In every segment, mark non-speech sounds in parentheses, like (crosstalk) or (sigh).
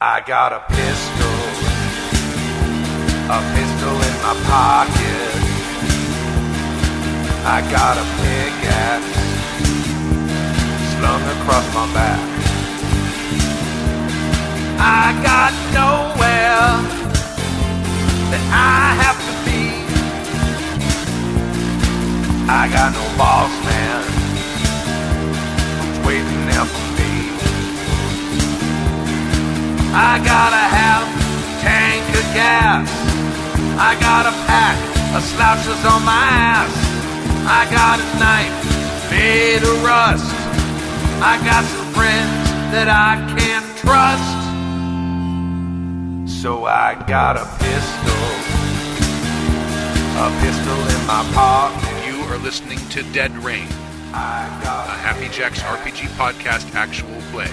I got a pistol, a pistol in my pocket. I got a pickaxe slung across my back. I got nowhere that I have to be. I got no boss man who's waiting there for me. I gotta have tank of gas. I got a pack of slouches on my ass. I got a knife made of rust. I got some friends that I can't trust. So I got a pistol, a pistol in my pocket. You are listening to Dead Rain, I a got Happy Jacks RPG podcast actual play,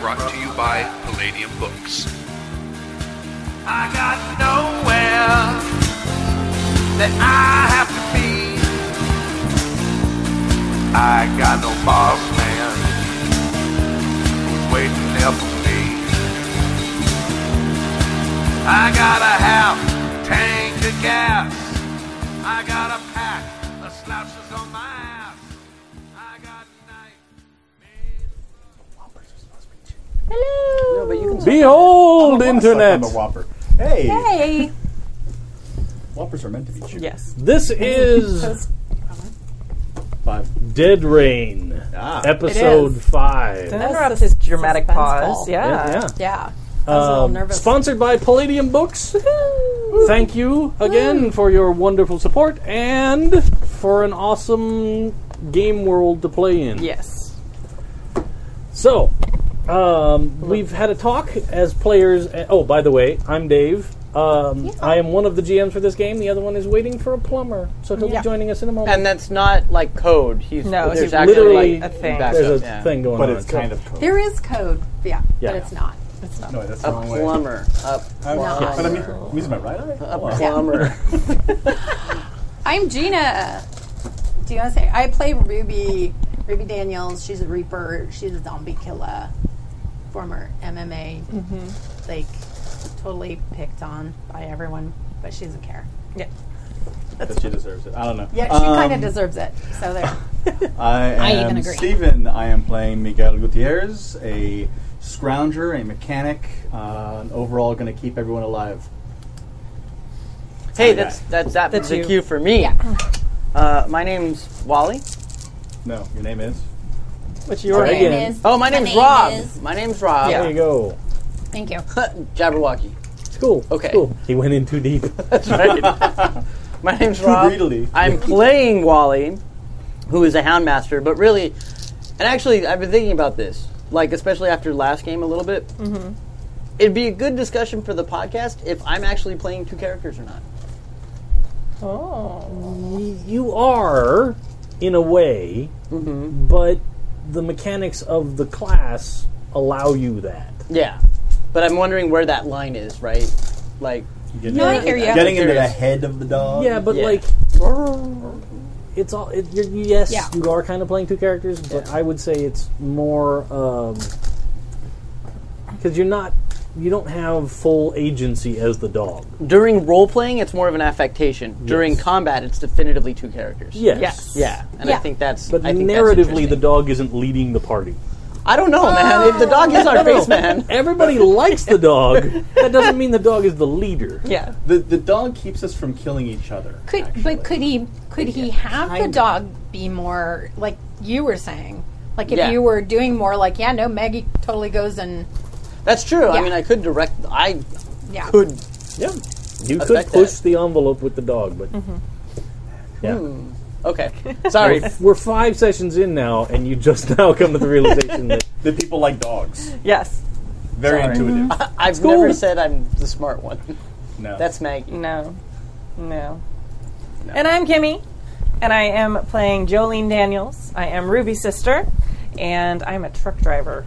brought to you by Palladium Books. I got nowhere that I have to be. I got no boss man who's waiting there for me. I got a half tank of gas. I got a pack of slouches on my ass. I got a knife. Hello. No, but you can suck on- Behold, I don't wanna suck internet! on the Whopper. Hey, Hey. Whoppers are meant to be chewed. Yes. This is Five. Dead Rain, Ah. episode It is. five. That Interrupt was his sus- dramatic pause. suspenseful. Yeah. Yeah, Yeah. I was a little Um, nervous. sponsored by Palladium Books. Thank you again for your wonderful support and for an awesome game world to play in. yes. So, um, we've had a talk as players. Oh, by the way, I'm Dave. Um, I am one of the GMs for this game. The other one is waiting for a plumber, so he'll Yeah. be joining us in a moment. And that's not like code. He's No, there's it's actually literally like, a thing. backup, There's a yeah. thing going But on. it's so- kind of code. There is code. Yeah. Yeah. But it's not. It's not. No, that's the A wrong way. plumber. A I'm, Yes. But I'm, I'm using my right eye. Hold on. plumber. (laughs) I'm Gina. Do you want to say? I play Ruby. Ruby Daniels. She's a Reaper. She's a zombie killer. Former MMA. Like, totally picked on by everyone, but she doesn't care. Yeah. But she deserves it. I don't know. Uh, Yeah, she Um, kind of deserves it. So there. I am even agree. Steven. I am playing Miguel Gutierrez, a scrounger, a mechanic, uh, and overall going to keep everyone alive. hey, that's that's that That's was a you. cue for me. Yeah. Uh, my name's Wally. No, your name is? What's your Again. name? Oh, my name's name Rob. is- My name's Rob. There you go. Thank you. (laughs) Jabberwocky. (laughs) It's cool. Okay. It's cool. He went in too deep. (laughs) My name's Rob. greedily. I'm playing Wally, who is a houndmaster, but really, and actually, I've been thinking about this, like especially after last game a little bit. Mm-hmm. It'd be a good discussion for the podcast if I'm actually playing two characters or not. you are, in a way, Mm-hmm. but the mechanics of the class allow you that. Yeah, but I'm wondering where that line is, right? Like, No, I hear you. Getting into the Curious. head of the dog. Yeah, but Yeah. like, it's all. It, you're, yes, Yeah. you are kind of playing two characters, but I would say it's more because you're not. You don't have full agency as the dog. during role playing, it's more of an affectation. During combat, it's definitively two characters. Yes. Yes. Yeah, and Yeah. I think that's. But I think that's narratively, the interesting. dog isn't leading the party. I don't know, man. If the dog Oh. is our Oh. base man, Everybody likes the dog. That doesn't mean the dog is the leader. Yeah. The, the dog keeps us from killing each other. Could actually. but could he could he have the dog be more like you were saying? Like if Yeah. you were doing more like yeah no Maggie totally goes and that's true. Yeah. I mean, I could direct. I yeah could. Yeah. You I could like push that. the envelope with the dog, but Mm-hmm. yeah. Hmm. Okay, sorry. (laughs) We're five sessions in now, and you just (laughs) now come to the realization that The people like dogs. Yes. Very intuitive. Mm-hmm. I've never said I'm the smart one. (laughs) No. That's Maggie. Mm. No. No. And I'm Kimmy, and I am playing Jolene Daniels. I am Ruby's sister, and I'm a truck driver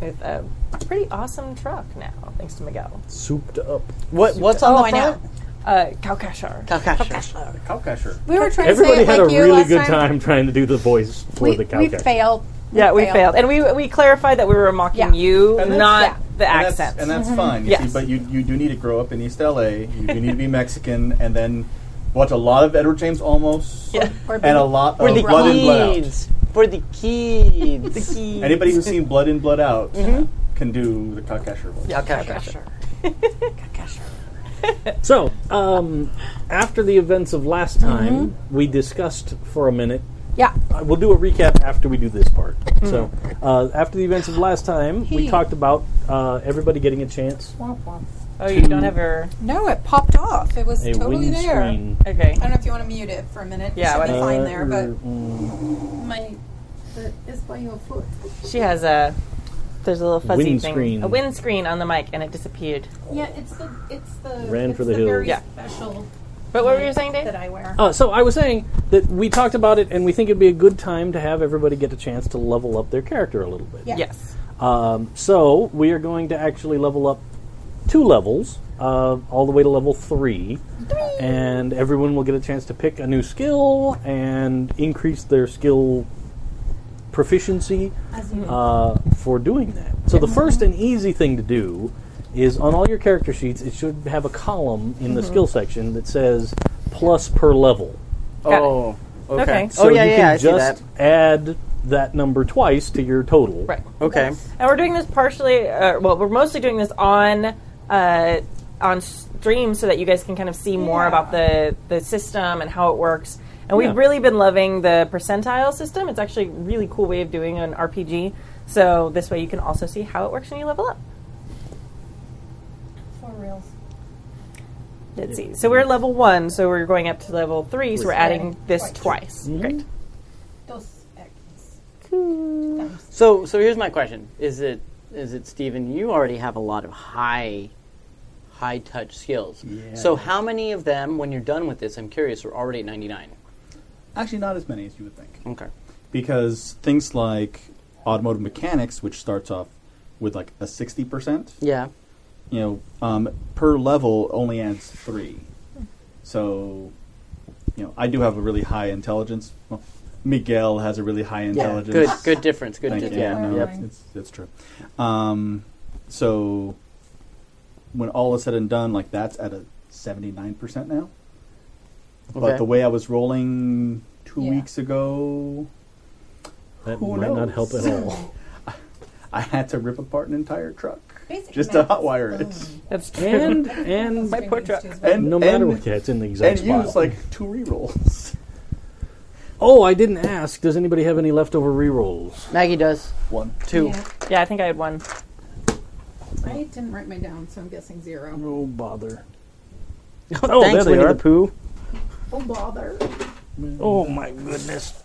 with a pretty awesome truck now, thanks to Miguel. souped up. What? What's on Oh, the I know. Oh, front? Uh, Kalkashar. Kalkasher. Cowcatcher. we were trying Everybody to say had it like a you really last good time, time. trying to do the voice for we, the cow we catcher. failed Yeah, we failed. failed. And we we clarified that we were mocking Yeah. you, And that's- not yeah. the and that's- accent. and that's fine. You Yes. see, but you, you do need to grow up in East LA. You do need to be Mexican, and then watch a lot of Edward James Olmos, Yeah. Or and a lot For of the Blood in Blood Out. kids. For the (laughs) kids. Key. Anybody who's seen Blood in Blood Out can do the Kakesher voice. Yeah, okay, okay. So, um, after the events of last Mm-hmm. time, we discussed for a minute. Yeah. Uh, we'll do a recap after we do this part. So, uh, after the events of last time, we Mm. Hey. talked about uh, everybody getting a chance. Oh, you don't have your. No, it popped off. It was A totally there. windscreen. Okay. I don't know if you want to mute it for a minute. Yeah, it should be why- fine there, but Uh, mm, My, the, it's by your foot. She has a. There's a little fuzzy Windscreen. thing. A windscreen on the mic, and it disappeared. Yeah, it's the it's the Ran it's for the hills. very Yeah. special But what were you saying, Dave? that I wear. Uh, so I was saying that we talked about it, and we think it'd be a good time to have everybody get a chance to level up their character a little bit. Yeah. Yes. Um, so we are going to actually level up two levels, uh, all the way to level three, and everyone will get a chance to pick a new skill and increase their skill proficiency uh, for doing that. So the first and easy thing to do is on all your character sheets, it should have a column in the skill section that says plus per level. Got it. Mm-hmm. Oh, okay. Okay. So oh, yeah, you yeah, can I see just that. add that number twice to your total. Right. Okay. And we're doing this partially, uh, well, we're mostly doing this on uh, on stream so that you guys can kind of see more about the the system and how it works. And Yeah. we've really been loving the percentile system. It's actually a really cool way of doing an RPG. So this way you can also see how it works when you level up. For reals. Let's see. So we're level one, so we're going up to level three, so we're adding this twice. Mm-hmm. Great. Those eggs. So, so here's my question: Is it is it Stephen? You already have a lot of high, high touch skills. So, how many of them, when you're done with this, I'm curious, are already at 99? Actually, not as many as you would think. Okay. because things like automotive mechanics, which starts off with like a sixty percent, Yeah. you know, um, per level only adds three. So, you know, I do have a really high intelligence. Well, Miguel has a really high intelligence. Good. Good difference. Good Thank you. difference. Yeah, no, Yep. it's, it's, it's true. Um, so, when all is said and done, like that's at a seventy-nine percent now. Okay. But the way I was rolling two Yeah. weeks ago, That Who might not help knows? at all. I had to just apart an entire truck Basic just to math. hotwire it, That's true. and and My poor truck. Oh. Well. and no and, matter what, yeah, it's in the exact and spot. use like two re rolls. oh, I didn't ask. Does anybody have any leftover rerolls? Maggie does One. two. Yeah. Yeah, I think I had one. I didn't write mine down, so I'm guessing zero. Oh bother! (laughs) Oh, there Thanks, they Winnie are. the Pooh. Oh bother. Oh my goodness!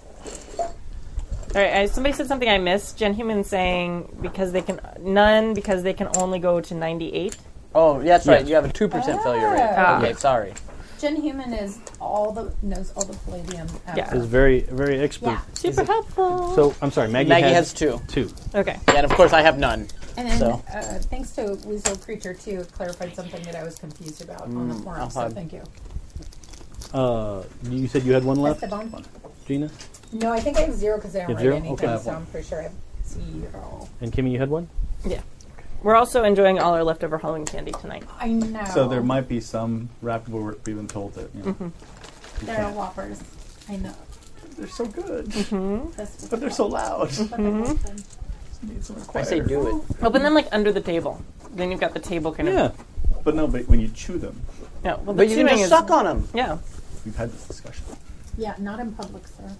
All right, I, somebody said something I missed. Jen Human saying because they can none because they can only go to ninety eight. Oh, yeah, that's right. You have a two percent failure rate. Ah. Okay, sorry. Jen Human is all the knows all the palladium. out. Yeah. Is very very expert. Yeah. Super helpful. So I'm sorry, Maggie, Maggie has, has two. two. okay. Yeah, and of course I have none. And then, So. uh, thanks to Weasel Creature too, clarified something that I was confused about on the forum. So uh-huh. thank you. Uh, you said you had one left, That's the bomb. Gina, No, I think I have zero because You I don't have write zero? anything, Okay. so I'm pretty sure I have zero. and Kimmy, you had one. Yeah. We're also enjoying all our leftover Halloween candy tonight. I know. So there might be some wrapped where we're- we've been told that. You know, you There are can't. whoppers. I know. They're so good, That's but they're so loud. Mm-hmm. but they're awesome. Need someone I say quieter. do it. Open them like under the table. Then you've got the table kind Yeah, of. But no, but when you chew them, No, well, the But you can chewing just is- suck on them. Yeah. we've had this discussion. Yeah, not in public, sir.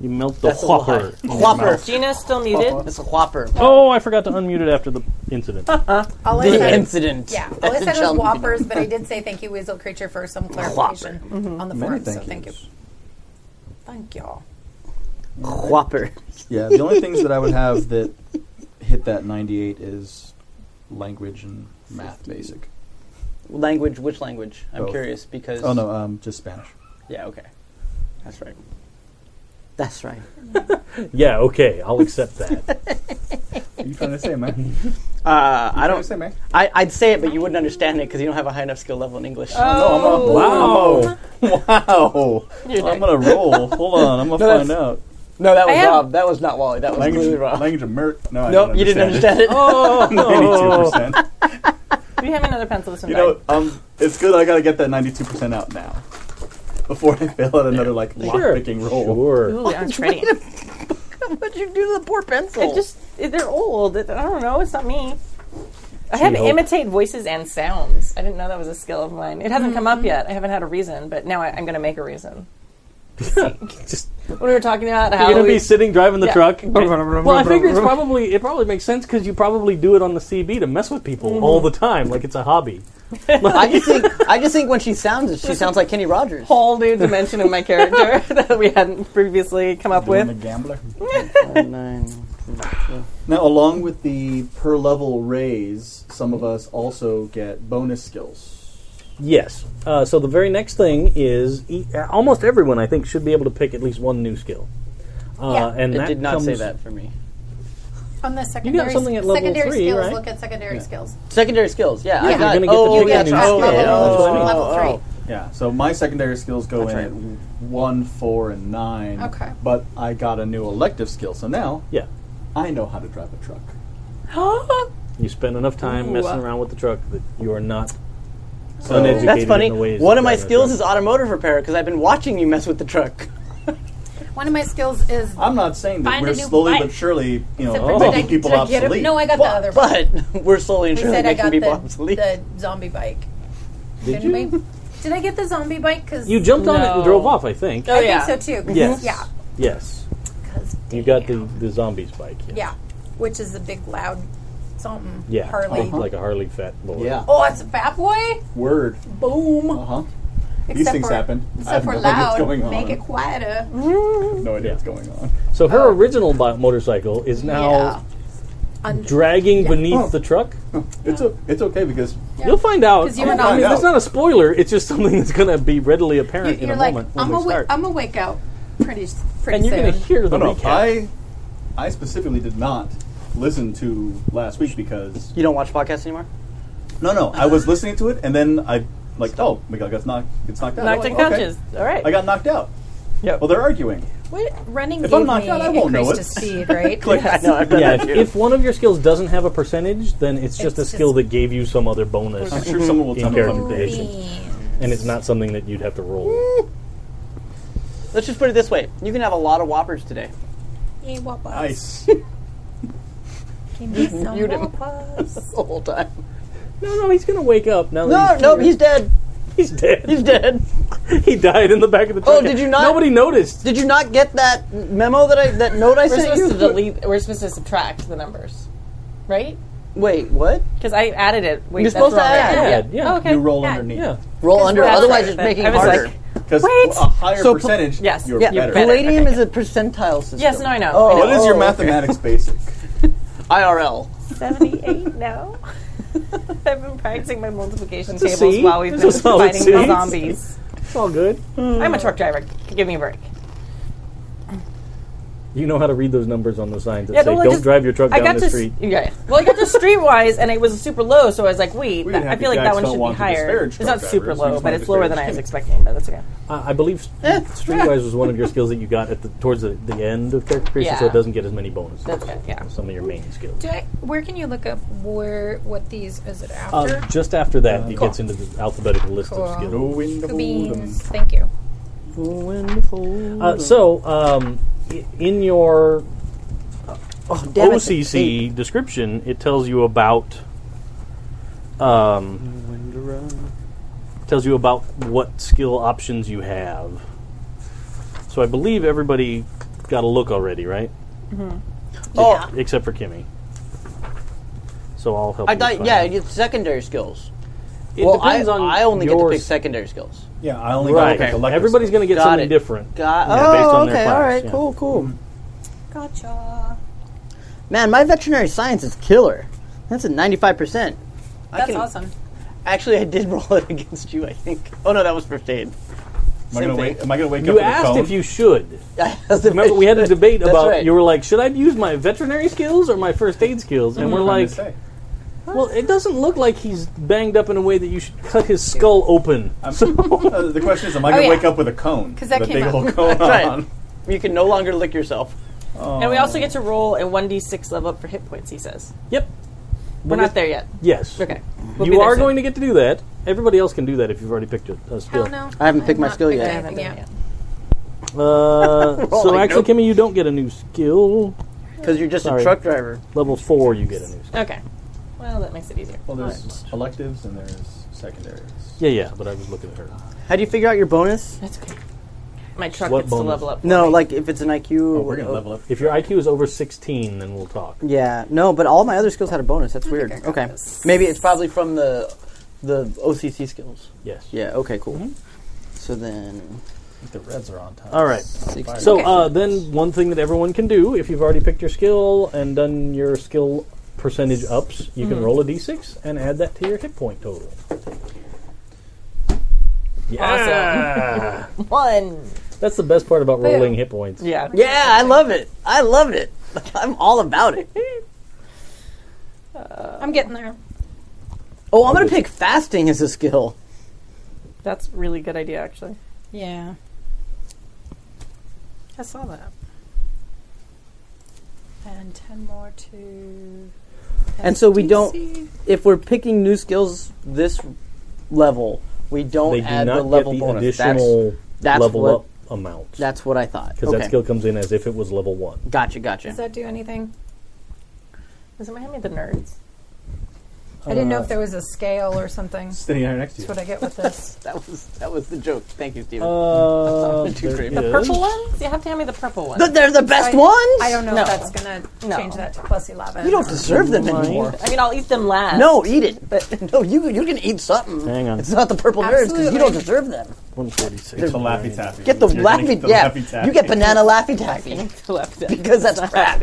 you melt the That's a whopper. lie. Whopper. Gina's still (laughs) muted. It's a whopper. Oh, I forgot to unmute it after the incident. all I The said, incident. (laughs) yeah, all I That's a said was jump. whoppers, but I did say thank you, Weasel Creature, for some clarification on the Many forum. So thank thank you, yous. thank y'all. Whopper. Yeah, the only things that I would have that hit that 98 is language and math basic. Language? Which language? I'm Both. curious because. Oh, no, um, just Spanish. Yeah. Okay. That's right. That's right. (laughs) yeah, okay, I'll accept that. What are you trying to say, man? Uh, I Say, don't. man. I, I'd say it, but you wouldn't understand it because you don't have a high enough skill level in English. Oh, wow. Wow. Oh. I'm going to roll. Hold on. I'm going to No, find that's- out. No, that was am- Rob. That was not Wally. That was completely Language, Rob. language of Merc. No, Nope, I you didn't understand it. Oh, (laughs) (laughs) Ninety-two percent. Do we have another pencil this one You died? know, um, it's good. I gotta get that ninety-two percent out now, before I fail at another like Sure. lockpicking roll. Sure. (laughs) Ooh, that's pretty. It What'd you do to the poor pencil? just it- they're old. It- I don't know. It's not me. I have She-Hulk. imitate voices and sounds. I didn't know that was a skill of mine. It hasn't come Mm-hmm. up yet. I haven't had a reason, but now I, I'm going to make a reason. (laughs) Just When we were talking about how You're gonna we, be sitting driving the Yeah. truck. well, I figure it's probably it probably makes sense because you probably do it on the CB to mess with people all the time, like it's a hobby. I just think I just think when she sounds, she sounds like Kenny Rogers. whole new dimension of my (laughs) character (laughs) that we hadn't previously come up Doing with. the gambler. Nine. Now, along with the per level raise, some of us also get bonus skills. Yes. Uh, so the very next thing is e- almost everyone I think should be able to pick at least one new skill. Uh, Yeah. and It that did not comes, say that for me. On the secondary, something at level secondary three, skills, right? look at secondary skills. Secondary skills. Yeah, I Yeah. got. You're gonna get oh, to pick yeah, a new Oh, that's skill. right. That's what I mean. Level three. Yeah, so my secondary skills go in right. at one, four, and nine. Okay. But I got a new elective skill, so now Yeah. I know how to drive a truck. You spend enough time Ooh. messing around with the truck that you are not So Uneducated. That's in funny. the ways One of of my driving a skills truck. is automotive repair because I've been watching you mess with the truck. (gasps) One of my skills is Oh. I'm not saying that Find a we're new slowly bike. but surely, you know, Except for making did I- people did I get it? obsolete. No, I got the other one. But (laughs) we're slowly and They surely said I making got people the, obsolete. the zombie bike. Did Didn't you? we? Did I get the zombie bike? Because You jumped on it and No. drove off. I think. Oh I yeah. think so too. 'cause- Yes. Yeah. Yes. 'cause You got the damn. the zombies bike. yeah, which is the big loud something. Yeah. Uh-huh. Harley. Like, like a Harley Fat Boy. Yeah. Oh, it's a fat boy. Word. Boom. Uh huh. These Except things for- happen. I Except have for no idea what's loud. going on. Make it quieter. I have no idea what's going on. So her original bi- motorcycle is now Yeah. Un- dragging Oh. beneath the truck. It's o- it's okay because You'll find out. 'Cause you were I not- mean, that's not a spoiler. It's just something that's going to be readily you, apparent in you're a like, moment when I'm we gonna wa- start. I'm gonna wake out pretty s- pretty and you're soon. going to hear the Oh, no, no, recap. I I specifically did not listen to last week because You don't watch podcasts anymore. no, no, I was listening to it and then I like oh Miguel got knocked, gets knocked out. Knocked I'm in like, okay. conscious. All right. I got knocked out. Yeah. Well, they're arguing. Wait, running If gave I'm knocked me out, I won't know increased it. to (laughs) speed, right? Click. (laughs) I (laughs) know. I've done yeah, that if, too. if one of your skills doesn't have a percentage, then it's just a It's skill just- that gave you some other bonus, I'm sure someone will In tell me. character about creation. it. and it's not something that you'd have to roll. Let's just put it this way: you can have a lot of whoppers today. (laughs) Nice. (laughs) You didn't the whole time. No, no, he's going to wake up now. No, that no, he's dead. he's, he's dead. He's dead. (laughs) he died in the back of the truck. Oh, did you not- Nobody noticed. Did you not get that memo that I that note we're I sent you? supposed to delete. We're supposed to subtract the numbers, right? Wait, what? Because I added it. Wait, You're that's supposed to wrong, add right? it. Yeah, yeah. Oh, okay. You roll underneath. Yeah. Roll under. That's Otherwise, right. it's making I it was harder. like- Because Wait. a higher So pl- percentage, Yes. you're yeah, better. better. palladium Okay, is a percentile system. Yes, no, I know. Oh, I know. What is your okay. mathematics (laughs) basic? IRL. (laughs) 78 now. (laughs) I've been practicing my multiplication That's a tables C. while we've That's a been solid fighting C. the zombies. It's all good. I'm a truck driver. Give me a break. You know how to read those numbers on the signs that Yeah, say don't "Don't, let just- drive your truck I down got the to s- street." yeah. Well, I got to streetwise, and it was super low, so I was like, "Wait, We that- didn't I have feel to guys like that one don't should be want to higher." disparage It's not truck super drivers. We low, just but want it's to lower disparage than I was people. expecting. But that's okay. Uh, I believe Eh. Streetwise was (laughs) one of your skills that you got at the towards the, the end of character creation, so Yeah. it doesn't get as many bonuses. That's okay. Yeah. Some of your main skills. Do I, where can you look up where what these is it after? Uh, just after that, he gets into the alphabetical list of Cool. skills. Doing the Two hold'em. beans. Thank you. Wonderful. Uh, so, um, i- in your oh, damn it, it's eight. OCC description, it tells you about um, tells you about what skill options you have. So I believe everybody got a look already, right? Oh, Except for Kimmy. So I'll help. I you thought. find Yeah, out. it's secondary skills. It well, depends I, on I only get to your pick s- secondary skills. Yeah, I only got Right. like elective Everybody's going to get Got something it. different. Got. Yeah, oh, based on their okay. class, all right. yeah. Cool. Cool. Gotcha. Man, my veterinary science is killer. That's a ninety-five percent. That's can- awesome. Actually, I did (laughs) roll it against you. I think. Oh no, that was first (laughs) aid. Am I gonna Same wake? thing. Am I gonna wake up? You with a asked cone? if you should. I asked if Remember, I we had a should- debate That's about. right. You were like, "Should I use my veterinary skills or my first aid skills?" And we're Trying like, to say. Well, it doesn't look like he's banged up in a way that you should cut his skull open. I'm- (laughs) uh, the question is, am I gonna Oh, yeah. wake up with a cone? 'Cause that with a came (laughs) big (laughs) up. old cone right. on. you can no longer lick yourself. And we also get to roll a 1d6 level up for hit points, he says. Yep. We're not there yet. Yes. Okay. you are going to get to do that. Everybody else can do that if you've already picked a, a skill. Hell no. I haven't picked my not skill picked yet. anything yet. (laughs) Uh, so Rolling, actually, nope. Kimmy, you don't get a new skill. Because you're just Sorry. a truck driver. Level four, you get a new skill. Okay. Well, that makes it easier. Well, there's electives and there's secondaries. Yeah, yeah, but I was looking at her. How do you figure out your bonus? That's okay. My truck What gets to bonus? level up. No, like if it's an IQ. or We're gonna oh, level up. If your IQ is over 16, then we'll talk. Yeah, no, but all my other skills had a bonus. That's weird. I got Okay, this. maybe it's probably from the the OCC skills. Yes. Yeah. Okay. Cool. Mm-hmm. So then, The reds are on top. All right. So uh, then, one thing that everyone can do, if you've already picked your skill and done your skill percentage ups, you Hmm. can roll a d6 and add that to your hit point total. Yeah. Ah. One. That's the best part about rolling hit points. Yeah. yeah, I love it. I love it. (laughs) I'm all about it. I'm getting there. Oh, I'm gonna pick fasting as a skill. That's a really good idea, actually. Yeah. I saw that. And 10 more to. And so we don't. DC. If we're picking new skills this level, we don't They do add not the level get the bonus. additional that's level what- up amount. That's, that's what I thought. Because that skill comes in as if it was level one. Gotcha. Gotcha. Does that do anything? Does it remind me of the nerds? I didn't know if there was a scale or something. That's Standing right next to you. what I get (laughs) with this. That was that was the joke. Thank you, Steven. Uh, Too there great. is- Purple ones? You have to hand me the purple one. but they're the best I- ones. I don't know No. if that's going to No. change that to plus 11. You don't deserve them Mine. anymore. I mean, I'll eat them last. No, eat it. But (laughs) no, you you can eat something. Hang on. It's not the purple nerds because Absolutely. you don't deserve them. 146. It's a Laffy Taffy. Get the You're gonna laffy get the yeah. Laffy Taffy. (laughs) You get banana laffy (laughs) taffy Left it. because that's crap.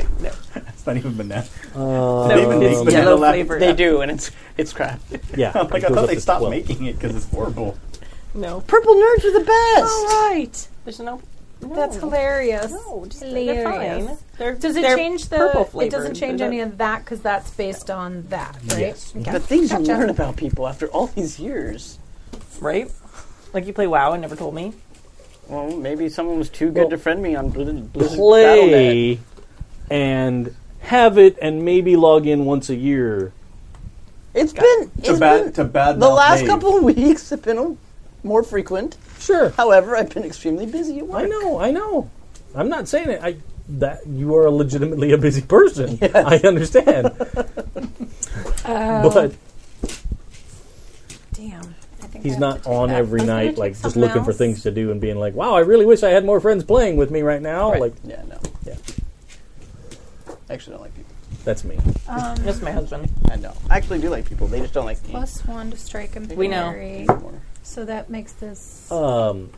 It's not even banana. (laughs) No, even it's make banana yellow lap- flavored. They do, and it's it's crap. Yeah. I'm like, it I goes thought up they to stopped 12. making it because it's horrible. No. Purple nerds are the best. Right. There's no. no. That's hilarious. No, just they're hilarious. fine. They're, Does it they're change the? purple it flavored. doesn't change They're any not- of that because that's based on that, right? Okay. The things you Gotcha. learn about people after all these years. right? Like you play WoW and never told me. Well, maybe someone was too good Well, to friend me on Blizzard, Blizzard Battle.net. play and have it and maybe log in once a year. It's been To it's bad, been to bad. the last couple of (laughs) weeks have been a- more frequent. Sure. However, I've been extremely busy at work. I know, I know. I'm not saying it. I that you are legitimately a busy person. I understand. Oh. but Damn. I think I he's have not to take on that. every I was gonna night take like just something looking for else. things to do and being like, "Wow, I really wish I had more friends playing with me right now." Like Yeah, no. Yeah. I actually don't like people. that's me. Just my husband. I know. I actually do like people. They just don't like me. Plus one to strike and We know. parry. anymore. So that makes this Um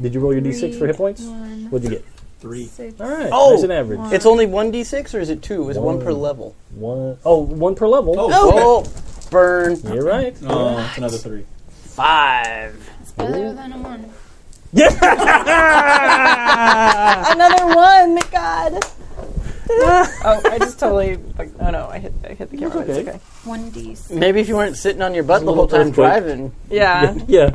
did you roll your d6 for hit Three, points? one. What'd you get? Three. six. All right. Oh! nice and average. One. It's only one d6 or is it two? Is it one per One. level? One, oh, one per level. Oh, Oh, burn. You're right. Oh, it's another three. Five. It's better than a 1. (laughs) Yeah. Another one. God. (laughs) oh, I just totally. Like, oh no, I hit. I hit the camera. okay. It's okay. 1d6. Maybe if you weren't sitting on your butt the whole time earthquake. driving. Yeah. yeah.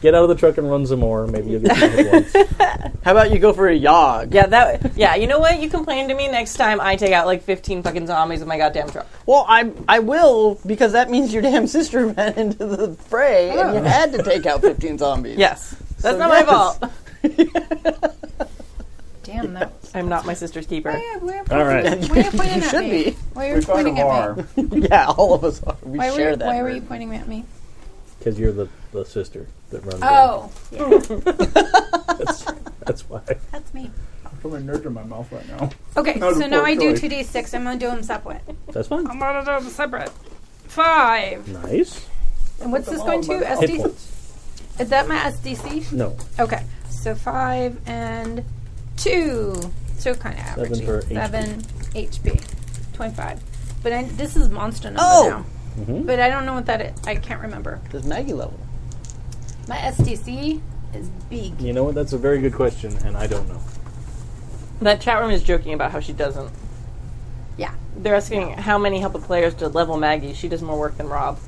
Get out of the truck and run some more. Maybe you'll get some hit points. (laughs) How about you go for a yog? Yeah, that. Yeah, you know what? You complain to me next time I take out like 15 fucking zombies with my goddamn truck. Well, I I will because that means your damn sister (laughs) ran into the fray and you had to take out 15 zombies. Yes, that's So not yes. my fault. Damn, that was. I'm not my sister's (laughs) keeper. Yeah, where, All right. why are you pointing You at should me? be. Why are We you found a pointing at me? bar. (laughs) Yeah, all of us are. We Why were, share you, that. why were burden. you pointing at me? Because you're the, the sister that runs. Oh, it. that's, that's why. that's me. I'm putting a nerd in my mouth right (laughs) now. Okay, Out of so now poor I do choice. 2d6. I'm going to do them separate. That's fine. I'm going to do them separate. Five. Nice. And what's this going to? Hit SD? points. Is that my SDC? No. Okay, so five and two. So kind of average. for HP. Seven HP. 25. But I, this is monster number Oh! now. But I don't know what that is. I can't remember. Does Maggie level? My SDC is big. You know what? That's a very good question, and I don't know. That chat room is joking about how she doesn't. Yeah. They're asking how many help the players to level Maggie. She does more work than Rob.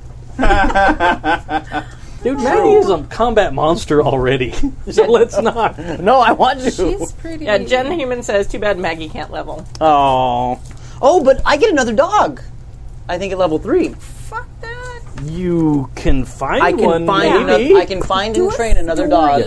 Dude, Maddie is a combat monster already, (laughs) so let's not. No, I want to. She's pretty. Yeah, Uh, Jen Human says, too bad Maggie can't level. (laughs) Oh. Oh, but I get another dog. I think at level three. Fuck that. You can find I can one, find maybe. another, I can find and train another dog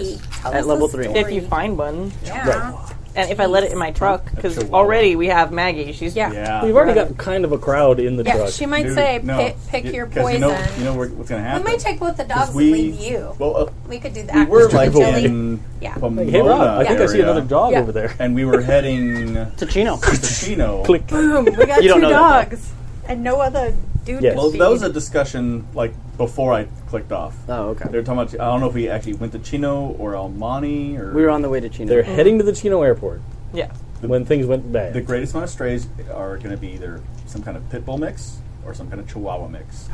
at level three. If you find one. Yeah. And if I let it in my truck, because chihuahua. already we have Maggie. She's Yeah. Yeah. We've already got kind of a crowd in the Yeah, truck. she might Dude, say, no. pick, pick You- your 'cause poison. You know, you know where- what's going to we happen. might take both the dogs Because we- and leave you. Well, uh, we could do we that. were Mr. like Jelly. in Yeah. Pomona hey, Rob, I think I see area, another dog Yeah. over there. (laughs) And we were heading to Tachino. Chino. Click. Boom, we got You don't two know that, dogs. And no other dude Yes. to Well, feed. that was a discussion like before I clicked off. Oh, They okay. were talking about. I don't know if we actually went to Chino or Almani or We were on the way to Chino. They're heading to the Chino airport yeah. when things went bad. the greatest amount of strays are going to be either some kind of pit bull mix or some kind of chihuahua mix.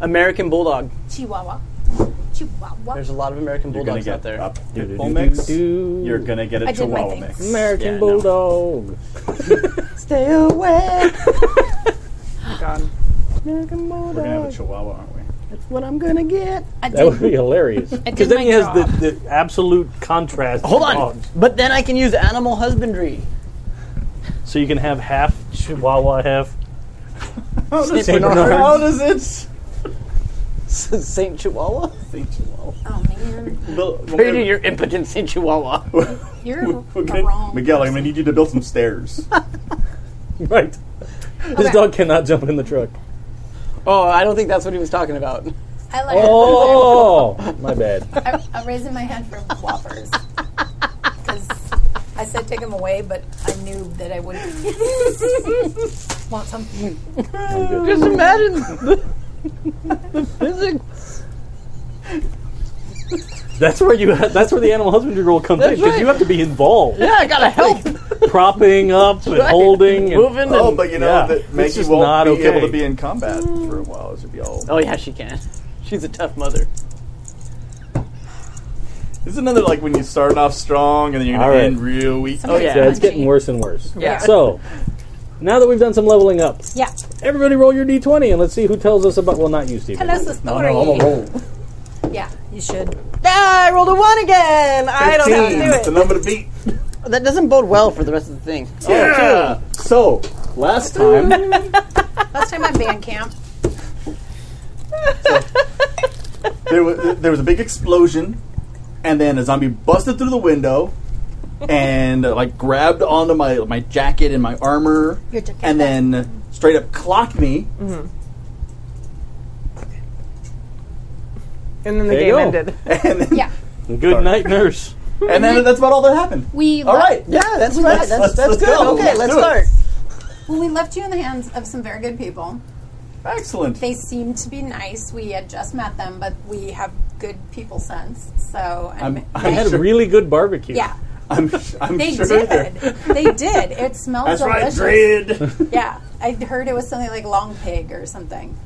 American Bulldog. Chihuahua. Chihuahua. There's a lot of American You're going Bulldogs to get out there. a Do, pit do, bull do, mix. do. You're going to get a I did my chihuahua things. mix. American Yeah, no. Bulldog. Stay (laughs) away. Gone. American We're going Bulldog. to have a chihuahua, aren't we? That's what I'm gonna get. I That would be did, (laughs) hilarious. Because did then he my has job. the, the absolute contrast. Hold on. dogs. But then I can use animal husbandry. So you can have half Chihuahua, half How does, Saint Bernard. how does (laughs) it? Saint Chihuahua. Saint Chihuahua. oh, man. Bill- Pray to your impotent Saint Chihuahua. You're (laughs) We're the gonna- wrong. Miguel, I'm going to need you to build some (laughs) stairs. right. This Okay. dog cannot jump in the truck. (laughs) Oh, I don't think that's what he was talking about. I like Oh, (laughs) my bad. I'm, I'm raising my hand for (laughs) whoppers. Because I said take them away, but I knew that (laughs) I wouldn't want some. I'm good. Just imagine the, (laughs) the physics. That's where you. Ha- that's where the animal husbandry role comes in That's because right. you have to be involved, Yeah, I gotta help. (laughs) propping up and holding. And Moving. oh, and, but you know Yeah. that It's Maggie just won't not be okay. able to be in combat for a while. This would be all. oh yeah, she can. She's a tough mother. This is another like when you start off strong and then you're going All to right. end real weak. Oh, yeah. Yeah, it's getting worse and worse. Yeah. So, now that we've done some leveling up, Yeah. everybody roll your d20 and let's see who tells us about. Well, not you, Steven. Tell us the No, story. no, Oh, I'm a roll. Yeah, you should. Ah, I rolled a one again. I don't know how to do It's the number to beat. That doesn't bode well for the rest of the thing. Yeah. So last time, Last time on band camp. there was there was a big explosion, and then a zombie busted through the window, and uh, like grabbed onto my my jacket and my armor, Your jacket. and then straight up clocked me. And then the There you game go. ended. And then, Yeah. Good night, nurse. and then that's about all that happened. We all left, right. Yeah, that's right. That's, let's- that's let's good. go. Okay, Let's let's do it. start. Well, we left you in the hands of some very good people. Excellent. They seemed to be nice. We had just met them, but we have good people sense. So I'm, I'm, I I'm had sure. really good barbecue. (laughs) yeah, I'm, I'm they sure did. they're- They did. It smells That's right, delicious. dread. (laughs) Yeah, I heard it was something like long pig or something.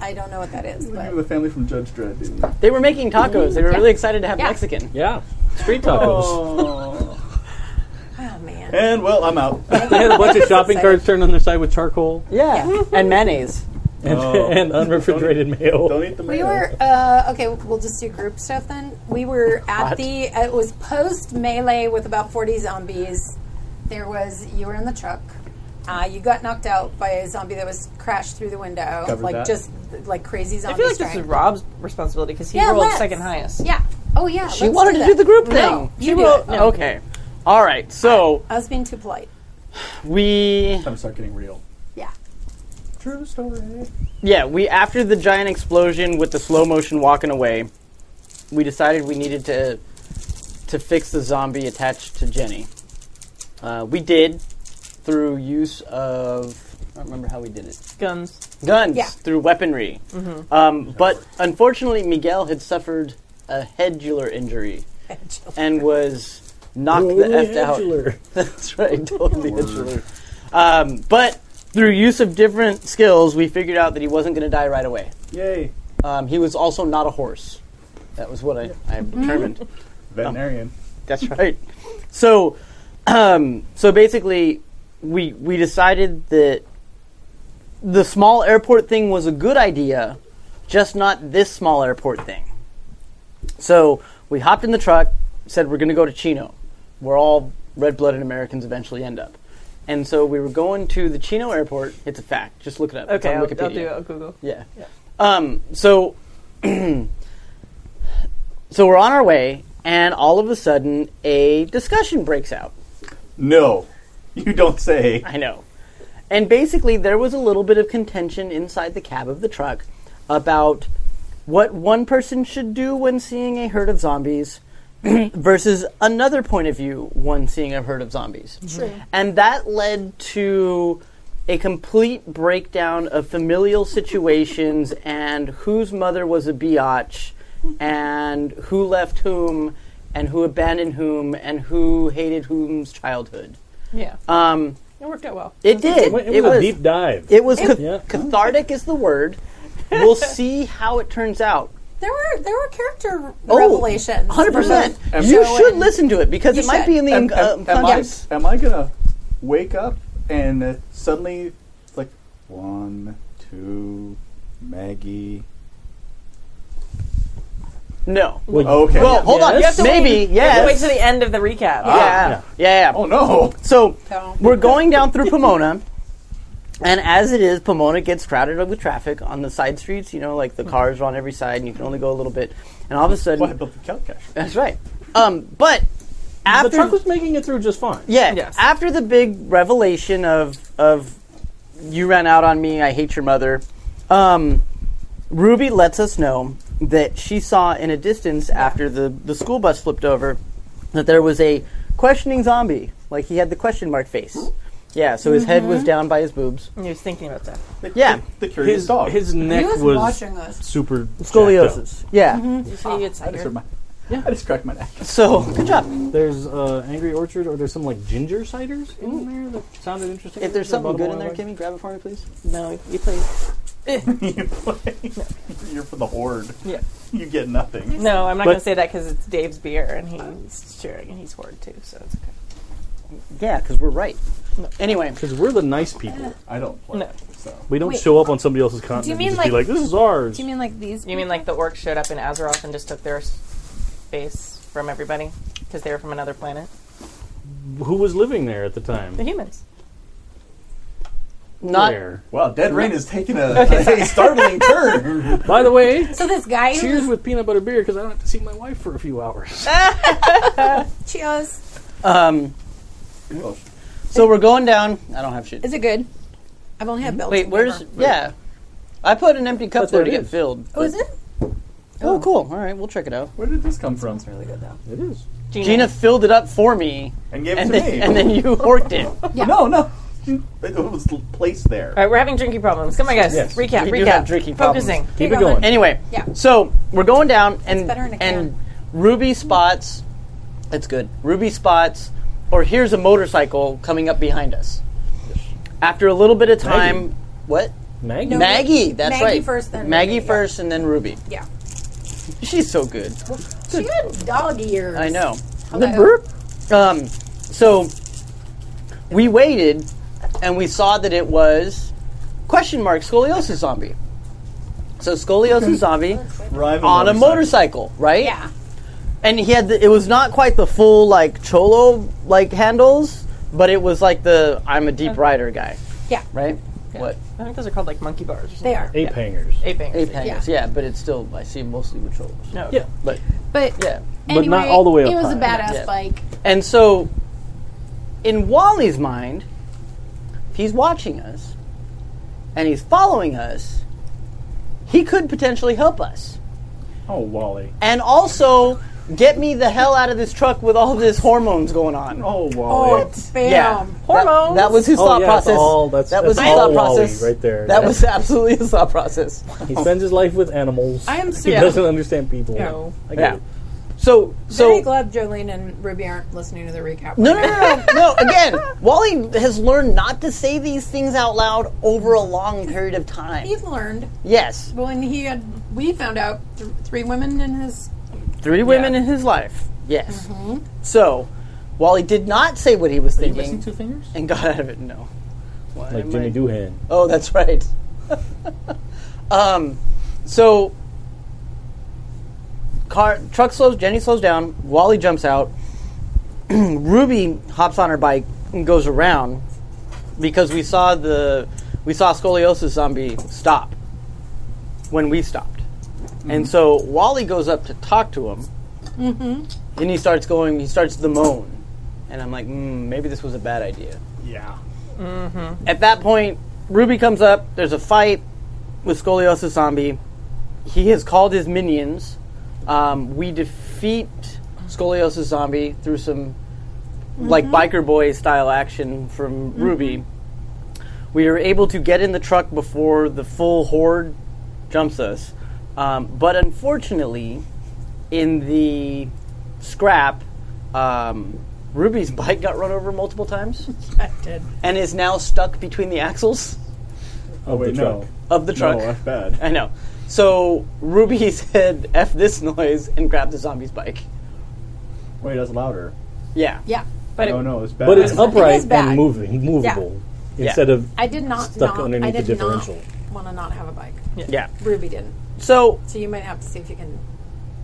I don't know what that is, the (laughs) but family from Judge Dredd, didn't you? They were making tacos. They were Yeah. really excited to have Yeah. Mexican. Yeah. Street tacos. oh man, And well, I'm out. They had a bunch of shopping Exciting. carts turned on their side with charcoal Yeah, and mayonnaise. and, Oh. (laughs) and unrefrigerated mayo. Don't eat the we mayo. were uh, okay. We'll just do group stuff then. We (laughs) were at the it was post melee with about forty zombies. There was you were in the truck. Uh, you got knocked out by a zombie that was crashed through the window, Covered like that. just like crazy I zombies. feel like this is Rob's responsibility because he Yeah, rolled let's. second highest. Yeah. Oh yeah. She wanted to do the group thing. No, she you do wrote- it. No. Okay. All right. So I was being too polite. we I'm start getting real. Yeah. True story. Yeah, we after the giant explosion with the slow motion walking away, we decided we needed to to fix the zombie attached to Jenny. Uh, we did through use of I don't remember how we did it. Guns. Guns Yeah. Mm-hmm. through weaponry. Um, but unfortunately, Miguel had suffered a headular injury and was knocked the f out. Modular. (laughs) That's right, totally headular. Um, but through use of different skills, we figured out that he wasn't going to die right away. Yay. Um, he was also not a horse. That was what I, I determined. Veterinarian. That's right. So, um, so basically, we we decided that the small airport thing was a good idea, just not this small airport thing. So we hopped in the truck, said we're going to go to Chino, where all red blooded Americans eventually end up. And so we were going to the Chino airport. It's a fact. Just look it up. It's Okay, on I'll, I'll Wikipedia. do it. I'll Google. Yeah. Um, so, (clears throat) so we're on our way, and all of a sudden, a discussion breaks out. No, you don't say. I know. And basically, there was a little bit of contention inside the cab of the truck about what one person should do when seeing a herd of zombies (clears throat) versus another point of view when seeing a herd of zombies. And that led to a complete breakdown of familial situations and whose mother was a biatch and who left whom and who abandoned whom and who hated whom's childhood. Yeah, Um, it worked out well. it did. It, wa- it was a deep dive. It was ca- Yeah. cathartic is the word. (laughs) We'll see how it turns out. There were there were character Oh, revelations. Hundred percent. There was You Joe should and- listen to it because You it might should. be in the am, uh, am- am I, context. am I gonna wake up and uh, suddenly it's like one, two, Maggie. No. Well, Okay. Well, hold on. Yes. Ah. Maybe. Yes. Wait to the end of the recap. yeah. Yeah. Yeah. yeah. oh no. (laughs) So No. we're going down through Pomona, and as it is, Pomona gets crowded up with traffic on the side streets. You know, like the cars are on every side, and you can only go a little bit. And all of a sudden, Well, I built the Calcash. that's right. Um, but after the truck was making it through just fine. Yeah. Yes. After the big revelation of of you ran out on me, I hate your mother. Um, Ruby lets us know that she saw in a distance after the the school bus flipped over that there was a questioning zombie, like he had the question mark face. Yeah, so his head was down by his boobs. He was thinking about that. The, Yeah. The, the curious His, dog. his neck He was, was, watching us. super jacked Scoliosis. Yeah. You see, it's I just, hurt here. my, I just cracked my neck. (laughs) So good job. up. There's uh, Angry Orchard, or there's some like ginger ciders in there that sounded interesting. If there's I something bought good them in there, all Kimmy, grab it for me, please. No, you played. you play. You're for the horde. Yeah. You get nothing. No, I'm not But- going to say that because it's Dave's beer and he's cheering and he's hoard too, so it's okay. Yeah, because we're right. Anyway, Because we're the nice people. I don't play. No. So We don't Wait. show up on somebody else's continent mean and just like- be like, this is ours. Do you mean like these? You mean like the orcs showed up in Azeroth and just took their space from everybody because they were from another planet? Who was living there at the The time? humans. not There. wow, Dead Rain is (laughs) taking a, a startling turn. By the way, (laughs) so? This guy. who cheers with peanut butter beer because I don't have to see my wife for a few hours. Ah. Cheers. um. Oh, So we're going down. I don't have shit. Is it good? I've only had Belgian. Wait, where's beer. yeah? I put an empty cup That's there what to it get is. filled. Oh, is it? Oh, cool. All right, we'll check it out. (laughs) Where did this come from? Really good though. It is. Gina. Gina filled it up for me, And gave it and to then, me. and then you (laughs) horked it. No, no. It was placed there. All right, we're having drinking problems. Come on, guys. Yes. Recap, We recap. do have drinking problems. Focusing. Keep it going. Anyway, Yeah. So we're going down, and better in a can. and Ruby spots. That's good. Ruby spots, or here's a motorcycle coming up behind us. After a little bit of time, what? Maggie. No. Maggie. That's Maggie right. first, then Maggie Ruby, yeah. first, and then Ruby. (laughs) Yeah. She's so good. She had dog ears. I know. Hello. Um, so we waited, and we saw that it was question mark scoliosis zombie. So scoliosis zombie Rival on a motorcycle, right? Yeah. And he had the, it was not quite the full like cholo like handles, but it was like the I'm a deep rider guy, Yeah. right? What I think those are called like monkey bars. Or something. They are. Ape hangers. Ape hangers. ape hangers? Yeah. but it's still I see mostly with cholos. No. Yeah. But But yeah, But not all the way up It was a high. badass Yeah. bike. and so in Wally's mind, if he's watching us and he's following us, he could potentially help us. Oh, Wally. And also get me the hell out of this truck with all this hormones going on. Oh, Wally. Bam. Yeah. Hormones. That, that was his Oh, thought yeah, that's process. all- that's- that that's was his all thought Wally process right there. That Yeah. was absolutely his thought process. He spends his life with animals. I am He so doesn't understand people. No. I get Yeah. it. So, so very glad Jolene and Ruby aren't listening to the recap. no, no, no, no, no. Again, Wally has learned not to say these things out loud over a long period of time. He's learned. Yes, Well, and he had. We found out th- three women in his. three women in his life. Yes. So, Wally did not say what he was thinking Two fingers? and got out of it. No. Why Like am Jimmy I- Doohan. Oh, that's right. (laughs) um, So, car truck slows. Jenny slows down. Wally jumps out. (clears throat) Ruby hops on her bike and goes around because we saw the we saw scoliosis zombie stop when we stopped, and so Wally goes up to talk to him. Mm-hmm. And he starts going. He starts the moan, and I'm like, mm, maybe this was a bad idea. Yeah. At that point, Ruby comes up. There's a fight with Scoliosis Zombie. He has called his minions. Um, we defeat Scoliosis Zombie through some like biker boy style action from Ruby. We are able to get in the truck before the full horde jumps us. Um, but unfortunately, in the scrap, um, Ruby's (laughs) bike got run over multiple times uh, I did. and is now stuck between the axles Oh wait, no. the truck. of the truck. No, that's bad. (laughs) I know. So Ruby (laughs) said "f this noise" and grabbed the zombie's bike. Wait, that's louder. Yeah, Yeah. But Oh it, no, it's bad. But it's It is upright bad. and moving, movable, Yeah. instead of I did not Stuck not, underneath I the did differential. not want to not have a bike. yeah. Ruby didn't. So So you might have to see if you can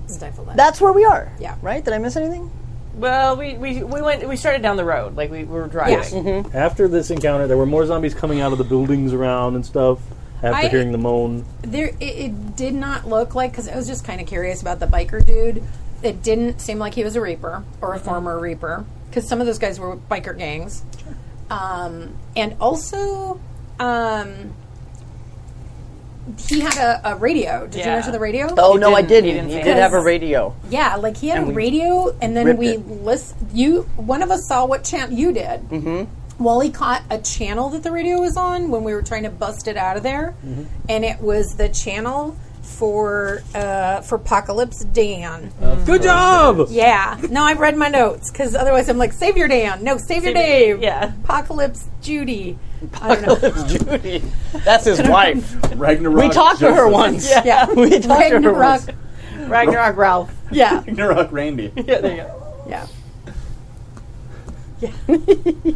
stifle that. that's where we are. Yeah. Right? Did I miss anything? well, we, we we went we started down the road like we, we were driving. Mm-hmm. after this encounter, there were more zombies coming out of the buildings around and stuff. After I- hearing the moan, there it, it did not look like because I was just kind of curious about the biker dude. It didn't seem like he was a reaper or a former reaper because some of those guys were biker gangs. Um, and also, um, he had a, a radio. Did you Yeah. notice the radio? Oh no, I didn't- didn't. you He, didn't say did that. have a radio. Yeah, like he had And a we radio, and then ripped we it. list you. One of us saw what channel you did. Mm-hmm. Wally caught a channel that the radio was on when we were trying to bust it out of there, Mm-hmm. and it was the channel for uh, for Apocalypse Dan. Oh. good job. Yeah, no, I read my notes because otherwise I'm like, save your Dan. No, save your Dave. yeah. Apocalypse Judy. I don't know. Judy, that's his wife. (laughs) Ragnarok. We talked to her Joseph. once. Yeah, (laughs) we talked to her Ragnarok. once. Ragnarok Ralph. (laughs) Yeah, Ragnarok Randy. Yeah, (laughs) there you go. yeah.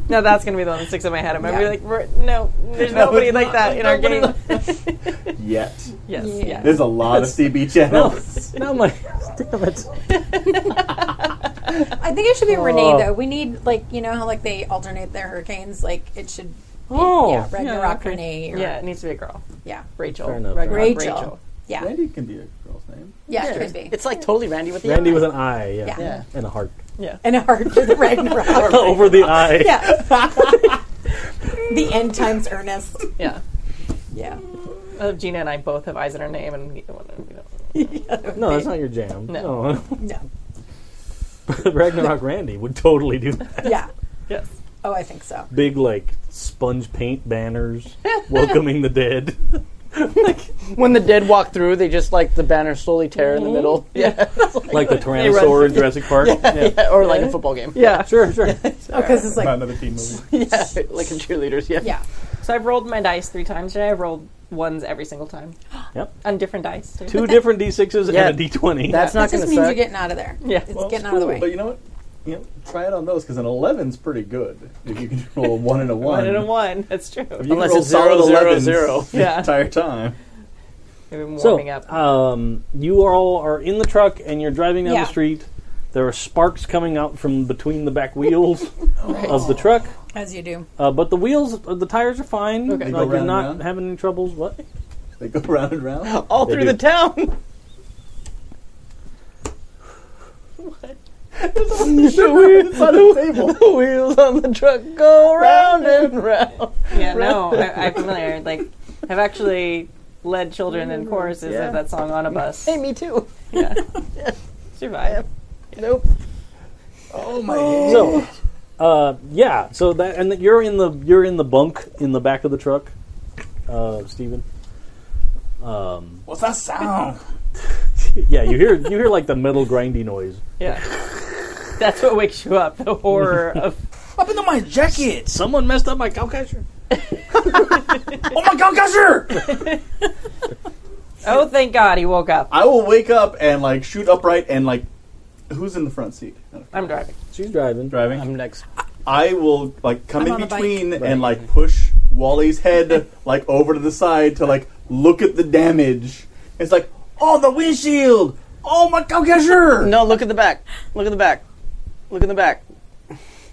No, that's gonna be the one that sticks in my head. I'm gonna Yeah. be like, we're, no, there's No, nobody it's like not. that in our game. Nobody Yet. yes, Yeah. yeah. There's a lot of CB channels. Not my damn it. I think it should be Oh. renamed though. We need like you know how like they alternate their hurricanes. Like it should. be, Oh, yeah, Ragnarok okay. Renee. (laughs) Or, Yeah, it needs to be a girl. yeah, Rachel. Fair enough. Ragnarok Rachel. Rachel. Yeah, Randy can be a girl's name. yeah, it could be. It's like totally Randy with the Randy eye. with an eye, yeah, Yeah. Yeah. and a heart and a heart for (laughs) the Ragnarok. (laughs) over the eye. yeah, the end times earnest. Yeah. Yeah, Uh, Gina and I both have eyes in our name, and we don't. We don't No, that's not your jam. No. no, (laughs) Ragnarok Randy would totally do that. yeah. yes. Oh, I think so. Big like sponge paint banners welcoming the dead. When the dead walk through, they just like the banner slowly tear in the middle. (laughs) Yeah. like the Tyrannosaur in Jurassic Park. Yeah. or like a football game. Yeah. Sure, sure. Oh, because it's Not like another teen movie. (laughs) Yeah. like in cheerleaders. Yeah. yeah. So I've rolled my dice three times today. I've rolled ones every single (gasps) time. Yep. On different dice. Too. Two different D6s Yeah. and a D20. That's That not going just to means you're suck. getting out of there. (laughs) Yeah. it's Well, getting out Cool, of the way. But you know what? You know, try it on those because an 11's pretty good. If you can roll a one and a one, One and a one. That's true. If you Unless can roll it's zero, solid zero, 11s zero. (laughs) the Yeah. entire time. We've been so, warming uh, up. um, you all are in the truck and you're driving down Yeah. the street. There are sparks coming out from between the back (laughs) wheels of the truck, As you do. uh, but the wheels, uh, the tires are fine. Okay. They go Like, you're round not and round? having any troubles. What? They go round and (laughs) round. All They through do. the town. (laughs) it's on the table. (laughs) the wheels on the truck go round and round. yeah, no, I, I'm familiar. Like, I've actually led children (laughs) in choruses Yeah. of that song on a bus. Hey, me too. (laughs) Survive. Nope. Oh my god. So, uh, yeah. So that and that you're in the you're in the bunk in the back of the truck, uh, Stephen. What's that sound? Yeah, you hear you hear like the metal grindy noise. Yeah. That's what wakes you up. The (laughs) horror of Up into my jacket. Someone messed up my cowcatcher. Oh my god, Gusher! oh, thank God he woke up. I will wake up and like shoot upright and like, who's in the front seat? I'm driving. She's driving. Driving. I'm next. I will like come I'm on in the bike. between and (laughs) like push Wally's head like over to the side to like look at the damage It's like, oh, the windshield. Oh my god, yeah, sure. No, look at the back. Look at the back. Look at the back.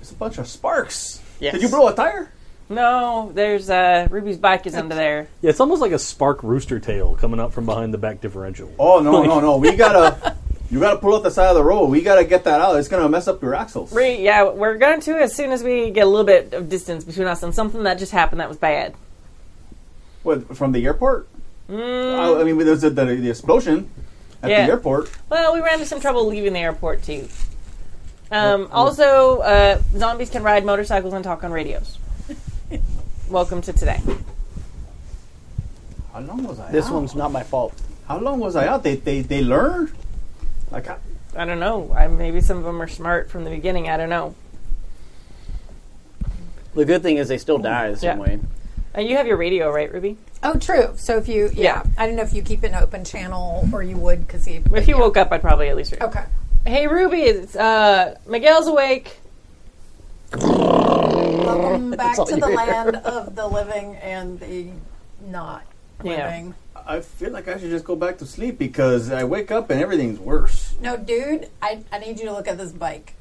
It's a bunch of sparks. Yes. Did you blow a tire? No, there's uh, Ruby's bike is under there. Yeah, it's almost like a spark rooster tail coming up from behind the back differential. Oh no, no, no. We (laughs) gotta. You gotta pull up the side of the road. We gotta get that out. It's gonna mess up your axles. Re- yeah, we're going to as soon as we get a little bit of distance between us and something that just happened that was bad. What from the airport? I, I mean, there's the, the, the explosion at Yeah. the airport. Well, we ran into some trouble leaving the airport too. Um, also, uh, zombies can ride motorcycles and talk on radios. (laughs) Welcome to today. How long was I? This out? one's not my fault. How long was I out? They they they learned. Like, I, I don't know. I, maybe some of them are smart from the beginning. I don't know. The good thing is they still die the same Yeah. way. Uh, you have your radio, right, Ruby? Oh, true. So if you, yeah, Yeah. I don't know if you keep an open channel or you would because he. If you woke up, I'd probably at least. Read. it. Okay. Hey, Ruby, it's uh, Miguel's awake. (laughs) Welcome back all to you the hear. land of the living and the not Yeah. living. I feel like I should just go back to sleep because I wake up and everything's worse. No, dude, I, I need you to look at this bike.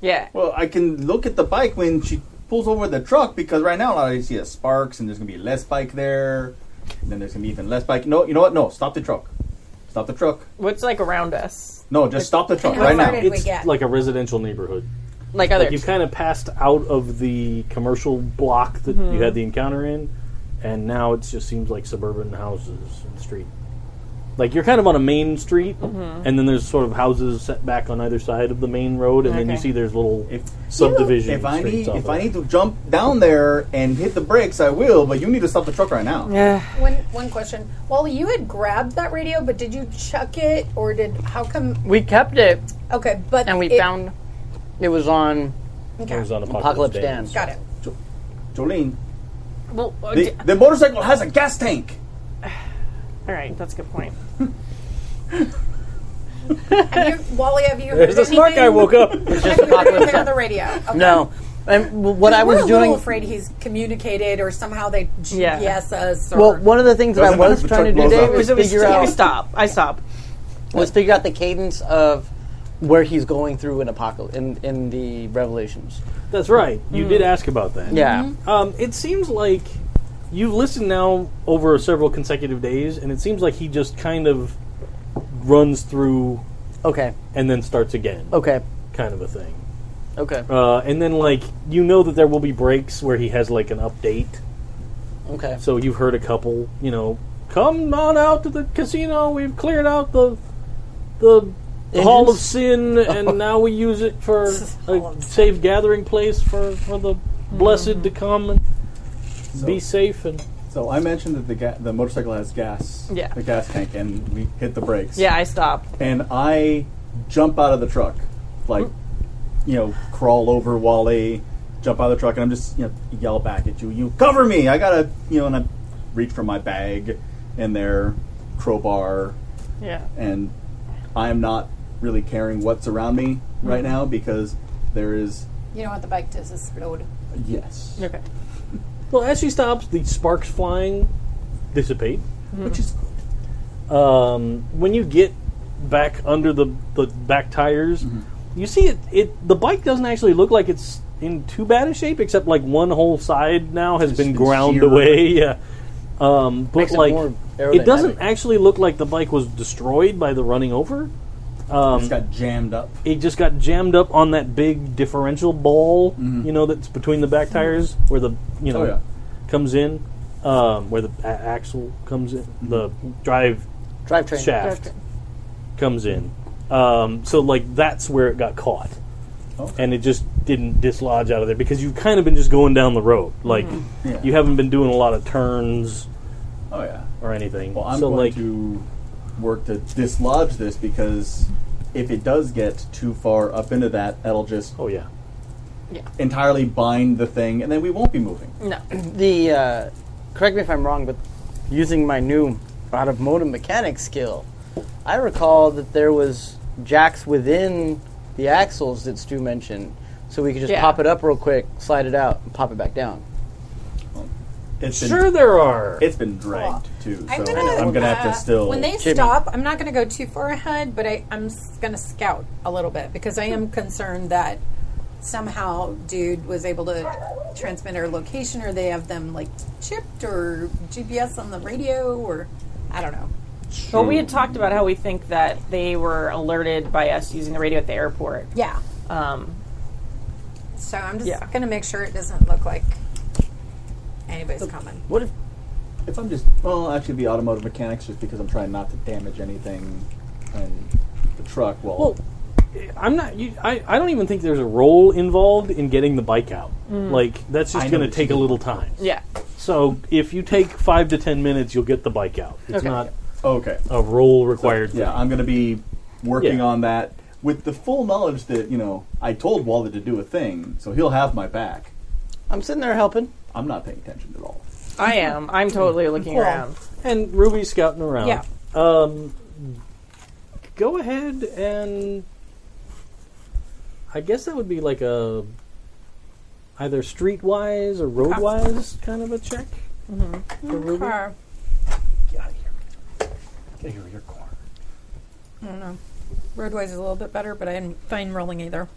Yeah. Well, I can look at the bike when she pulls over the truck because right now I see the sparks and there's gonna be less bike there. And then there's gonna be even less bike. No, you know what? No, stop the truck. Stop the truck. What's like around us? No, just stop the truck How right far now. did we It's get? like a residential neighborhood. Like other. Like you kind of passed out of the commercial block that you had the encounter in, and now it just seems like suburban houses and street. Like you're kind of on a main street, and then there's sort of houses set back on either side of the main road, and then you Okay. see there's little If- subdivision. If I streets need off if of I it. need to jump down there and hit the brakes, I will. But you need to stop the truck right now. yeah. One one question. Well, you had grabbed that radio, but did you chuck it or did how come? We kept it, Okay, but and we it- found it was on Okay, It was on Apocalypse Apocalypse Dan. Dan. got it. Jolene, Well, uh, the, d- the motorcycle has a gas tank. all right. That's a good point. Have (laughs) you, Wally, have you heard There's a smart guy anything? woke up. Have you heard anything on the radio? Okay. No, and w- what I We're was a doing. little afraid he's communicated or somehow they Yeah. GPS us. Or, Well, one of the things that I Doesn't matter was if the trying to truck do, blows Dave, up. was So we, (laughs) figure st- we out stop. I stop. was figure out the cadence of where he's going through an apocalypse in, in the Revelations. That's right. You did ask about that. Yeah, Um, it seems like you've listened now over several consecutive days, and it seems like he just kind of runs through Okay. and then starts again, Okay. kind of a thing. Okay. Uh, and then, like, you know that there will be breaks where he has, like, an update. Okay. So you've heard a couple, you know, come on out to the casino. We've cleared out the the Hall of Engines? Sin, and now we use it for a safe gathering place for, for the blessed to come and be safe and So I mentioned that the ga- the motorcycle has gas, Yeah. the gas tank, and we hit the brakes. Yeah, I stop. and I jump out of the truck, like you know, crawl over Wally, jump out of the truck, and I'm just you know yell back at you, you cover me! I gotta you know, and I reach for my bag and their crowbar, Yeah. and I'm not really caring what's around me right Mm-hmm. now because there is you know what the bike does is explode. yes, Okay. Well, as she stops, the sparks flying dissipate. Mm-hmm. which is good. Um, when you get back under the, the back tires, you see it, it. The bike doesn't actually look like it's in too bad a shape, except like one whole side now has been been ground sheared. away. Yeah. Um, but Makes it like, more it doesn't aerodynamic. actually look like the bike was destroyed by the running over. It's got jammed up. It just got jammed up on that big differential ball, you know, that's between the back tires where the you know Mm-hmm. Oh, yeah. comes in, um, where the a- axle comes in, Mm-hmm. the drive Drivetrain. shaft comes in. Um, so like that's where it got caught, Okay. and it just didn't dislodge out of there because you've kind of been just going down the road. Like Yeah. you haven't been doing a lot of turns Oh yeah. or anything. Well, I'm so going like to work to dislodge this because if it does get too far up into that, that'll just oh yeah, entirely bind the thing, and then we won't be moving. No. The uh, correct me if I'm wrong, but using my new out of modem mechanic skill, I recall that there was jacks within the axles that Stu mentioned, so we could just Yeah. pop it up real quick, slide it out, and pop it back down. It's been, Sure, there are. it's been dragged too, I'm so gonna- I'm gonna have uh, to still. When they Jimmy. stop, I'm not going to go too far ahead, but I, I'm s- going to scout a little bit because I am concerned that somehow dude was able to transmit our location or they have them like chipped or GPS on the radio or I don't know. Well, we had talked about how we think that they were alerted by us using the radio at the airport. Yeah. Um, So I'm just Yeah. going to make sure it doesn't look like anybody's coming. What if if I'm just well, actually, the automotive mechanics, just because I'm trying not to damage anything, and the truck. Well, Well, I'm not. You, I I don't even think there's a role involved in getting the bike out. Like that's Mm. I just know going to what take a you little time. yeah. So if you take five to ten minutes, you'll get the bike out. It's Okay. not okay, a role required. yeah, I'm gonna be working Yeah. on that with the full knowledge that you know I told Wally to do a thing, so he'll have my back. I'm sitting there helping? I'm not paying attention at all. I am. I'm totally looking around. And Ruby's scouting around. Yeah. Um, go ahead and I guess that would be like a either streetwise or Ah. roadwise kind of a check. Mm-hmm. Car. Get out of here. Get out of your car. I don't know. Roadways is a little bit better, but I didn't find rolling either.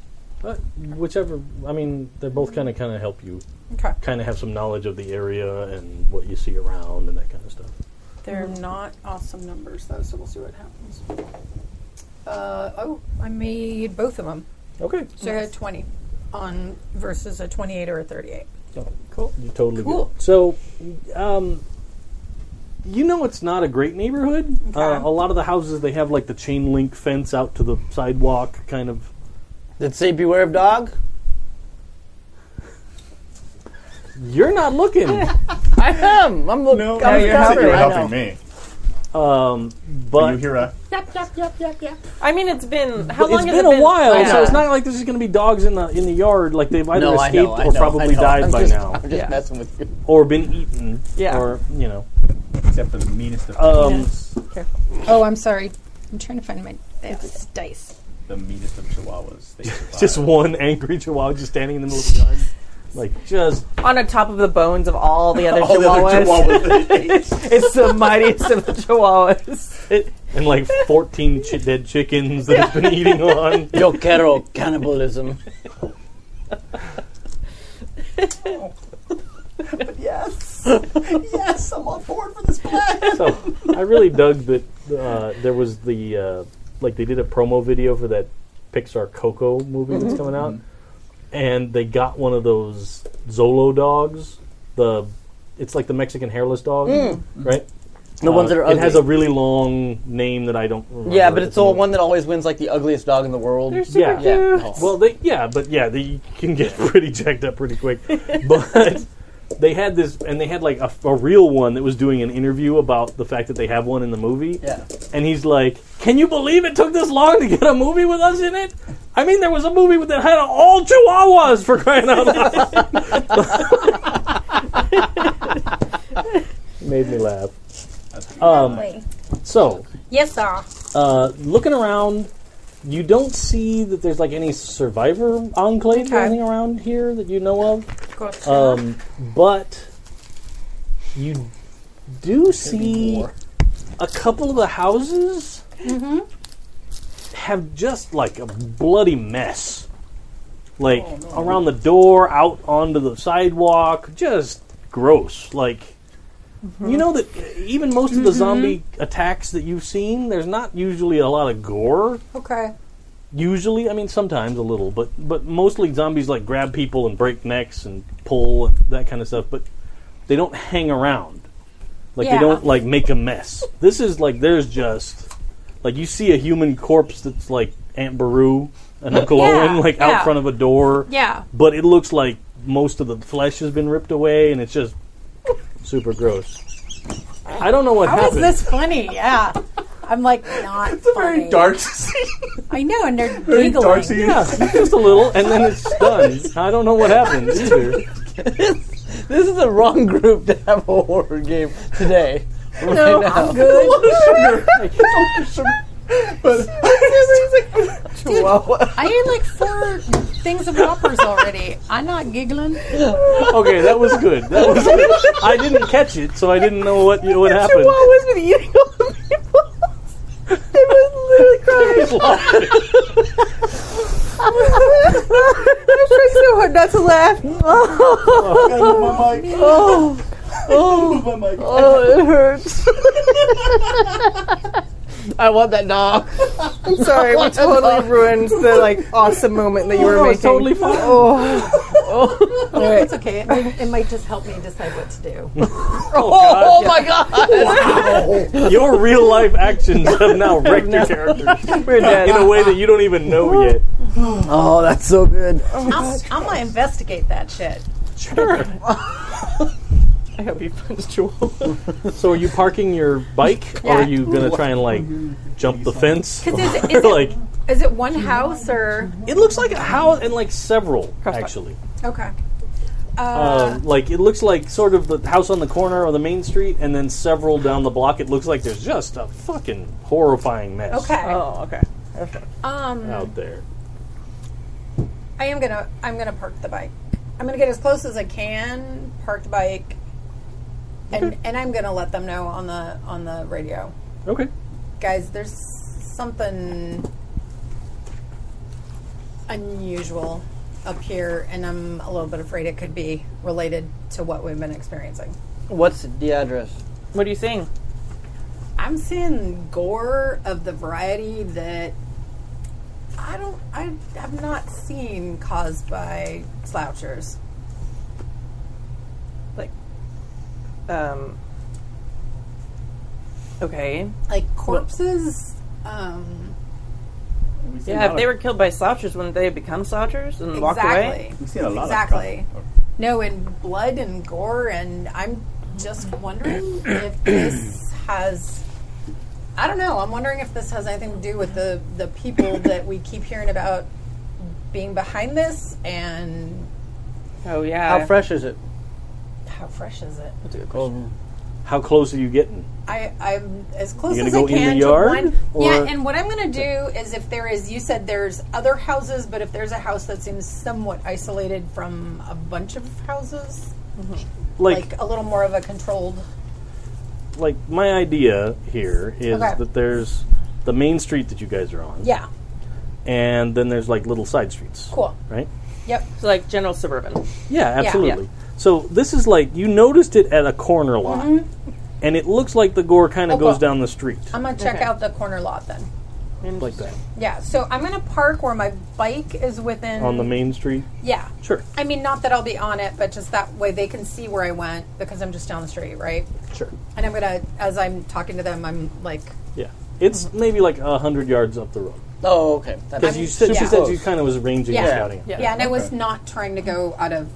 But Uh, whichever, I mean, they Mm-hmm. both kind of kind of help you Okay. kind of have some knowledge of the area and what you see around and that kind of stuff. They're not awesome numbers, though, so we'll see what happens. Uh, oh, I made both of them. Okay. So I had 20 on versus a 28 or a 38. Cool. You totally Cool. good. So, um, you know, it's not a great neighborhood. Uh, a lot of the houses they have like the chain link fence out to the sidewalk, kind of. Did it say beware of dog? You're not (laughs) looking, I am. Um, I'm looking. No, I'm helping. I know. me. but you hear a (laughs) I mean, it's been how long it's has been it been? a while, Yeah. so it's not like this is going to be dogs in the in the yard. Like they've either No, I escaped know. I or know, I probably know. died I'm by just- (laughs) now, I'm just Yeah. messing with you. or been eaten, Yeah. or you know. except for the meanest of Um, Oh, I'm sorry. I'm trying to find my it's dice. the meanest of chihuahuas. They survive. Just one angry chihuahua just standing in the middle of the yard, like just on the top of the bones of (laughs) all the other all the other chihuahuas. chihuahuas. (laughs) they ate. it's the mightiest of the (laughs) chihuahuas. it, and like fourteen chi dead chickens that it's been (laughs) eating on. Yo quiero (laughs) cannibalism. yes, yes, I'm on board for this plan. so I really dug that uh, there was the uh, like they did a promo video for that Pixar Coco movie Mm-hmm. that's coming out, and they got one of those Zolo dogs. The it's like the Mexican hairless dog, right? Uh, Mm. The ones that are ugly. It has a really long name that I don't. remember. yeah, but it's the all one that always wins like the ugliest dog in the world. yeah. Yeah. Oh. Well, they yeah, but yeah, they can get (laughs) pretty jacked up pretty quick. (laughs) but they had this, and they had like a, a real one that was doing an interview about the fact that they have one in the movie. Yeah. And he's like, "Can you believe it took this long to get a movie with us in it? I mean, there was a movie that had all Chihuahuas for crying out loud." (laughs) Made me laugh. Um, so Yes, sir. uh, looking around, you don't see that there's like any survivor enclave or Okay. anything around here that you know of. Gotcha. Um, but you do see more. a couple of the houses have just like a bloody mess, like around the door, out onto the sidewalk, just gross. Like you know that even most of the zombie attacks that you've seen, there's not usually a lot of gore okay. usually i mean sometimes a little but but mostly zombies like grab people and break necks and pull and that kind of stuff but they don't hang around like Yeah. they don't like make a mess this is like there's just like you see a human corpse that's like aunt baru and uncle Yeah, owen like yeah. out front of a door Yeah. but it looks like most of the flesh has been ripped away and it's just super gross i don't know what How is happened this funny? Yeah. (laughs) I'm like, not It's funny. Very dark scene. I know, and they're Very giggling. dark scene. yeah (laughs) just a little and then it's done i don't know what happened either This is the wrong group to have a horror game today. (laughs) No, I'm (laughs) good. But I had like four things of whoppers already. I'm not giggling. Okay, that was good. That was good. I didn't catch it, so I didn't know what you know, what happened. Chihuahuas been eating all the people. (laughs) they was literally crying. (laughs) I was trying so hard not to laugh. I gotta move my mic. Oh, Move my mic. oh, it hurts. (laughs) I want that dog. I'm (laughs) sorry, we totally ruined the like awesome moment that you were No, making. it's totally fine. Oh, (laughs) It's okay. It might, it might just help me decide what to do. Oh, my god! Your real life actions have now wrecked your character We're dead. in a way that you don't even know yet. Oh, that's so good. I'm, I'm gonna investigate that shit. I hope he punched Chihuahua. So, are you parking your bike, or are you gonna try and like jump the fence? Is, is Or, (laughs) it, like is it one house or it looks like a house and like several actually. okay? Um, like it looks like sort of the house on the corner or the main street, and then several down the block. It looks like there's just a fucking horrifying mess Okay. Oh, okay. Okay. Um, out there. I am gonna I'm gonna park the bike. I'm gonna get as close as I can, park the bike, and and I'm gonna let them know on the on the radio, Okay. guys. There's something unusual up here, and I'm a little bit afraid it could be related to what we've been experiencing. What's the address? What are you seeing? I'm seeing gore of the variety that I don't I have not seen caused by slouchers. Like, um, okay. like corpses. Um, We've seen a Yeah, lot if they of- were killed by slouchers, wouldn't they become slouchers and walk away? exactly. We've seen a lot Exactly. of. No, and blood and gore, and I'm just wondering if this has. I don't know. I'm wondering if this has anything to do with the the people that we keep hearing about being behind this, and Oh yeah. How fresh is it? how fresh is it? Oh, How close are you getting? I, I'm as close You gonna as I go in the can yard, to one. or- Yeah, and what I'm going to do is if there is, you said there's other houses, but if there's a house that seems somewhat isolated from a bunch of houses, Like, like, a little more of a controlled. like, my idea here is Okay. that there's the main street that you guys are on, Yeah, and then there's like little side streets. cool. Right. Yep. So like general suburban. Yeah, absolutely. So this is like you noticed it at a corner lot, Mm-hmm. and it looks like the gore kind of Okay. goes down the street I'm going to check Okay. out the corner lot then. like that Yeah, so I'm going to park where my bike is within. on the main street. Yeah. Sure, I mean, not that I'll be on it, but just that way they can see where I went because I'm just down the street, right? sure. And I'm going to, as I'm talking to them, I'm like, Yeah, it's maybe like a hundred yards up the road Oh, okay. That because makes- you said yeah. she said you kind of was ranging and Yeah. scouting. yeah, and I was not trying to go out of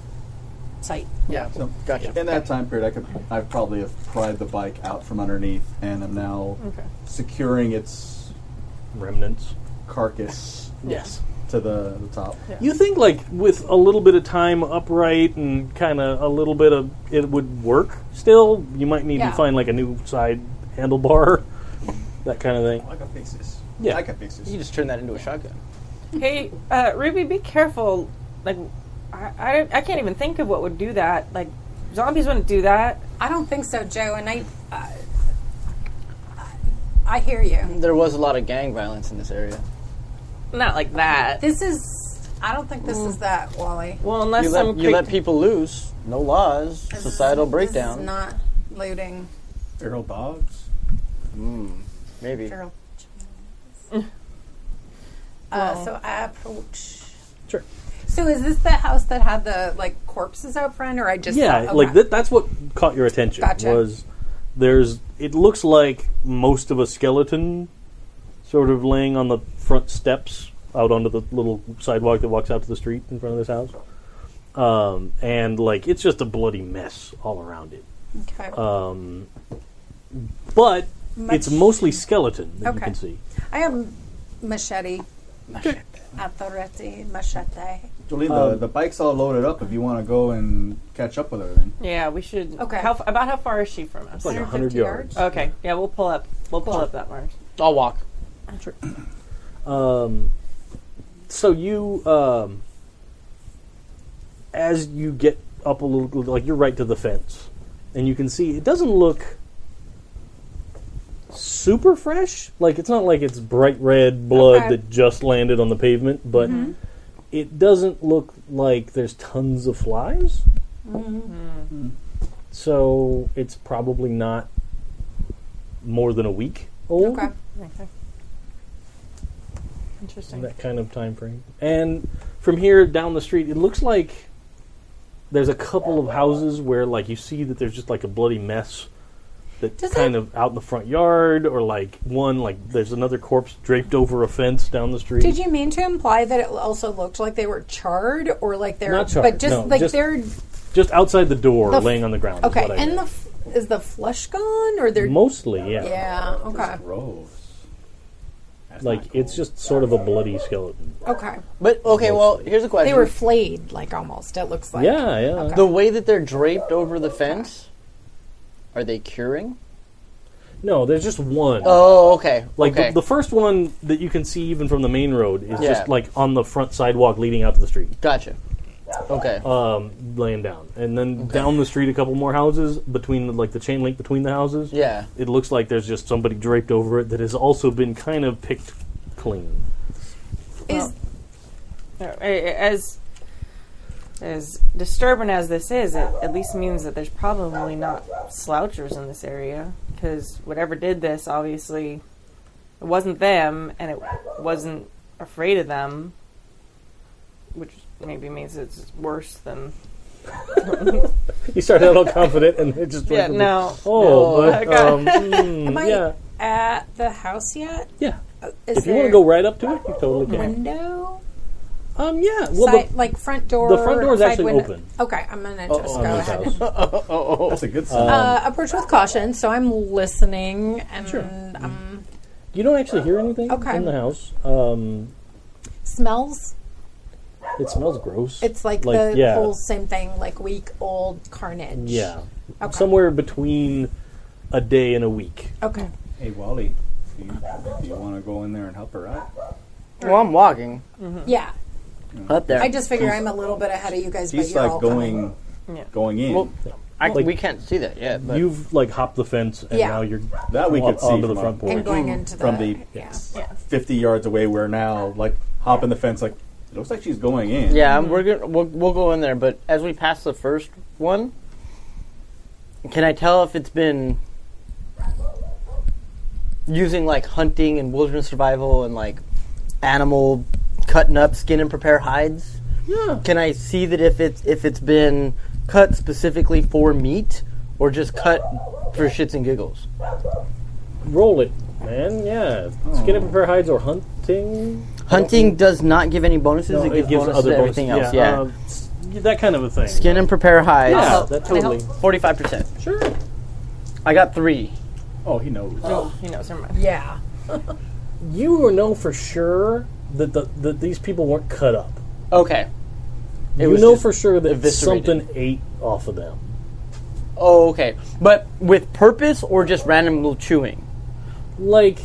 sight. yeah. So, Gotcha. In that time period, I could I probably have pried the bike out from underneath, and I'm now securing its remnants. carcass Yes. to the, the top. You think like with a little bit of time upright and kind of a little bit of it would work still. You might need Yeah. to find like a new side handlebar, (laughs) that kind of thing. I can fix this. Yeah. I can fix this. You just turn that into a shotgun. Hey, uh, Ruby, be careful. Like, I, I, I can't even think of what would do that. Like, zombies wouldn't do that. I don't think so, Joe. And I, uh, I hear you. There was a lot of gang violence in this area. Not like that. This is. I don't think this Mm. is that, Wally. Well, unless You some let, you creep- let people loose, no laws, societal This breakdown. is not looting. Feral dogs. Maybe. Feral. Mm. Uh, so I approach. Sure. So is this the house that had the like corpses out front, or I just Yeah, okay. like that, that's what caught your attention Gotcha. was there's it looks like most of a skeleton sort of laying on the front steps out onto the little sidewalk that walks out to the street in front of this house. Um, and like it's just a bloody mess all around it. Okay. Um, but it's mostly skeleton that you Okay. can see. I am machete. Machete. Authority machete. Jolene, Um, the, the bike's all loaded up. If you want to go and catch up with everything, Yeah, we should. Okay. How, f- about how far is she from us? Like 150 100 yards. Okay. Yeah, we'll pull up. We'll pull up that mark. I'll walk. Um, so you um, as you get up a little, like you're right to the fence, and you can see it doesn't look super fresh. Like it's not like it's bright red blood Okay. that just landed on the pavement, but it doesn't look like there's tons of flies. So it's probably not more than a week old Okay. Interesting. that kind of time frame. And from here down the street, it looks like there's a couple of houses where like you see that there's just like a bloody mess that Does kind that- of out in the front yard or like one like there's another corpse draped over a fence down the street. Did you mean to imply that it also looked like they were charred or like they're Not charred, but just no, like just- they're just outside the door The f- laying on the ground. is okay? what I And read. the f- is the flesh gone or they're mostly, yeah. yeah? Okay, Gross. That's Like not cool. it's just sort of a bloody skeleton. okay. But okay, well, here's a question. They were flayed like almost. It looks like Yeah, yeah. the way that they're draped over the fence. Are they curing? No, there's just one. Oh, okay. Uh, Like okay. the, the first one that you can see even from the main road is Yeah. just like on the front sidewalk leading out to the street. gotcha. Okay. um, laying down, and then down the street a couple more houses between the, like the chain link between the houses. yeah. it looks like there's just somebody draped over it that has also been kind of picked clean. Is Uh, As as disturbing as this is, it at least means that there's probably not slouchers in this area because whatever did this, obviously, it wasn't them, and it wasn't afraid of them, which maybe means it's worse than (laughs) You start out all confident, and it just yeah. No, Oh, No. (laughs) but, um, mm, am I yeah, at the house yet? yeah. Is If you want there to go right up to it, you totally can. window? Um, yeah. Well, side, the, like front door. the front door is side actually window. open. Okay, I'm gonna Oh, just on go this ahead. house. Oh. That's a good sign. Uh, approach with caution. So I'm listening, and Sure. um, You don't actually hear anything Okay. in the house. Um, smells. it smells gross. It's like, Like, the yeah. whole same thing, like week old carnage. yeah, Okay. somewhere between a day and a week. Okay. hey, Wally, do you, do you want to go in there and help her out? Well, I'm walking Yeah. up there. I just figure I'm a little bit ahead of you guys, but She's you're like all coming. going, Yeah. going in. Well, I, Like- we can't see that yet. But You've like hopped the fence, and Yeah. now you're that we on- could see onto the from front our- porch. and going into the from the yeah. fifty yards away. We're now like hopping the fence. Like it looks like she's going in. yeah, we're gonna we'll, we'll go in there. But as we pass the first one, can I tell if it's been using like hunting and wilderness survival and like animal cutting up skin and prepare hides? Yeah. Can I see that if it's if it's been cut specifically for meat or just cut for shits and giggles? Roll it, man. Yeah. Oh. Skin and prepare hides or hunting. Hunting does not give any bonuses. it gives, bonuses to bonuses. everything else. Yeah. uh, s- that kind of a thing. Skin and prepare Oh, hides. Yeah, help. that Can I help? totally. Forty-five percent. Sure. I got three. Oh, he knows. Oh, he knows. Never mind. Yeah. You know for sure that the, that these people weren't cut up. Okay. It you was know just- for sure that eviscerated. something ate off of them. Oh, okay. But with purpose or just random little chewing? Like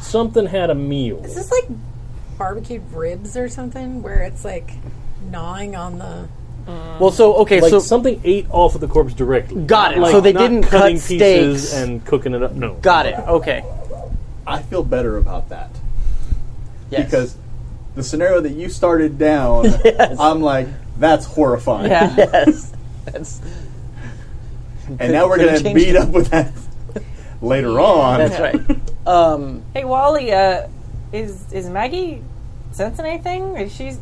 something had a meal. Is this like barbecued ribs or something where it's like gnawing on the. Well, so okay, Like so something ate off of the corpse directly. Got it. Like, So they not didn't cut cutting pieces steaks. and cooking it up. No. got it. Okay. I feel better about that Yes. because the scenario that you started down, (laughs) I'm like, that's horrifying. Yeah. (laughs) yes. That's And now we're gonna Could've changed beat it. up with that later on. that's right. Um (laughs) Hey Wally, uh, is is Maggie sensing anything? Is she?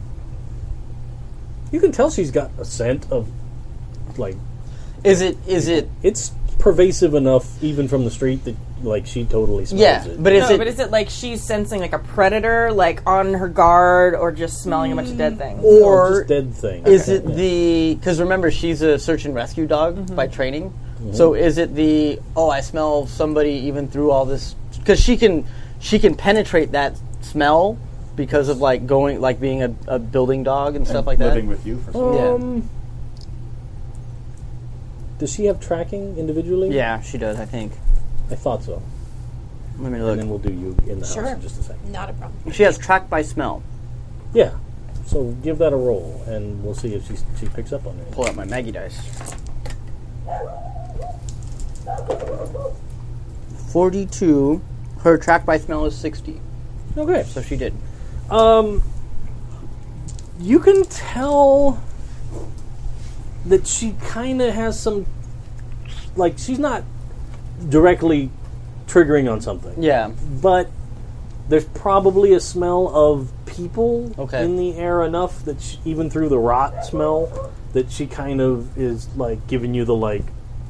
You can tell she's got a scent of like is it is it it's pervasive enough even from the street that like she totally smells yeah, it. but is no, it but is it like she's sensing like a predator, like on her guard, or just smelling a bunch of dead things? or or dead thing. is it the cuz remember she's a search and rescue dog Mm-hmm. by training. So is it the oh, I smell somebody even through all this cuz she can she can penetrate that smell because of like going like being a, a building dog and stuff like that. Living with you for Oh, some Yeah. Um, does she have tracking individually? Yeah, she does, I think. I thought so. Let me And then look. we'll do you in the Sure. house in just a second. Not a problem. She has track by smell. Yeah. So give that a roll, and we'll see if she she picks up on anything. Pull out my Maggie dice. 42. Her track by smell is 60. Okay. So she did. Um, you can tell that she kind of has some, like she's not directly triggering on something, Yeah. but there's probably a smell of people Okay. in the air enough that she, even through the rot smell, that she kind of is like giving you the like,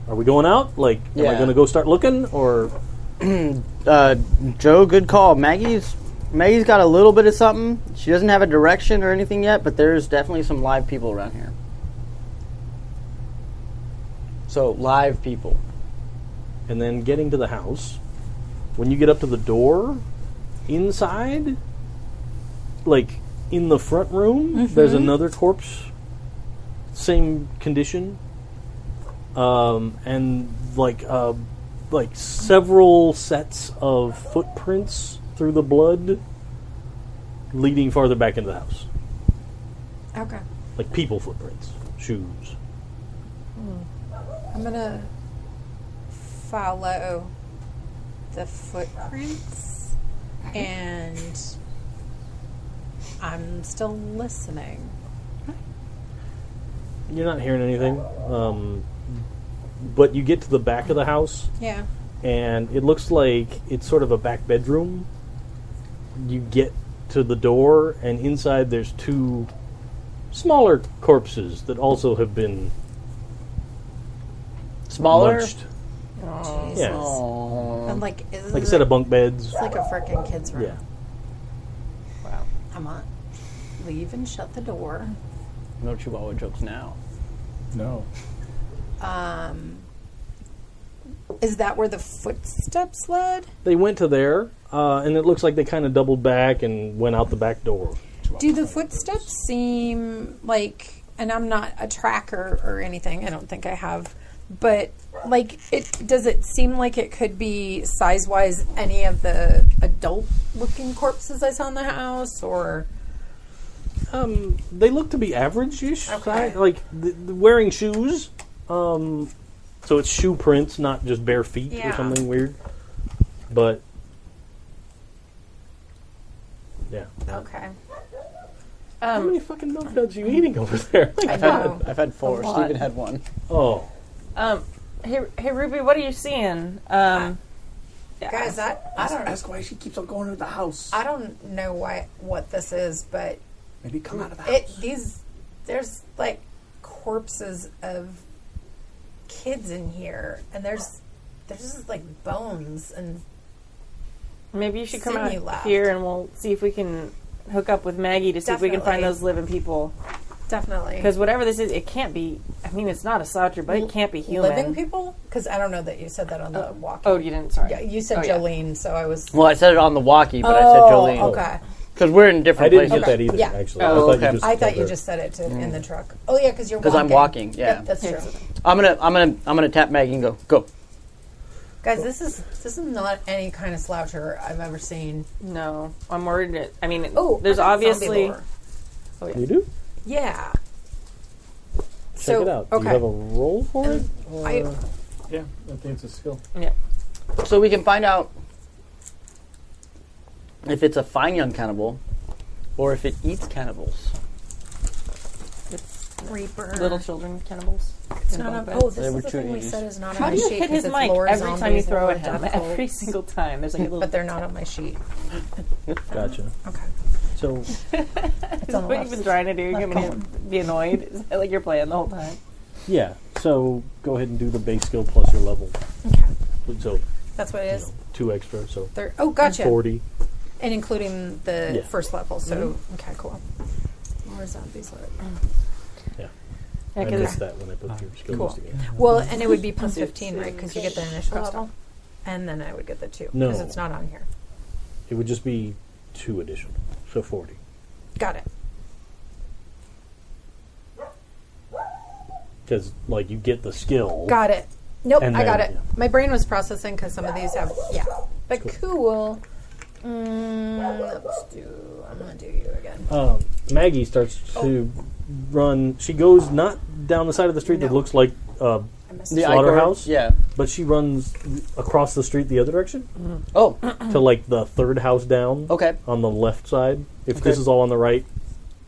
are we going out? Like, am I Yeah. going to go start looking or? Uh, Joe, good call. Maggie's Maggie's got a little bit of something. She doesn't have a direction or anything yet, but there's definitely some live people around here. So live people. and then getting to the house. When you get up to the door, inside, like in the front room, there's another corpse, same condition, um, and like uh, like several sets of footprints through the blood, leading farther back into the house, Okay. like people footprints, shoes. I'm gonna follow the footprints, and I'm still listening. You're not hearing anything, um, but you get to the back of the house. Yeah. and it looks like it's sort of a back bedroom. You get to the door, and inside there's two smaller corpses that also have been Smaller. munched. Jesus. Yeah. I'm like, is Like I said, it of bunk beds. like a freaking kid's room. Yeah. I'm on. Leave and shut the door. No Chihuahua jokes now. No. Is that where the footsteps led? They went to there, uh, and it looks like they kind of doubled back and went out the back door. Do the footsteps seem like, and I'm not a tracker or anything, I don't think I have, but like, it does it seem like it could be size wise any of the adult looking corpses I saw in the house or Um, they look to be average-ish, Okay. si- like th- th- wearing shoes. Um, so it's shoe prints, not just bare feet or Yeah. something weird. But yeah, okay, How many fucking milk duds are you eating over there? (laughs) Like, no, I've had four. lot. Steven had (laughs) one. oh, Um, hey, hey, Ruby, what are you seeing? Um, yeah. guys, I, I don't That's why she keeps on going to the house. I don't know why what this is, but Maybe come out of the house. it these there's like corpses of kids in here, and there's there's just like bones and Maybe you should come Sydney out left. here and we'll see if we can hook up with Maggie to see if we can find Definitely. those living people. definitely Because whatever this is, it can't be. I mean, it's not a sloucher, but it can't be human. living people. Because I don't know that you said that on the walk. Oh, you didn't. Sorry. yeah, you said Oh, yeah. Oh, Jolene, so I was. Well, I said it on the walkie, but I said Jolene. Oh, okay. Because we're in I different didn't places. get that either. Yeah. Actually, Oh, I thought okay. you just I thought there. you just said it to, in the truck. Oh yeah, because you're Mm. 'Cause because I'm walking, yeah. that's true. I'm gonna, I'm gonna, I'm gonna tap Maggie and go, go. Guys, this is this is not any kind of sloucher I've ever seen. No, I'm worried. That, I mean, Oh, there's I got zombie obviously. lore. You do. Check yeah. Check it out. Do Okay. you have a roll for it? I, Yeah, I think it's a skill. Yeah. So we can find out if it's a fine young cannibal or if it eats cannibals. Reaper. Little children cannibals. It's not on, oh, this They is were the thing we trees. said is not How on do my you sheet. hit 'cause his it's mic Laura every time you Zombies, throw Laura it at him? Doubtful. Every single time. There's like a little. (laughs) (laughs) But they're not on my sheet. Gotcha. Okay. So (laughs) It's on what the you've left. been trying to do. You're left going to be annoyed. Is that like your plan the whole time? yeah, so go ahead and do the base skill plus your level. Okay. So That's what it is. two extra. So Thir- oh, gotcha. forty. And including the Yeah. first level. So, Mm-hmm. okay, cool. Laura Zombies. Laura- Yeah, Yeah, I 'cause- missed that when I put your skill Cool. list together. Well, and it would be plus 15, right? Because you get the initial level. And then I would get the two. No. Because it's not on here. It would just be two additional, so forty. Got it. Because like you get the skill. Got it. Nope, And I got then- it. My brain was processing because some of these have, yeah. But cool. Mm, Let's do. I'm gonna do you again. Um, Maggie starts to run. She goes not down the side of the street that No. looks like uh, missed the I correct- slaughterhouse, Yeah. but she runs across the street the other direction Oh, to like the third house down. okay. On the left side. If Okay. this is all on the right,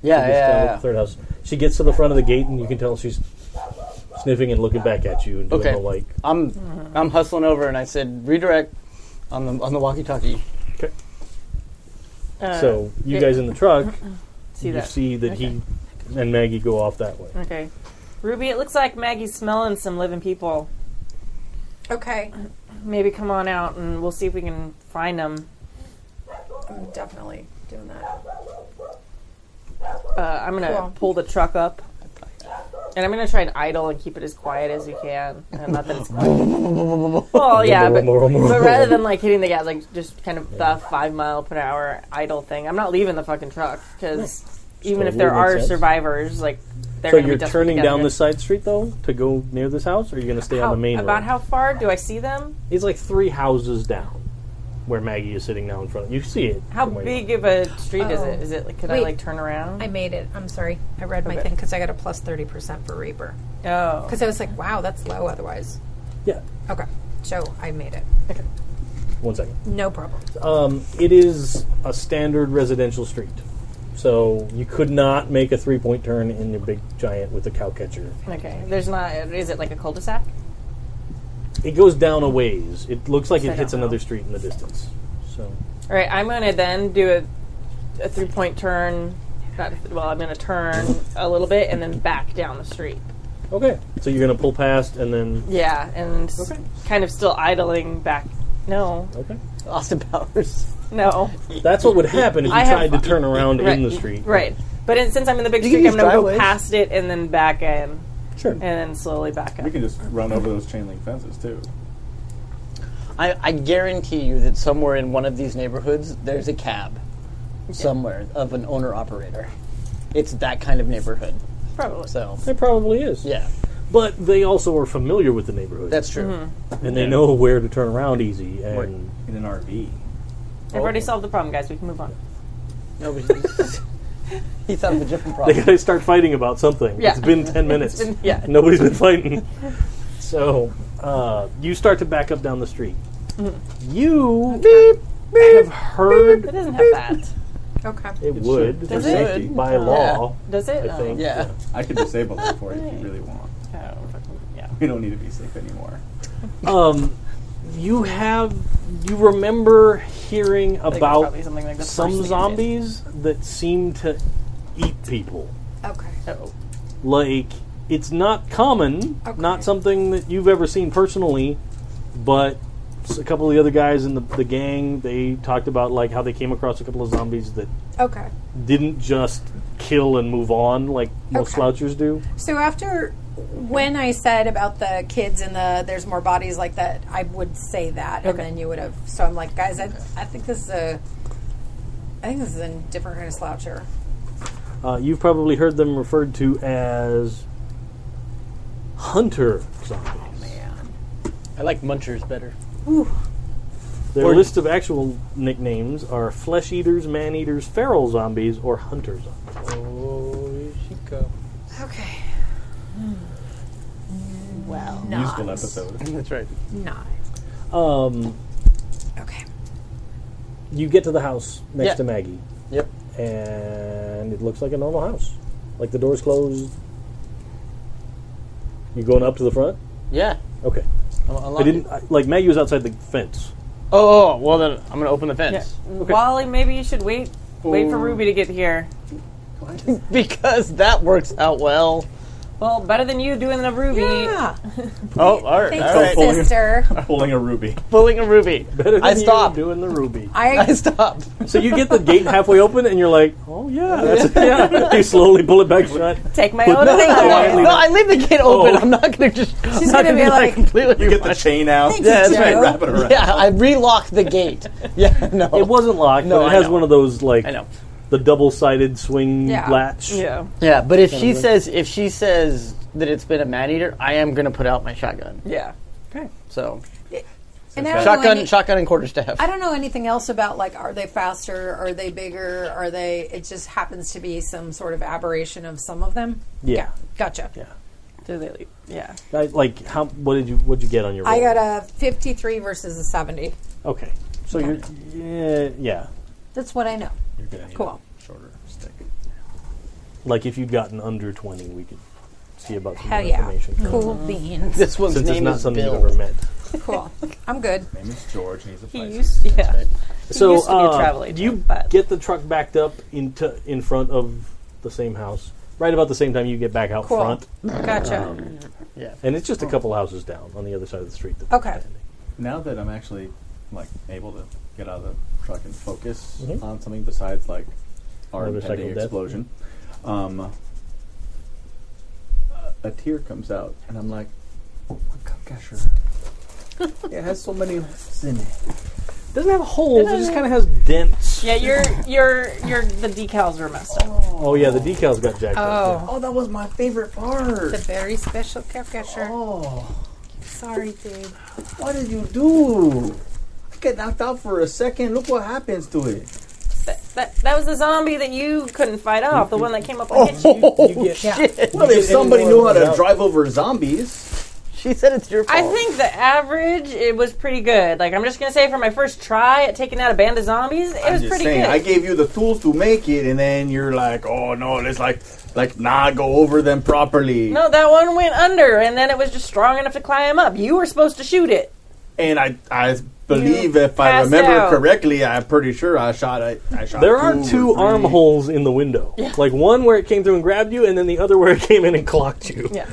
Yeah, Oh, she gets down at yeah, the yeah. third house. She gets to the front of the gate, and you can tell she's sniffing and looking back at you and doing Okay. the like. I'm I'm hustling over, and I said redirect on the on the walkie-talkie. (laughs) Uh, so you it- guys in the truck, (laughs) see you that. see that he and Maggie go off that way. Okay. Ruby, it looks like Maggie's smelling some living people. Okay, Maybe come on out and we'll see if we can find them. I'm definitely doing that. Uh, I'm going to Cool. pull the truck up. And I'm going to try and idle and keep it as quiet as you can. And not (laughs) that it's quiet. well, yeah, but, but rather than like hitting the gas, like just kind of the five mile per hour idle thing, I'm not leaving the fucking truck because even Still if there would make are sense. survivors, like they're So gonna you're be turning down the the side street though to go near this house, or are you going to stay on the main about road? how far do I see them? it's like three houses down, where Maggie is sitting now in front. of You see it. How from where you are. big of a street is it? Oh. Is it like could I Wait. like turn around? I made it. I'm sorry. I read my Okay. thing because I got a plus thirty percent for Reaper. oh, Because I was like, wow, that's low. Otherwise, Yeah. okay. So I made it. One second. No problem. Um, it is a standard residential street, so you could not make a three-point turn in your big giant with a cow catcher. okay. There's not. Is it like a cul-de-sac? It goes down a ways. It looks like So I it hits don't know. another street in the distance. So All right. I'm gonna then do a, a three-point turn. Not, well, I'm gonna turn a little bit and then back down the street. okay, so you're going to pull past and then Yeah, and s- kind of still idling back. No, okay. Austin Powers. no. That's what would happen if you I have- tried to turn around right, in the street. Right. But in, since I'm in the big You can street, I'm use gonna go driveways. past it and then back in, Sure. and then slowly back up. We can just run over those chain link fences too. I, I guarantee you that somewhere in one of these neighborhoods, there's a cab somewhere of an owner operator. It's that kind of neighborhood. Probably. So, It probably is. yeah, But they also are familiar with the neighborhood. that's true. and they know where to turn around easy. And Right. In an RV. I've already solved the problem, guys. We can move on. Nobody. he (laughs) thought of a (laughs) different they problem. gotta start fighting about something. Yeah. It's been (laughs) 10 minutes. been- yeah. Nobody's been fighting. so, uh, you start to back up down the street. Mm-hmm. You have It heard doesn't (laughs) have that, Okay. it would for Does it? safety by law. does it? I think. Yeah. I could disable it for you if you really want. Oh, fucking- yeah. We don't need to be safe anymore. Um, you have you remember hearing about probably something like the first some thing it zombies that seem to eat people. Okay. Oh. like it's not common Okay. not something that you've ever seen personally but s- a couple of the other guys in the, the gang they talked about like how they came across a couple of zombies that Okay. didn't just kill and move on like most Okay. slouchers do So after when I said about the kids and the there's more bodies like that, I would say that, and Okay. then you would have. So I'm like, guys, I, I think this is a, I think this is a different kind of sloucher. uh, you've probably heard them referred to as hunter zombies Oh, I like munchers better. their Or- list of actual nicknames are flesh eaters man eaters feral zombies or hunter zombies Oh, Chico. Okay. Useful episode. Hmm. (laughs) That's right. Not. um, Okay. you get to the house next Yeah. to maggie Yep. and it looks like a normal house. Like the doors closed. You going up to the front? Yeah. Okay. I- I I like didn't it. I, like Maggie was outside the fence. Oh, oh, well then I'm gonna open the fence Wally, maybe you should wait. Wait Oh. for Ruby to get here. (laughs) because that works out well. Well, better than you doing the Ruby. Yeah. Oh, all right, all Thanks, right. Pulling- sister. Pulling a ruby. (laughs) Pulling a ruby. Better than I you stopped. doing the ruby. (laughs) I I stopped. (laughs) so you get the gate halfway open and you're like, "Oh yeah, that's (laughs) yeah." you slowly pull it back shut. Take my own No, thing. (laughs) no, Oh, I leave the gate open. Oh. I'm not gonna just. She's not gonna be like- completely. You get the chain out. Yeah, that's Joe. right. Wrap it around. (laughs) Yeah, I relocked the gate. (laughs) Yeah, no. (laughs) It wasn't locked, No, but it I has know. one of those like I know. the double-sided swing Yeah. latch. Yeah. Yeah, but if she says if she says that it's been a man eater, I am gonna put out my shotgun. Yeah. So And I don't know Shotgun, any- shotgun, and quarterstaff. I don't know anything else about like are they faster, are they bigger, are they it just happens to be some sort of aberration of some of them. Yeah. Gotcha. Yeah. Do they leave? Yeah. I- like how? What did you? What would you get on your? Roll? I got a 53 versus a 70. Okay. So you're. Yeah. Yeah. That's what I know. You're gonna need a Cool. Shorter stick. Like if you'd gotten under twenty, we could see about some Hell more yeah. information. Cool beans. This one's Since it's name not is something Bill. you've ever met. (laughs) cool. I'm good. Name is George, and he's a He Pisces. used. Yeah. He so used to be a uh, travel agent, you but- get the truck backed up into in front of the same house, right about the same time you get back out Cool. front, Gotcha. Um, and it's just a couple houses down on the other side of the street. That Okay. Now that I'm actually like able to get out of the truck and focus on something besides like our Mm-hmm. Motorcycle impending death. explosion, um, a- a tear comes out, and I'm like, "Oh my God, (laughs) Gasher. it has so many holes in it." doesn't have holes; it just kind of has dents. Yeah, your your your the decals were messed up. Oh yeah, the decals got jacked up. Oh, Oh, that was my favorite the part. very special capture. Oh, Sorry, dude. what did you do? I get knocked out for a second. Look what happens to (laughs) it. That, that, that was the zombie that you couldn't fight off, the one that came up and hit (laughs) you. Yeah. You get, Well, if somebody anyone knew how to without- drive over zombies. She said it's your fault. I think the average it was pretty good. Like I'm just gonna say for my first try at taking out a band of zombies, it was I'm just pretty saying, good. I gave you the tools to make it, and then you're like, oh no, let's like, like, nah, go over them properly. no, that one went under, and then it was just strong enough to climb up. You were supposed to shoot it. And I, I believe if I passed remember out. correctly, I'm pretty sure I shot. I, I shot. There are or two three. armholes in the window. Like one where it came through and grabbed you, and then the other where it came in and clocked you. Yeah.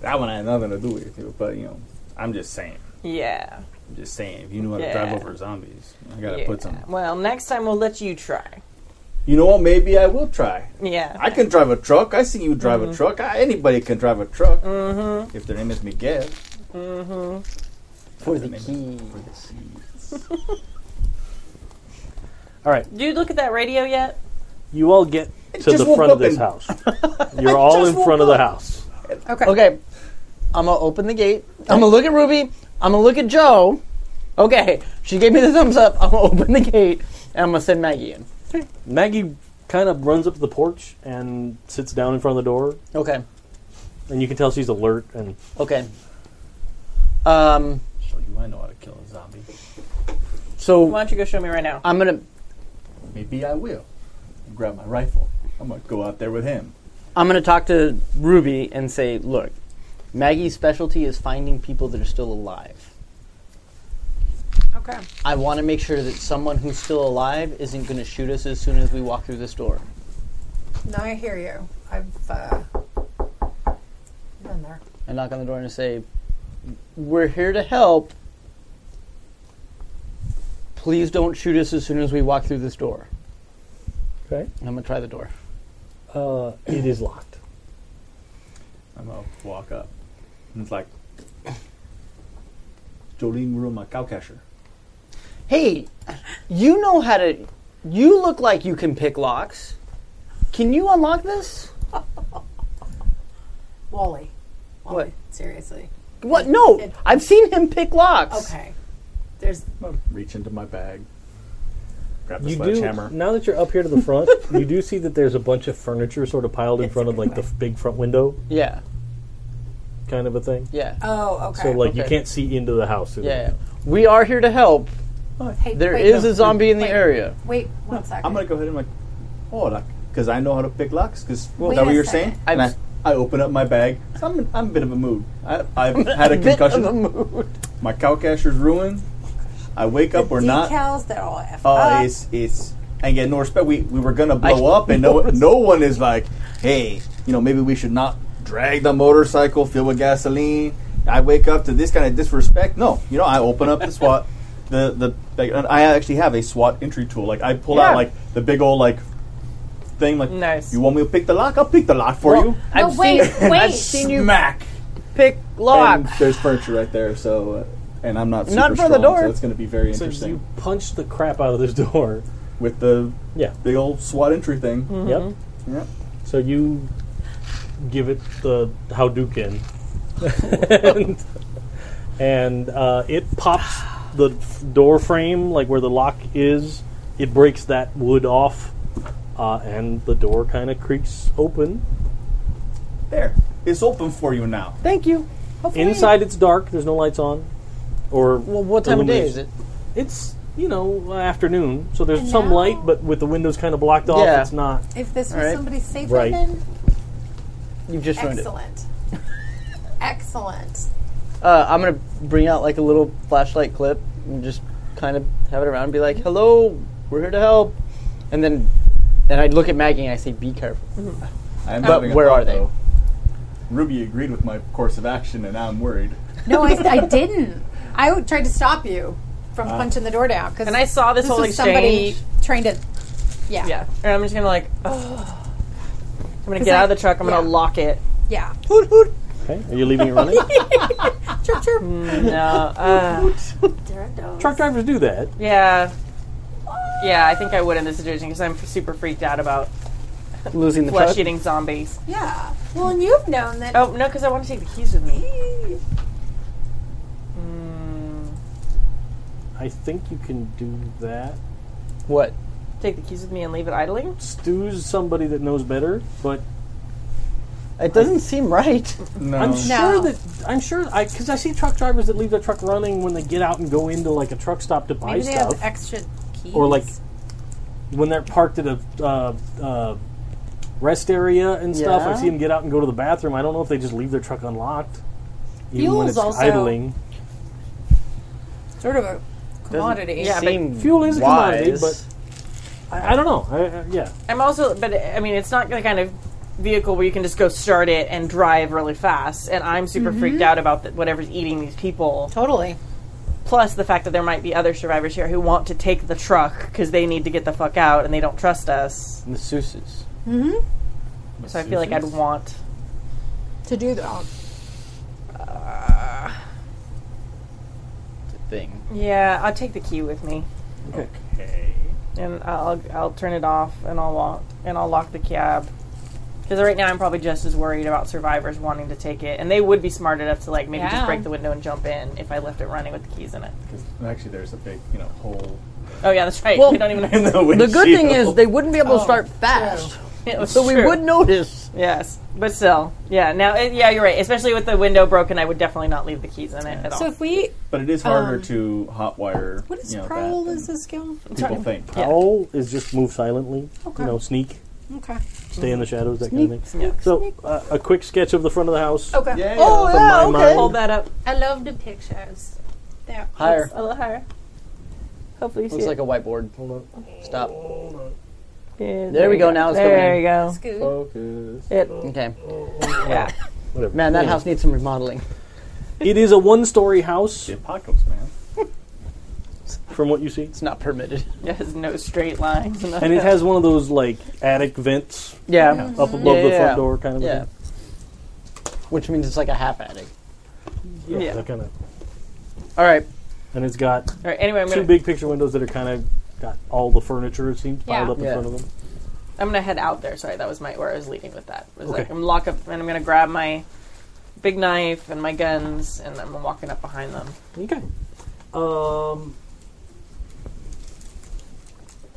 That one had nothing to do with it, but you know, I'm just saying. Yeah. I'm just saying. If you knew how to Yeah. drive over zombies, I gotta yeah. put some. Well, next time we'll let you try. You know what? Maybe I will try. Yeah. I can drive a truck. I see you drive Mm-hmm. a truck. I, anybody can drive a truck. Mm-hmm. If their name is Miguel. Mm-hmm. For the key. For the seeds. All right, Do you look at that radio yet? you all get to just the woke front of up this and- (laughs) house. You're all just in woke front of the up. house. Okay. Okay, I'm gonna open the gate. I'm gonna look at Ruby. I'm gonna look at Joe. Okay, she gave me the thumbs up. I'm gonna open the gate and I'm gonna send Maggie in. Maggie kind of runs up to the porch and sits down in front of the door, Okay, and you can tell she's alert. And okay. Um, Show you I know how to kill a zombie. so Why don't you go show me right now? I'm gonna Maybe I will. Grab my rifle. I'm gonna go out there with him. I'm gonna talk to Ruby and say, look, Maggie's specialty is finding people that are still alive. Okay. I want to make sure that someone who's still alive isn't going to shoot us as soon as we walk through this door. No, I hear you. I've uh, been there. I knock on the door and say, "We're here to help. Please don't shoot us as soon as we walk through this door." okay, And I'm gonna try the door. uh, it is locked. I'm gonna walk up. And it's like Jolene ruined my cow catcher. Hey, you know how to. You look like you can pick locks. Can you unlock this? Wally. What? Seriously. What? No, I've seen him pick locks. Okay. There's I'm gonna reach into my bag. Grab the You do sledgehammer. now that you're up here to the front. (laughs) you do see that there's a bunch of furniture sort of piled in front of like the f- big front window, Yeah, kind of a thing. yeah, oh okay. So like you Okay. can't see into the house. through the yeah, yeah. window. We are here to help. hey, There wait, is no, a zombie in the wait, area. Wait one second. I'm gonna go ahead and like, oh, like, because I know how to pick locks. Because well, Wait is that a what you're second. saying? And I, I open up my bag. So I'm, in- I'm in a bit of a mood. I, I've had a Bit of (laughs) a concussion. mood. My cow catcher's ruined. I wake up or not. Decals that are all f uh, up. it's it's and get no respect. We we were gonna I blow up, and (laughs) no no one is like, hey, you know, maybe we should not drag the motorcycle filled with gasoline. I wake up to this kind of disrespect. No, you know, I open (laughs) up the SWAT, the the like, and I actually have a SWAT entry tool. Like I pull out Yeah. like the big old like thing. Like, Nice. You want me to pick the lock? I'll pick the lock for you. No, Oh, I've (laughs) wait, seen, wait. I've seen you Smack. pick And locks. there's furniture right there, so. Uh, and I'm not super Not for strong, the door. so it's going to be very So interesting you punch the (laughs) crap out of this door. with the Yeah. big old SWAT entry thing. Hmm. Yep. Mm-hmm. Yep. So you give it the Howdukin. and (laughs) and uh, it pops the f- door frame, like where the lock is. It breaks that wood off, uh, and the door kind of creaks open. There. It's open for you now. Thank you. Hopefully- Inside, it's dark. There's no lights on, or Well, what time of day is illumination. it? It's you know afternoon, so there's And some now- light, but with the windows kind of blocked off, Yeah. it's not. If this was Alright. somebody's safe Right. haven, You've just ruined it. excellent. excellent. Uh, I'm gonna bring out like a little flashlight clip and just kind of have it around and be like, "Hello, we're here to help." And then, and I look at Maggie and I say, "Be careful." I'm But having a where thought, are they? though. Ruby agreed with my course of action, and now I'm (laughs) worried. No, I, I didn't. I would- tried to stop you from punching the door down. Cause And I saw this this whole was somebody exchange. trying to. Yeah. Yeah. And I'm just gonna like, ugh. I'm gonna get I- out of the truck. I'm gonna yeah. lock it. Yeah. Okay, are you leaving it (laughs) running? Chirp, chirp. No. Uh, Truck drivers do that. yeah. Yeah, I think I would in this situation because I'm super freaked out about Losing the flesh truck. eating zombies. Yeah. Well, and you've known that. Oh no, because I want to take the keys with me. Mm, I think you can do that. What? take the keys with me and leave it idling. Stu's somebody that knows better, but It doesn't seem right. No. I'm sure No. that I'm sure I because I see truck drivers that leave their truck running when they get out and go into like a truck stop to buy Maybe they stuff, have extra keys. or like when they're parked at a uh, uh, rest area and stuff. I Yeah. see them get out and go to the bathroom. I don't know if they just leave their truck unlocked, even when Fuel's it's also- idling. sort of a commodity. Yeah, but seem fuel is a commodity, wise. but- I, I don't know. I, I, yeah, I'm also, but I mean, it's not the kind of vehicle where you can just go start it and drive really fast. And I'm super freaked out about the, whatever's eating these people. Totally. Plus the fact that there might be other survivors here who want to take the truck because they need to get the fuck out and they don't trust us. masseuses. So I feel like I'd want. To do that. uh, It's a thing. Yeah, I'll take the key with me. Okay. And I'll I'll turn it off and I'll lock and I'll lock the cab. Because right now I'm probably just as worried about survivors wanting to take it, and they would be smart enough to like maybe just Yeah. break the window and jump in if I left it running with the keys in it. 'Cause Actually, there's a big, you know, hole. (laughs) Oh yeah, that's right. (laughs) Well- we don't even. in The good thing is windshield. they wouldn't be able to start fast, so we would notice. Yes, but still, yeah. Now, it, yeah, you're right. Especially with the window broken, I would definitely not leave the keys in it at all. So if we, But it is um, harder to hotwire. what is you know, prowl that than as a skill? people think. Owl is just move silently. You know, sneak, Okay. stay in the Mm-hmm. shadows, that kind of thing. so uh, a quick sketch of the front of the house. Okay. Yeah, Oh, yeah. yeah, my okay. mind. Hold that up I love the pictures. They're Higher. a little higher. Hopefully, you see Looks it. like a whiteboard. Hold on. Stop. Yeah, there, we you go. Now it's there going in. you go. Good. Focus. It, Okay. yeah. Man, that house needs some remodeling. It is a one-story house, The apocalypse, man. from what you (laughs) see, It's not permitted. It (laughs) has no straight lines. (laughs) And and it has one of those like attic vents Yeah. up above the Yeah, Mm-hmm. yeah, front yeah. door, kind of. a Yeah. Which means it's like a half attic. thing. Yeah. that kind of. All right. And it's got All right, anyway, I'm two gonna, big picture windows that are kind of got all the furniture it seems piled Yeah. up in Yeah. front of them. I'm gonna head out there. Sorry, that was my where I was leading with that. It was Okay. like I'm lock up and I'm gonna grab my big knife and my guns and I'm walking up behind them. Okay. Um.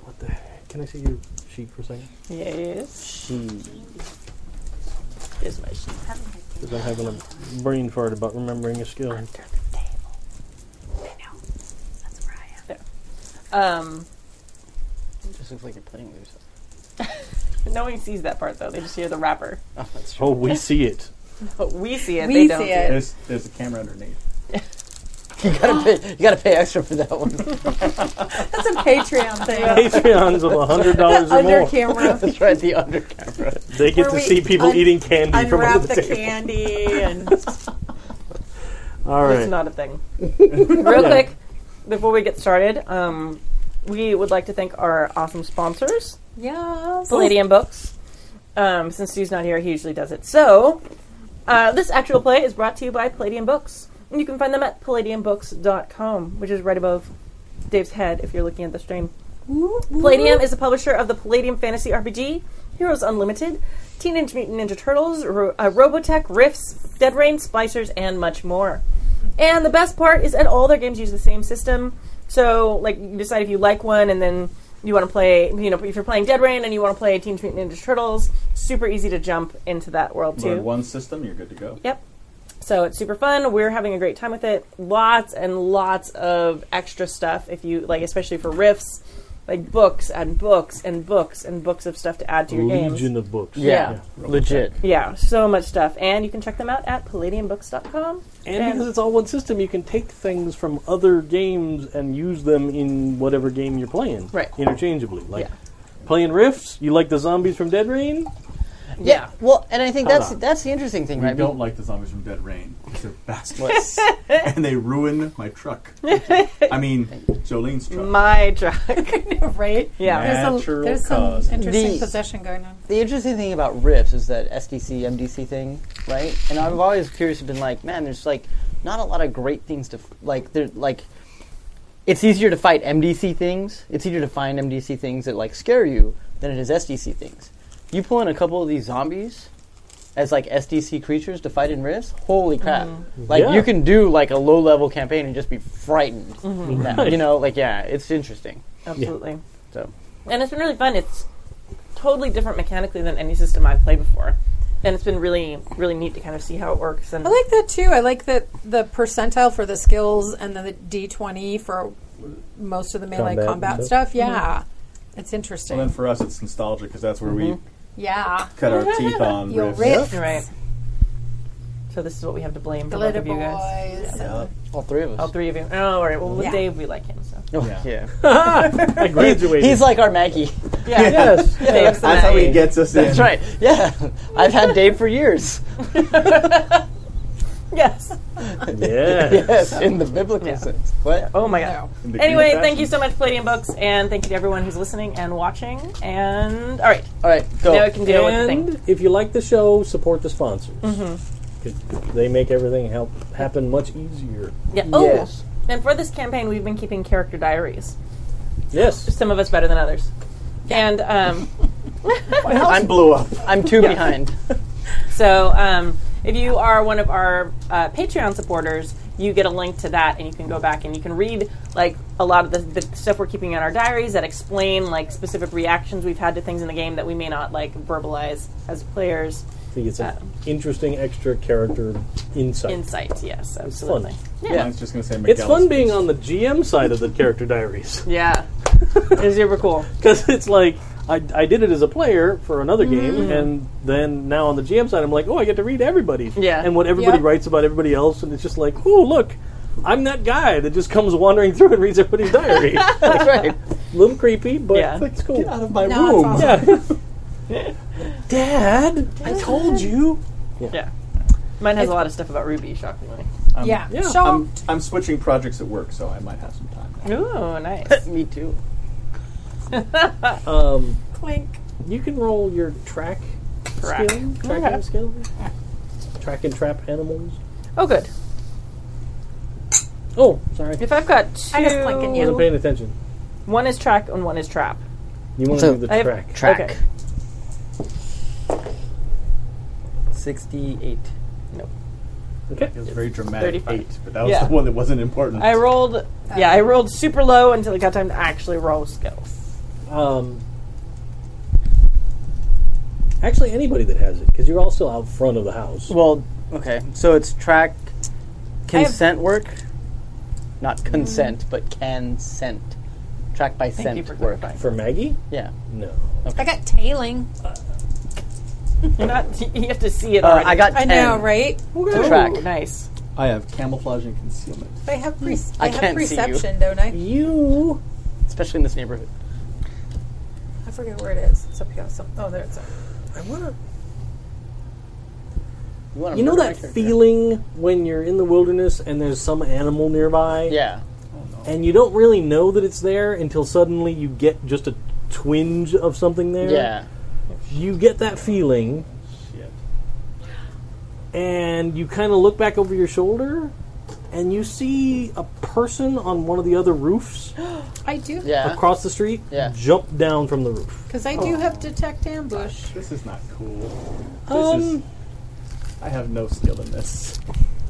What the heck? Can I see your sheet for a second? Yes, Hmm. here's my sheet. Because I'm having a brain fart about remembering a skill. Um, Just looks like you're playing with yourself. (laughs) no one sees that part though. They just hear the rapper. Oh, that's true. Oh, we see it. But we see it. We they don't see it. There's, there's a camera underneath. You gotta pay. You gotta pay extra for that one. (laughs) That's a (laughs) Patreon thing. Patreons of $100 or Under more. camera. that's right. The under camera. They get where to we see people un- eating candy from Unwrap under the, the table. candy and (laughs) All It's right. not a thing. Real quick, before we get started, um, we would like to thank our awesome sponsors, Oh. yes. Palladium Books. Um, since Stu's not here, he usually does it. So, uh, this actual play is brought to you by Palladium Books. And you can find them at palladiumbooks.com, which is right above Dave's head if you're looking at the stream. Palladium is the publisher of the Palladium Fantasy RPG, Heroes Unlimited, Teenage Mutant Ninja Turtles, Ro- uh, Robotech, Rifts, Dead Rain, Splicers, and much more. And the best part is that all their games use the same system. So, like, you decide if you like one, and then you want to play. You know, if you're playing Dead Rain and you want to play Teenage Mutant Ninja Turtles, super easy to jump into that world too. Learn one system, you're good to go. Yep. So it's super fun. We're having a great time with it. Lots and lots of extra stuff if you like, especially for riffs, like books and books and books and books of stuff to add to your Legion games. of books. Yeah, legit. Yeah, so much stuff. And you can check them out at palladiumbooks.com. And because it's all one system, you can take things from other games and use them in whatever game you're playing. Right. Interchangeably. Like Yeah. playing Rifts, you like the zombies from Dead Rain? Yeah. Well, and I think Hold that's on. that's the interesting thing, We right? don't like the zombies from Dead Rain. (laughs) They're bastards. and they ruin my truck. I mean, Jolene's truck. my (laughs) truck. right? Yeah. There's, a, Natural there's some cause. interesting The- possession going on. The interesting thing about riffs is that SDC MDC thing, right? And I've always curious been like, man, there's like not a lot of great things to f- like. There like, it's easier to fight MDC things. It's easier to find MDC things that like scare you than it is SDC things. You pull in a couple of these zombies as like SDC creatures to fight in riffs. Holy crap! Like Yeah. you can do like a low level campaign and just be frightened. Now, you know, like yeah, it's interesting. Absolutely. So and it's been really fun. It's totally different mechanically than any system I've played before, and it's been really, really neat to kind of see how it works. And I like that too. I like that the percentile for the skills and the D twenty for most of the melee Combat combat, and stuff. Yeah, it's interesting. Well, then for us, it's nostalgic because that's where we yeah, cut our (laughs) teeth on Mm-hmm. Your riffs. riff. You're right. So this is what we have to blame for both glitter of you guys, boys. all three of us. all three of you. Oh, all right. Well, with Yeah. Dave, we like him. So Oh, yeah. (laughs) I graduated. He's like our Maggie. yeah, (laughs) yes. Dave's the That's how he Maggie. gets us That's in. right. Yeah, I've had Dave for years. (laughs) Yes. (laughs) yes. Yes, in the biblical Yeah. sense. What? Oh my god. In the Anyway, king of thank you fashion. so much, Palladium Books, and thank you to everyone who's listening and watching. And all right, All right, go. now we can deal with the thing. And if you like the show, support the sponsors. 'Cause They make everything help happen much easier. Yeah. Mm-hmm. Oh, Yes. and for this campaign, we've been keeping character diaries. Yes. Some of us better than others. And um, I'm blew up. I'm too behind. So, um, if you are one of our uh, Patreon supporters, you get a link to that, and you can go back and you can read like a lot of the, the stuff we're keeping in our diaries that explain like specific reactions we've had to things in the game that we may not like verbalize as players. I think it's Uh, an interesting extra character insight. Insight, yes, fun. absolutely. I was just going to say It's fun McAllister's. being on the GM side of the character diaries. (laughs) (laughs) Yeah, it's super cool. because it's like I, I did it as a player for another Mm. game, and then now on the GM side, I'm like, oh, I get to read everybody's, Yeah. and what everybody Yeah. writes about everybody else, and it's just like, oh, look, I'm that guy that just comes wandering through and reads everybody's (laughs) diary. a That's right. little creepy, but Yeah. it's cool. Get out of my No, room. it's awesome. Yeah. (laughs) Dad, I told you. Yeah, mine has a lot of stuff about Ruby, shockingly. I'm, Yeah, Yeah. Show 'em. I'm, I'm switching projects at work, so I might have some time. Ooh, nice. (laughs) Me too. Um, clink. you can roll your track, Track. skill, tracking Okay. skill, track and trap animals. Oh, good. Oh, sorry, If I've got two, I just blinking you. wasn't paying attention. one is track and one is trap. You want to So- do the I have- track? Track. Okay. Sixty-eight. okay. It was very dramatic 35. eight, but that was Yeah. the one that wasn't important. I rolled, yeah, I rolled super low until it got time to actually roll skills. (laughs) Um, actually, anybody that has it, because you're all still out front of the house. Well, okay. So it's track. Consent work. Not consent, but consent. Track by Thank you scent for work. clarifying. For Maggie, Yeah. no. I got tailing. You're not, you have to see it. Uh, already. I got I ten. know, right? Ooh, track. Nice. I have camouflage and concealment. I have pre- I I, have can't see you. perception, don't I? You Especially in this neighborhood. I forget where it is. It's up here. Some, oh, there it's. Up. You, wanna you know murder that my character. feeling when you're in the wilderness and there's some animal nearby, Yeah. and you don't really know that it's there until suddenly you get just a twinge of something there. Yeah. you get that feeling, Shit. and you kind of look back over your shoulder, and you see a person on one of the (gasps) other roofs I do Yeah. across the street Yeah. jump down from the roof. because I do have detect ambush. This is not cool. This Um, is. I have no skill in this.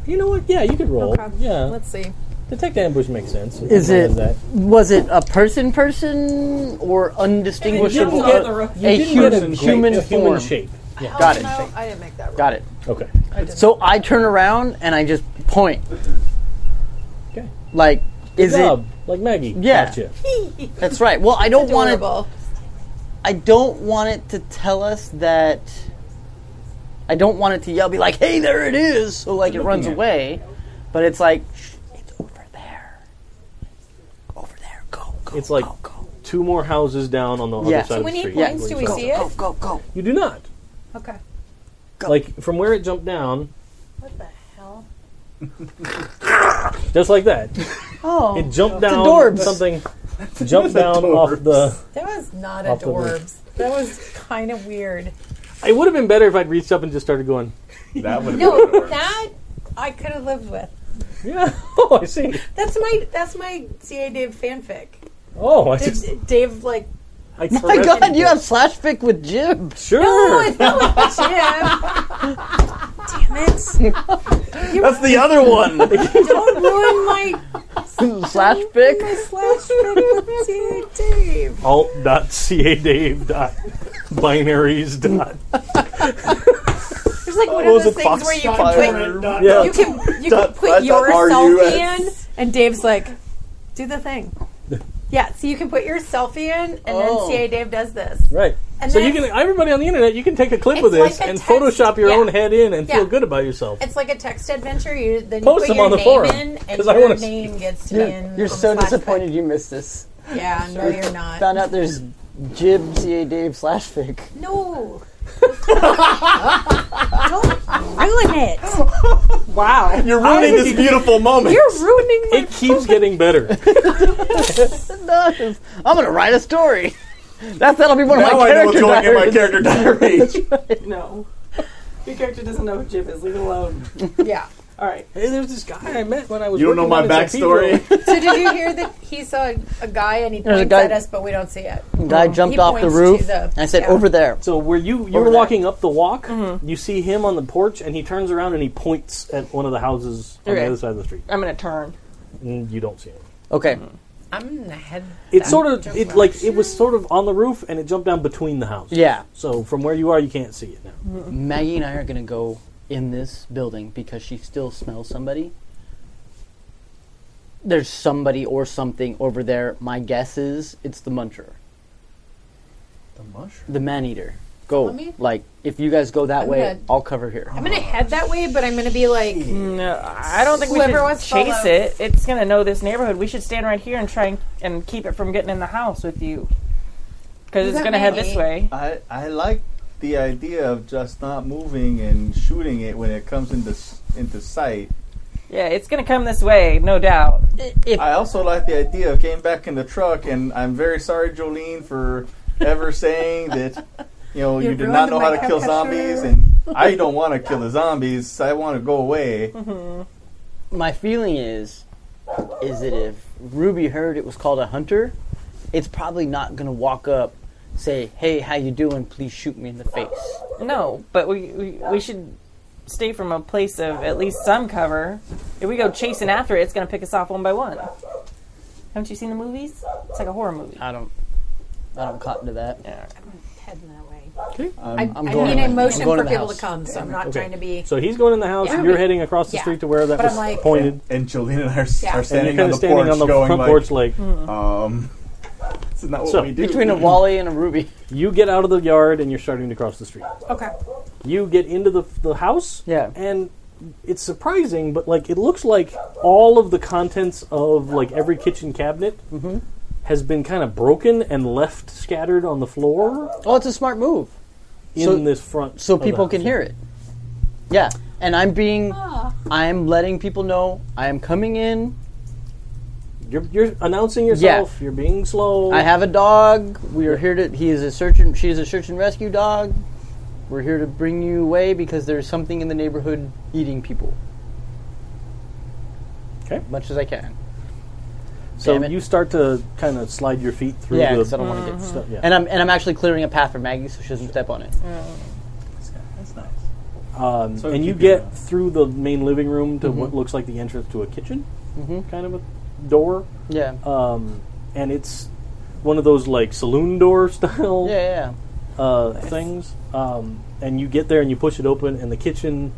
You know what? Yeah, you could roll. Okay. Yeah, Let's see. detect ambush makes sense. Is What it was it a person person or undistinguishable? get the ro- a You didn't hu- get a great- human a human form. shape. Yeah. Got it. Oh, No, I didn't make that. Roll. Got it. Okay. So I turn around and I just point. Okay. Like, is Dub, it? like Maggie. Yeah. Gotcha. That's right. Well, I don't want it. Adorable. I don't want it to tell us that. I don't want it to yell, be like, "Hey, there it is!" So like it runs at it. away, but it's like, Shh, "It's over there, over there, go, go." It's like go, go, two more houses down on the Oh, Yeah. other side So of When the he street. Yeah. points, do we go, see it? go, go, go. You do not. Okay. Like from where it jumped down, What the hell? just like that. Oh, It jumped down adorbs. something (laughs) jumped down off adorbs. the That was not Off the roof. adorbs. That was kind of weird. It would have been better if I'd reached up and just started going, That would have been No, worse. that I could have lived with. Yeah. (laughs) Oh, I see. That's my that's my CA Dave fanfic. Oh, I just Dave, Dave like I my corrected God, you it. have slash fic with Jib. Sure. oh, it's not like Jim. Damn That's the other one. it! Don't ruin my (laughs) slash fic. my slash fic with CA Dave. Alt dot ca dave dot binaries dot It's like one What of was those Oh, it, things Fox where you Fire? can put Yeah. you can you can Dot- put dot yourself RUS. in, and Dave's like, do the thing. Yeah, so you can put your selfie in, and Oh. then CA Dave does this. right. And so then you can everybody on the internet you can take a clip of It's this like a and text- Photoshop your yeah. own head in and Yeah. feel good about yourself. It's like a text adventure. You then you Post put them your on the name forum, in, 'cause and I your wanna see- name gets in. You're on so the flashback. disappointed you missed this. Yeah, no, you're not. Found out there's Jib CA Dave slash (laughs) fic. (laughs) No. Don't ruin it. Wow. You're ruining this beautiful moment. You're ruining my It keeps getting better. Enough. I'm gonna write a story. (laughs) That's that'll be one of now my I know what's character going in my (laughs) diaries. character diary. No. Your character doesn't know who Jib is. Leave it alone. Yeah. All right. hey, there's this guy I met when I was You don't know my working down in San backstory. Pedro. So did you hear that he saw a, a guy and he There's a points guy- at us, but we don't see it? Guy jumped He off the points roof. to the- and I said, yeah. "Over there." So were you you Over were there. walking up the walk, you see him on the porch and he turns around and he points at one of the houses on Okay. the other side of the street. I'm going to turn. Mm, And you don't see him. Okay. I'm gonna head. It's sort of down to it where- like it was sort of on the roof and it jumped down between the houses. Yeah. So from where you are you can't see it now. Maggie and I are gonna go in this building because she still smells somebody. There's somebody or something over there. My guess is it's the muncher, the mushroom. the man eater. Go. Let me- Like if you guys go that way, gonna- I'll cover here. I'm gonna head that way, but I'm gonna be like, Hmm. No, I don't think Whoever we should wants to chase follow. it. It's going to know this neighborhood. We should stand right here and try and, and keep it from getting in the house with you. Because Is it's that going to head Maggie? this way. I, I like the idea of just not moving and shooting it when it comes into s- into sight. Yeah, it's going to come this way, no doubt. I also like the idea of getting back in the truck, and I'm very sorry, Jolene, for ever saying that. You (laughs) know, you, You did not ruined know how my to kill capture. zombies, and I don't want to kill the zombies. I want to go away. Mm-hmm. my feeling is is that if Ruby heard it was called a hunter, it's probably not gonna walk up, say, "Hey, how you doing? Please shoot me in the face." No, but we, we, we should stay from a place of at least some cover. If we go chasing after it, it's going to pick us off one by one. Haven't you seen the movies? It's like a horror movie. I don't, I don't cotton to that. heading that way. I'm, I'm I going mean, to I the- motion I'm going to for the people house. to come, so I'm not Okay. trying to be. So he's going in the house, Yeah. you're heading across the Yeah. street to where that But was I'm like- pointed. and Jolene and I are, Yeah. are And you're standing kind on of the standing porch, on the going front like, porch, like um, this is not what So, we do. Between a Wally and a Ruby. you get out of the yard and you're starting to cross the street. Okay. You get into the the house, Yeah. and it's surprising, but like it looks like all of the contents of like every kitchen cabinet Mm-hmm. has been kind of broken and left scattered on the floor Oh, it's a smart move, Oh, in So- this front, so of the people can house. hear it. Yeah, and I'm being, I'm letting people know I am coming in. You're, you're announcing yourself. You're being slow. I have a dog. We are here to. He is a search. And, she is a search and rescue dog. We're here to bring you away because there's something in the neighborhood eating people. 'Kay. Much as I can. so damn it. you start to kind of slide your feet through Yeah, the 'cause I don't want to get stuff. Yeah. And I'm and I'm actually clearing a path for Maggie so she doesn't step on it. That's nice. Um, So and keep you your get eye out. through the main living room to Mm-hmm. what looks like the entrance to a kitchen, kind of a door. Yeah. Um, and it's one of those like saloon door (laughs) style yeah, yeah. uh, things. Um, and you get there and you push it open, and the kitchen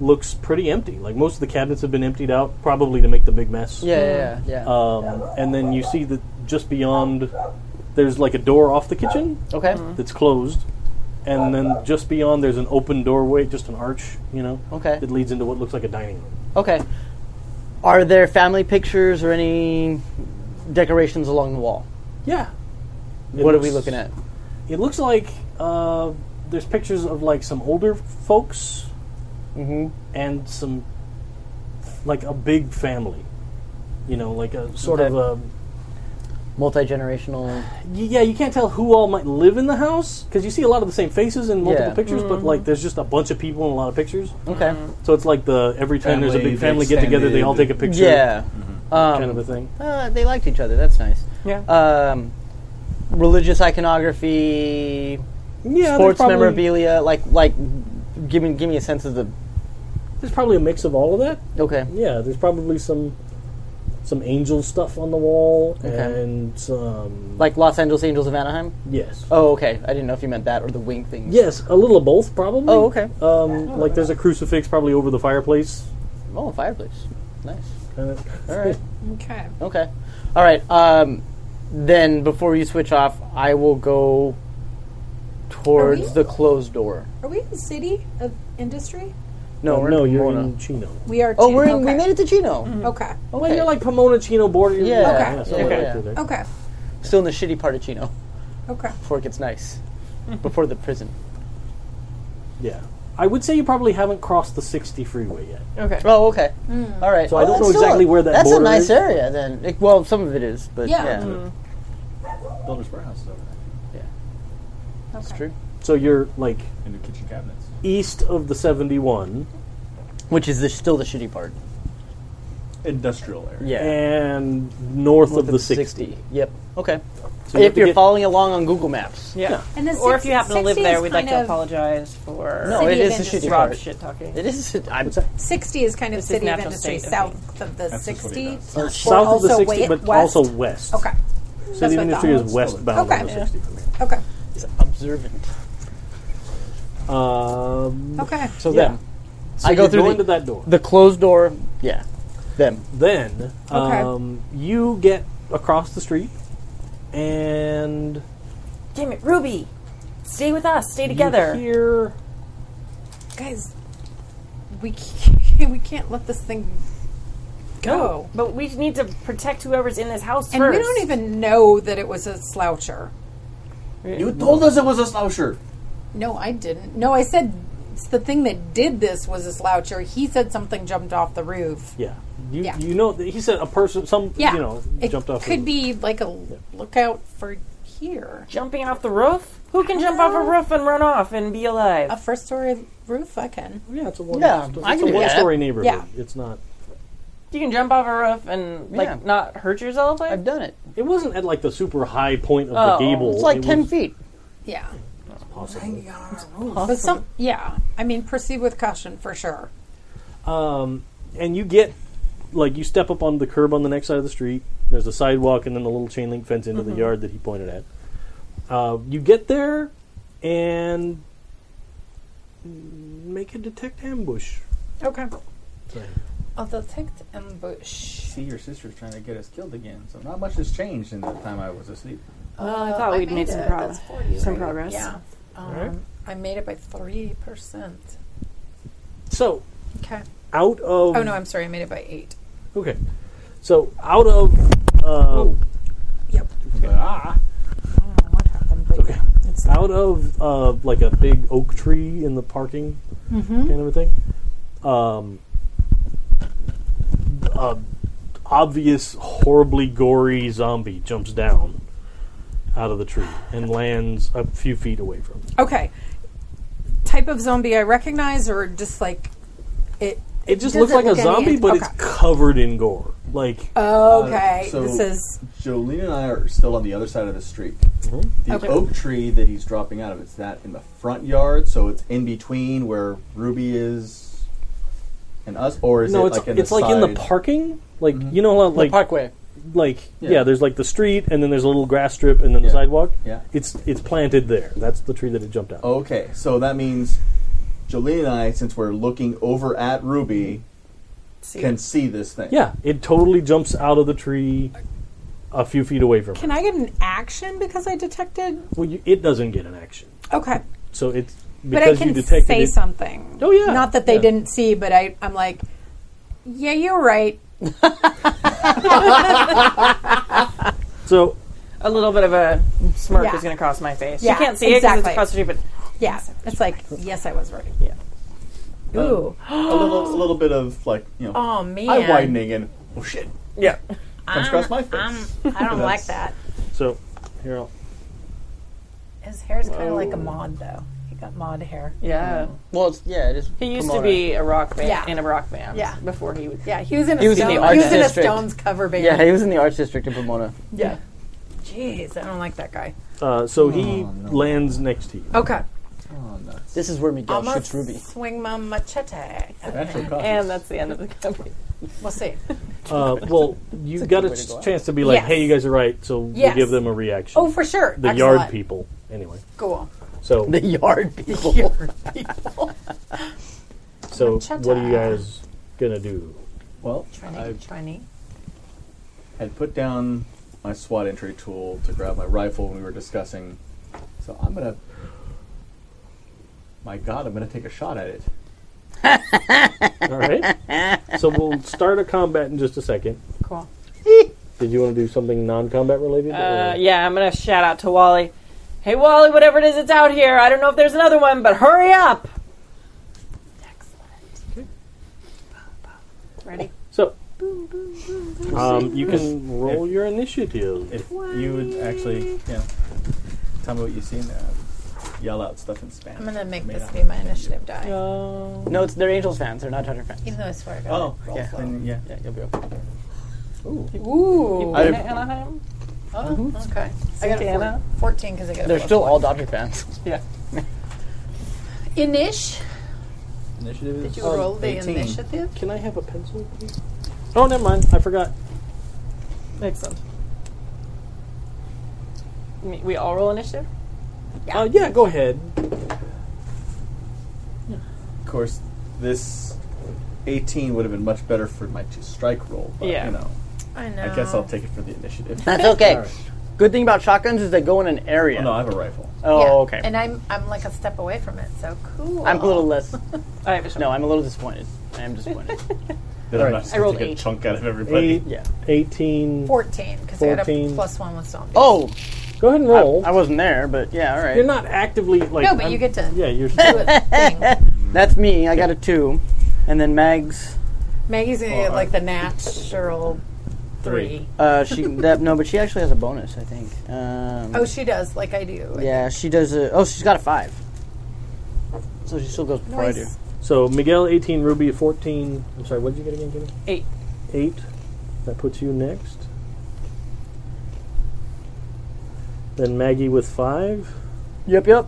looks pretty empty. Like most of the cabinets have been emptied out, probably to make the big mess. Yeah, yeah, yeah. yeah. Um, and then you see that just beyond, there's like a door off the kitchen okay. that's closed, and then just beyond there's an open doorway, just an arch, you know, Okay. that leads into what looks like a dining room. Okay. Are there family pictures or any decorations along the wall? Yeah. what are we looking at? It looks like uh, there's pictures of like some older folks Mm-hmm. and some like a big family. You know, like a sort of a Okay. Multi generational. y- yeah. You can't tell who all might live in the house because you see a lot of the same faces in multiple Yeah. pictures, Mm-hmm. but like there's just a bunch of people in a lot of pictures. Okay. So it's like the every time there's a Family, big the family get together, they all take a extended- picture, Mm-hmm. Yeah. Um, kind of a thing. uh, they liked each other. That's nice. Yeah. Uh, Um, religious iconography, Yeah, there's sports probably- memorabilia. Like, like, give me, give me a sense of the. There's probably a mix of all of that. Okay. Yeah, there's probably some some angel stuff on the wall Okay. and some Like Los Angeles Angels of Anaheim. yes. Uh, Oh, okay. I didn't know if you meant that or the wing thing. Yes, a little of both, probably. Oh, okay. Um, like there's a crucifix probably over the fireplace. Oh, fireplace. Nice. Kind of. All right. Okay. Okay. All right. Um, then before you switch off, I will go Are we- towards the closed door. Are we in city of industry? No, we're in Oh, no, you're Pomona. in Chino. We are. Oh, too. we're in, okay. Mm-hmm. we made it to Chino. Okay. Well, Oh, you're like Pomona Chino border. You're- Yeah. Okay. yeah, Yeah, somewhere yeah. right there. Okay. Still in the shitty part of Chino (laughs) Okay. before it gets nice. Mm-hmm. before the prison. Yeah. I would say you probably haven't crossed the 60 freeway yet. Okay. Oh, okay. All right. So I Oh, don't that's know still exactly a- where that That's a border nice is. area. Then, It- well, some of it is, but yeah, Yeah. Builder's warehouse is over there. that's true. So you're like And your kitchen cabinets. east of the 71 Which is the, still the shitty part. Industrial area. and north, of the 60. Yep. Okay. So you have if to you're get- following along on Google Maps. Yeah. And the Or if six- you happen to live 60 there, is we'd like kind to of- apologize for No, it City of is the shitty industry. Rob part. shit talking. It is. I'm, Sixty is kind of This is city of natural industry, state of south of the That's just what he sixty. does. or South of the also 60, wa- but west? also west. Okay. So the what I industry thought. is westbound Okay. of the 60 from here. Okay. it's observant. Um, Okay. So Yeah. them. so I go you through the- into that door. The closed door. Yeah. Them. then Okay. um, you get across the street and Damn it, Ruby! Stay with us. Stay you together. hear Guys, we (laughs) can't, we can't let this thing go. But we need to protect whoever's in this house And first. we don't even know that it was a sloucher. You told us it was a sloucher. No, I didn't. No, I said it's the thing that did this was a sloucher. He said something jumped off the roof. yeah you, Yeah. you know he said a person some Yeah, you know it jumped off Could the- be like a lookout for here. Jumping off the roof? Who can jump off a roof and run off and be alive? A first story roof, I can. yeah it's a one Yeah, it's I a can do that. one-story neighborhood Yeah. it's not You can jump off a roof and like Yeah. not hurt yourself. Like? I've done it. it wasn't at like the super high point of Oh. the gable It's like It ten was feet. Yeah. possible. But some yeah. I mean proceed with caution for sure. Um, and you get like you step up on the curb on the next side of the street. There's a sidewalk and then the little chain link fence into the Mm-hmm. yard that he pointed at. Uh, you get there and make a detect ambush. Okay. thing. I'll detect ambush. See, your sister's trying to get us killed again, so not much has changed in the time I was asleep. well, Oh, I thought I we'd made, made some it. progress. That's 40, Some right? progress. Yeah. Um, right. I made it by three percent. So Okay. out of Oh no, I'm sorry, I made it by eight. okay, so out of Oh. uh, Yep. Ah, I don't know what happened, but yeah. It's out of uh, like a big oak tree in the parking Mm-hmm. kind of a thing. Um, a obvious, horribly gory zombie jumps down out of the tree and lands a few feet away from. It, Okay. Type of zombie I recognize or just like it it just does looks it like a look any- zombie, but it's okay. covered in gore. Like, Okay. so- this is Jolene and I are still on the other side of the street. Mm-hmm. The Okay. oak tree that he's dropping out of, it's that in the front yard, so it's in between where Ruby is and us, or is no, it it's like in it's the like in the side? Mm-hmm. parking. Like you know, like Parkway. like yeah. Yeah. there's like the street, and then there's a little grass strip, and then the Yeah. sidewalk. Yeah. Oh, it's it's planted there. That's the tree that it jumped out. of. Okay, so that means Jolene and I, since we're looking over at Ruby, See. can see this thing. Yeah, it totally jumps out of the tree, a few feet away from. Can I get an action because I detected? Well, you, it doesn't get an action, Okay. so it's But I because you can detected say it. something. Oh, yeah. Not that they Yeah. didn't see, but I, I'm like, yeah, you're right. So A little bit of a smirk Yeah. is going to cross my face. Yeah, you can't see it because it's exactly. across the street, but Yeah. It's like, yes, I was right. Yeah. Ooh. a little, a little bit of like you know, Oh man. eye widening and oh shit yeah, comes across my face. I don't like That's- that. so here I'll, His hair's kind of like a mod though. He got mod hair. yeah. Well, it's, yeah, it is. He used Pomona. to be a rock band Yeah. in a rock band Yeah. before he was. Yeah, he was in a He was in Stone- the he Arts was in a District. Stones cover band. Yeah, he was in the arts district in Pomona. Yeah. Jeez, I don't like that guy. uh, so Oh, he lands next (laughs) to you. Okay. Oh, nuts. This is where Miguel I'm gonna shoots Ruby. (laughs) swing my machete. Actually, costs And that's the end of the (laughs) company. We'll see. Uh, well, you got a way to go out. chance to be like, Yes. "Hey, you guys are right," so Yes. we give them a reaction. Oh, for sure. the Excellent. yard people, anyway. Cool. (laughs) (laughs) So The yard people. (laughs) So Machete. what are you guys gonna do? Well, I Trying to, trying to. had put down my SWAT entry tool to grab my rifle when we were discussing. So I'm gonna. My God, I'm gonna take a shot at it. All (laughs) right. so we'll start a combat in just a second. Cool. Did you want to do something non-combat related? Uh, yeah, I'm going to shout out to Wally. Hey, Wally, whatever it is, it's out here. I don't know if there's another one, but hurry up. Ready? So um, you can roll your initiative. If you would actually, yeah, tell me what you see and uh, yell out stuff in Spanish. I'm gonna make Made this up. be my initiative die. Uh, no, it's they're Angels fans. They're not Charger fans. Even though I swear to Oh, God. it rolls yeah. low. then, yeah. Yeah, you'll be okay. Ooh. I- Anna Anaheim? Oh, okay. I got a Santana? four, 14 because I got a They're plus still one. all Dodger (laughs) fans. Yeah. Inish. Initiative is Did you roll the 18. initiative? Can I have a pencil? Please? Oh, never mind. I forgot. Excellent. Me- We all roll initiative? Uh, yeah, go ahead. Of course, this 18 would have been much better for my two strike roll, but Yeah. you know, I know. I guess I'll take it for the (laughs) initiative. That's okay. All right. Good thing about shotguns is they go in an area. Oh, no, I have a rifle. Oh, Yeah, okay. And I'm I'm like a step away from it, so cool. I'm a little (laughs) less. I have a shot. No, I'm a little disappointed. I am disappointed. Then I'm not just I going rolled to take eight. a chunk out of everybody. Eight, yeah. eighteen. 14 because I got a 14. plus one with zombie. Oh, Go ahead and I, roll. I wasn't there, but yeah, all right. you're not actively like. no, but I'm- you get to Yeah, you're. do a thing. That's me. I got a two, and then Mags. Maggie's gonna get like the natural three. (laughs) Uh, she that no, but she actually has a bonus. I think. Um, Oh, she does, like I do. yeah, she does. A, oh, she's got a five. So she still goes before Oh, I do. Nice. So Miguel, eighteen. Ruby, fourteen. I'm sorry. What did you get again, Kenny? Eight. eight. That puts you next. Then Maggie with five, Yep, yep.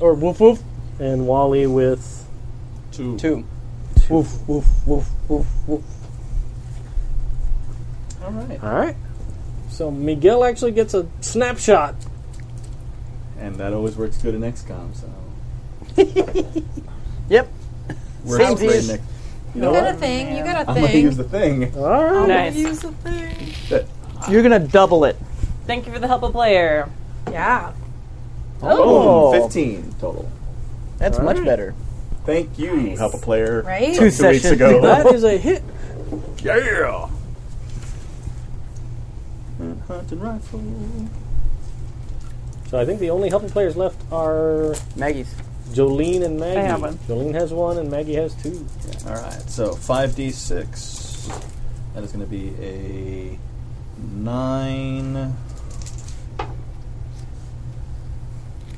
Or woof woof. and Wally with Two. Two. Woof woof woof woof woof. All right. all right. So Miguel actually gets a snapshot. And that always works good in XCOM, so. Yep. We're Same great thing. in X- You You know got a what? thing. You got a I'm going to thing. use the thing. All right. Nice. Use the thing. That- You're gonna double it. Thank you for the help, a player. Yeah. Oh. Boom, 15 total. That's All much right. better. Thank you, help a player. Right? Two, Two weeks sessions (laughs) ago. That is a hit. (laughs) Yeah. Hunting rifle. So I think the only helping players left are Maggie's. Jolene and Maggie. have one. Jolene has one, and Maggie has two. All right, so 5d6. That is going to be a 9,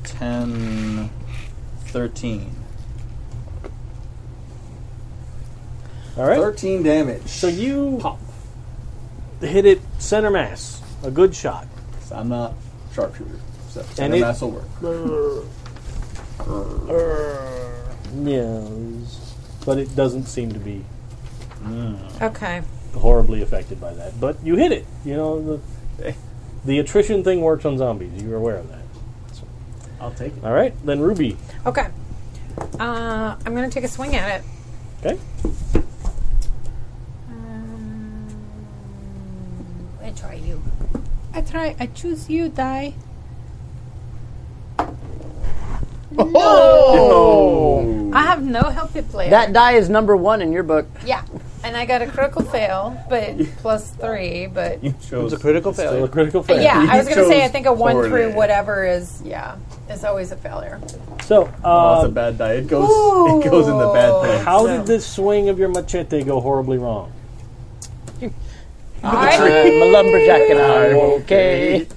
10, 13. All right. 13 damage. So you hit it center mass, a good shot. So I'm not sharpshooter, so And and it- mass will work. Yes, but it doesn't seem to be Okay. horribly affected by that. But you hit it. You know the the attrition thing works on zombies. You're aware of that. I'll take it. All right, then Ruby. Okay. Uh, I'm going to take a swing at it. Okay, I try you. I try. I choose you, die. Oh. I have no help it player. That die is number one in your book. yeah. And I got a critical fail, but (laughs) plus three, but. You chose critical still a critical failure. (laughs) Yeah, I (laughs) was You going to say, I chose think a one poorly. through whatever is, yeah, is always (laughs) a failure. So, Oh, that's a uh, bad die. It goes. It goes in the bad thing. Oh. how did this swing of your machete go horribly wrong? I, I'm a lumberjack and I'm okay.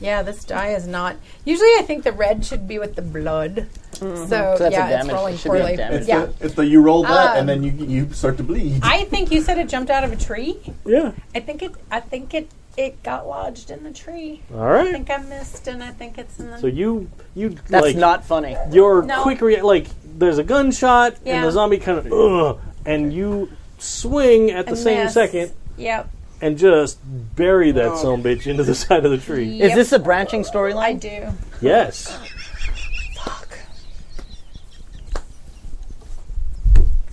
yeah, this die is not. Usually I think the red should be with the blood. So, Mm-hmm. So that's a yeah, it's damage. rolling It should be a poorly. damage. It's, Yeah. the, it's the you roll that Um, and then you you start to bleed. I think you said it jumped out of a tree. Yeah. I think it. I think it. It got lodged in the tree. All I right. think I missed, and I think it's in the. So you you That's like not funny. your No. quick rea- like there's a gunshot and Yeah. the zombie kind of ugh, and you swing at the And same miss. second yep, and just bury that some bitch into the (laughs) side of the tree. Is this a branching storyline? I do. (laughs) Yes.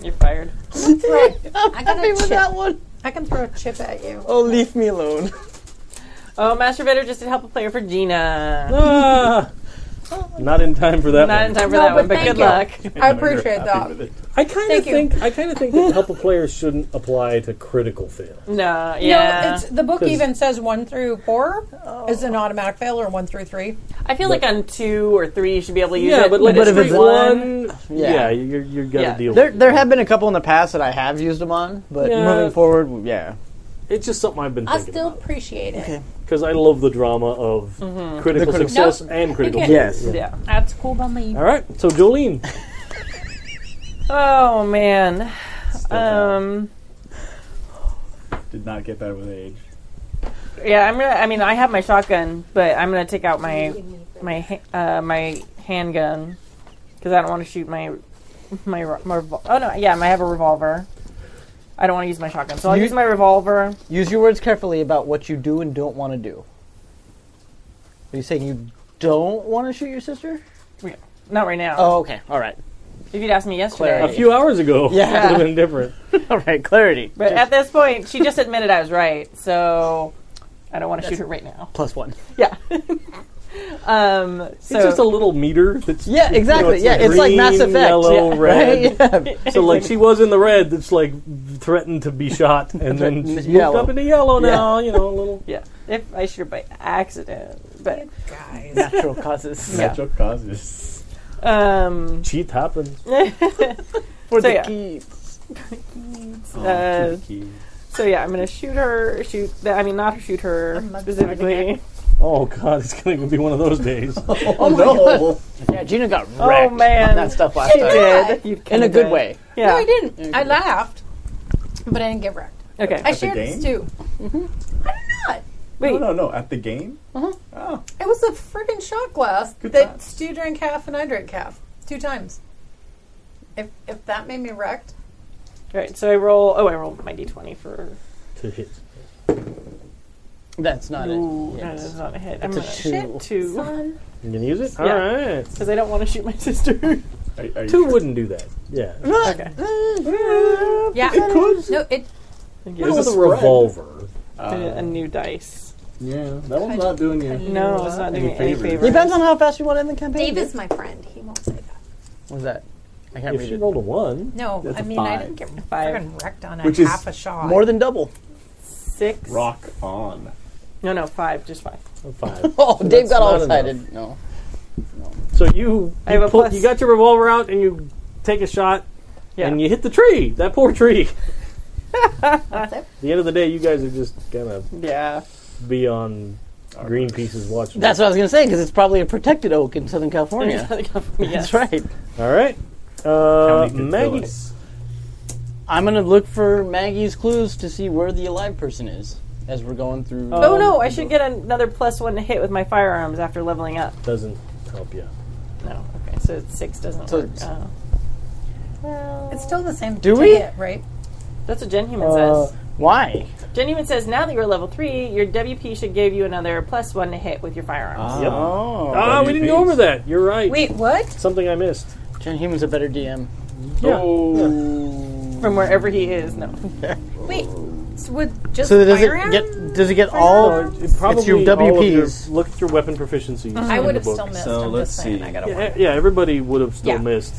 You're fired. I got a chip. that one. I can throw a chip at you. Oh, leave me alone. Oh, masturbator just did help a player for Gina. Ah, not in time for that Not one. in time for No, that one, but but good luck. thank (laughs) I appreciate that. I kind of Thank you. think I kind of think that help a player shouldn't apply to critical fail. No, yeah. No, it's the book 'Cause- even says one through four is an automatic fail, or one through three. I feel like on two or three you should be able to use Yeah, it. but like But if if it's it's one, yeah, Yeah. you're you're gonna Yeah. deal. (laughs) There, with it. there have been a couple in the past that I have used them on, but Yeah. moving forward, yeah. It's just something I've been I thinking still about appreciate it. because I love the drama of critical critical- success Nope. and critical. can't- failure. Yes. yeah. That's cool by me. All right, so Jolene, Oh man. Um. Did not get better with age. Yeah, I'm gonna. I mean, I have my shotgun, but I'm gonna take out my my ha- uh, my handgun because I don't want to shoot my my, ro- my revol- oh no yeah I have a revolver. I don't want to use my shotgun, so I'll You- use my revolver. Use your words carefully about what you do and don't want to do. Are you saying you don't want to shoot your sister? Not right now. Oh, okay. All right. (laughs) If you'd asked me yesterday, a few hours ago, Yeah. would have been different. All right. Clarity. but at this point, she just admitted I was right, so I don't want to shoot her right now. (laughs) Plus one. Yeah. um. So it's just a little meter. That's Yeah, exactly. it's yeah, it's like Mass green, Effect. yellow, yeah. (laughs) red. Right? Yeah. So like she was in the red, that's like threatened to be shot, and then she's moved Yellow. up into yellow Yeah. now. You know, a little. yeah. If I shoot her by accident, but Guys, Natural causes. Yeah. Natural causes. um. Cheat happens. For So, the yeah. keys. Uh, Key. So yeah, I'm gonna shoot her. Shoot. The, I mean, not shoot her (laughs) mud specifically. Oh god, it's going to be one of those (laughs) days. Oh, (laughs) no! Yeah, Gina got wrecked Oh on man, that stuff last You time. did. You In kinda a good did. way. Yeah. no, I didn't. I laughed, but I didn't get wrecked. Okay. I the shared this too. game? I did not. Wait. No, no, no! At the game. It was a freaking shot glass Good that times. Stu drank half and I drank half two times. If if that made me wrecked, All right. So I roll. Oh, I rolled my d20 for. to hit. That's not Ooh, it. no, that's not a hit. I'm It's a gonna two. shoot two You gonna use it? Yeah. All right. because I don't want to shoot my (laughs) sister. Are, are you Two wouldn't do that. Yeah. okay. yeah, It could. no, it Not There's with a a spread. revolver. I need a new dice. Yeah, that one's not doing you. No, it's not doing me any favors. favors. Depends on how fast you want to end the campaign. Dave is my friend. He won't say that. What was that? I can't If read she it. rolled a one, No, That's I a mean I five. didn't get Five. freaking wrecked on a Which is half a shot. More than double. Six. Rock on. No, no, five. Just five. a five. Oh, Dave that's got all not enough. excited. No. so you, I have you, a plus. you got your revolver out and you take a shot Yeah. and you hit the tree. That (laughs) poor tree. That's it. At the end of the day, you guys are just gonna yeah. be on Greenpeace's watch. list. That's what I was going to say because it's probably a protected oak in Southern (laughs) California. yes. That's right. all right. Uh, County could kill Maggie, us. I'm going to look for Maggie's clues to see where the alive person is. as we're going through. Oh no, I should get another plus one to hit with my firearms after leveling up. Doesn't help you. No, okay, so it's six doesn't So work. it's- Oh. Well, It's still the same. Do to we? hit, right? that's what Jen Human Uh, says. why? Jen Human says now that you're level three, your WP should give you another plus one to hit with your firearms. Ah. Oh, Ah, we didn't go over that. You're right. Wait, what? Something I missed. Jen Oh. Human's a better DM. Yeah. Oh. From wherever he is, no. Wait, so would just So does it firearm? get? Does it get all? So it- it probably Oh, it's your all of your- WPs. look at your weapon proficiencies. I in would the have book. still missed. So I'm let's just saying, see. I gotta Yeah, yeah, everybody would have still Yeah. missed.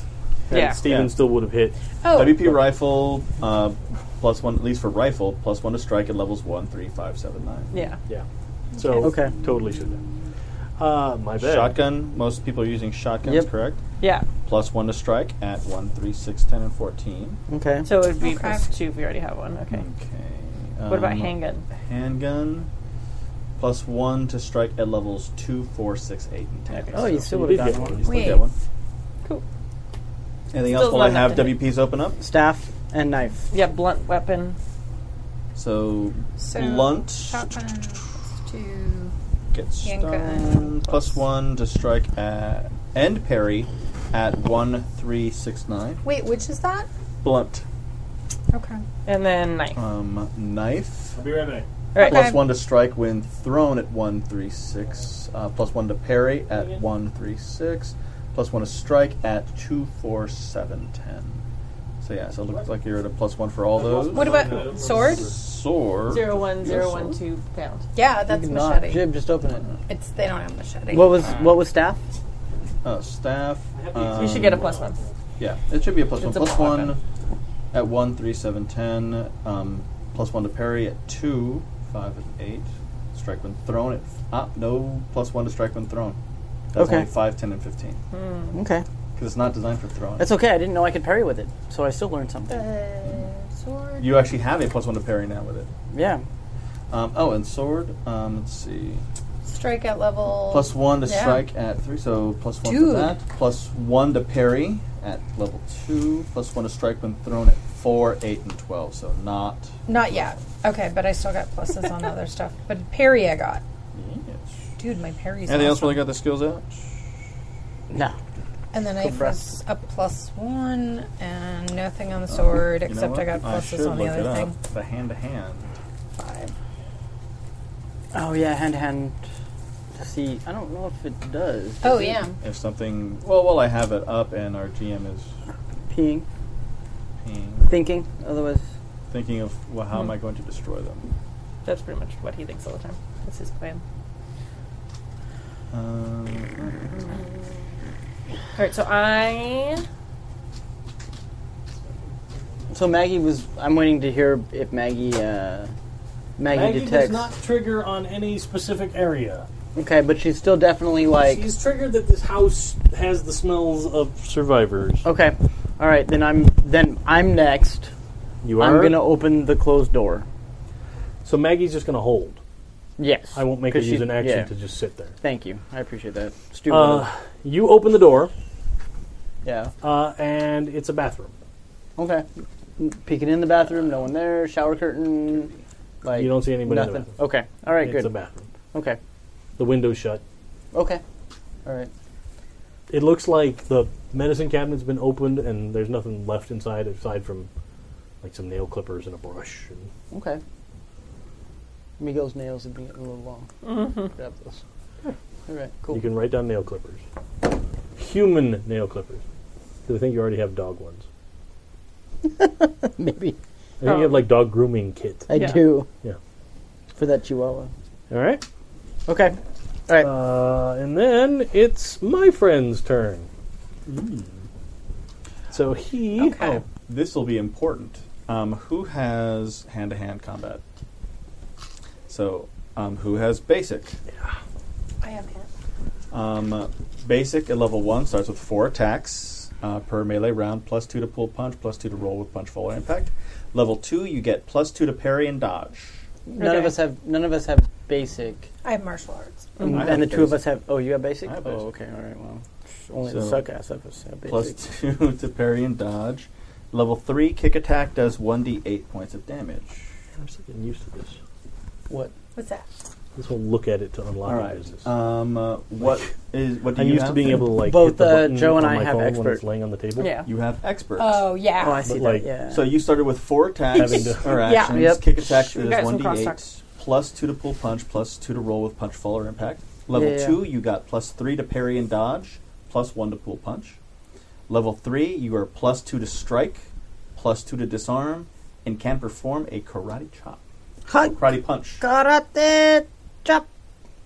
And Yeah. Steven Yeah. still would have hit. Oh, WP rifle uh, plus one at least for rifle plus one to strike at levels one, three, five, seven, nine. Yeah. Yeah. So Okay. totally should have. Uh, my bad. Shotgun. Most people are using shotguns, Yep. correct? Yeah. Plus one to strike at one, three, six, ten, and fourteen. Okay. So it would be Okay. plus two if we already have one. Okay. Okay. What about um, handgun? Handgun. Plus one to strike at levels two, four, six, eight, and ten. Oh, you You still would did have get gotten one. one. Look at Wait. that one. Cool. Anything Still else while I not have enough to hit. WPs open up? Staff and knife. Yeah, blunt weapon. So, So, blunt shotgun to gets handgun. stun, plus one to strike at and parry at one three six nine. Wait, which is that? Blunt Okay. And then knife. um, knife. Be right back. All right. Plus one to strike when thrown at one three six. Uh, plus one to parry at one three six. Plus one to strike at two four seven ten. So yeah, so it looks like you're at a plus one for all those. What about sword? sword? Zero one zero one Yes, sword. two pound. Yeah, that's You're Not machete. Jib, just open it. It's they don't have machete. What was what was staff? Uh, staff. You should get a um, plus one. Yeah, it should be a plus It's one. a Plus blunt one at one, three, seven, ten. Um, plus one to parry at two, five, and eight. Strike when thrown at ah, no plus one to strike when thrown. That's Okay. only five, ten, and fifteen Okay, because it's not designed for throwing. that's okay. I didn't know I could parry with it, so I still learned something. Uh, sword. you actually have a plus one to parry now with it. Yeah. Um, oh, and sword. Um, let's see. Strike at level. Plus one to Yeah. strike at three, so plus one for Dude. that. Plus one to parry at level two. Plus one to strike when thrown at four, eight, and twelve. So not. Not yet. Okay, but I still got pluses on (laughs) other stuff. But parry, I got. Yes. Dude, my parry's. Anything else awesome. when I got the skills out? No. And then I Good got breath. a plus one and nothing on the sword Oh, You know except I what? got should pluses on the look it other up. thing. The hand to hand. Oh yeah, hand to hand. To see, I don't know if it does. does Oh it? yeah. If something. Well, while I have it up and our GM is Peeing, peeing, thinking. Otherwise, thinking of, well, Hmm. how am I going to destroy them? That's pretty much what he thinks all the time. That's his plan. Um, All right. So I. so Maggie was. I'm waiting to hear if Maggie. Uh, Maggie, Maggie detects. does not trigger on any specific area. okay, but she's still definitely like. She's triggered that this house has the smells of. Survivors. Okay, all right. Then I'm then I'm next. You I'm are. gonna open the closed door. so Maggie's just going to hold. Yes. I won't make her 'Cause use she- an action yeah. to just sit there. Thank you. I appreciate that. Stu, Uh, you open the door, yeah. uh, and it's a bathroom. Okay. Peeking in the bathroom, no one there. Shower curtain. Like You don't see anybody in the Nothing. bathroom. Okay. All right. it's Good. a bathroom. okay. The window's shut. Okay. All right. It looks like the medicine cabinet's been opened, and there's nothing left inside aside from like some nail clippers and a brush. And Okay. Miguel's nails have been getting a little long. Mm-hmm. Grab those. All right. Cool. You can write down nail clippers. Human nail clippers. Because I think you already have dog ones. (laughs) Maybe I think you have like dog grooming kit. I Yeah. do. Yeah. For that Chihuahua. All right. Okay. All right. Uh, and then it's my friend's turn. So he. oh, this will be important. Um, who has hand to hand combat? So, um, who has basic? I have hand. Um, basic at level one starts with four attacks uh, per melee round, plus two to pull punch, plus two to roll with punch, full impact. Level two, you get plus two to parry and dodge. None of Okay. us have. None of us have basic. I have martial arts. And, Mm-hmm. I and the have two of basic. us have. Oh, you have basic. I have oh, basic. okay. All right. Well, only the So- suck ass of us have basic. Plus two (laughs) to parry and dodge. Level three, kick attack does 1d8 points of damage. I'm still getting used to this. What? What's that? This whole look at it to unlock All your right. business. Um, uh, what is what do I'm you used have? to being able to like Both, hit the uh, button Joe and on I my have phone when expert. it's laying on the table. Yeah. You have experts. Oh yeah. Oh, I see But, that. like, Yeah. So you started with four Having attacks to- (laughs) or Yeah. actions. Yep. Kick attack We that got some is one d eight crosstalk. plus two to pull punch plus two to roll with punch fall or impact. Level Yeah, yeah. two, you got plus three to parry and dodge, plus one to pull punch. Level three, you are plus two to strike, plus two to disarm, and can perform a karate chop, Hot karate punch, karate chop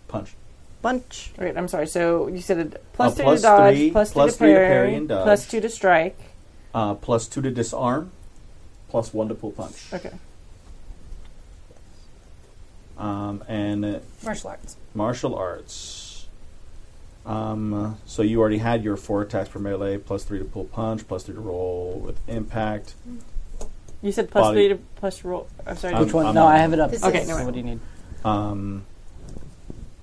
punch. punch. Wait, I'm sorry. So you said a plus A two plus to dodge, three- plus two plus to three to parry, parry and dodge. plus two to strike. Uh, plus two to disarm, plus one to pull punch. Okay. Um, and uh, Martial arts. martial arts. Um, so you already had your four attacks per melee, plus three to pull punch, plus three to roll with impact. You said plus Body- three to plus roll. I'm sorry. Um, Which one? I'm no, on. I have it up. This Okay, is- no So worries. what do you need? Um,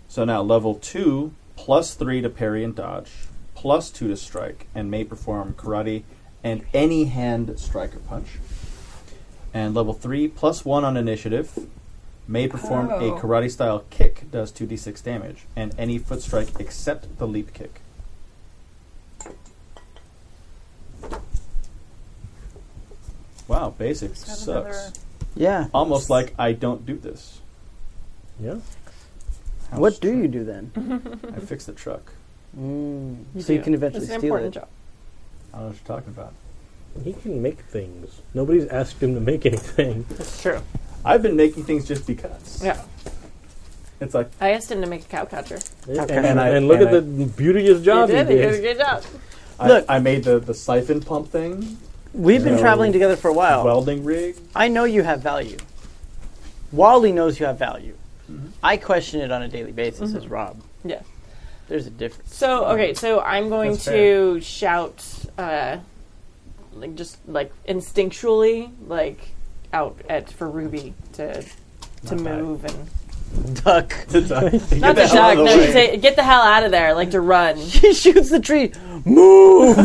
so now level two, plus three to parry and dodge, plus two to strike, and may perform karate and any hand strike or punch. And level three, plus one on initiative, may perform Oh. a karate style kick, does 2d6 damage, and any foot strike except the leap kick. Wow, basics Have sucks. another- Yeah. Almost like I don't do this. Yeah. How What do you do then? (laughs) I fixed the truck. Mm. You so do. you can eventually It's an steal important it. job. I don't know what you're talking about. He can make things. Nobody's asked him to make anything. That's true. I've been making things just because. Yeah. It's like I asked him to make a cow catcher. And, And I- and look and at I- the beauteous job you he did. did. it. You did a good job. I, Look. I made the, the siphon pump thing, We've been So- traveling together for a while. welding rig. (laughs) I know you have value. Wally knows you have value. I question it on a daily basis Mm-hmm. as Rob. Yeah. There's a difference. (laughs) So okay, so I'm going That's to shout, uh, like just like instinctually, like out at for Ruby to to move and Duck. not to shout, no, to say, get the hell out of there, like to run. (laughs) he shoots the tree. Move!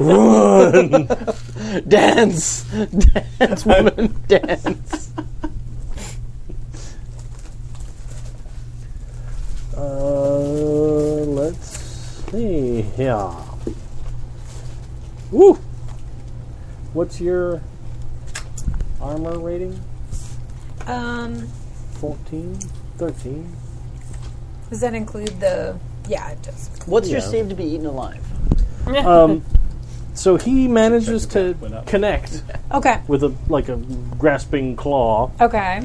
Run! Dance! Dance, woman, dance. Uh, let's see here. Woo! What's your armor rating? Um, 14? 13? does that include the? Yeah, it does. What's your Yeah. save to be eaten alive? Um, so he manages to went up. connect Okay. with a like a grasping claw, Okay.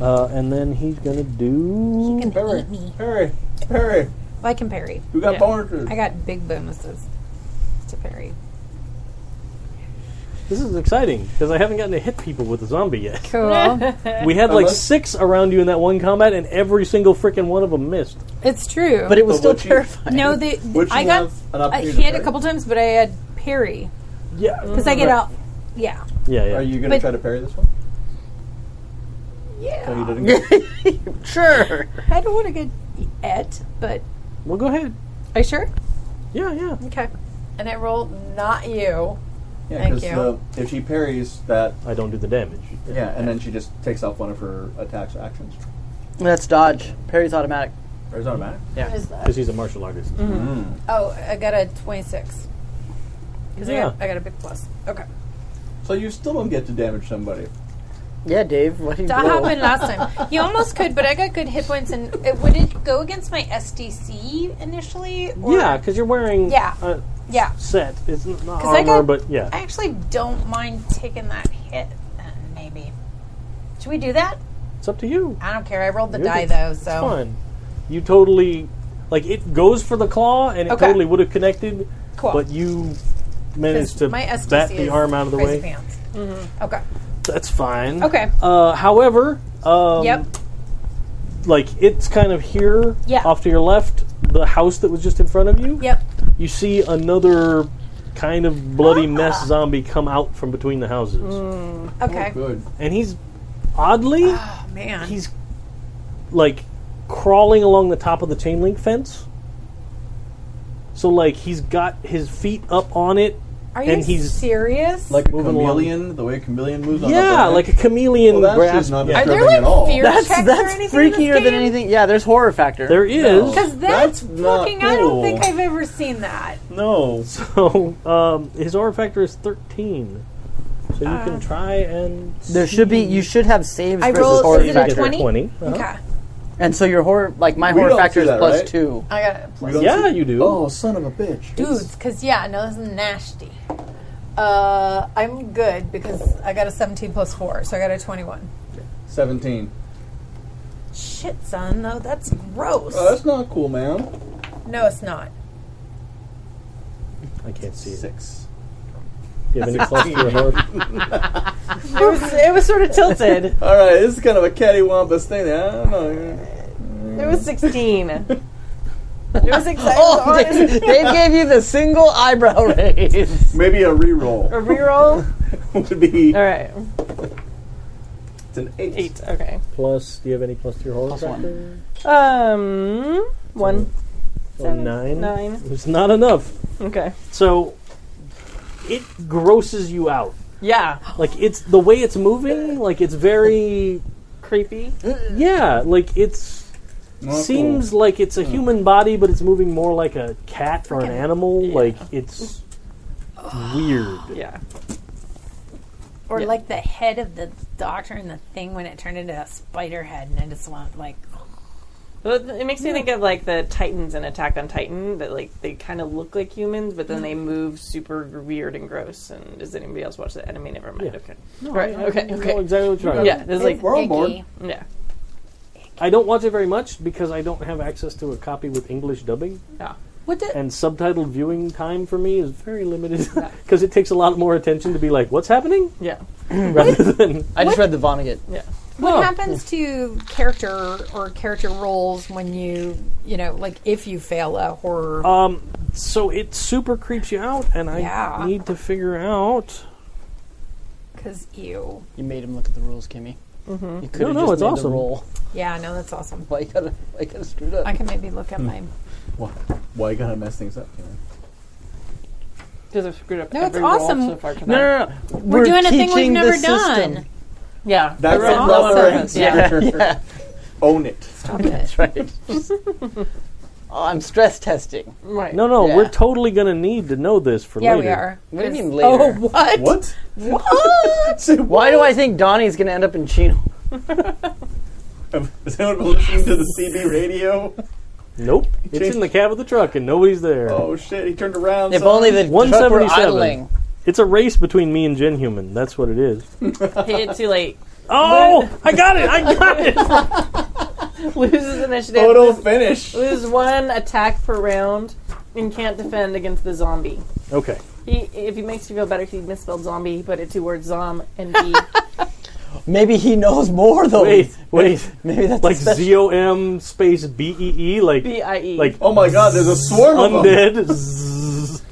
uh, and then he's gonna do. You can eat me. Hurry, hurry. Well, I can parry. We got Yeah. bonuses. I got big bonuses to parry. This is exciting because I haven't gotten to hit people with a zombie (laughs) yet. Cool. We had like Unless- six around you in that one combat, and every single freaking one of them missed. it's true. But it was But still what you- terrifying. no, they. Would you I got have an I opportunity to hit a parry? couple times, but I had parry Yeah, because I Mm-hmm. get out. Yeah. yeah, yeah. Are you going to But- try to parry this one? So you Yeah. didn't get- (laughs) Sure. I don't want to get et, but well, go ahead. are you sure? Yeah, yeah. Okay. And I rolled not you. yeah, Thank because you. if she parries that, I don't do the damage. yeah, and then she just takes off one of her attacks actions. That's dodge. Parry's automatic. Parry's automatic. What is that? Because he's a martial artist. Oh, I got a twenty-six. Because I, Yeah. got- I got a big plus. Okay. So you still don't get to damage somebody. Yeah, Dave. What do you That roll? happened last time. You almost could, but I got good hit points, and it, would it go against my SDC initially? Or? Mm-hmm. Yeah, because you're wearing Yeah. a Yeah. set. It's n- not 'Cause I armor, got- but yeah. I actually don't mind taking that hit, then, maybe. Should we do that? it's up to you. I don't care. I rolled the You're die, the- though, It's so. fun. You totally like it goes for the claw, and it Okay. totally would have connected, Cool. but you managed 'Cause to my SDC bat the is arm out of the crazy way. Pants. Okay. That's fine. Okay. Uh, however, um, yep. like it's kind of here, Yeah. off to your left, the house that was just in front of you. Yep. You see another kind of bloody Ah. mess zombie come out from between the houses, Mm. Okay. Good. and he's oddly Oh, man. he's like crawling along the top of the chain link fence. So like he's got his feet up on it, Are and you he's- serious? Like a Moving along. chameleon, the way a chameleon moves. on yeah, like a chameleon well, that's grasp. just not Yeah. there, disturbing at like, all. fear- That's checks or that's anything in this freakier than game? anything. Yeah, there's horror factor. There is. Because that's, That's not fucking. I don't cool. think I've ever seen that. No. So (laughs) um, his horror factor is 13. So you Uh. can try and. There should be. You should have saves I versus rolled- horror is it a factor. 20? 20. uh-huh. Okay, And so your horror, like my We horror don't factor see is that, plus right? (laughs) two. I got it. We Plus don't Yeah, see- you do. Oh, son of a bitch! dudes, because yeah, no, this is nasty. Uh, I'm good because I got a 17 plus four, so I got a 21. Seventeen. Shit, son, no, that's gross. Uh. Oh, that's not cool, man. no, it's not. I can't see it. Six. You have any plus to your horror? It was, it was sort of tilted. All right, this is kind of a cattywampus thing. I don't know. It was 16. It (laughs) was exciting. Oh, (laughs) Dave, Dave gave you the single (laughs) eyebrow raise. Maybe a reroll (laughs) (laughs) A reroll? would be. All right. It's an eight. Eight. Okay. plus? Do you have any plus to your horror factor? Um, one. Seven. Nine. Nine. It's not enough. Okay. So it grosses you out. Yeah. Like it's the way it's moving. Like it's very. Creepy. Yeah. Like it's. Not cool. seems like it's a human body, but it's moving more like a cat or an animal. Like it's weird. Yeah. Or Yeah. like the head of the doctor and the thing when it turned into a spider head and it just went like. Well, It makes me think of like the Titans in Attack on Titan that like they kind of look like humans, but then they move super weird and gross. And does anybody else watch that anime? Never mind. Yeah. Okay. Um, right. okay. I Okay. know exactly what you're talking Yeah. There's like We're on board. icky. yeah. I don't watch it very much because I don't have access to a copy with English dubbing, Yeah. What the? and subtitled viewing time for me is very limited (laughs) because it takes a lot more attention to be like, "What's (laughs) happening?" Yeah. rather than I just read the Vonnegut. What Oh. happens to character or character roles when you, you know, like if you fail a horror? um. So it super creeps you out, and I Yeah. need to figure out. Because you, You made him look at the rules, Kimmy. Mm-hmm. You could No, have no, just it's made the awesome. roll. yeah, no, that's awesome. (laughs) Why you gotta, why you gotta screw it up? I can maybe look at Hmm. my. Why you gotta mess things up? You know? Because I've screwed up. No, it's every roll awesome. So far tonight. No, no, no. We're, doing a thing we've teaching the never system. (laughs) done. Yeah. That's They're all another awesome. answer. Yeah. Yeah. Own it. Stop it. Right. (laughs) oh, I'm stress testing. Right. No, no, Yeah. we're totally gonna need to know this for Yeah, later. we are. What do you mean Oh, later? what? (laughs) What? What? Say what? Why do I think Donnie's gonna end up in Chino? Has anyone been listening to the CB (laughs) radio? Nope, it's in the cab of the truck, and nobody's there. Oh shit! He turned around. If son. only the truck were 177. idling. It's a race between me and Gen Human. That's what it is. Hit it too late. Oh, I got it! I got it! Loses initiative. photo finish. Lose one attack per round and can't defend against the zombie. Okay. He, if he makes you feel better, he misspelled zombie. He put it two words zom and b. Maybe he knows more though. Wait, wait. Maybe that's like a special- Z O M space B E E, like B I E. like Oh my god! There's (laughs) a swarm of them. undead. Zzz.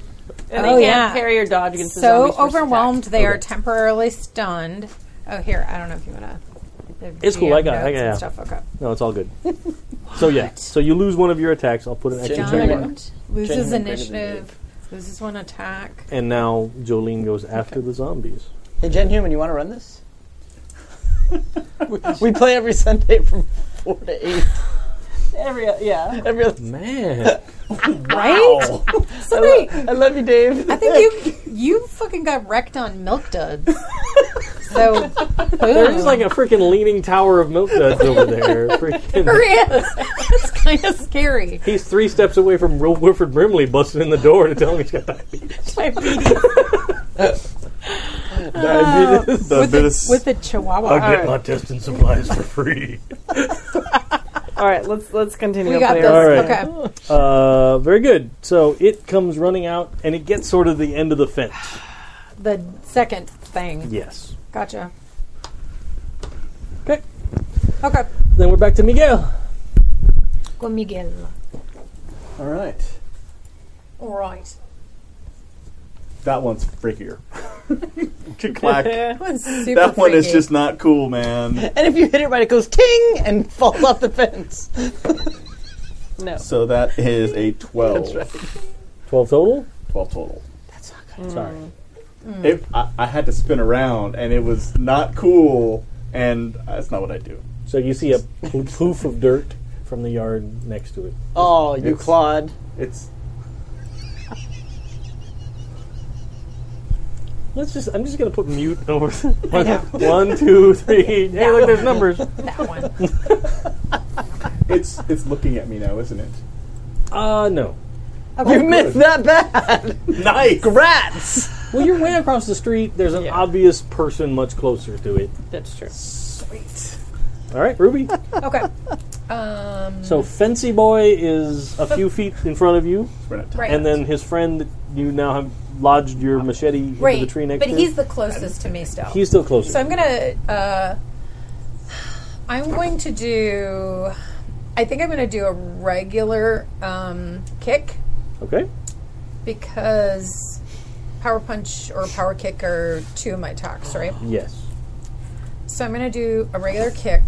and Oh, they can't yeah. parry or dodge against the So zombies. first overwhelmed, they are Okay. temporarily stunned. Oh, here, I don't know if you want to. It's cool, I got it, I got it. Stuff. Okay. No, it's all good. so yeah, so you lose one of your attacks. I'll put an extra John. check, Genuine. Stunned. Loses Genuine greater than initiative. Loses one attack. and now Jolene goes after the zombies. Hey, Jen Human, you want to run this? we, we play every Sunday from four to eight. attack. Every, yeah. Every other, Man, Right? Somebody, I love you, Dave. I think you you fucking got wrecked on (laughs) milk duds. so there's like a freaking leaning tower of milk duds over there. Freaking, it's kind of scary. he's three steps away from Wil- Wilfred Brimley busting in the door to tell him he's got diabetes. Uh, diabetes. Diabetes. With a chihuahua. I get my testing supplies for free. All right, let's let's continue. We got Play this. our- All right. Okay. (laughs) Uh, very good. So it comes running out, and it gets sort of the end of the fence. The second thing. Yes. Gotcha. Okay. Okay. Then we're back to Miguel. Go Miguel. All right. All right. That one's freakier. (laughs) Clack. That one's super That one is freaky. just not cool, man. (laughs) and if you hit it right, it goes ting and falls off the fence. No. So that is a 12. That's right. Twelve total. 12 total. That's not Sorry. It, I, I had to spin around, and it was not cool. And that's not what I do. So you see a pl- poof of dirt from the yard next to it. Oh, you It's- Claude. It's Let's just. I'm just gonna put mute over. (laughs) one, two, three. (laughs) Hey, look, there's numbers. That one. (laughs) it's it's looking at me now, isn't it? Uh, no. You missed that bad. Nice. Rats. Well, you're way across the street. There's an Yeah. obvious person much closer to it. That's true. All right, (laughs) Ruby. Okay. Um, so Fancy Boy is a (laughs) few feet in front of you, We're not right. and then his friend. that You now have lodged your machete into Uh, right. the tree next but to. he's the closest to me still. he's still closer. So I'm gonna. Uh, I'm going to do. I think I'm going to do a regular um, kick okay. because power punch or power kick are two of my attacks, right? Yes. So I'm going to do a regular kick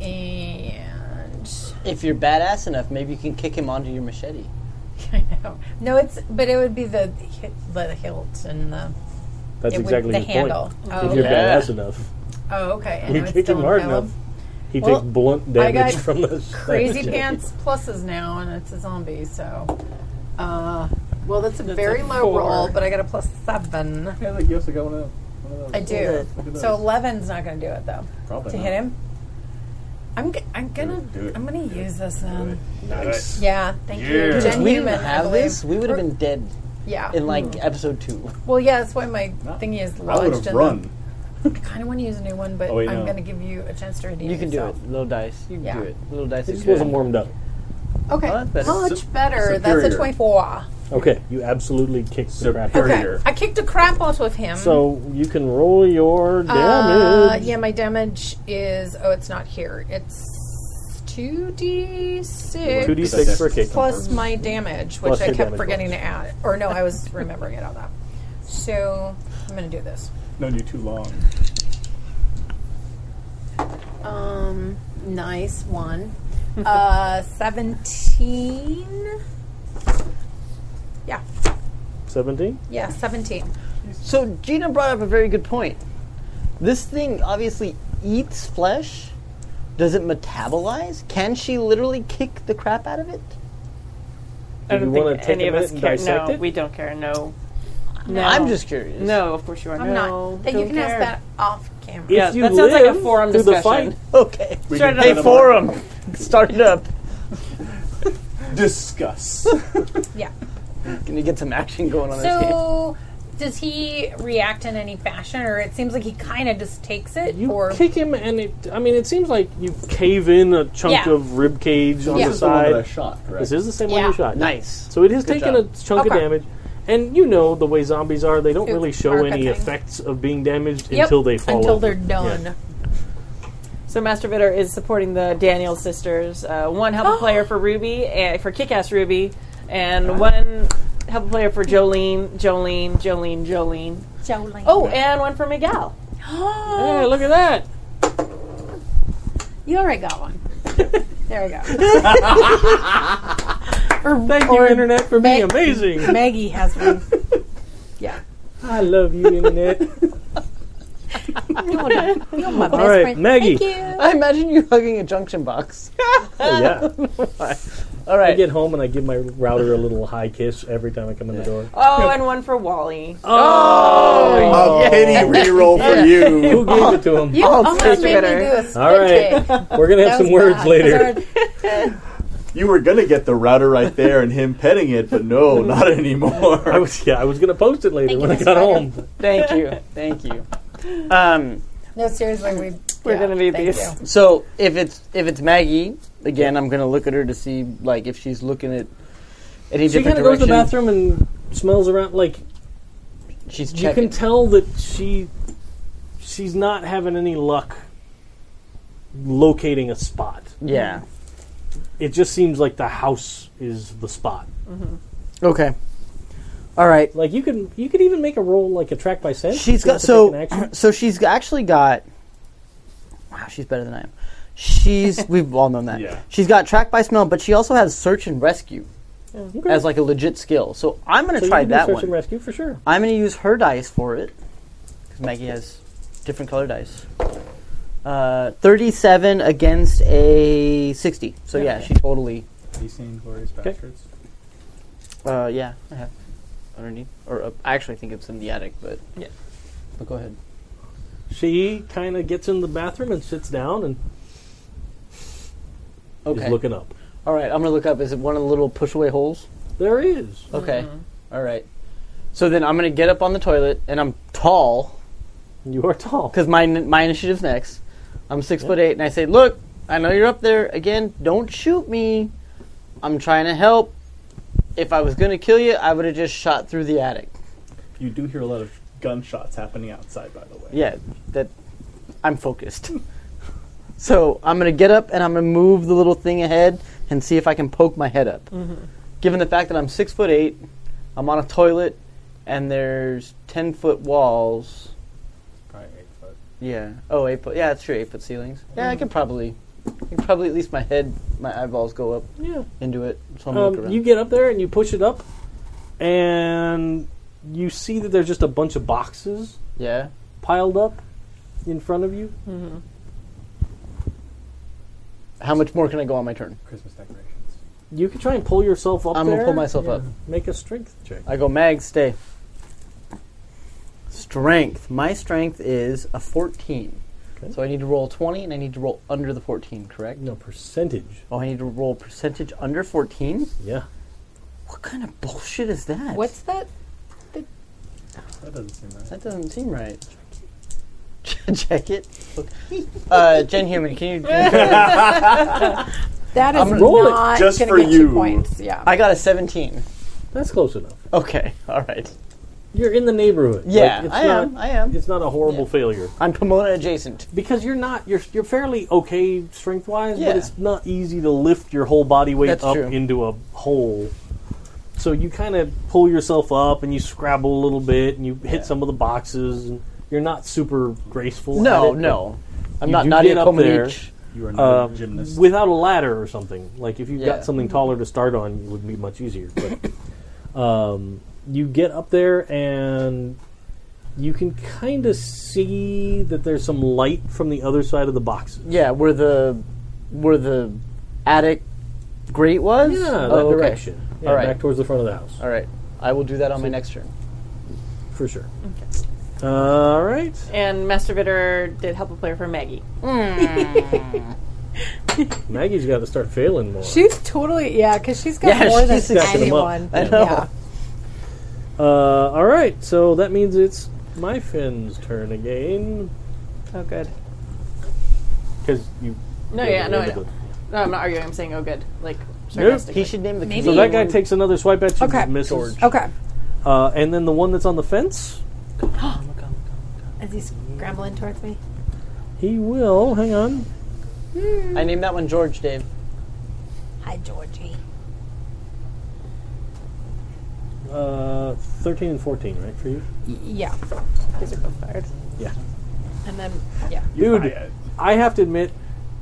and. (laughs) If you're badass enough, maybe you can kick him onto your machete. I know. No, it's but it would be the hi- the hilt and the That's it would- exactly the his handle. point. Oh, if you're okay. Yeah. badass enough, oh, okay. And you now it's kick him still hard impaled. enough. He Well, takes blunt I damage got from the (laughs) Crazy machete. pants pluses now, and it's a zombie. So, uh, well, that's a a very low four. roll, but I got a plus seven. Yeah, look, you also got one of one of those. I do. So 11's not going to do it though. Probably to not. hit him. I'm, g- I'm gonna uh, Do it. I'm gonna use this um, then. Nice. Yeah, thank you. Yeah. Gen we human, didn't have I believe. this. We would have been dead yeah. in like episode two. well, yeah, that's why my thingy is I would lodged. have in run. The, I kind of want to use a new one, but Oh, wait, I'm no. gonna give you a chance to redeem. You can do yourself. it. Little dice. You can Yeah. do it. Little dice. He is just good. wasn't warmed up. Okay, Well, that's better. much Su- better. That's superior. a twenty-four. Okay, you absolutely kicked the crap out. of Okay, Superior. I kicked a crap out of him. him. So you can roll your Uh, damage. yeah, my damage is. Oh, it's not here. It's 2d6 Two d six for a kick. plus my damage, which Plus I your kept damage forgetting to add. Or no, I was (laughs) remembering it on that. So I'm going to do this. Known you too long. Um, nice (laughs) one. uh, 17. Yeah, Seventeen. yeah, 17. So Gina brought up a very good point. This thing obviously eats flesh. Does it metabolize? Can she literally kick the crap out of it? I Do don't you wanna think take any a of us minute and care. dissect No, it? we don't care. No. No. I'm just curious. No, of course you are. no, I'm not. That you don't can ask care. that off camera. Yeah, If you that sounds like a live forum through the discussion. fight, Okay. Start can it Hey, cut up. 'em forum, start it up. off. Discuss. Yeah. Can you get some action going on this game? So, does he react in any fashion, or it seems like he kind of just takes it? you or kick him, and it. I mean, it seems like you cave in a chunk Yeah. of rib cage on Yeah. the This is the one that I side. shot, correct? This is the same Yeah. one you shot. Nice. So it has Good taken job. a chunk Okay. of damage. And you know the way zombies are, they don't Who really show are any cutting. effects of being damaged Yep, until they fall until over. they're done. Yeah. So Master Vitter is supporting the Daniel sisters. Uh, one (gasps) help player for Ruby, uh, for Kickass Ruby, and one help player for Jolene, Jolene, Jolene, Jolene. Oh, Oh, and one for (gasps) Miguel. Hey, look at that! you already got one. there we go. Thank you, Internet, for being (laughs) amazing. Maggie has (laughs) one. Yeah. I love you, Internet. (laughs) (laughs) You're my, you're my best All right, friend. Maggie. Thank you. I imagine you hugging a junction box. (laughs) Oh, yeah. All I right. get home and I give my router a little high kiss every time I come in the (laughs) door. (laughs) Oh, and one for Wally. Oh, Oh, A pity Oh, reroll for you. Who gave it to him? You almost Mr. made me Bitter. Oh, do a spit All right. take. We're going to have That was some words bad. later. (laughs) You were gonna get the router right there and him petting it, but (laughs) no, not anymore. (laughs) I was, yeah, I was going to post it later Thank when you, I Miss got Ryder. home. Thank you. (laughs) Thank you. Um, No, seriously, we We're gonna need thank these. you. so if it's if it's Maggie again, I'm gonna look at her to see like if she's looking at any She different kind of goes to direction. the bathroom and smells around. Like, She's you checking. can tell that she she's not having any luck locating a spot. yeah. It just seems like the house is the spot. Okay. All right. Like you can you could even make a roll like a track by sense. She's if you got want to pick an so action. so she's actually got. Wow, she's better than I (laughs) am. She's we've all known that. Yeah. She's got track by smell, but she also has search and rescue. (clears throat) as like a legit skill. So I'm going to So you try can do that search one. and rescue for sure. I'm going to use her dice for it because Maggie has different color dice. Uh, 37 against a 60. So yeah, she totally. These same glorious bastards. Uh, yeah, I have underneath or up. I actually think it's in the attic, but Yeah. But go ahead. She kind of gets in the bathroom and sits down and Okay. is looking up. All right, I'm gonna look up. Is it one of the little push away holes? There he is. Okay. All right. So then I'm gonna get up on the toilet, and I'm tall You are tall. because my my initiative's next. I'm six foot eight, and I say, "Look, I know you're up there again. Don't shoot me. I'm trying to help. If I was gonna kill you, I would have just shot through the attic. You do hear a lot of gunshots happening outside, by the way. Yeah, that I'm focused. (laughs) so I'm gonna get up and I'm gonna move the little thing ahead and see if I can poke my head up. Given the fact that I'm six foot eight, I'm on a toilet, and there's ten foot walls. Probably eight foot. Yeah. Oh, eight foot. Yeah, that's true. Eight foot ceilings. Yeah, Mm. I could probably, I could probably at least my head, my eyeballs go up Yeah. into it. So I'm gonna look Um, around. you get up there and you push it up, and you see that there's just a bunch of boxes yeah. piled up in front of you. How much more can I go on my turn? Christmas decorations. You can try and pull yourself up. I'm gonna there. pull myself up. Make a strength check. I go, Mag, stay. Strength. My strength is a 14. Okay. So I need to roll 20 and I need to roll under the 14, correct? No percentage. Oh, I need to roll percentage under 14? Yeah. What kind of bullshit is that? What's that? That doesn't seem right. That doesn't seem right. (laughs) Check it. Okay. Uh, Jen Human, (laughs) can you? That is roll it not just gonna for get you you. points. Yeah. I got a 17. That's close enough. Okay, all right. You're in the neighborhood. Yeah, Like, it's I not, am. I am. It's not a horrible failure I'm Pomona adjacent. because you're not. You're you're fairly okay strength wise, Yeah. but it's not easy to lift your whole body weight That's up true. into a hole. So you kind of pull yourself up and you scrabble a little bit and you hit some of the boxes. And you're not super graceful. No, at it, no. I'm You not do Nadia get up there. Comaneci. You are but, not uh, a gymnast. without a ladder or something. Like if you Yeah. got something taller to start on, it would be much easier. But um, you get up there and you can kind of see that there's some light from the other side of the boxes. Yeah, where the where the attic grate was. Yeah, that Oh, okay. direction. Yeah, All right. back towards the front of the house All right, I will do that on my next turn. for sure. All right. And Master Vitter did help a player for Maggie. Maggie's got to start failing more. She's totally yeah, because she's got Yeah, more she's than stepping 'em up. anyone. I know. Yeah. Uh, all right. So that means it's my Finn's turn again Oh, good. because you. No, you yeah, no, I remember the- No, I'm not arguing. I'm saying, oh, good. Like, He sarcastically. should name the Maybe- So comedian. that guy takes another swipe at you. Okay. and misses. Okay. Uh, and then the one that's on the fence, Is he scrambling towards me? he will. Hang on. I named that one George Dave. Hi, Georgie. Uh, 13 and 14, right, for you? Yeah. These are both fired. Yeah. And then yeah. Dude, I have to admit,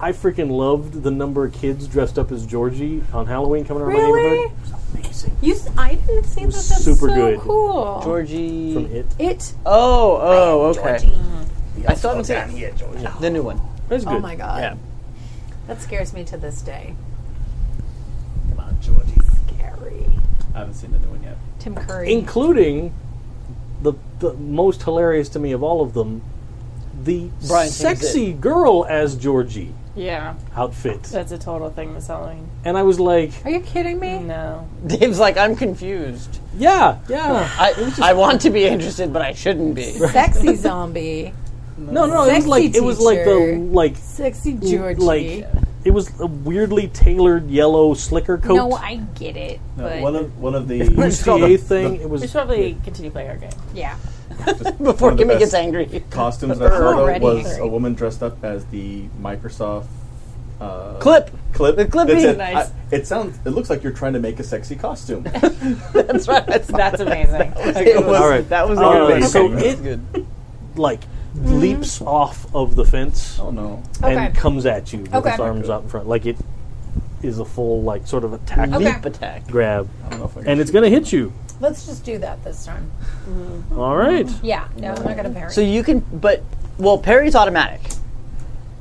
I freaking loved the number of kids dressed up as Georgie on Halloween coming around my Really? neighborhood. It's amazing. You? s- I didn't see that. was That's super so good. cool. Georgie. From it. It. Oh, oh, okay. Georgie. I still haven't seen it. the new one. That's good. Oh my god. Yeah. That scares me to this day. Come on, Georgie. Scary. I haven't seen the new one yet. Tim Curry. Including the, the most hilarious to me of all of them, the Brian sings it. sexy girl as Georgie Yeah, outfit. Uh, that's a total thing this Halloween. And I was like, Are you kidding me? No. Dave's like, I'm confused. yeah, yeah. I, I want to be interested, but I shouldn't be. (laughs) Sexy zombie. No, no, it was Sexy like it was like the teacher. like Sexy Georgie. like it was a weirdly tailored yellow slicker coat. no, I get it. No, but one of one of the (laughs) It's the called A thing. it We was should probably continue playing our game. yeah. Before One of the Kimmy best gets angry. costumes I thought of Already. was a woman dressed up as the Microsoft uh, (laughs) (laughs) Clip. clip. The clip That's is it. nice. I- it sounds. It looks like you're trying to make a sexy costume. That's right. (laughs) That's That's amazing. It was, All right. That was a Uh, good. one. so Okay, that's it- good. (laughs) like leaps off of the fence oh no! and Mm-hmm. Okay. comes at you with Okay. its arms out in front. Like it is a full like sort of attack Okay. Leap attack. grab, I don't know if I can. and it's going to hit you. Let's just do that this time. All right. Yeah, no, I'm not going to parry. So you can, but well, parry's automatic.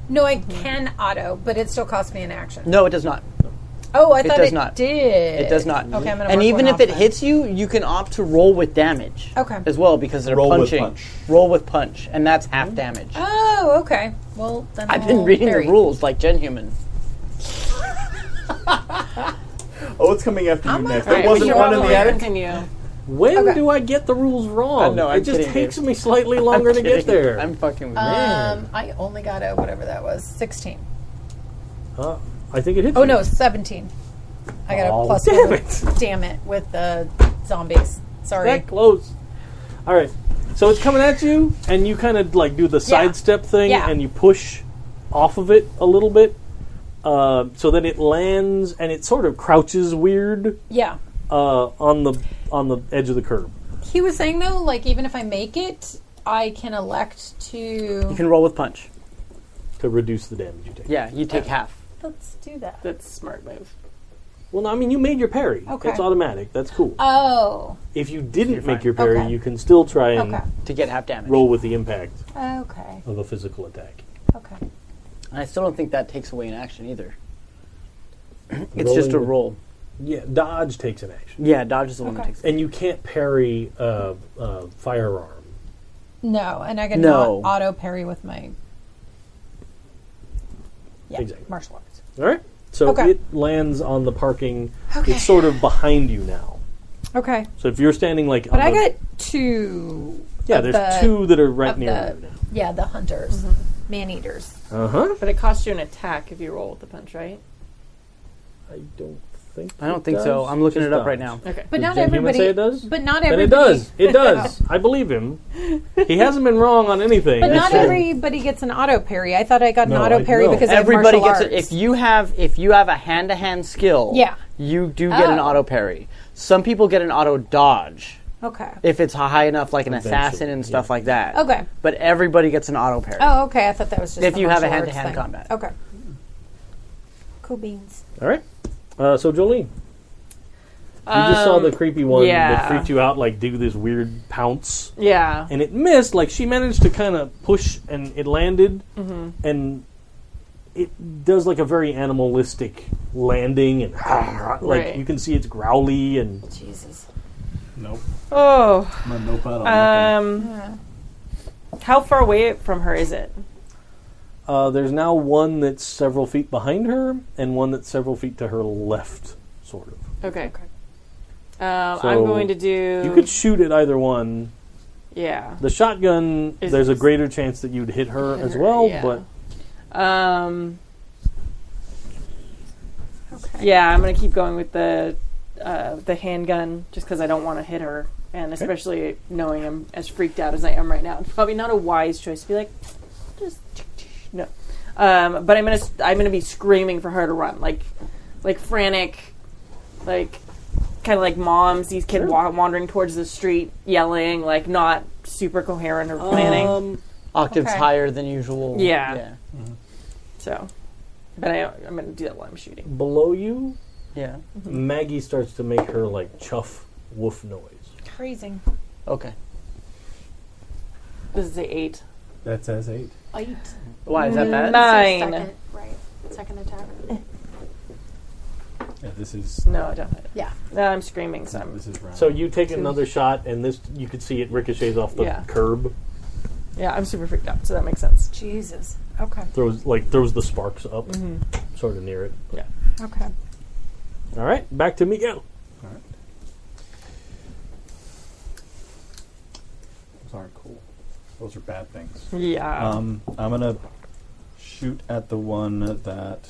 no, I can auto, but it still costs me an action. No, it does not. Oh, I thought does it not. did. It does not. Okay, I'm going to and even if it hits you, you can opt to roll with damage. Okay. As well because they're Roll with punching. punch. Roll with punch, and that's half damage. Mm. Oh, okay. Well, then I've I'll been reading parry. the rules like Gen Human. oh, it's coming after you next. There Alright, wasn't we one in should the attic. Continue. When Okay. do I get the rules wrong? I know, I'm Oh, it just kidding, takes dude. me (laughs) slightly longer to get there. I'm fucking with Um, I only got a whatever that was, sixteen. Uh, I think it hit. Oh you. no, seventeen. I got Oh, a plus. damn with- Damn it! With the zombies. Sorry. that close. All right. So it's coming at you, and you kind of like do the sidestep thing, Yeah. and you push off of it a little bit, uh, so that it lands and it sort of crouches weird yeah. uh, on the on the edge of the curb. He was saying though, like even if I make it, I can elect to. You can roll with punch. to reduce the damage you take. Yeah, you take half. Let's do that. That's a smart move. Well, no, I mean, you made your parry. Okay. It's automatic. That's cool. Oh. if you didn't make your parry, Okay. you can still try and Okay. To get half damage. roll with the impact Okay. of a physical attack. Okay. And I still don't think that takes away an action (clears throat) either. it's just Rolling a with- roll. Yeah, dodge takes an action. Yeah, dodge is the one that Okay. takes. And you can't parry a, a firearm. No, and I can No. not auto parry with my. Yeah, Exactly. martial arts. All right? So Okay. it lands on the parking. Okay. It's sort of behind you now. Okay, So if you're standing like. but on I the- got two. Yeah, of there's the- two that are right of near the yeah the hunters, man eaters. you. Uh huh. But it costs you an attack if you roll with the punch, right? I don't think. I don't it think so. does. I'm looking Just it up right dodge. now. Okay. But Does not Jen Human everybody. say it does? But not Then everybody. it (laughs) does. It does. I believe him. He hasn't been wrong on anything. But not so- everybody gets an auto parry. I thought I got No, an auto I- parry no. because Everybody I have gets martial it. arts. If you have if you have a hand to hand skill, Yeah. you do get an Oh. auto parry. Some people get an auto dodge okay. if it's high enough, like an Eventually, assassin and stuff like that. Okay. But everybody gets an auto parry. Oh, okay. I thought that was just If the you have a martial arts hand-to-hand combat. thing. Okay. Cool beans. All right. Uh, so Jolene, you just saw Um, the creepy one that yeah. freaked you out, like do this weird pounce, Yeah. and it missed. Like she managed to kind of push, and it landed, Mm-hmm. and it does like a very animalistic landing, and (laughs) like Right. you can see it's growly, and Jesus. Nope. Oh. My notepad on that thing. Um. How far away from her is it? uh, there's now one that's several feet behind her, and one that's several feet to her left, sort of. Okay. Okay. Um, So I'm going to do. You could shoot at either one. yeah. The shotgun, Is- there's a greater chance that you'd hit her Hit as her, well, yeah. but Um, Okay. yeah, I'm going to keep going with the uh, the handgun just because I don't want to hit her, and especially knowing I'm as freaked out as I am right now. It's probably not a wise choice to be like, just no. Um, but I'm going to I'm going to be screaming for her to run, like like frantic, like kind of like mom sees kid wa- wandering towards the street, yelling, like not super coherent or planning. Um, Octaves okay. higher than usual. Yeah. so, but I, I'm going to do that while I'm shooting. below you, Yeah. Mm-hmm. Maggie starts to make her like chuff woof noise. Freezing. Okay. This is a eight. That says eight. Eight. Why is Mm. that bad? Nine. Second, right. Second attack. Yeah, this is No, I don't. Yeah. No, I'm screaming, so I'm. this is round. So you take another shot, and this you could see it ricochets off the Yeah. curb, Yeah, I'm super freaked out, so that makes sense. Jesus. Okay. throws like throws the sparks up, sort of near it. Mm-hmm. Okay. All right, back to Miguel. Those aren't cool. Those are bad things. Yeah. Um, I'm gonna shoot at the one that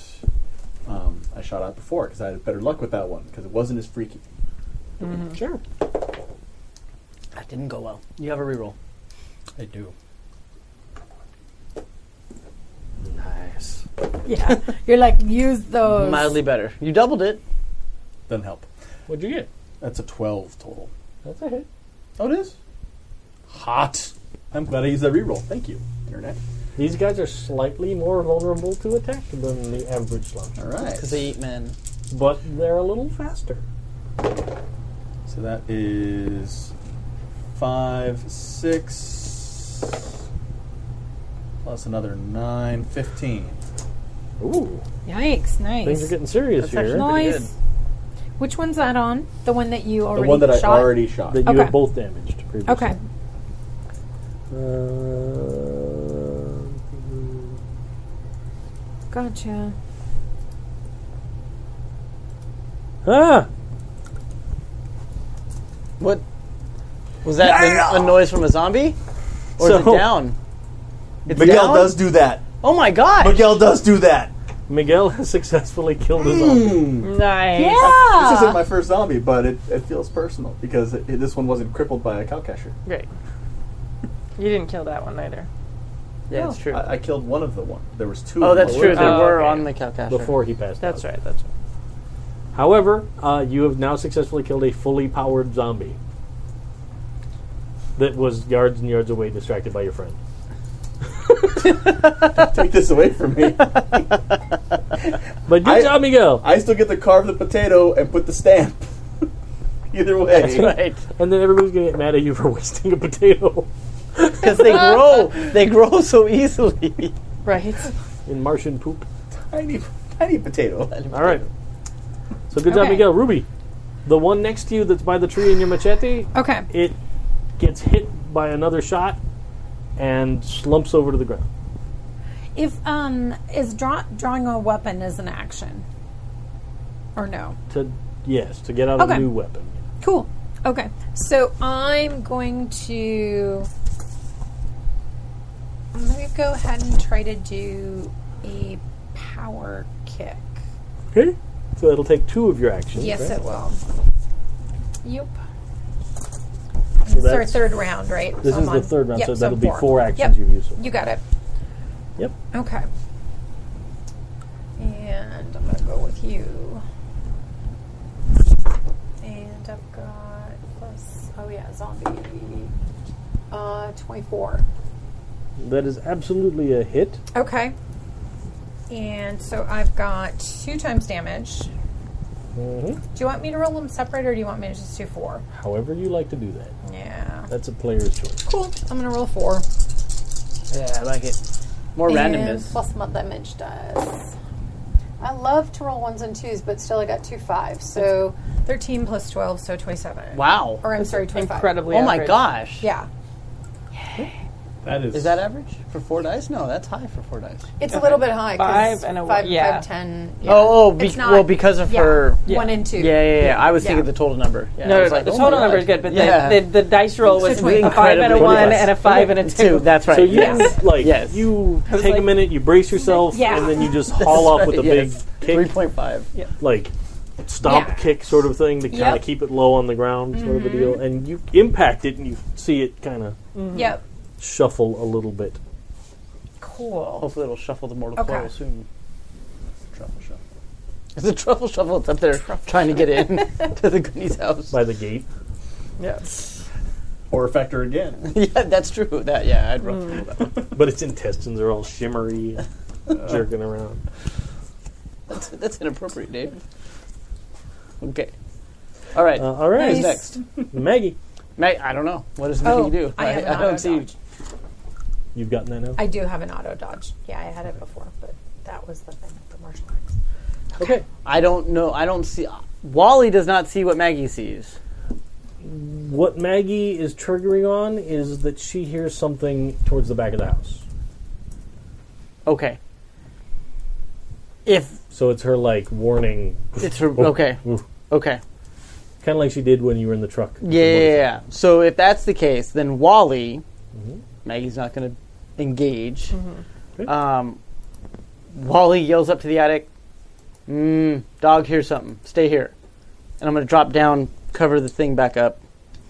um, I shot at before because I had better luck with that one because it wasn't as freaky. Sure. That didn't go well. You have a reroll. I do. Nice. Yeah. You're like use those. Mildly better. You doubled it. Doesn't help. What'd you get? That's a 12 total. That's a hit. Oh, it is. Hot. I'm glad I used that reroll. Thank you, internet. These guys are slightly more vulnerable to attack than the average sloucher, All right. Because they eat men. but they're a little faster. So that is five, six, plus another nine, fifteen. Ooh, Yikes! things are Nice. getting serious here. actually- pretty Nice. Which one's that on? The one that you The already one that I shot? already shot. That you Okay. have both damaged previously. Okay. Uh, Gotcha. ah, What? Was that a, a noise from a zombie? Or is it So- down? It's Miguel down? does do that. Oh my god! Miguel does do that. Miguel (laughs) has successfully killed his zombie. Nice. This isn't my first zombie, but it, it feels personal because it, it- this one wasn't crippled by a cowcatcher. Great. You didn't kill that one either. yeah, that's true. I, I killed one of the one. There was two. oh, of them. that's true. There Oh, were okay. on the cowcatcher. before he passed. That's out. right. That's right. However, uh, you have now successfully killed a fully powered zombie that was yards and yards away, distracted by your friend. (laughs) Take this away from me. (laughs) But good I- job, Miguel. I still get to carve the potato and put the stamp. (laughs) Either way, (laughs) Right. and then everybody's gonna get mad at you for (laughs) wasting a potato Because they grow. They grow (laughs) so easily. Right. (laughs) in Martian poop. tiny, tiny potato. All right. So good job, Okay. Miguel. Ruby, the one next to you that's by the tree in your machete, Okay. it gets hit by another shot and slumps over to the ground. If um, is draw, drawing a weapon is an action, or no? To yes, to get out a Okay. new weapon. Cool. Okay. So I'm going to. I'm going to go ahead and try to do a power kick. Okay. So it'll take two of your actions. Yes, right? it will. Yep. So It's our that's- third round, right? This I'm is on- the third round, Yep, so that'll be four actions Yep. you've used. so far. You got it. Yep. Okay. And I'm going to go with you. And I've got plus, oh yeah, zombie. Uh, 24. That is absolutely a hit. Okay. And so I've got two times damage. Mm-hmm. Do you want me to roll them separate or do you want me to just do four? However you like to do that. Yeah. That's a player's choice. Cool. I'm going to roll four. Yeah, I like it. More And randomness. plus my damage dice. I love to roll ones and twos, but still I got two fives. So 13 plus 12, so 27. Wow. Or I'm sorry, 25. Incredibly. Oh my average. gosh. Yeah. That Is that average for four dice? No, that's high for four dice. it's a little bit high. 'cause Five and a one. five, Yeah. five, ten. Yeah. Oh, oh, be- It's not- well, because of yeah. her. Yeah, One and two. yeah, yeah. I was thinking Yeah. the total number. Yeah, I No, no, was no, like, the oh my total number God. is good, but Yeah. the, the, the dice roll was Between a five and a incredibly one close. and a five and a two. two. That's right. So you yes. like Yes. you was take a like- minute, you brace yourself, Yeah. and then you (laughs) just haul off with a Yes. big Three kick, point five. like stomp Yeah. kick sort of thing to kind Yep. Mm-hmm. of keep it low on the ground, sort of a deal. And you impact it, and you see it kind of Yep. shuffle a little bit. Cool. Hopefully, it'll shuffle the mortal Okay. coil soon. Truffle shuffle. It's a truffle shuffle. It's up there trying to get in (laughs) to the Goonies house. by the gate. yeah. Or factor again. (laughs) yeah, that's true. That yeah, I'd rough Hmm. roll that. one. But its intestines are all shimmery, and (laughs) jerking around. (laughs) That's, that's inappropriate, Dave. Okay. All right. Uh, all right, Who's next? Maggie, Mate, I don't know. What does Oh, Maggie do? I have an don't auto see. dodge. you've gotten that now. I do have an auto dodge. Yeah, I had it before, but that was the thing, the martial arts. Okay, I don't know. I don't see. Wally does not see what Maggie sees. what Maggie is triggering on is that she hears something towards the back of the house. Okay. If So it's her like warning, it's her, okay, Oof. okay, kind of like she did when you were in the truck. yeah, yeah, yeah. So if that's the case, then Wally, Maggie's not going to engage. Okay. Um, Wally yells up to the attic, mm, "Dog, hears something. Stay here." And I'm going to drop down, cover the thing back up,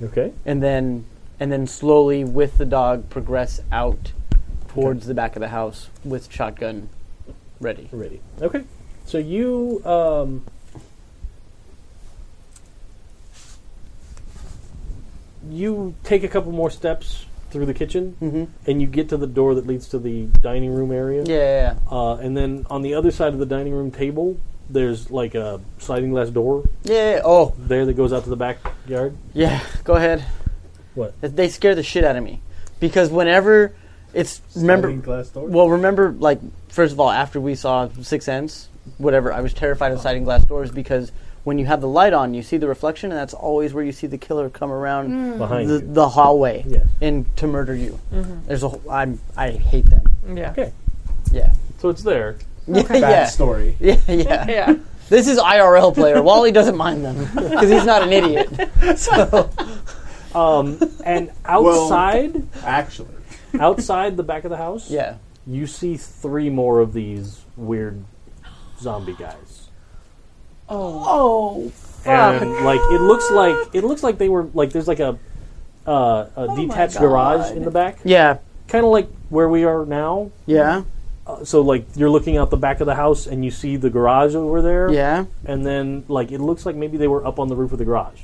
Okay. and then and then slowly with the dog progress out towards the back of the house with shotgun ready. Ready. Okay. So you um you take a couple more steps to through the kitchen, and you get to the door that leads to the dining room area. Mm-hmm. Yeah, yeah, yeah. Uh, and then on the other side of the dining room table, there's like a sliding glass door yeah, yeah. Oh, there that goes out to the backyard. yeah. Go ahead. What? They scare the shit out of me because whenever it's remember Sliding glass door? Well, remember like first of all, after we saw Six Sense, whatever, I was terrified of sliding glass doors because when you have the light on, you see the reflection, and that's always where you see the killer come around Behind Mm. the, you. the hallway Yes. and to murder you. There's a whole, I'm I hate them. Yeah. Okay, Yeah. so it's there. (laughs) yeah. Bad story. Yeah, yeah. Yeah. This is IRL player. Wally doesn't mind them because he's not an idiot. So Um, (laughs) (laughs) and outside, Actually, outside the back of the house, yeah, you see three more of these weird zombie guys. Oh. and like it looks like it looks like they were like there's like a uh, a detached garage in the back, Oh yeah, kind of like where we are now. yeah, So like you're looking out the back of the house and you see the garage over there. yeah. And then like it looks like maybe they were up on the roof of the garage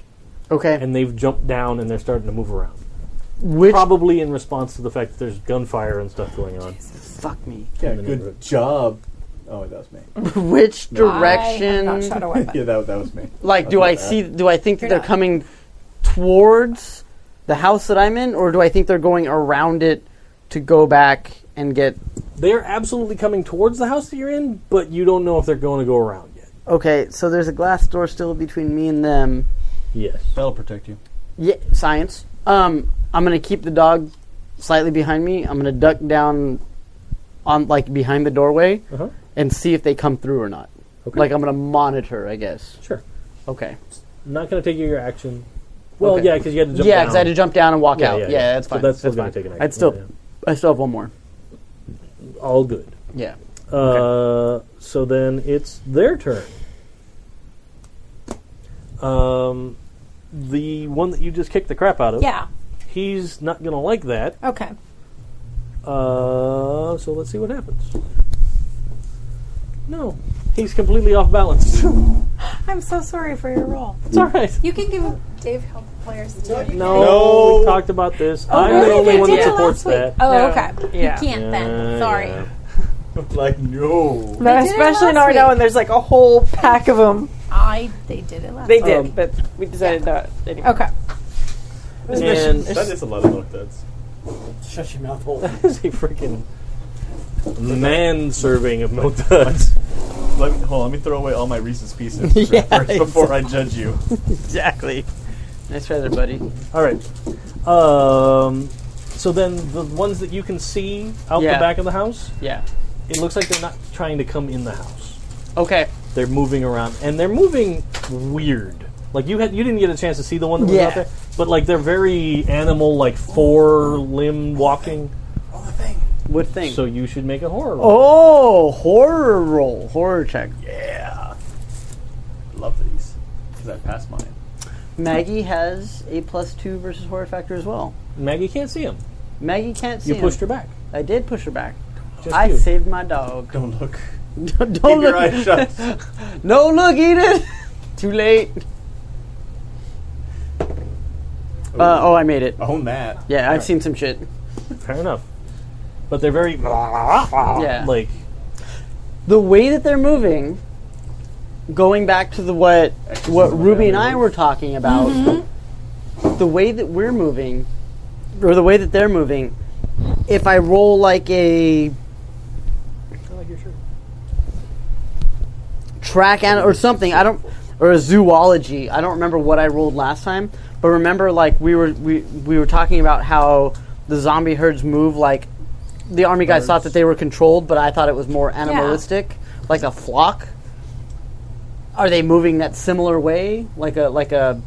Okay. and they've jumped down and they're starting to move around. Which Probably in response to the fact that there's gunfire and stuff going on. fuck me? (laughs) yeah, In the neighborhood. good job. Oh, that was me. Which I have not direction? shot a weapon. yeah, that, that was me. Like, do That's not I bad. see? Do I think that You're they're not. coming towards the house that I'm in, or do I think they're going around it to go back and get? They're absolutely coming towards the house that you're in, but you don't know if they're going to go around yet. Okay, so there's a glass door still between me and them. Yes. That'll protect you. Yeah, science. Um, I'm gonna keep the dog slightly behind me. I'm gonna duck down on like behind the doorway Uh-huh. and see if they come through or not. Okay. Like I'm gonna monitor, I guess. Sure. Okay. I'm not going to take you your action. Well, Okay. yeah, because you had to jump yeah, down. because I had to jump down and walk Yeah, out. yeah, Yeah, yeah. that's So fine. that's still gonna fine. take an action, I'd still, I still have one more. All good. Yeah. Uh, so then it's their turn. Um, the one that you just kicked the crap out of. Yeah. He's not going to like that. Okay. Uh, so let's see what happens. No. He's completely off balance. (laughs) it's I'm so sorry for your role. all right. You can give Dave help players. to do it. No, No. we talked about this. I'm really? the only Oh, You one that did it supports last week. that. Oh, No. okay. Yeah. You can't Yeah, then. Sorry. yeah. Like, no. No, did it especially last now week. now when there's like a whole pack of them. I they did it last. They time. Um, did, but we decided not anyway. Oh. Okay. And That is a lot of look that's. Shut your mouth hole. (laughs) is a freaking man serving of milk duds. (laughs) Let me, hold on, let me throw away all my Reese's (laughs) Pieces first (laughs) before I judge you. Exactly. Nice feather, buddy. All right. Um, so then the ones that you can see out Yeah. the back of the house, Yeah. it looks like they're not trying to come in the house. Okay. They're moving around, and they're moving weird. Like you had, you didn't get a chance to see the one that was out Yeah. there, but like they're very animal, like four limb walking. What thing? So you should make a horror. roll. oh, horror roll, horror check. Yeah. Love these. Because I passed mine. Maggie has a plus two versus horror factor as well. Maggie can't see him. Maggie can't see. You him. pushed her back. I did push her back. Just I you. saved (laughs) my dog. Don't look. Don't Keep your look. eyes shut. (laughs) No look, Edith. Too late. Uh, oh, I made it. Own that. Yeah, I've seen some shit. Fair enough. But they're very Yeah. (laughs) like the way that they're moving, going back to the what what Ruby and I were talking about, the way that we're moving, or the way that they're moving, if I roll like a track an- or something, I don't or a zoology, I don't remember what I rolled last time, but remember like we were we, we were talking about how the zombie herds move like the army guys thought that they were controlled, but I thought it was more animalistic, like a flock. Are they moving that similar way, like a like a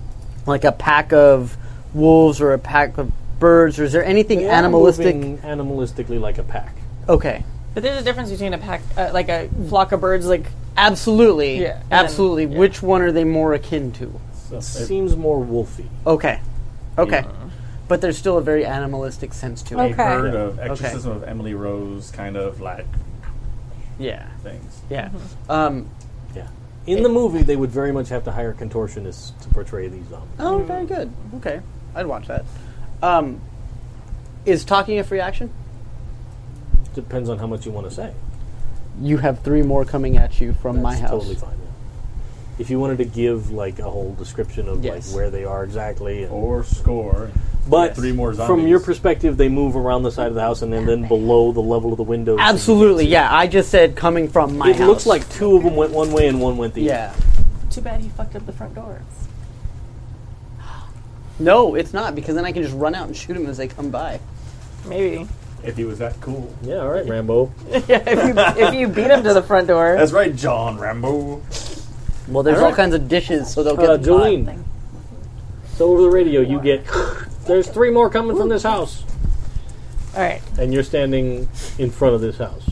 like a pack of wolves or a pack of birds, or is there anything they are animalistic? moving animalistically like a pack. Okay, But there's a difference between a pack, uh, like a flock of birds, like absolutely, Yeah, and then- absolutely. Which one are they more akin to? So, I- Seems more wolfy. Okay, okay, but there's still a very animalistic sense to I it. heard Okay. of Exorcism of Emily Rose kind of like Yeah, things. yeah. Um, Yeah. In the movie, they would very much have to hire contortionists to portray these zombies. Oh, very good. Okay, I'd watch that. Um, Is talking a free action? Depends on how much you want to say. You have three more coming at you from my That's house. Totally fine. Yeah. If you wanted to give like a whole description of Yes. like where they are exactly, and, Or score. but three more From your zombies. perspective, they move around the side of the house and then, then below the level of the windows. so you can Absolutely, see. yeah. I just said coming from my It house. looks like two of them went one way and one went the other. Yeah. Too bad he fucked up the front door. No, it's not because then I can just run out and shoot them as they come by. Maybe. If he was that cool. Yeah, all right, Rambo. if you beat him to the front door. That's right, John Rambo. Well, there's all kinds of dishes, so they'll get Uh, caught. Jolene. So over the radio, you get. (laughs) There's three more coming from this house, All right. and you're standing in front of this house.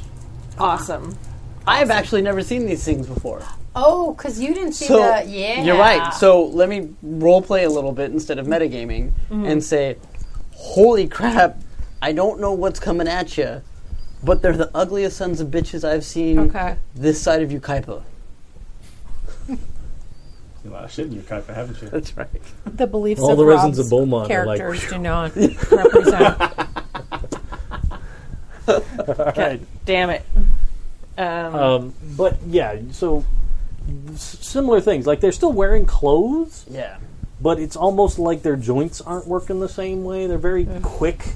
Awesome. I have actually never seen these things before. Oh, because you didn't see So the. Yeah. you're right. So let me role play a little bit instead of metagaming and say, "Holy crap! I don't know what's coming at you, but they're the ugliest sons of bitches I've seen Okay. this side of Ukaipa." (laughs) You lot of shit in your cup, haven't you? That's right. The beliefs All of the residents Rob's of Beaumont are like, characters do (laughs) not represent. God damn it. Um, Um, but yeah, so s- similar things. Like they're still wearing clothes, Yeah. but it's almost like their joints aren't working the same way. They're very quick,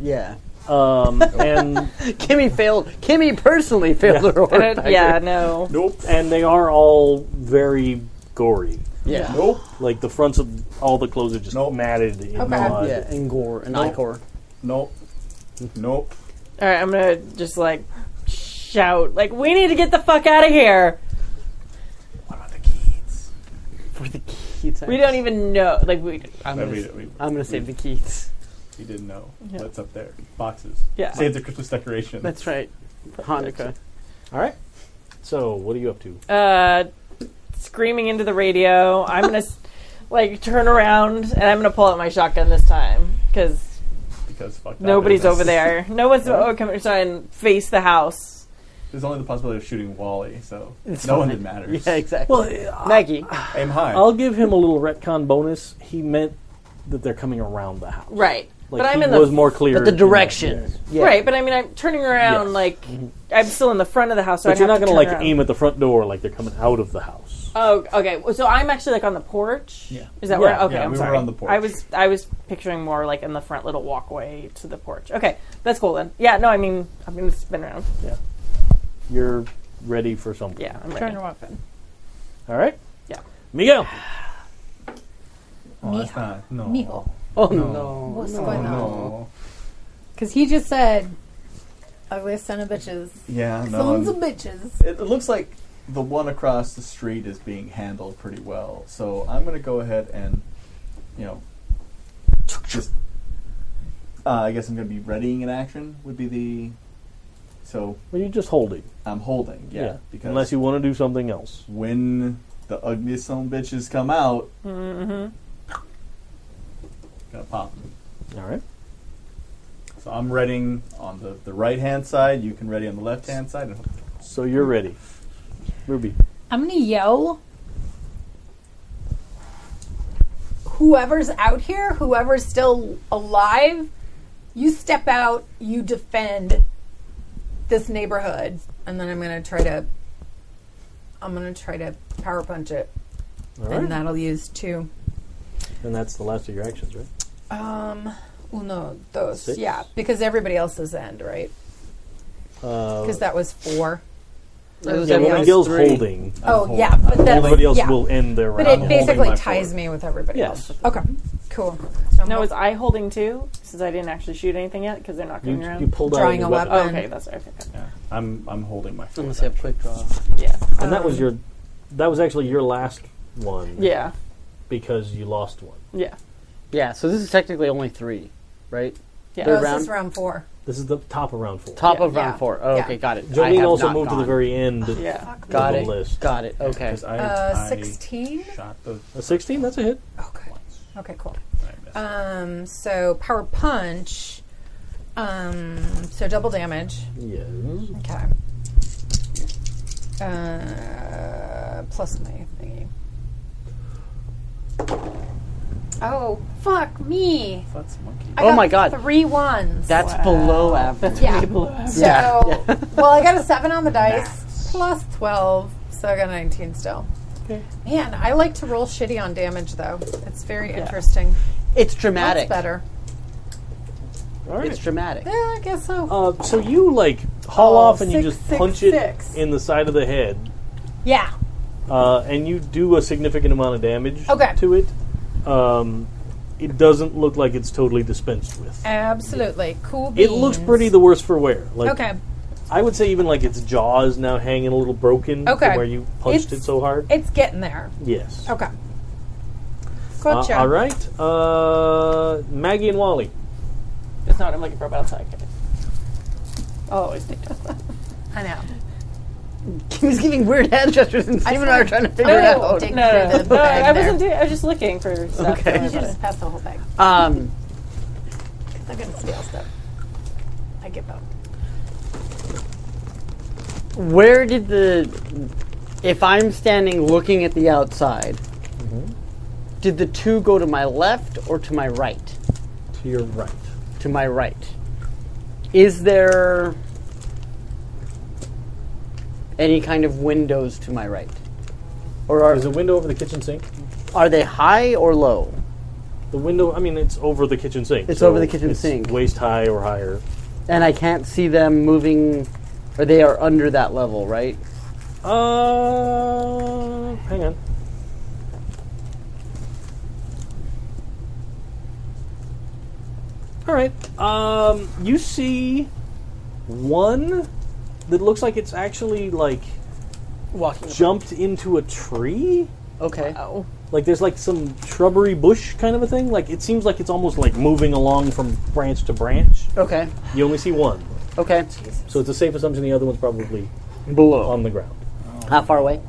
Yeah. um, and Kimmy failed. Kimmy personally failed her I order. don't- yeah, no. Nope. and they are all very gory. Yeah. Nope. Like the fronts of all the clothes are just Nope. matted in Okay. blood. Yeah. Ingor and Nope. Icor. Nope. Nope. All right, I'm gonna just like shout, like, we need to get the fuck out of here. What about the keys? For the Keats. We don't even know. Like, we I'm No, gonna, we, s- we, I'm gonna save the Keats. we didn't know. Yeah. What's up there? Boxes. Yeah. Save the Christmas decoration. That's right. Hanukkah. All right. So what are you up to? uh, screaming into the radio. I'm gonna s- (laughs) like turn around and I'm gonna pull out my shotgun this time because because fuck that nobody's business. over there. No (laughs) one's oh, come so and face the house. There's only the possibility of shooting Wally, so no one that matters. Yeah, exactly. Well, Maggie. Aim high. I'll give him a little retcon bonus. He meant that they're coming around the house. Right, Like but I'm he in the was more clear. But the in that. direction. Yeah. right. But I mean, I'm turning around Yes. like I'm still in the front of the house. So But I'd you're have not to going to turn like around. aim at the front door like they're coming out of the house. Oh, okay. Well, So I'm actually like on the porch. Yeah. Is that Yeah, where? Okay, yeah, I'm we were sorry. on the porch. I was I was picturing more like in the front little walkway to the porch. Okay, that's cool then. Yeah. No, I mean I'm gonna spin around. You're ready for something. Yeah, I'm Turn ready. your weapon. All right. Yeah. Miguel. oh, that's not. No. Mijo, Oh no. what's going on? No. Because he just said, ugliest son of bitches. Yeah, no. Sons of I'm- bitches. It, it looks like the one across the street is being handled pretty well, so I'm going to go ahead and, you know, just. Uh, I guess I'm going to be readying an action. Would be the. So Well, you're just holding. I'm holding, yeah. Because Unless you want to do something else. when the ugliest son of bitches come out, gonna pop 'em. All right. So I'm readying on the, the right hand side. You can ready on the left hand side. And So you're ready. Ruby. I'm gonna yell. Whoever's out here, whoever's still alive, you step out, you defend this neighborhood, and then I'm gonna try to. I'm gonna try to power punch it, All right. and that'll use two. And that's the last of your actions, right? Um, uno, dos, Six. yeah, because everybody else is end, right? Uh, Because that was four. Yeah, well, Miguel's holding. oh yeah, but that's Everybody else yeah. will end their round. But it holding basically my ties fork. me with everybody Yes. else. Okay, cool. So Now I'm is I holding too? Since I didn't actually shoot anything yet because they're not coming you, around. you pulled out Drawing your a weapon. oh, weapon. okay, that's right. Okay. I'm I'm holding my. I'm foot gonna say a up. quick draw. Yeah. And that was your. That was actually your last one. Yeah. Because you lost one. Yeah. Yeah, so this is technically only three, right? Yeah. They're No, this round- is round four. This is the top of round four. Top Yeah. of round Yeah. four. Oh, Yeah. okay, got it. I Jolene have also not moved to the gone. very end. Yeah. Got the it. list. Got it. Okay. Because I, Uh, I 16? shot the. A 16? That's a hit. Okay. Oh, Okay, cool. I missed. Um, so power punch. Um, so double damage. Yes. Okay. Uh, plus my thingy. Oh, fuck me. That's monkey. I Oh got my God. Three ones. That's below average. yeah. So, (laughs) well, I got a seven on the dice. Plus 12, so I got 19 still. Man, I like to roll shitty on damage, though. It's very interesting. It's That's dramatic. better. All right. It's dramatic. Yeah, I guess so. Oh. Uh, so you like haul Oh, off and you six, just six, punch six. it in the side of the head, Yeah. uh, and you do a significant amount of damage Okay. to it. Um, it doesn't look like it's totally dispensed with. Absolutely. Cool It looks beans. pretty the worse for wear. Like Okay. I would say even like its jaw is now hanging a little broken Okay. from where you punched It's- it so hard. It's getting there. yes. Okay. Uh, Gotcha. all right. Uh, Maggie and Wally. That's not what I'm looking for, but I'll tell you. Oh, it's TikTok. I know. (laughs) He was giving weird hand gestures, and Steve and I are trying to figure it Oh, out. dig No, no, through no, the no bag I there. wasn't doing. I was just looking for stuff. Okay. Don't worry You should about it. just pass the whole bag. Um, I'm going to steal stuff. I get (laughs) boned. where did the? If I'm standing looking at the outside, Mm-hmm. did the two go to my left or to my right? To your right. To my right. Is there any kind of windows to my right, or are There's a window over the kitchen sink. are they high or low? The window. I mean, it's over the kitchen sink. It's over the kitchen it's sink. waist high or higher. And I can't see them moving, or they are under that level, right? Uh, hang on. All right. Um, you see one that looks like it's actually like Walking. jumped into a tree. Okay. Oh. Like there's like some shrubbery bush kind of a thing. Like it seems like it's almost like moving along from branch to branch. Okay. You only see one, Okay. so it's a safe assumption the other one's probably Below. on the ground. How far away?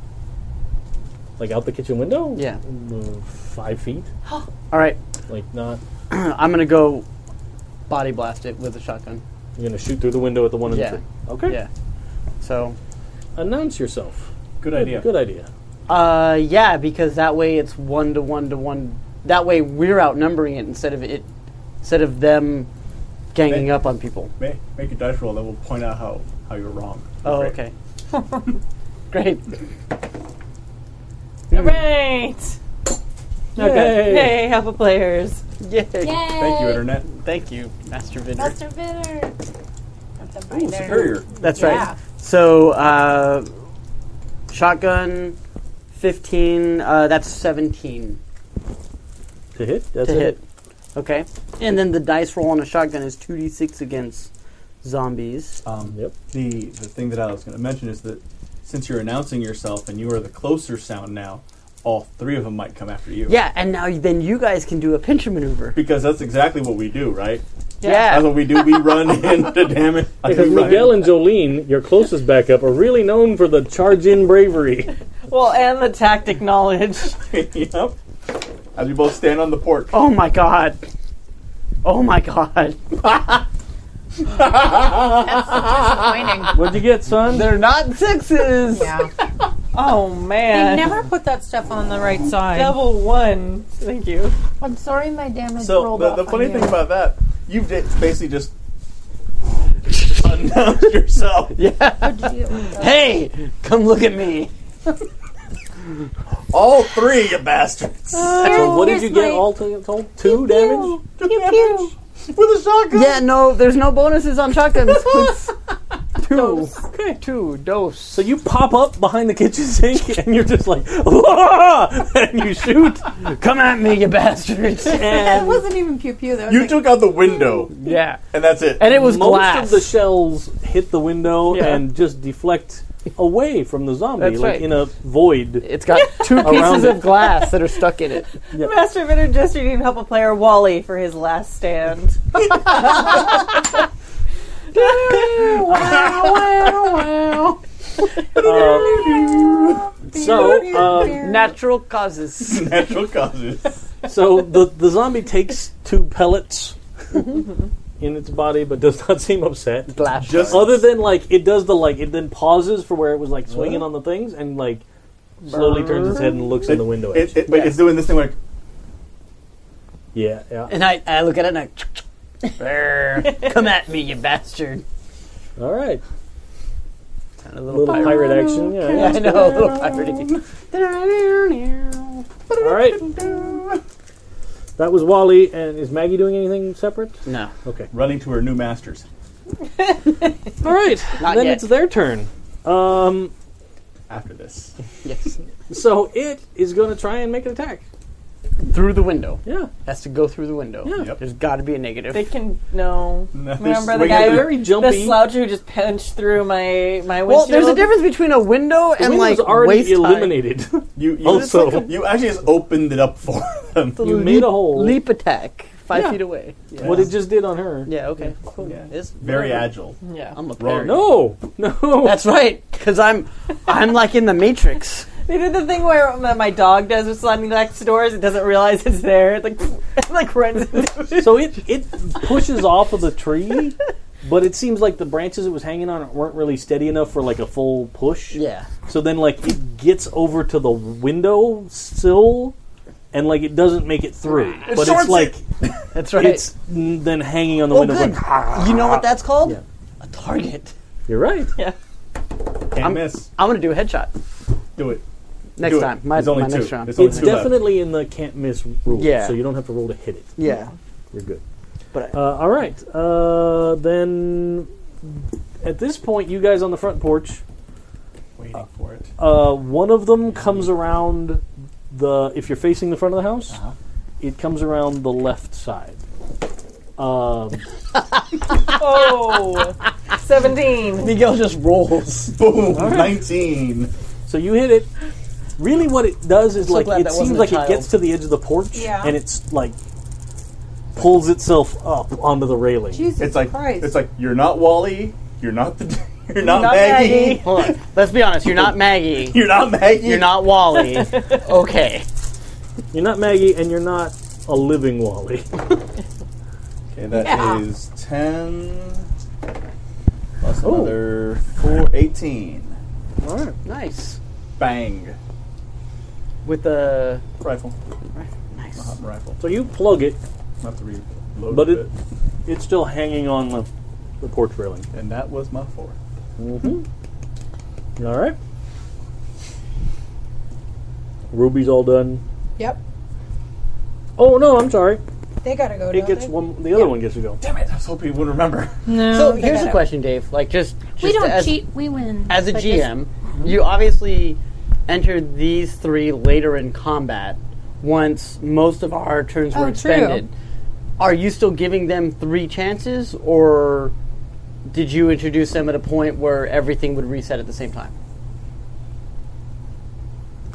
Like out the kitchen window? Yeah. Mm, Five feet? All right. Like not. I'm gonna go body blast it with a shotgun. You're going to shoot through the window at the one in Yeah. the tree. Okay. Yeah. So, Announce yourself. Good idea. Good idea. uh, yeah, because that way it's one to one to one. That way we're outnumbering it instead of it, instead of them ganging Hey. up on people. Make, make a dice roll that will point out how, how you're wrong. Oh, Great. okay. (laughs) Great. All right. Okay. Hey, help of players. Yay. Thank you, Internet. Thank you, Master Vinder. Master Bitter. Ooh, superior. That's Yeah. right. So, uh, shotgun, 15, uh, that's 17 To hit? That's to a hit. Okay. And then the dice roll on a shotgun is 2d6 against zombies. Um, Yep. the, the thing that I was going to mention is that since you're announcing yourself and you are the closer sound now, all three of them might come after you. Yeah, and now then you guys can do a pincher maneuver. Because that's exactly what we do, right? That's Yeah. what we do. We run (laughs) into damage. Because Miguel and Jolene, your closest backup, are really known for the charge in bravery. (laughs) Well, and the tactic knowledge. yep. As we both stand on the porch. Oh my god. Oh my god. Disappointing. What'd you get, son? They're not sixes. yeah. Oh They man. never put that stuff on the right side. Double one. Thank you. I'm sorry my damage So rolled the, off the on funny you. thing about that, you've di- basically just announced yourself. Hey, come look at me. All three, you bastards. so what did you get my- all to- told? Two damage? With a shotgun. Yeah, no, there's no bonuses on (laughs) shotguns. It's two. Two dose. So you pop up behind the kitchen sink (laughs) and you're just like, "Ah!" (laughs) and you shoot. Come at me, (laughs) you bastards. That And wasn't even pew pew. That was You like, took out the window, yeah. and that's it. And it was most glass. of the shells hit the window Yeah. and just deflect away from the zombie, That's like right. in a void. it's got two pieces Around of glass that are stuck in it. Master Vitter just needed help a player Wally for his last (laughs) (laughs) stand. Uh, So, uh, Natural causes. Natural causes. so the the zombie takes two pellets Mm-hmm. in its body, but does not seem upset. glass. Just Other than like it does the like it then pauses for where it was like swinging on the things and like slowly turns its head and looks in the window. at it, you. it, but it's doing this thing like Yeah, yeah. And I, I look at it and I. "Brr, (laughs) Come at me, you bastard. All right. Kind of A little pirate action. Yeah. (laughs) I know, a little piratey. All right. That was Wally. And is Maggie doing anything separate? No. Okay. Running to her new masters. All right. Not then yet. it's their turn. After this, Yes. So it is going to try and make an attack. through the window. Yeah. Has to go through the window. Yeah. Yep. There's got to be a negative. They can no. No, they're Remember the swinging guy, they're very the jumpy. sloucher who just punched through my my windshield. well, there's a difference between a window and Window's like already waist (laughs) illuminated. you you, Also- you actually just opened it up for them. height. you made a hole. Leap attack, five Yeah. feet away. Yeah. What it just did on her. Oh, Yeah. Okay. Cool. Yeah. It's Very agile. Yeah. I'm a Wrong. parry. No. (laughs) No. That's right. Because I'm, I'm like in the (laughs) Matrix. They did the thing where my my dog does with sliding glass doors. It doesn't realize it's there. It like (laughs) it like runs. Into it. so it it pushes off of the tree, but it seems like the branches it was hanging on weren't really steady enough for like a full push. (laughs) Yeah. So then like it gets over to the window sill and like it doesn't make it through. but shorts it's like (laughs) That's right. it's n- then hanging on the oh, window good. going, "Ah." (laughs) You know what that's called? Yeah. A target. You're right. yeah. Can't I'm- miss. I'm gonna do a headshot Do it. next Do it. time. My, There's only my two. next round. There's only It's two left. definitely in the can't miss rule. Yeah. So you don't have to roll to hit it. (laughs) yeah. You're good. But I- uh, all right, uh, then at this point, you guys on the front porch, Waiting for it. uh, one of them comes around the. If you're facing the front of the house, Uh-huh. it comes around the left side. Um, Oh, (laughs) 17. Miguel just rolls. Boom. Nineteen. so you hit it. Really, what it does is so like glad it that wasn't seems a like it child. gets to the edge of the porch, Yeah. and it's like pulls itself up onto the railing. Jesus It's like Christ. it's like you're not Wally. You're not the. (laughs) You're not, not Maggie. Maggie. Hold on. Let's be honest. You're not Maggie. (laughs) You're not Maggie. You're not (laughs) Wally. okay. You're not Maggie, and you're not a living Wally. Okay, that Yeah. is 10 plus another 4, 18. All right. Nice. Bang. With a Rifle. nice. Hot rifle. So you plug it Not to reload But it, it- It's still hanging on the, the porch railing. And that was my 4. All right. Ruby's all done. yep. Oh no, I'm sorry. They gotta go. It don't gets they? one. The other one gets to go. Damn it, I was hoping you would remember. (laughs) So here's got a it. question, Dave. Like just, We just don't as, cheat. We win. As a But this- GM, you obviously entered these three later in combat. Once most of our turns were Oh, true. expended, are you still giving them three chances, or did you introduce them at a point where everything would reset at the same time?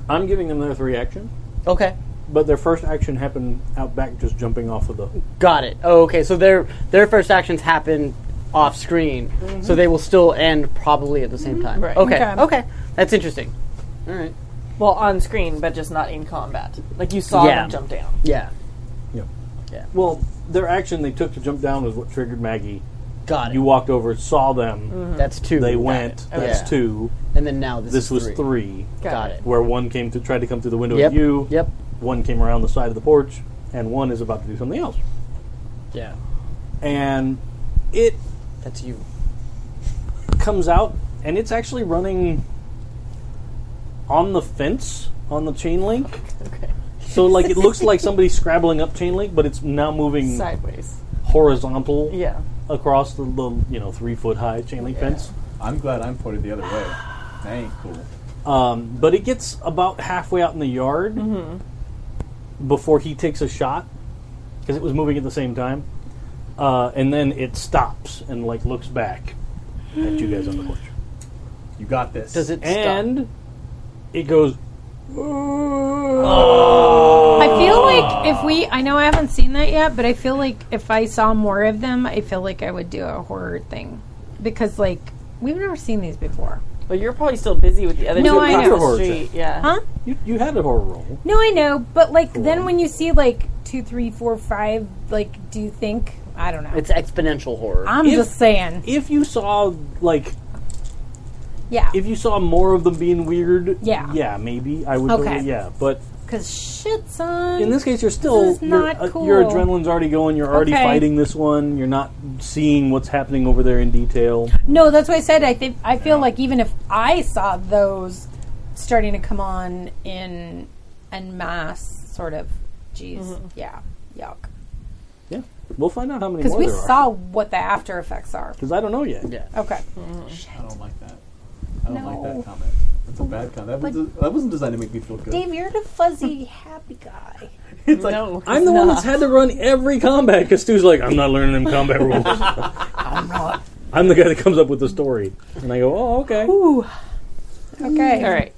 I'm giving them their three action, Okay, but their first action happened out back, just jumping off of the. got it. Oh, okay, so their their first actions happen off screen, so they will still end probably at the same time. Right. Okay. okay, Okay. that's interesting. All right. Well, on screen, but just not in combat. Like you saw Yeah. them jump down. Yeah, Well, their action they took to jump down was what triggered Maggie. got it. You walked over, saw them. that's two. They Got went. it. That's Yeah. two. And then now this, This is was three. three. Got it. Where one came to try to come through the window Yep. at you. Yep. One came around the side of the porch, and one is about to do something else. Yeah. and it That's you. comes out and it's actually running on the fence on the chain (laughs) link. Okay. So like it looks like somebody scrabbling up chain link, but it's now (laughs) moving Sideways. horizontal Yeah. across the, the you know three foot high chain link fence. I'm glad I'm pointed the other way. That ain't cool. Um, but it gets about halfway out in the yard before he takes a shot because it was moving at the same time. Uh, and then it stops and like looks back at you guys on the porch. You got this. Does it and it goes I feel like if we, I know I haven't seen that yet, but I feel like if I saw more of them, I feel like I would do a horror thing because like we've never seen these before. But you're probably still busy with the other No, two I across know. the Horror street. Yeah. Huh? you, you had a horror roll No, I know, but like then when you see like two, three, four, five, like do you think I don't know? stop? It's exponential horror. I'm If- just saying, if you saw like yeah. if you saw more of them being weird Yeah. yeah maybe i would Okay. totally- yeah but Because shit, son. In this case, you're still is your- not uh, your cool. adrenaline's already going. You're already Okay. fighting this one. You're not seeing what's happening over there in detail. No, that's why I said I think I feel like even if I saw those starting to come on in en mass, sort of, geez, yeah, yuck. Yeah, we'll find out how many Because more we there saw what the after effects are. Because I don't know yet. Yeah. Okay, I don't like that. I don't like No. that comment. That's a bad comment. That, was, that wasn't designed to make me feel good. Dave, you're the fuzzy happy guy. it's like, I'm the one that's had to run every combat because Stu's like, I'm not learning them combat rules. (laughs) I'm not. I'm the guy that comes up with the story, and I go, Oh, okay. Okay, All right.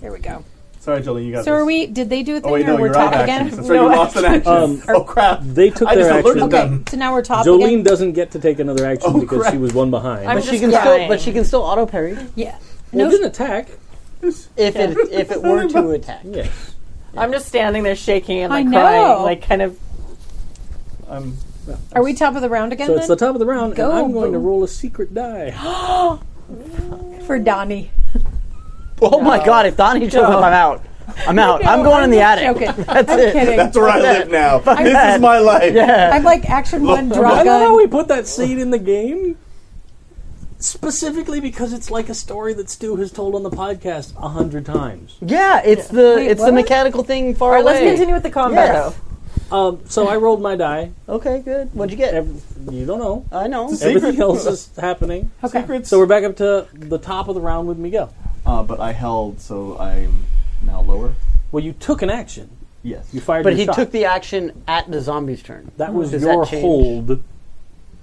there we go. sorry, Jolene, you got So this. are we? Did they do a thing, Oh wait, or no, we're you're top out of action. again? So you lost an action. Um, oh crap! They took I their just alerted action. (laughs) okay, them. so now we're top Jolene again. doesn't get to take another action Oh, because crap. she was one behind. I'm But she just can still, crying. but she can still auto parry Yeah, well, no- it didn't attack. if it if it were (laughs) to attack. Yes. I'm just standing there shaking and I like know. crying, like kind of. I'm Are we top of the round again? So it's the then? top of the round, Go, and I'm going to Boom. roll a secret die. for Donnie. Oh my god! If Donnie shows up, I'm out. I'm out. Oh, I'm going in the attic. Okay, That's I'm it. kidding. That's where I live now. This that. is my life. Yeah. I'm like action one I draw love how gun. we put that seed in the game. Specifically because it's like a story that Stu has told on the podcast a hundred times. Yeah, it's the Wait, it's what? the mechanical thing far All right, away. let's continue with the combat Yes. Um, so I rolled my die. Okay, good. What'd you get? Ev- you don't know. I know. Everything else is happening. Okay, So we're back up to the top of the round with Miguel. Uh, but I held, so I'm now lower. Well, you took an action. Yes. You fired But your he shot. took the action at the zombie's turn. That was Does your that change? hold.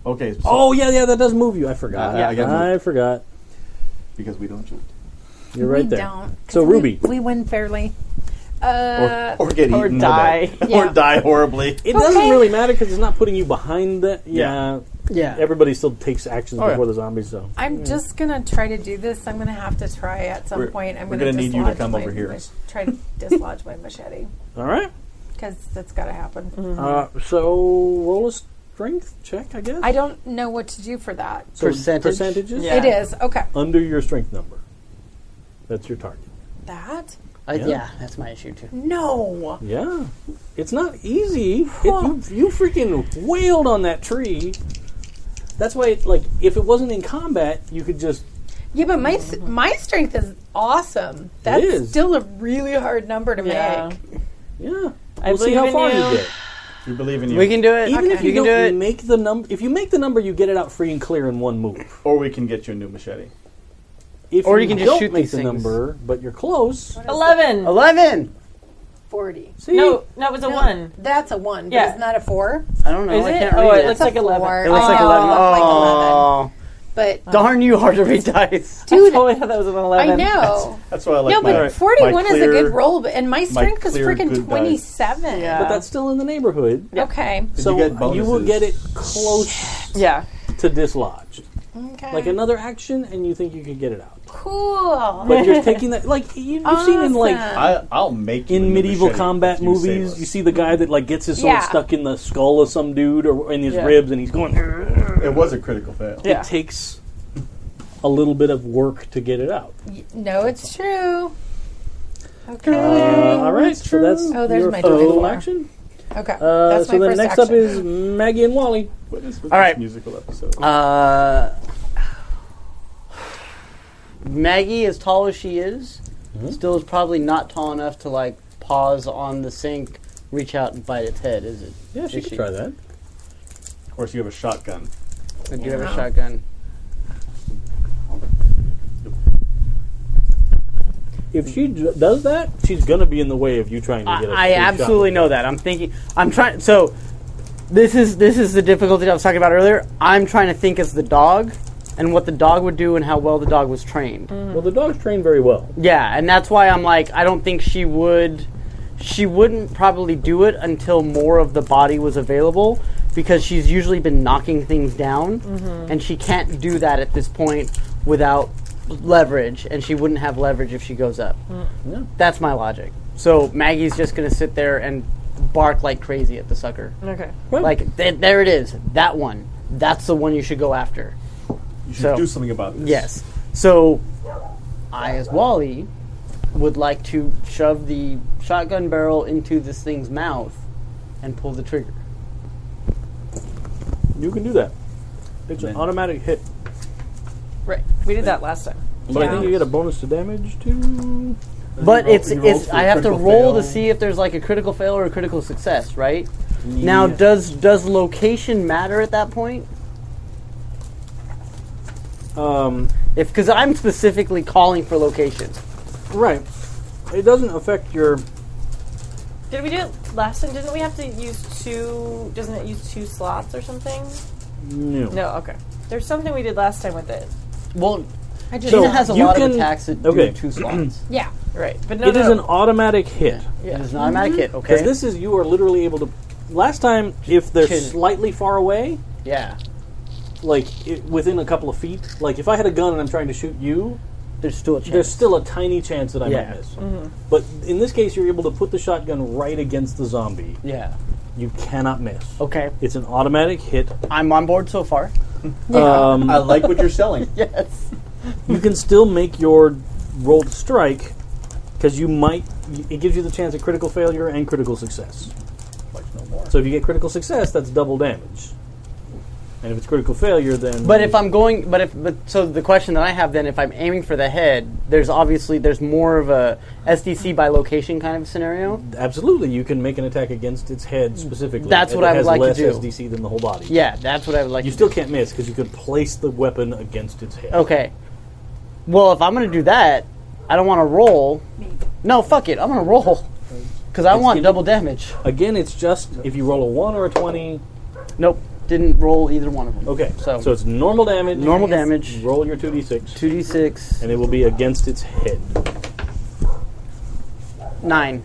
Okay. So Oh, yeah, yeah, that does move you. I forgot. Uh, I got I moved. forgot. because we don't shoot You're right we there. don't. So, Ruby. we, we win fairly. or, Uh, or get or eaten die. or, die. (laughs) Yeah. or die horribly. It doesn't Okay. really matter because it's not putting you behind the. Yeah. Yeah. Everybody still takes actions yeah. before the zombies, so. I'm just gonna try to do this. I'm gonna have to try at some We're- point. I'm we're gonna, gonna need you to dislodge come my over here. mach- try to dislodge my machete All right. because that's gotta happen. Uh, so, roll a strength check, I guess. I don't know what to do for that. So Percentage? Percentages? Yeah. It is okay. Under your strength number. That's your target. That I, Yeah. yeah. that's my issue too. no. Yeah. It's not easy. It, you, you freaking wailed on that tree. That's why, it, like, if it wasn't in combat, you could just. Yeah, but my s- my strength is awesome. That's is. still a really hard number to Yeah. make. Yeah. I we'll see believe how in far you. get. We believe in you. We can do it. Even if you, can don't do it. make the number, if you make the number, you get it out free and clear in one move. or we can get you a new machete. If Or you can just don't shoot make these the things. number, but you're close. though. Eleven. Eleven. Forty. See, No, Oh, no, it was a No, one. That's a one. But Yeah. it's not a four. I don't know. Is I it? can't Oh, read it it. looks like a 11. four. It looks like Oh, eleven. it looked Oh, like 11. But (laughs) darn you, hard to read (laughs) dice. dude, Oh, I thought that was an eleven. I know. That's why I like No, my, but 41 my is a clear- good roll, but, and my strength is clear good freaking dice. 27. but that's still in the neighborhood. Okay. So get you will bonuses. get it close Yeah. to dislodged. Okay. Like another action, and you think you can get it out. cool. But (laughs) you're taking that, like you- you've seen in like Awesome. I, I'll make you a in new medieval machete combat if you save movies, us. you see the guy that like gets his sword Yeah. stuck in the skull of some dude or in his Yeah. ribs, and he's going. it was a critical fail. Yeah. It takes a little bit of work to get it out. No, it's true. Uh, all right, so that's Oh, there's your my full twenty-four. action. Okay. Uh, That's so my then first next action. up is Maggie and Wally. What is with All this right. musical episode? Uh, Maggie, as tall as she is, Mm-hmm. still is probably not tall enough to like pause on the sink, reach out and bite its head. Is it? Yeah, she Is could try that. of course, you have a shotgun. I do have a shotgun. If she d- does that, she's gonna be in the way of you trying to I, get a I free shot. absolutely know that. I'm thinking. I'm trying. So this is this is the difficulty I was talking about earlier. I'm trying to think as the dog, and what the dog would do, and how well the dog was trained. Well, the dog's trained very well. Yeah, and that's why I'm like, I don't think she would. She wouldn't probably do it until more of the body was available because she's usually been knocking things down, and she can't do that at this point without leverage, and she wouldn't have leverage if she goes up. That's my logic. So Maggie's just gonna sit there and bark like crazy at the sucker. Okay. Like, th- there it is, that one. That's the one you should go after. You should So- do something about this. Yes. So I, as Wally, would like to shove the shotgun barrel into this thing's mouth and pull the trigger. You can do that. It's an Then- automatic hit. Right. We did that last time. But I think you get a bonus to damage too. But roll- it's, you roll it's for I have to critical roll fail. to see if there's like a critical fail or a critical success, right? Now, does does location matter at that point? Um, If because I'm specifically calling for location. right. It doesn't affect your. Did we do it last time? Didn't we have to use two? Doesn't it use two slots or something? No. No. Okay. There's something we did last time with it. Well, I just Gina has a you lot can- of attacks that do okay. two (clears throat) slots. yeah. Right. But no. It no, is no. an automatic hit. It is an automatic hit. Okay. Because this is, you are literally able to. Last time, if they're Kidding. slightly far away, yeah. like it, within a couple of feet, like if I had a gun and I'm trying to shoot you, There's still a chance. there's still a tiny chance that I Yeah. Mm-hmm. might miss. But in this case, you're able to put the shotgun right against the zombie. yeah. You cannot miss. Okay. It's an automatic hit. I'm on board so far. (laughs) Um, I like what you're (laughs) selling. Yes. you can still make your roll to strike because you might. It gives you the chance at critical failure and critical success. Like, no more. So if you get critical success, that's double damage. And if it's critical failure, then But if I'm going, but if but so the question that I have then, if I'm aiming for the head, there's obviously there's more of a SDC by location kind of scenario. absolutely you can make an attack against its head specifically. That's if what it I would has like to less do. SDC than the whole body. Yeah, that's what I would like. You to still do. can't miss because you could place the weapon against its head. okay. Well, if I'm gonna do that, I don't want to roll. No, fuck it. I'm gonna roll because I want double damage. Again, it's just if you roll a one or a twenty. Nope, didn't roll either one of them. Okay, So- so it's normal damage. Normal damage. Roll your two d six, Two d six. and it will be against its head. Nine.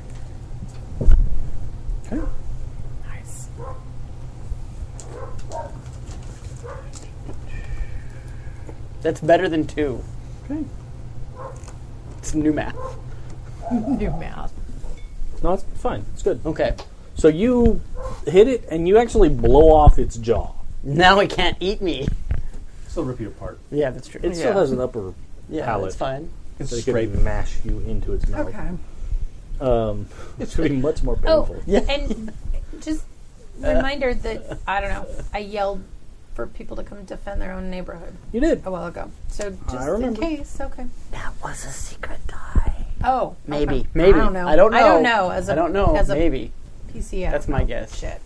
That's better than two. Okay. It's new math. New mouth. No, it's fine. It's good. Okay. So you hit it, and you actually blow off its jaw. Now it can't eat me. Still rip you apart. Yeah, that's true. It still has an upper yeah, palate. that's fine. It's so it straight. could mash you into its mouth. Okay. Um, it's going to be much more Oh, painful. and (laughs) just reminder that I don't know. I yelled for people to come defend their own neighborhood You did. a while ago. So just in remember. case, okay. That was a secret die. Oh, Maybe. okay. Maybe. I don't know. I don't know. I don't know, as a- I don't know. as a- Maybe. PCA. That's my guess. shit.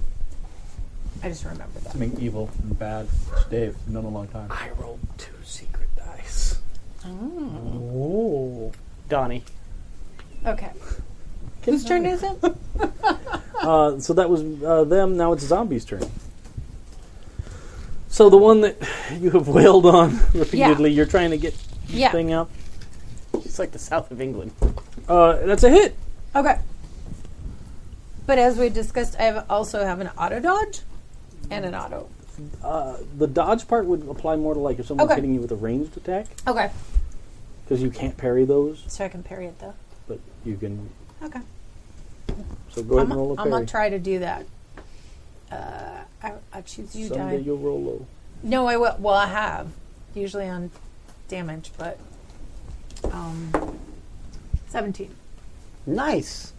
I just remember that. Something evil and bad. Dave, known a long time. I rolled two secret dice. Oh. Ooh. Donnie. Okay. Whose turn is it? Uh, so that was uh, them. Now it's zombies' turn. So the one that (laughs) you have wailed on (laughs) repeatedly, you're trying to get (laughs) Yeah. thing out. She's like the south of England. Uh, that's a hit. Okay. But as we discussed, I have also have an auto dodge and an auto. The dodge part would apply more to like if someone's Okay. hitting you with a ranged attack Okay. because you can't parry those, So I can parry it though. but you can. Okay. So go ahead I'm, and roll a I'm parry. gonna try to do that. Uh, I, I choose you Someday die. you'll roll low. No, I will. Well, I have usually on damage, but um, seventeen. Nice.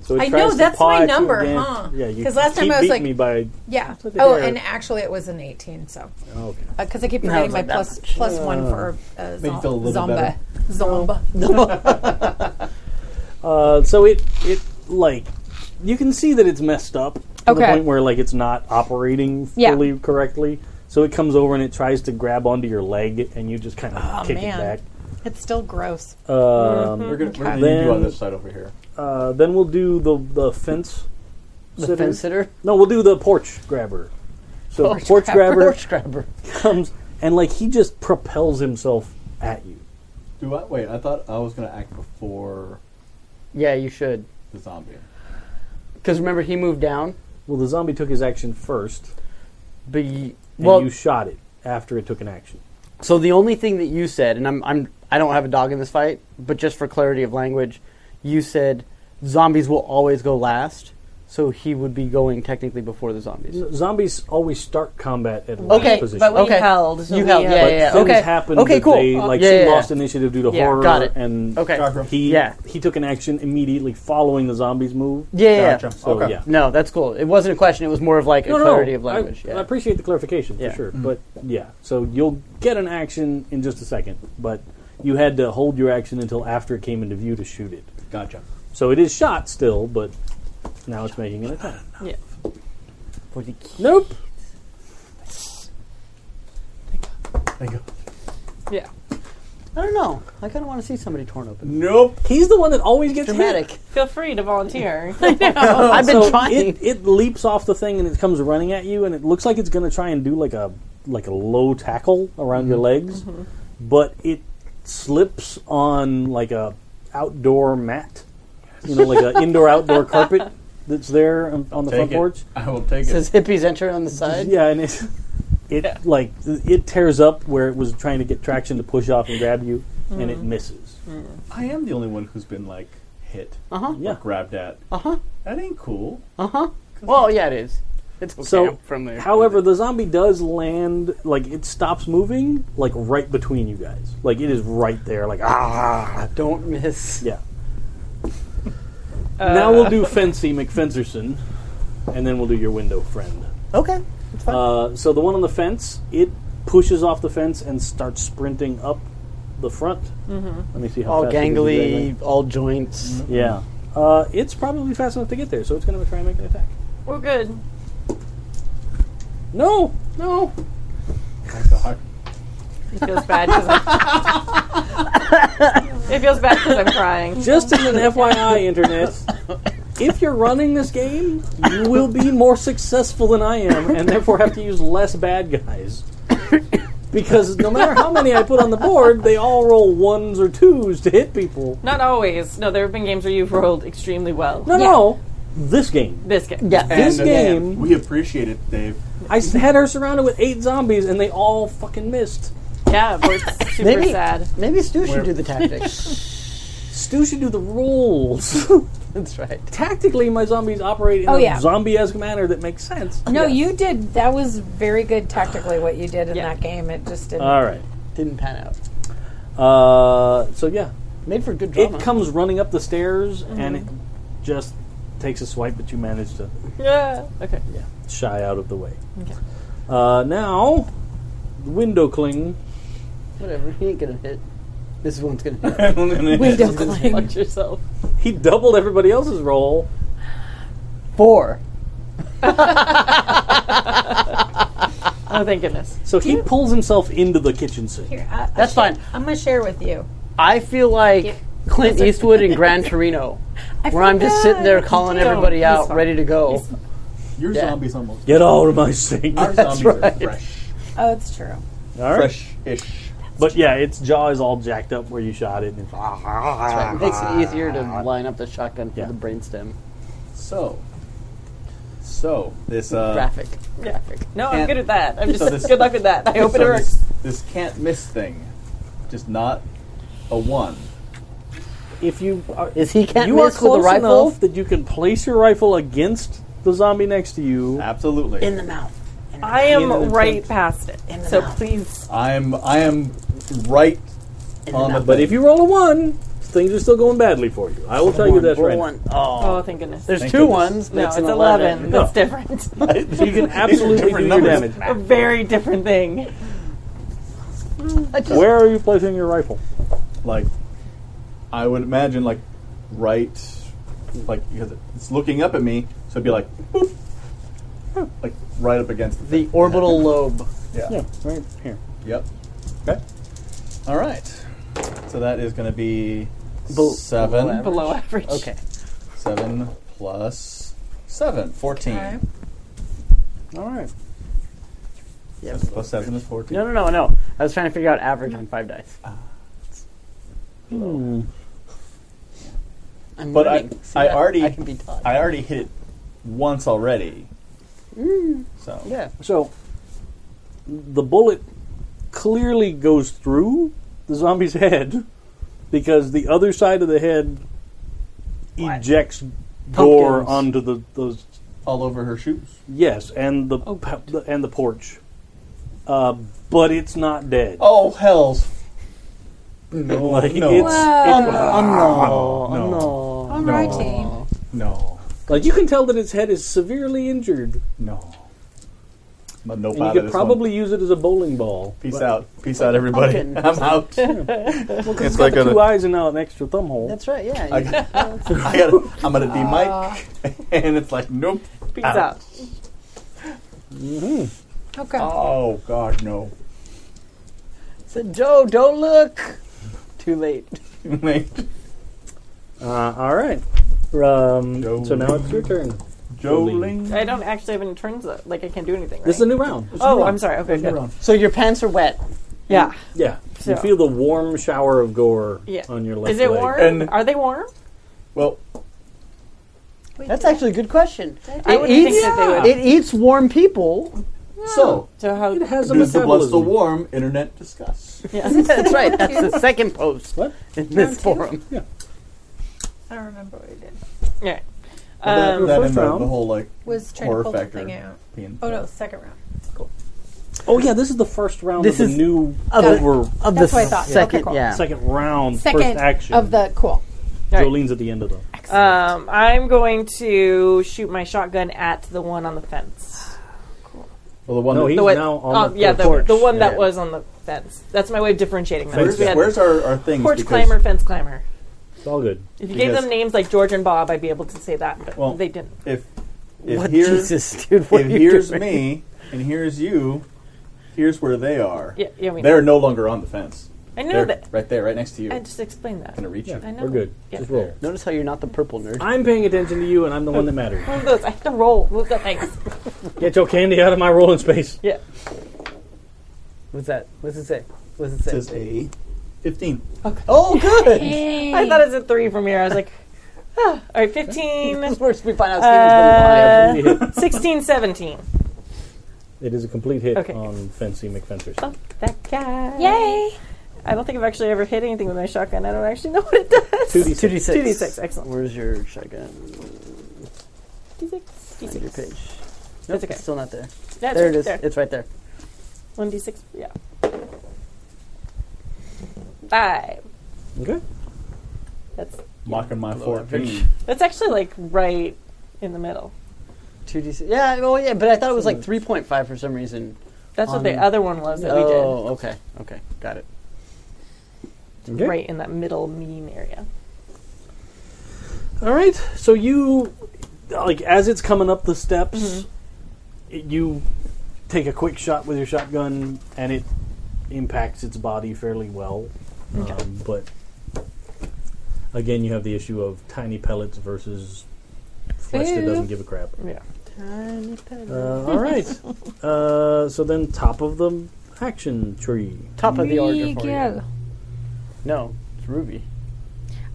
So it I tries know, to that's paw my at you number, again. huh? Yeah, you 'Cause last time keep I beating was like- me by Yeah. That's Oh, fair. and actually, it was an eighteen. So okay. because I Uh, keep No, forgetting it's my like that plus much. plus one for uh, Made you feel a zom- little zomba. better. Zomba. Uh, so it it like you can see that it's messed up to the Okay. point where like it's not operating Yeah. fully correctly. So it comes over and it tries to grab onto your leg, and you just kind of kick Oh, man. it (laughs) It's still gross. back. Um, We're gonna, we're gonna Then- leave you on this side over here. uh, then we'll do the the fence. The sitter. fence sitter. No, we'll do the porch grabber. So porch, grabber, Porch grabber. comes and like he just propels himself at you. Do I wait? I thought I was gonna act before Yeah, you should. the zombie. Because remember, he moved down. Well, the zombie took his action first, But ye- and well, you shot it after it took an action. so the only thing that you said, and I'm, I'm, I don't have a dog in this fight, but just for clarity of language, you said zombies will always go last. So he would be going technically before the zombies. Zombies always start combat at last Okay, position. but we Okay. held. So You we, held, uh, yeah, but yeah, things okay. happened. Okay, that cool. They Oh, like yeah, yeah, lost yeah. initiative due to Yeah, horror. got it. And Okay. Chakra. he Yeah. he took an action immediately following the zombies move. Yeah, yeah, yeah. Gotcha. So okay. yeah. No, that's cool. It wasn't a question. It was more of like a clarity of I- language. I, yeah. appreciate the clarification Yeah. for sure. But yeah, so you'll get an action in just a second, but you had to hold your action until after it came into view to shoot it. Gotcha. So it is shot still, but now it's making an attack. Yeah. For the key. Nope. There you go. Yeah. I don't know. I kind of want to see somebody torn open. Nope. He's the one that always gets hit. Dramatic. Feel free to (laughs) volunteer. I've been So trying. It, it leaps off the thing and it comes running at you, and it looks like it's going to try and do like a like a low tackle around your legs, Mm-hmm. but it slips on like a outdoor mat, you know, (laughs) like an indoor outdoor carpet that's there on, on the Take front it. porch. I will take it. Says hippies enter on the side. Yeah, and it it like it tears up where it was trying to get traction to push off and grab you, and Mm-hmm. it misses. I am the only one who's been like hit, Uh-huh. Yeah. grabbed at. Uh huh. That ain't cool. Well, yeah, it is. It's okay. So, I'm from there. However, the zombie does land, like, it stops moving, like, right between you guys. Like, it is right there, like, ah. don't miss. Yeah. now we'll do Fancy McFencerson, and then we'll do your window friend. Okay. It's fine. Uh, so the one on the fence, it pushes off the fence and starts sprinting up the front. Let me see how all fast it is exactly. gangly, all joints. Yeah. Uh, it's probably fast enough to get there, so it's going to try and make an attack. We're good. No! No! It feels bad because I'm. it feels bad 'cause I'm (laughs) crying. Just as an FYI, internet, if you're running this game, you will be more successful than I am, and therefore have to use less bad guys. Because no matter how many I put on the board, they all roll ones or twos to hit people. Not always. No, there have been games where you've rolled extremely well. No, no, this game. This game. Yeah. This And, uh, game, We appreciate it, Dave. I s- had her surrounded with eight zombies, and they all fucking missed. Yeah, but it's super Maybe- sad. Maybe Stu should do the tactics. (laughs) Stu should do the rules. (laughs) That's right. Tactically, my zombies operate in Oh, a yeah. zombie-esque manner that makes sense. No, you did. That was very good tactically what you did in Yeah. that game. It just didn't. All right. Didn't pan out. Uh, so yeah, Made for good It drama. Mm-hmm. comes running up the stairs and it just takes a swipe, but you manage to Yeah. Okay. shy out of the way. Uh, now, the window cling. Whatever. He ain't gonna hit. This one's gonna hit. Window Fuck yourself. He doubled everybody else's roll. Four. Oh, thank goodness. So he pulls himself into the kitchen sink. Here, I, That's fine. I'm going to share with you. I feel like Clint Eastwood in Gran Torino, where I'm just (laughs) sitting there calling everybody He's out, fine. ready to go. Your Uh-huh. Yeah. zombies almost. Get out of my sink. Our zombies are fresh. Oh, it's true. All right. Fresh-ish. But yeah, its jaw is all jacked up where you shot it. And It makes it easier to line up the shotgun for Yeah. the brainstem. So, so this uh, Graphic. Graphic. No, I'm And- good at that. I'm just So this- good luck with that. I hope so it works. this, this can't miss thing, just not a one. if you are, Is he can't you are miss close with a rifle? enough that you can place your rifle against the zombie next to you. Ah. Absolutely. the mouth. I am right past it. So please. I'm I am right on the. But if you roll a one, things are still going badly for you. I will tell you this Roll right now. one. Oh. Oh, thank goodness. There's Thank two goodness. ones. no, That's it's an 11. 11. That's different. you can absolutely do your numbers. damage. A very different thing. Where are you placing your rifle? like I would imagine like right like because it's looking up at me, so it'd be like boop, like right up against the, The orbital lobe. yeah. right here. Yep. Okay. All right. So that is going to be Bel- seven Below average. Okay. seven plus seven. Fourteen. Okay. All right. Yeah. Plus seven is fourteen. No, no, no, no. I was trying to figure out average on five dice. Ah. Hmm. I'm But I- learning. See I that? already- I can be taught. I already hit it once already. Mm. So yeah. So the bullet clearly goes through the zombie's head because the other side of the head ejects gore Pumpkins. onto the those all over her shoes. yes and the pa- the- and the porch. Uh, but it's not dead. Oh (laughs) hells! No, Like, no, it's- Whoa. no, no, All right, team. no, Like you can tell that its head is severely injured, no. But no out and you of could this probably use it as a bowling ball. one. Peace out, peace out, everybody. (laughs) I'm out. it's like Two eyes and now an extra thumb hole. That's right. Yeah. I got, I got, I'm (laughs) gonna be Mike, (laughs) and it's like nope. Peace out. Okay. Oh God, no. said, Joe, don't look. Too late. Wait, Uh, all right. Um, Joe. so now it's your turn. Jolene. I don't actually have any turns. Though. Like I can't do anything. Right? This is a new round. oh, I'm sorry. Okay, good. round. So your pants are wet. Yeah. Yeah, you So- feel the warm shower of gore Yeah. on your left. Is it leg. warm? And- Are they warm? Well, That's actually a good question. I It would think eats, that they would. it eats warm people. Ah, so So how? It has a news the blood still metabolism. warm? Internet discuss. That's right. That's the second post What? in this forum. I don't remember what we did. Yeah. Well, Um, that, that first and the, round the whole like Was trying horror to pull factor. something out. being- Oh no, second round. Oh yeah, this is the first round This of is- the new Of the- over Of That's the what I thought. second, Okay, cool. yeah. second round first Second action of the cool. Right. Jolene's at the end of them. um, I'm going to shoot my shotgun at the one on the fence. Well, the one No, that- he's The one, now on oh, the, yeah, the the, porch. the one that Yeah. was on the fence. That's my way of differentiating them. where's, We had where's our, our things? porch because- climber, fence climber? It's all good. If you gave Because- them names like George and Bob, I'd be able to say that, but Well, they didn't. If if What here's Jesus, dude? What if are you here's doing? me and here's you, here's where they are. Yeah, yeah, we know. They're no longer on the fence. I know They're that. right there, right next to you. I just explained that. gonna reach you. I know. We're good. Yeah. Just roll. Notice how you're not the purple nerd. I'm paying attention to you, and I'm the one that matters. One of those. I have to roll. Move the things. Get your candy out of my rolling space. Yeah. What's that? What's it say? What's it This is a fifteen. Oh, (laughs) good. I thought it was a three from here. I was like, ah. all right, uh, 15, (laughs) Of course, we find out Uh, (laughs) Steven's been lying. it 16, 17. is a complete hit Okay. on Fancy McFencers. That guy. Yay! I don't think I've actually ever hit anything with my shotgun. I don't actually know (laughs) what it does. 2d6. 2d6. 2d6, excellent. Where's your shotgun? 2d6. Find your page. d6. Nope, okay. it's still not there. Yeah, it's there right it is. There. It's right there. 1d6. Yeah. Five. Okay. That's Mocking my Hmm. fourteen. that's actually like right in the middle. 2d6. Yeah, well, yeah, but I thought it was like 3.5 for some reason. That's what the On- other one was that oh, okay. Okay, got it. we did. okay. Right in that middle mean area. All right. So you, like, as it's coming up the steps, it- you take a quick shot with your shotgun, and it impacts its body fairly well. Um, but again, you have the issue of tiny pellets versus flesh that doesn't give a crap. Yeah. Uh, all right. Uh, so then, top of the action tree. Top of the order for you. Miguel. No, it's Ruby.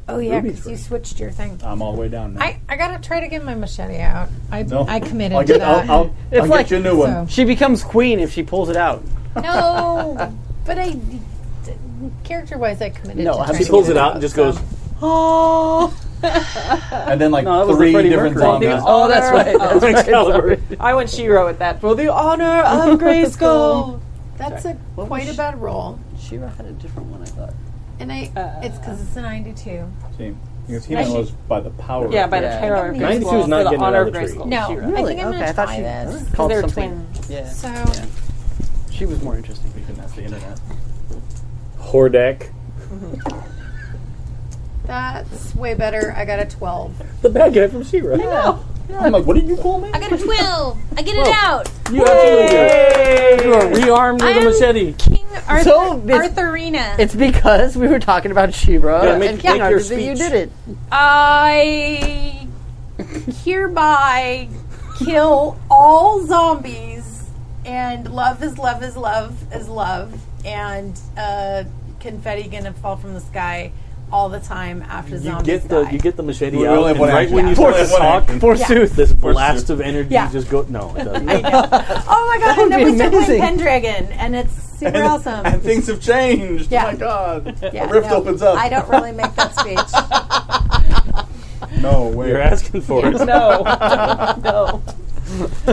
Oh yeah, Ruby's because you first. switched your thing. I'm all the way down now. I, I gotta try to get my machete out. I No. I committed I'll get, to that. I'll, I'll, It's I'll like- get you a new one. She becomes queen if she pulls it out. no, but I character wise I committed. No, to I'm- trying She to pulls get it out and just goes. And then like No, that was the three Freddie different Mercury. zombies. Oh, that's right. That's right. Excalibur. I went Shiro with that (laughs) for the honor of (laughs) Grayskull. That's a What quite was a bad roll, Shira had a different one, I thought. and I Uh, it's because it's a ninety-two. See, because he was by the power. yeah, by Yeah. the power of Ninety two is Grayskull not for the getting honor out of of the tree. Grayskull. No, Shiro. I Really? think I'm Okay, gonna I thought try she- this. Called they're something. twins. Yeah. So She was more interesting. Because that's the internet. Hordak. that's way better. I got a twelve. The bad guy from She-Ra. I'm like, what did you call me? I got a 12. I get it out. You absolutely do. You are rearmed with I'm- a machete. King Arthur, So this- Arthurina. It's because we were talking about Shira Yeah, make- and King make your Arthur that you speech. did it. I hereby kill all zombies and love is love is love is love and uh, confetti gonna fall from the sky all the time after You zombies get the die. you get the machete We out, only have and one right action. when you Yeah. start Only to one talk, action. forsooth, this blast Forsooth. of energy Yeah. just go. No, it doesn't. oh my god! I would be never took amazing. my Pendragon, and it's super awesome. And things have changed. Oh Yeah. my god. Yeah, A rift no, opens up. I don't really make that speech. No way. You're asking for it. No, (laughs) no. (laughs) I have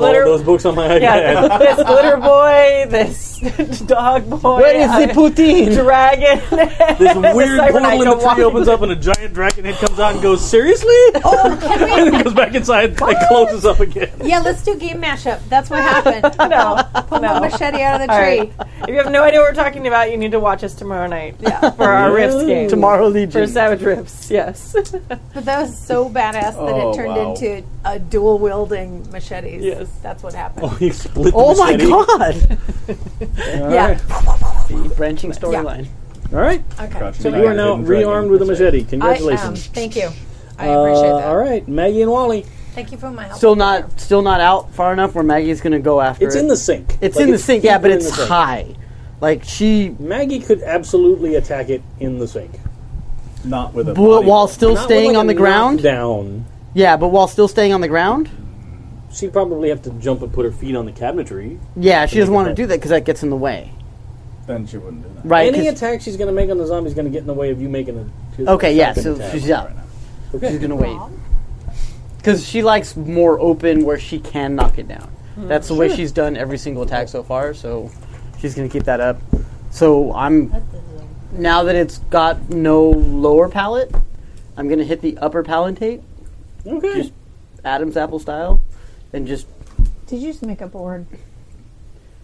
glitter- all those books on my (laughs) iPad. Yeah, (laughs) this glitter boy, this (laughs) dog boy. Where is (laughs) I- the poutine? (laughs) dragon? (laughs) This weird Cyber portal in the Knight tree Hawaii. opens up and a giant dragon head comes out and goes, Seriously? (laughs) and then goes back inside and closes up again. Yeah, let's do game mashup. That's what happened. no, Pull no. machete out of the All tree. right. If you have no idea what we're talking about, you need to watch us tomorrow night Yeah. for our riffs game. Tomorrow for Legion. Savage Riffs. Yes. (laughs) But that was so badass that Oh, it turned wow. into a dual wielding machetes. Yes. That's what happened. Oh, (laughs) you split the Oh my machete. god! yeah. The branching storyline. All right. Okay. Crouching So you Dragon, are now Hidden Dragon. rearmed with a machete. I am. Congratulations. Thank you. I appreciate Uh, that. all right, Maggie and Wally. Thank you for my help. Still not, still not out far enough where Maggie's gonna go after. It's it. in the sink. It's Like, in the sink, yeah, deeper but in it's the sink. high. Like she, Maggie could absolutely attack it in the sink. Not with a but body while blow. still Not with, staying like, on a the ground. Down. Yeah, but while still staying on the ground. She'd probably have to jump and put her feet on the cabinetry. Yeah, she doesn't want to right. do that because that gets in the way. Then she wouldn't do that. Right? Any 'cause- attack she's going to make on the zombie is going to get in the way of you making a. okay, yeah. second So attack. she's uh, out. Okay. She's gonna wait because she likes more open where she can knock it down. That's the way she's done every single attack so far. So she's gonna keep that up. So I'm now that it's got no lower palate, I'm gonna hit the upper palatate, Okay. just Adam's apple style, and just Did you just make up a word?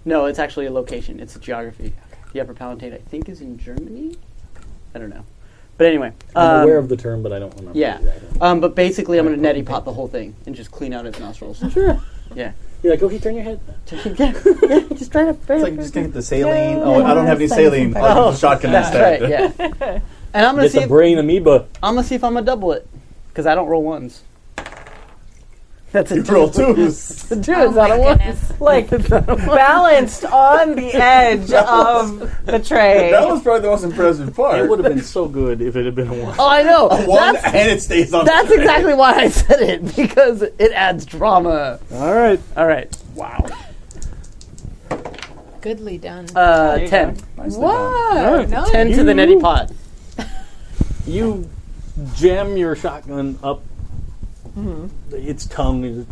No, it's actually a location. It's a geography. The Upper Palatinate, I think, is in Germany. I don't know, but anyway, I'm um, aware of the term, but I don't remember. yeah. Exactly. Um, but basically, I'm gonna neti pot the whole thing and just clean out its nostrils. (laughs) Sure. Yeah, You're like, okay, turn your head. yeah, yeah, just right up. Right It's up like you just gonna get the saline. Oh, I don't have any saline. I'll use the shotgun that's instead. right. Oh. Yeah, (laughs) and I'm gonna Get see. the If, brain amoeba. I'm gonna see if I'm gonna double it because I don't roll ones. (laughs) That's a You (laughs) two. roll twos. Two is not a one. (laughs) Goodness. like balanced on the edge of the tray. That was probably the most impressive part. It would have been so good if it had been a one. Oh, I (laughs) know. One That's and it stays on. that's exactly why I said it (laughs) because it adds drama. All right. All right, wow. Goodly done. uh, you ten. Nicely done. Whoa. right. No. Ten to the neti pot. You jam your shotgun up Mm-hmm. its tongue is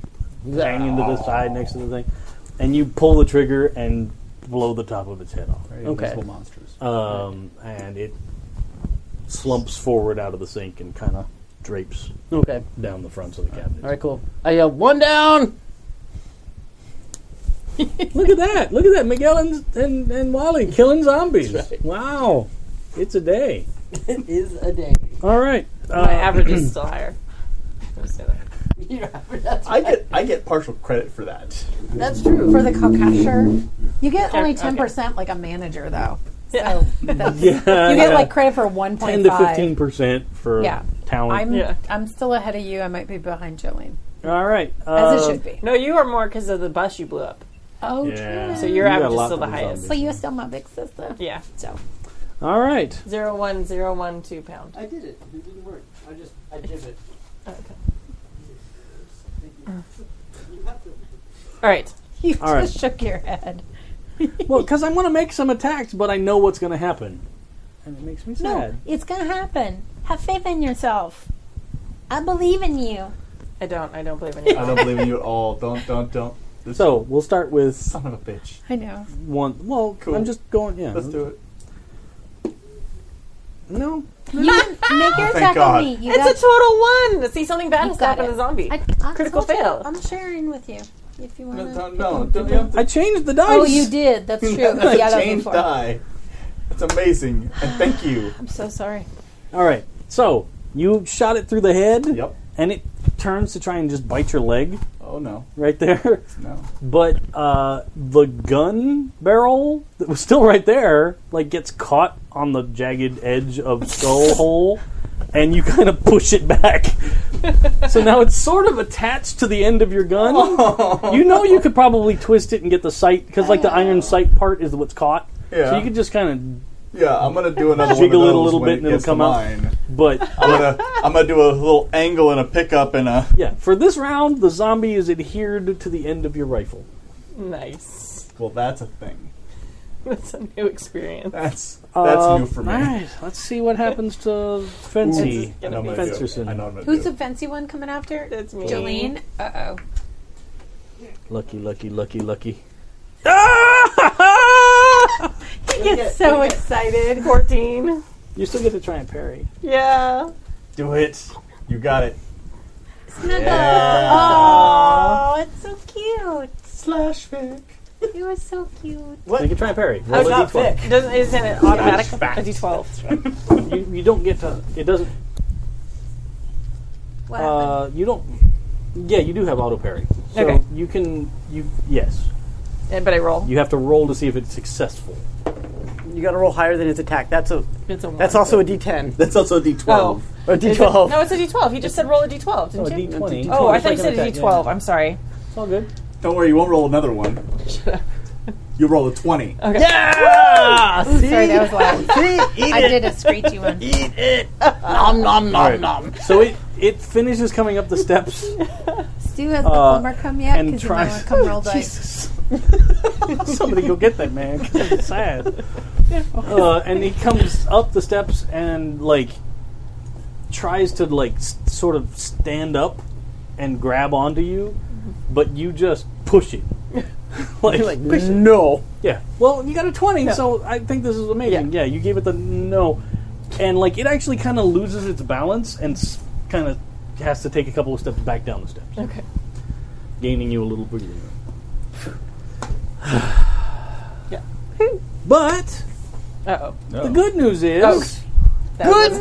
hanging to Oh. the side next to the thing, and you pull the trigger and blow the top of its head off. Okay. (laughs) Invisible monsters. Um, and it slumps forward out of the sink and kind of drapes Okay. down the fronts of the cabinet. All right. Cool. I yell one down. Look at that! Look at that! Miguel and, and, and Wally killing zombies. Wow, it's a day. It is (laughs) a day. All right. Uh, My average is still higher. I'm just gonna- I get I get partial credit for that. That's true. For the caucasher. You get only Okay. 10% like a manager, though. Yeah. So that's, yeah, you (laughs) yeah. get like credit for (laughs) 1.5. ten to fifteen percent for Yeah. I'm, talent. Yeah. I'm still ahead of you. I might be behind Jolene. All right. As uh, it should be. No, you are more because of the bus you blew up. Oh, Yeah. true. So your You got average a is lot still the from the highest. But you're still my big sister. Yeah. So All right. Zero one zero one two pound. I did it. It didn't work. I just I did it. Okay. All right. (laughs) you All right. just shook your head. Well, because I want to make some attacks, but I know what's going to happen, and it makes me No, sad. it's going to happen. Have faith in yourself. I believe in you. I don't. I don't believe in you. I (laughs) don't believe in you at all. Don't don't don't. This So we'll start (laughs) with son of a bitch. I know. one. Well, Cool. I'm just going. Yeah. Let's do it. No. You make your thank attack God. on me. You It's a total one. See something bad You has got happened it. to the zombie. I, I Critical told you, fail. I'm sharing with you if you want No, to. don't don't. don't you (laughs) have to I changed the dice. Oh, you did. That's (laughs) true. have to yeah, that was change before. die. That's amazing. And thank you. I'm so sorry. All right. So you shot it through the head. Yep. And it turns to try and just bite your leg Oh no. right there, No. but uh, the gun barrel that was still right there, like gets caught on the jagged edge of (laughs) skull hole, and you kind of push it back. so now it's sort of attached to the end of your gun. Oh. you know you could probably twist it and get the sight because like the iron sight part is what's caught. So Yeah. you could just kind Yeah, I'm gonna do another Jiggle one it of a those little when bit and it'll gets to come out. mine. of, but I'm gonna I'm gonna do a little angle and a pickup and a yeah. For this round, the zombie is adhered to the end of your rifle. Nice. Well that's a thing. (laughs) That's a new experience. That's that's Uh, new for me. All right, let's see what happens to Fancy I know I'm gonna do. it. I know Fencerson. I'm gonna (laughs) Who's do. the fancy one coming after? That's me. Jolene. Uh oh. Lucky, lucky, lucky, lucky. He gets so excited. 14. You still get to try and parry. Yeah. it. Do it. You got it. Snuggle. Oh, it's so cute. Slash Vic. You are so cute. You can try and parry. I'm Roll a not d12. thick. Doesn't, isn't it automatic? A d12. You, you don't get to. It doesn't. What happened? Uh, you don't. Yeah, you do have auto parry. So Okay. you can. You yes. Yeah, but I roll. You have to roll to see if it's successful. You got to roll higher than its attack. That's a It's a one. that's also a D10 That's also D twelve. or Is it- D12. Oh. No, it's a d12. He just said roll a d12, didn't Oh, a you? d20. Oh, I thought you It's like said an a attack, d12. I'm sorry. yeah. It's all good. Don't worry, you won't roll another (laughs) one. You roll a twenty. Yeah! See? Sorry, that (laughs) was loud. See? Eat I it. did a screechy one. Eat it. nom nom nom All right. nom. So it it finishes coming up the (laughs) steps Stu hasn't the plumber come yet and because he might tries- want to come roll (laughs) dice. Jesus. (laughs) Somebody go get that man. 'cause It's (laughs) sad. Uh, and he comes up the steps and like tries to like s- sort of stand up and grab onto you, Mm-hmm. but you just push it. (laughs) like, push it. No. yeah. Well, you got a twenty, so I think this is amazing. Yeah. you gave it the no, and like it actually kind of loses its balance and kind of has to take a couple of steps back down the steps. Okay. Gaining you a little breathing room. Yeah. But Uh-oh. the good news is That good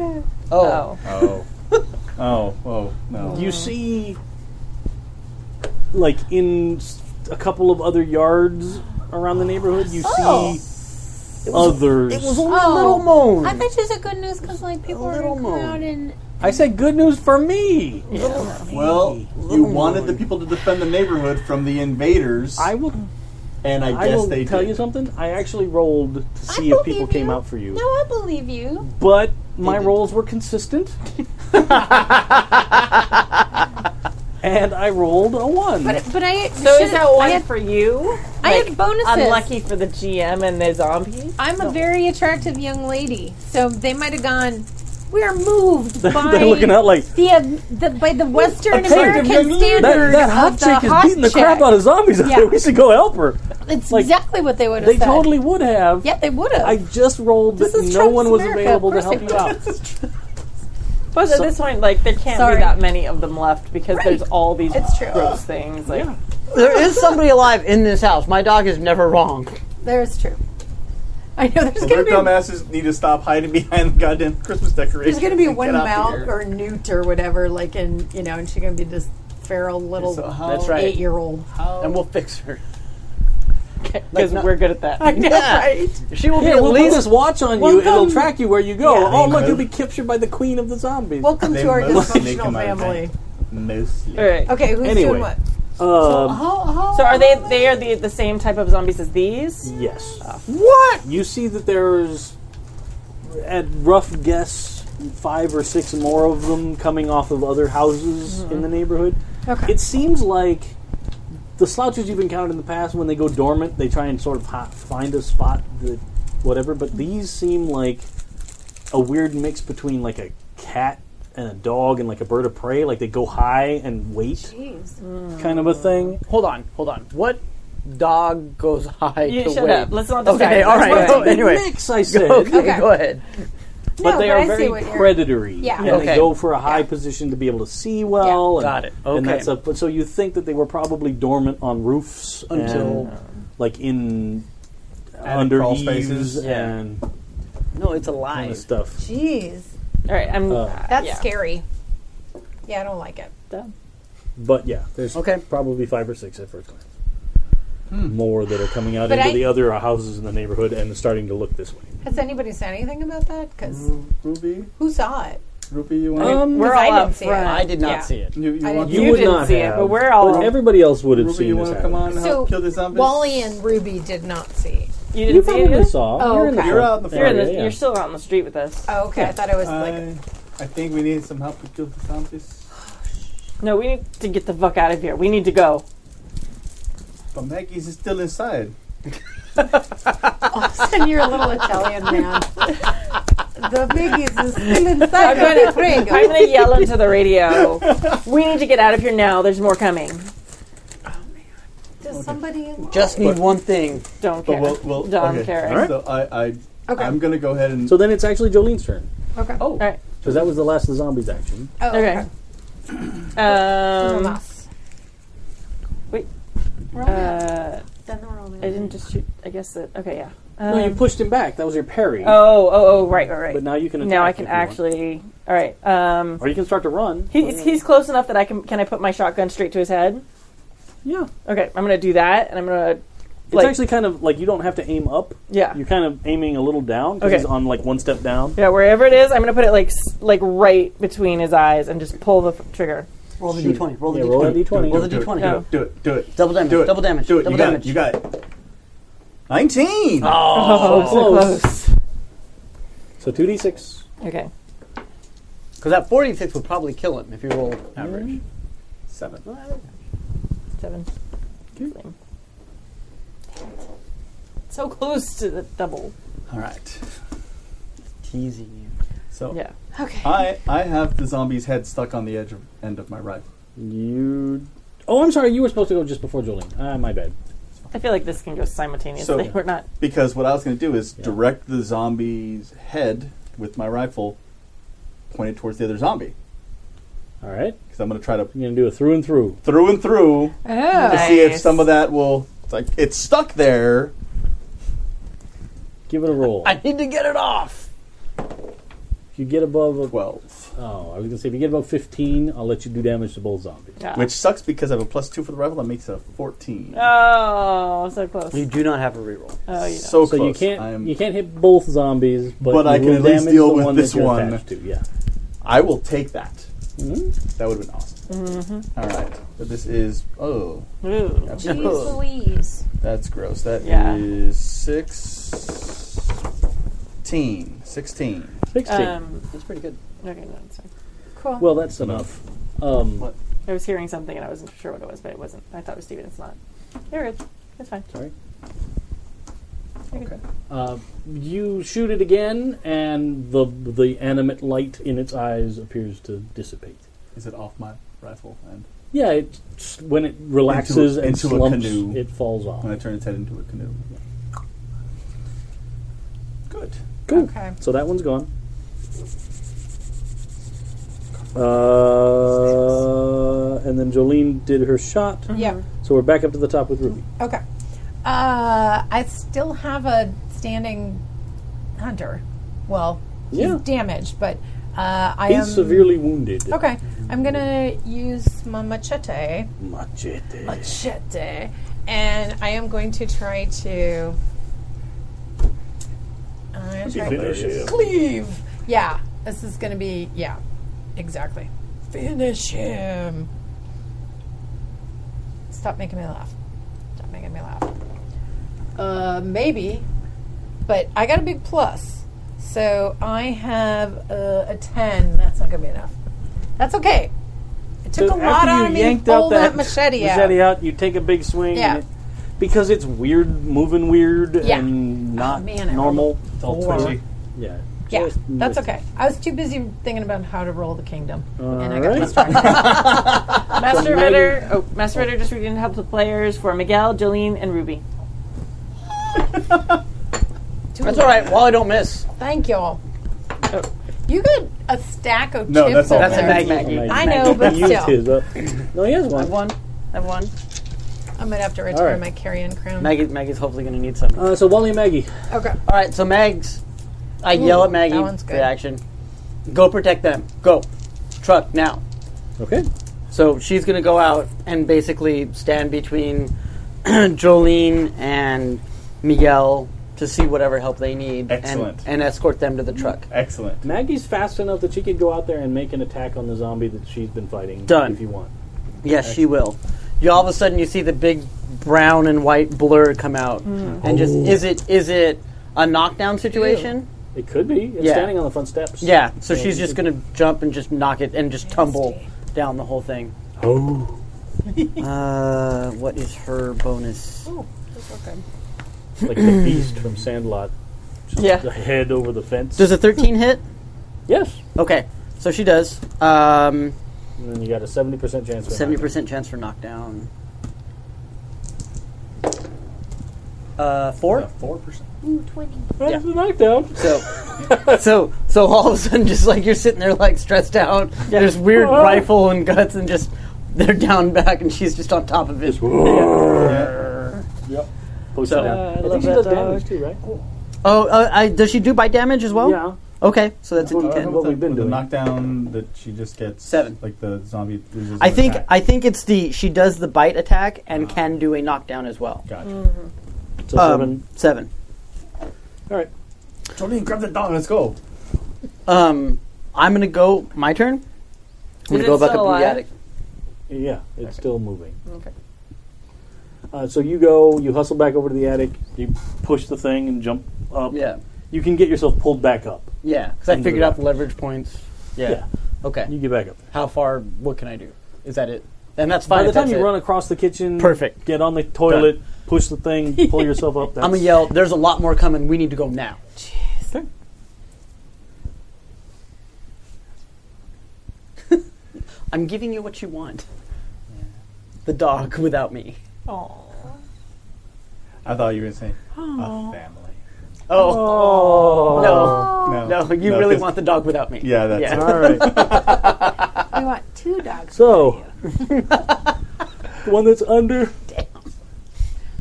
Oh. Oh. Oh. Oh, oh, no. you see, like in s- a couple of other yards around the neighborhood, you see others. It was only Oh. a little moan. I bet you it's a good news because like people are little gonna come moan. out and I said good news for me. Well, you wanted the people to defend the neighborhood from the invaders, I will. and I I guess will they tell did. you something. I actually rolled to I see if people believe came you. out for you, No, I believe you. but my rolls (laughs) were consistent. And I rolled a one. But but I So should- is that one I had, for you? I had like, bonuses. Unlucky for the GM and the zombies. I'm a very attractive young lady, so they might have gone. We're moved (laughs) by (laughs) They're looking out like the, uh, the by the Western American Attractive young lady. that, standards. that hot of the chick is hot beating the crap chick." out of zombies out Yeah. there. We should go help her. It's like, exactly what they would have They said. totally would have. Yeah, they would have. I just rolled This that is no Trump's one was America. available to Of course help they you out. Plus, at this point, like there can't Sorry. be that many of them left because there's all these It's true. gross things. Like, Yeah. There is somebody alive in this house. My dog is never wrong. There's true. I know there's Well, their going to be dumbasses need to stop hiding behind the goddamn Christmas decorations. There's going to be and one get out of mount here. or newt or whatever, like, and you know, and she's going to be this feral little So how- That's right. eight-year-old. (laughs) And we'll fix her. because no- we're good at that. Yeah. She will be Here, at we'll put least this watch on you. It'll track you where you go. Yeah. oh, look, you'll be captured by the queen of the zombies. Welcome They to our mostly make 'em dysfunctional out of family. bed. Mostly. All right. Okay, who's Anyway. doing what? Um, So are they? They are the, the same type of zombies as these. yes. What? You see that there's, at rough guess, five or six more of them coming off of other houses in the neighborhood. Okay. It seems like the slouches you've encountered in the past, when they go dormant, they try and sort of hot, find a spot that whatever. But these seem like a weird mix between like a cat and a dog and like a bird of prey. Like they go high and wait, kind of a thing. Hold on, hold on. What dog goes high You to shut wait? up. Let's not decide. Okay, all right. Let's Well, wait. (laughs) anyway, mix, I said. (laughs) okay, Okay. go ahead. But No, they but are I see very what you're- predatory. Yeah. And Okay. they go for a high position to be able to see well. And, Got it. And Okay. that stuff. But so you think that they were probably dormant on roofs Until- and, like in And under crawl eaves spaces. Yeah. and No, it's kind of alive. stuff. Jeez, All right. I'm. Uh, that's yeah. scary. Yeah, I don't like it. But yeah, there's Okay. Hmm. probably five or six at first glance. More that are coming out But into I- the other houses in the neighborhood and starting to look this way. Has anybody said anything about Mm. that? Because Ruby, who saw it? Ruby, you want? Um, We're 'Cause I all didn't up see front. it. I did not Yeah. see it. you, you Oh. I want You would didn't not see have, it, but we're all. but everybody else would have Ruby, seen you this want to happen. come on and So help kill the zombies? Wally and Ruby did not see. you You didn't see it. probably either? saw. Oh, you're in the okay. You're out in the You're, in front. Yeah, the, yeah. you're still out on the street with us. Oh, okay. I thought it was like I, I think we need some help to kill the zombies. No, we need to get the fuck out of here. We need to go. But Maggie's still inside. (laughs) and you're a (laughs) little Italian man. the biggies (laughs) is still inside. I'm gonna pray. I'm gonna yell into the radio. We need to get out of here now. There's more coming. Does somebody? Just need one thing. Don't But care. we'll, we'll Don't okay. care. So I, I Okay. I'm gonna go ahead and So then it's actually Jolene's turn. Okay. oh All right. Because that was the last of the zombies action. Oh, Okay. Um, Roll it. uh, Then roll it. I didn't just shoot. I guess that. Okay, yeah. no, you Um, pushed him back. That was your parry. Oh, oh, oh, right, right, right. But now you can. now I attack can if you want. actually. All right. Um, Or you can start to run. he's he's close enough that I can. Can I put my shotgun straight to his head? Yeah. Okay, I'm gonna do that, and I'm gonna. It's Like, actually kind of like you don't have to aim up. Yeah. You're kind of aiming a little down. 'cause Okay. He's on like one step down. yeah, wherever it is, I'm gonna put it like s- like right between his eyes and just pull the f- trigger. Roll the Shoot. d20. Roll the Yeah, d20. roll a do d20. it, Roll the do it, d20. do No. it, do it do it Double damage, do it double damage, do it double you got damage. it you got it nineteen Ah. oh Oh, so close. So two d six. Okay. Because that 46 would probably kill him if you roll average. seven Seven. Something. So close to the double. all right Teasing so Yeah. I I have the zombie's head stuck on the edge of end of my rifle You. Oh, I'm sorry. You were supposed to go just before Jolene. Ah, my bad. I feel like this can go simultaneously. So- We're not. because what I was going to do is direct the zombie's head with my rifle pointed towards the other zombie All right. because I'm going to try to I'm gonna do a through and through. through and through Oh, to see if some of that will it's like it's stuck there Give it a roll. you. I need to get it off. if you get above a, twelve. oh, I was gonna say if you get above 15, I'll let you do damage to both zombies. Which sucks because I have a plus two for the rifle. That makes it a fourteen. Oh, so close. You do not have a reroll. Oh, yeah. so So close. you can't I, am, you can't hit both zombies, but, But you I can will at least damage deal the with one that this you're one. attached To. Yeah, I will take that. Hmm? That would have been awesome. Mm-hmm. All right. So this is oh, Ooh. that's Jeez gross. Louise. That's gross. That is Yeah. sixteen. Sixteen. 16. Um, That's pretty good. okay, no, it's fine. Cool. well, that's enough. Um, What? I was hearing something and I wasn't sure what it was, but it wasn't. I thought it was Steven. It's not. You're good. It's fine. Sorry. You're good. Uh, you shoot it again, and the the animate light in its eyes appears to dissipate. Is it off my rifle? And Yeah, it s- when it relaxes and into a slumps, canoe. it falls off. when I turn its head into a canoe. Good. Cool. Okay. So that one's gone. Uh, and then Jolene did her shot. Yeah. So we're back up to the top with Ruby. Okay. Uh, I still have a standing hunter. Well, he's Yeah. damaged, but uh, I He's am severely wounded. Okay, I'm gonna use my machete. Machete. Machete. And I am going to try to. I'm gonna try to cleave. Yeah, this is gonna be. Yeah, exactly. Finish him. Stop making me laugh. Stop making me laugh. Uh, maybe, but I got a big plus. So I have uh, a 10. That's not gonna be enough. That's okay. It took a lot out of me to pull that, machete, out. you take a big swing. Yeah. and it- because it's weird, moving weird, Yeah. and not man, I normal. It's all Four. twitchy. Yeah. Yeah, Just that's miss. okay. I was too busy thinking about how to roll the kingdom, and I Alright. (laughs) got distracted. Ah, Master now Ritter. Oh, Master Ritter just reading help the players for Miguel, Jolene, and Ruby. That's all right. While I don't miss. Thank y'all. You got a stack of No, chips that's all over That's a there. Maggie. Amazing. I know, but He used still, his up. No, he has one. One. I've won. I might have to return Alright. my carrion crown. Maggie, Uh, Maggie's hopefully going to need some. Uh, so Wally and Maggie. Okay, All right, so Mags, I yell at Maggie that one's for good. action. Go protect them. Go. Truck now. Okay. So she's going to go out and basically stand between (clears throat) Jolene and Miguel to see whatever help they need Excellent. and and escort them to the truck. Excellent. Maggie's fast enough that she could go out there and make an attack on the zombie that she's been fighting. Done. If you want. Yes, she will. You all of a sudden you see the big brown and white blur come out and just is it is it a knockdown situation? It could be. It's Yeah. standing on the front steps. Yeah, so she's just going to jump and just knock it and just tumble down the whole thing. Oh. Uh, what is her bonus? like the beast from Sandlot. Just Yeah. (laughs) The head over the fence. Does a 13 hit? yes. Okay, so she does. Um, And then you got a seventy percent chance. of a Seventy knockdown. percent chance for knockdown. Uh, four. Four percent. Ooh, 20. That's a knockdown. (laughs) So, so, so all of a sudden, just like you're sitting there, like stressed out. There's weird Oh. rifle and guts, and just they're down back, and she's just on top of it. Post So- down. Uh, I I, love think she that does dog. damage too, right? Oh, uh, I, does she do bite damage as well? Yeah. Okay, so that's a Well, D10. well, what we've been the doing. knockdown that she just gets Seven. Like the zombie. loses I an think attack. I think it's the she does the bite attack and can do a knockdown as well. Gotcha. Mm. So Um, seven. seven. All right. Jolene, grab the dog. Let's go. Um, I'm gonna go. My turn. I'm Is gonna go it back still up in alive? the attic. Yeah, it's still moving. Okay. Uh, so you go, you hustle back over to the attic, you push the thing and jump up. Yeah. You can get yourself pulled back up. Yeah, because I Under figured the out the leverage points. Yeah. Okay. You get back up. there. How far? What can I do? Is that it? And that's By fine. the if time that's you it. run across the kitchen, Perfect. Get on the toilet, push the (laughs) thing, pull yourself up. That's, I'm gonna yell. There's a lot more coming. We need to go now. (laughs) I'm giving you what you want. The dog without me. I thought you were going to say a family. Oh, No, no, no! You No, really 'cause- want the dog without me? (laughs) Yeah, that's yeah. it. All right. We want two dogs. (laughs) So, the one that's under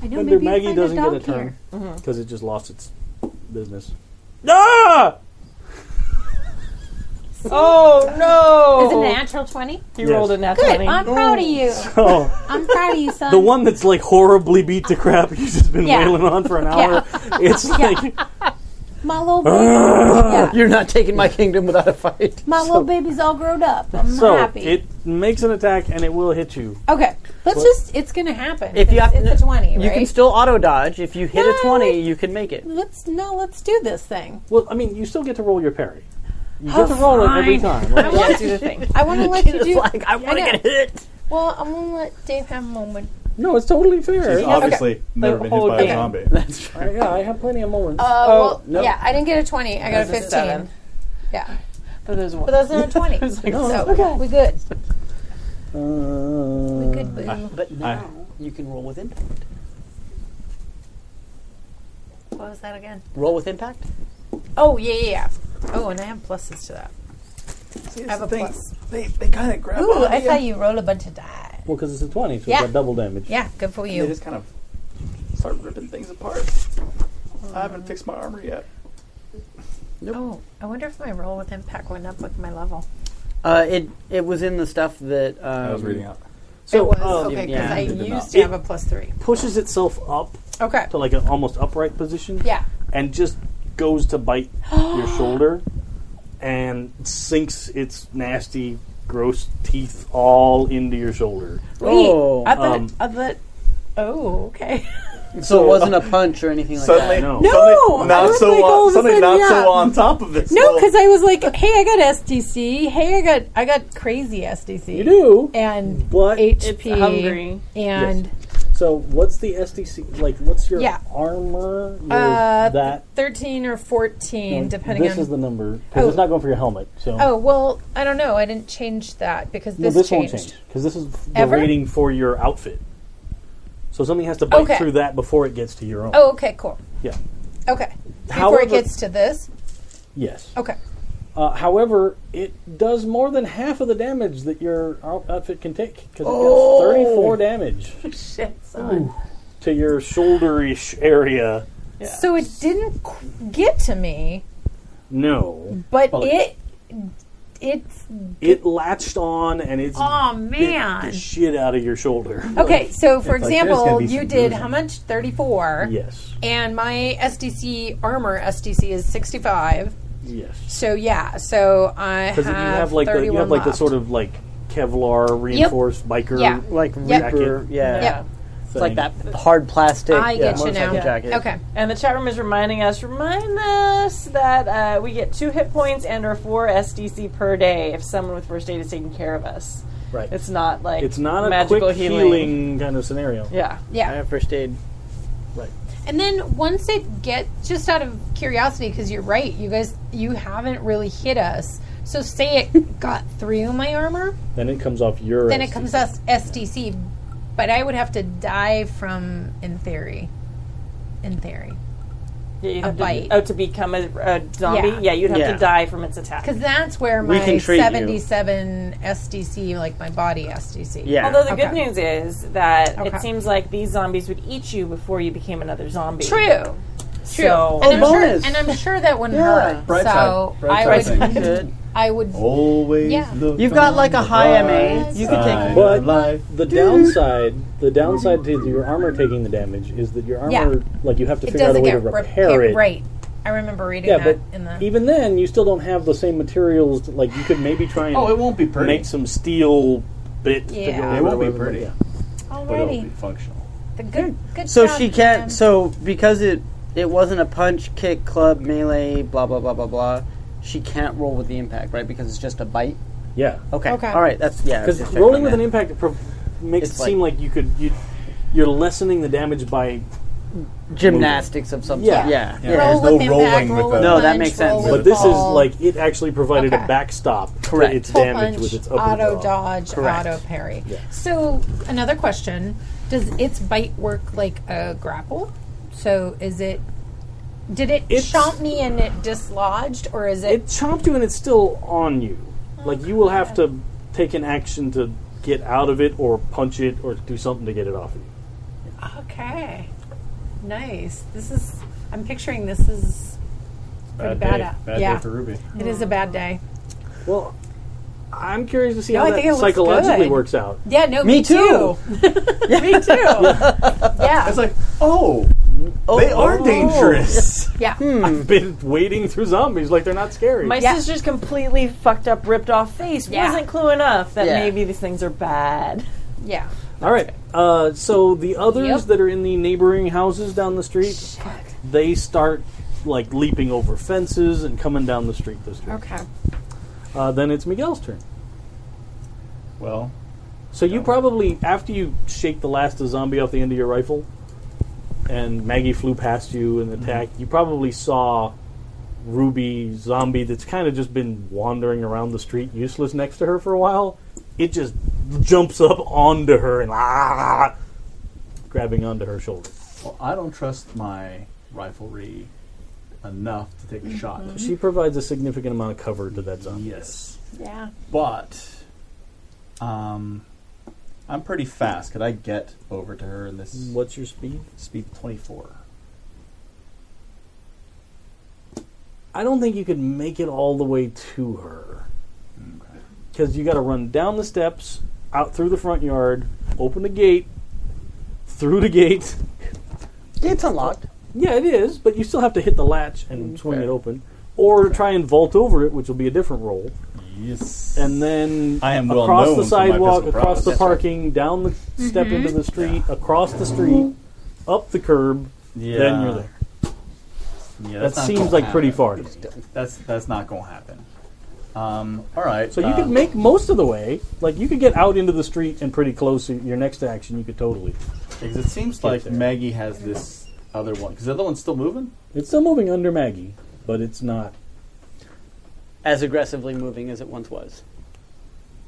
I know under Maggie maybe Maggie find doesn't a dog get a turn here. because it just lost its business. Ah! Is it a natural twenty? You Yes. Oh, rolled a nat Good. 20. I'm proud of (laughs) you. (laughs) Oh. I'm proud of you, son. Um, The one that's like horribly beat to crap. (laughs) You've just been Yeah. wailing on for an hour. It's like my (laughs) little baby. yeah. (laughs) You're not taking my kingdom without a fight. My little baby's all grown up. I'm so happy. it makes an attack and it will hit you. Okay, let's just. It's going to happen. If you have it's, to- it's a twenty, (laughs) You can right? still auto dodge. If you hit No, a twenty, wait. you can make it. let's no. Let's do this thing. Well, I mean, you still get to roll your parry. You get to roll it every time. Like, Let's do the (laughs) thing. I (laughs) want to let you It's do. like I want to know. get hit. Well, I'm going to let Dave have a moment. no, it's totally fair. She's obviously never The been hit whole by a game. zombie. I- yeah, I have plenty of moments. Uh, Oh, well, no. yeah, I didn't get a 20. I got a There's a 15. seven. Yeah. But there's But one. that's not a (laughs) 20. so oh, we good. Uh, We good, boo. But now you can roll with impact. what was that again? Roll with impact. Oh yeah, yeah, yeah. Oh, and I have pluses to that. I have a plus. They, they kind of grab Ooh, I saw you roll a bunch of die. well, because it's a 20, so Yeah. it's got double damage. Yeah, good for you. kind of start ripping things apart. I haven't fixed my armor yet. Oh, I wonder if my roll with impact went up with my level. Uh, it it was in the stuff that um, Oh, I was reading out. So it was oh, um, okay because yeah. I It did not. used to have a plus three. pushes itself up Okay. to like an almost upright position. Yeah. And just goes to bite (gasps) your shoulder and sinks its nasty, gross teeth all into your shoulder. Oh, I thought, um, I thought, oh, okay. so it wasn't a punch or anything like Suddenly, (laughs) No. suddenly I not was so like, all on, of a suddenly not sudden, yeah. so on top of this. No, though. because I (laughs) was like, hey, I got SDC. Hey, I got I got crazy SDC. You do. And But HP hungry. and So what's the SDC like? What's your Yeah. armor? Your Uh, that thirteen or fourteen, depending Mm, this on. is the number 'cause it's Oh. not going for your helmet. So Oh, well, I don't know. I didn't change that because no, this, this changed. won't change because this is f- the Ever? rating for your outfit. So something has to bite Okay. through that before it gets to your own. Oh, okay, cool. Yeah. Okay. Before However- it gets to this. Yes. Okay. Uh, however, it does more than half of the damage that your out- outfit can take because Oh! it does 34 (laughs) damage. Ooh. To your shoulderish area. So it didn't qu- get to me, No. but Well, it it's It latched on and it's oh bit man. the shit out of your shoulder. okay, so for It's like, there's gonna example, be some you did bruising. how much? Thirty four. Yes. And my SDC armor SDC is sixty five. Yes. So yeah, so I have, Because you have like the, you 31 have like the left. sort of like Kevlar reinforced biker Yeah. that. Like Yep. Reaper, yeah, Yep. it's like that hard plastic. I yeah, get you now. motorcycle Jacket. Okay. And the chat room is reminding us, remind us that uh, we get two hit points and or four SDC per day if someone with first aid is taking care of us. Right. It's not like It's not a magical quick healing. healing kind of scenario. Yeah. Yeah. I have first aid. Right. And then once it get just out of curiosity, because you're right, you guys, you haven't really hit us. So say (laughs) it got through my armor, Then it comes off your. then SDC. it comes us SDC, but I would have to die from in theory, in theory, Yeah, you'd A have to, bite. Oh, to become a, a zombie? Yeah. Yeah, you'd have Yeah. to die from its attack. because that's where We my can treat you. 77 SDC, like my body SDC. Yeah. Although the good Okay. news is that Okay. it seems like these zombies would eat you before you became another zombie. True. True. So- and, I'm Oh, sure, bonus. and I'm sure that wouldn't Yeah. hurt. Bright so side. Bright I side would. thing. Good. (laughs) I would. Always Yeah. look You've got on like a the high bright MA. You could take. side But- of life. The downside, the downside to your armor taking the damage is that your armor, Yeah. like you have to It figure out a doesn't way get to repair repair- it. right. I remember reading Yeah, that but in the. even then, you still don't have the same materials. To, like you could maybe try and Oh, it won't be pretty. make some steel bits. to Yeah. go It over won't be with it, pretty. yeah. But it'll be Alrighty. functional. The good, good So job, she can't. Dan. So because it it wasn't a punch, kick, club, melee, blah blah blah blah blah. She can't roll with the impact, right? Because it's just a bite. Yeah, Okay. Okay. All right. That's yeah. I because was just checking rolling on with that. an impact pro- makes It's it seem like you could you you're lessening the damage by gymnastics of some Yeah. sort. Yeah. Yeah. There's roll no with impact, rolling roll with with a- No, that punch, makes roll sense. with But this is ball. like it actually provided Okay. a backstop Correct. to its Full damage punch, with its upper auto jaw. dodge, Correct. auto parry. So another question: Does its bite work like a grapple? So is it? Did it It's- chomp me and it dislodged, or is It it? chomped you and it's still on you. Like you will have to take an action to get out of it or punch it or do something to get it off of you. okay, nice. This is. I'm picturing this is pretty bad. day. Bad yeah, day for Ruby. it is a bad day. Well, I'm curious to see No, how I that think it looks psychologically good. works out. Yeah, no, me, Me too. (laughs) me too. (laughs) yeah, It's like, oh, they are dangerous. yeah. I've been wading through zombies like they're not scary. My Yeah. sister's completely fucked up, ripped off face Yeah. wasn't clue enough that Yeah. maybe these things are bad. Yeah. All right. Uh, so the others Yep. that are in the neighboring houses down the street, they start like leaping over fences and coming down the street this week. Okay. Uh, then it's Miguel's turn. Well, So you probably after you shake the last of zombie off the end of your rifle, and Maggie flew past you and attacked. You probably saw Ruby zombie that's kind of just been wandering around the street, useless next to her for a while. It just jumps up onto her and ah, grabbing onto her shoulder. well, I don't trust my riflery enough to take a shot. She provides a significant amount of cover to that zombie. Yes, Yeah. but um, I'm pretty fast. Could I get over to her in this What's your speed? speed 24? I don't think you could make it all the way to her. Because you got to run down the steps, out through the front yard, open the gate, through the gate. Gate's unlocked. Yeah, it is, but you still have to hit the latch and swing Okay. it open. Or try and vault over it, which will be a different roll. Yes. And then I am well across known the for my sidewalk, physical across the prowess. parking, down the step into the street, across the street, up the curb, yeah, then you're there. Yeah, That that's not seems gonna like pretty happen. far to me. That's that's not going to happen. Um, all right. So you could uh, um, make most of the way. Like you could get out into the street and pretty close. and Your next action, you could totally. Because it seems like Maggie has this other one. Because the other one's still moving. It's still moving under Maggie, but it's not. As aggressively moving as it once was.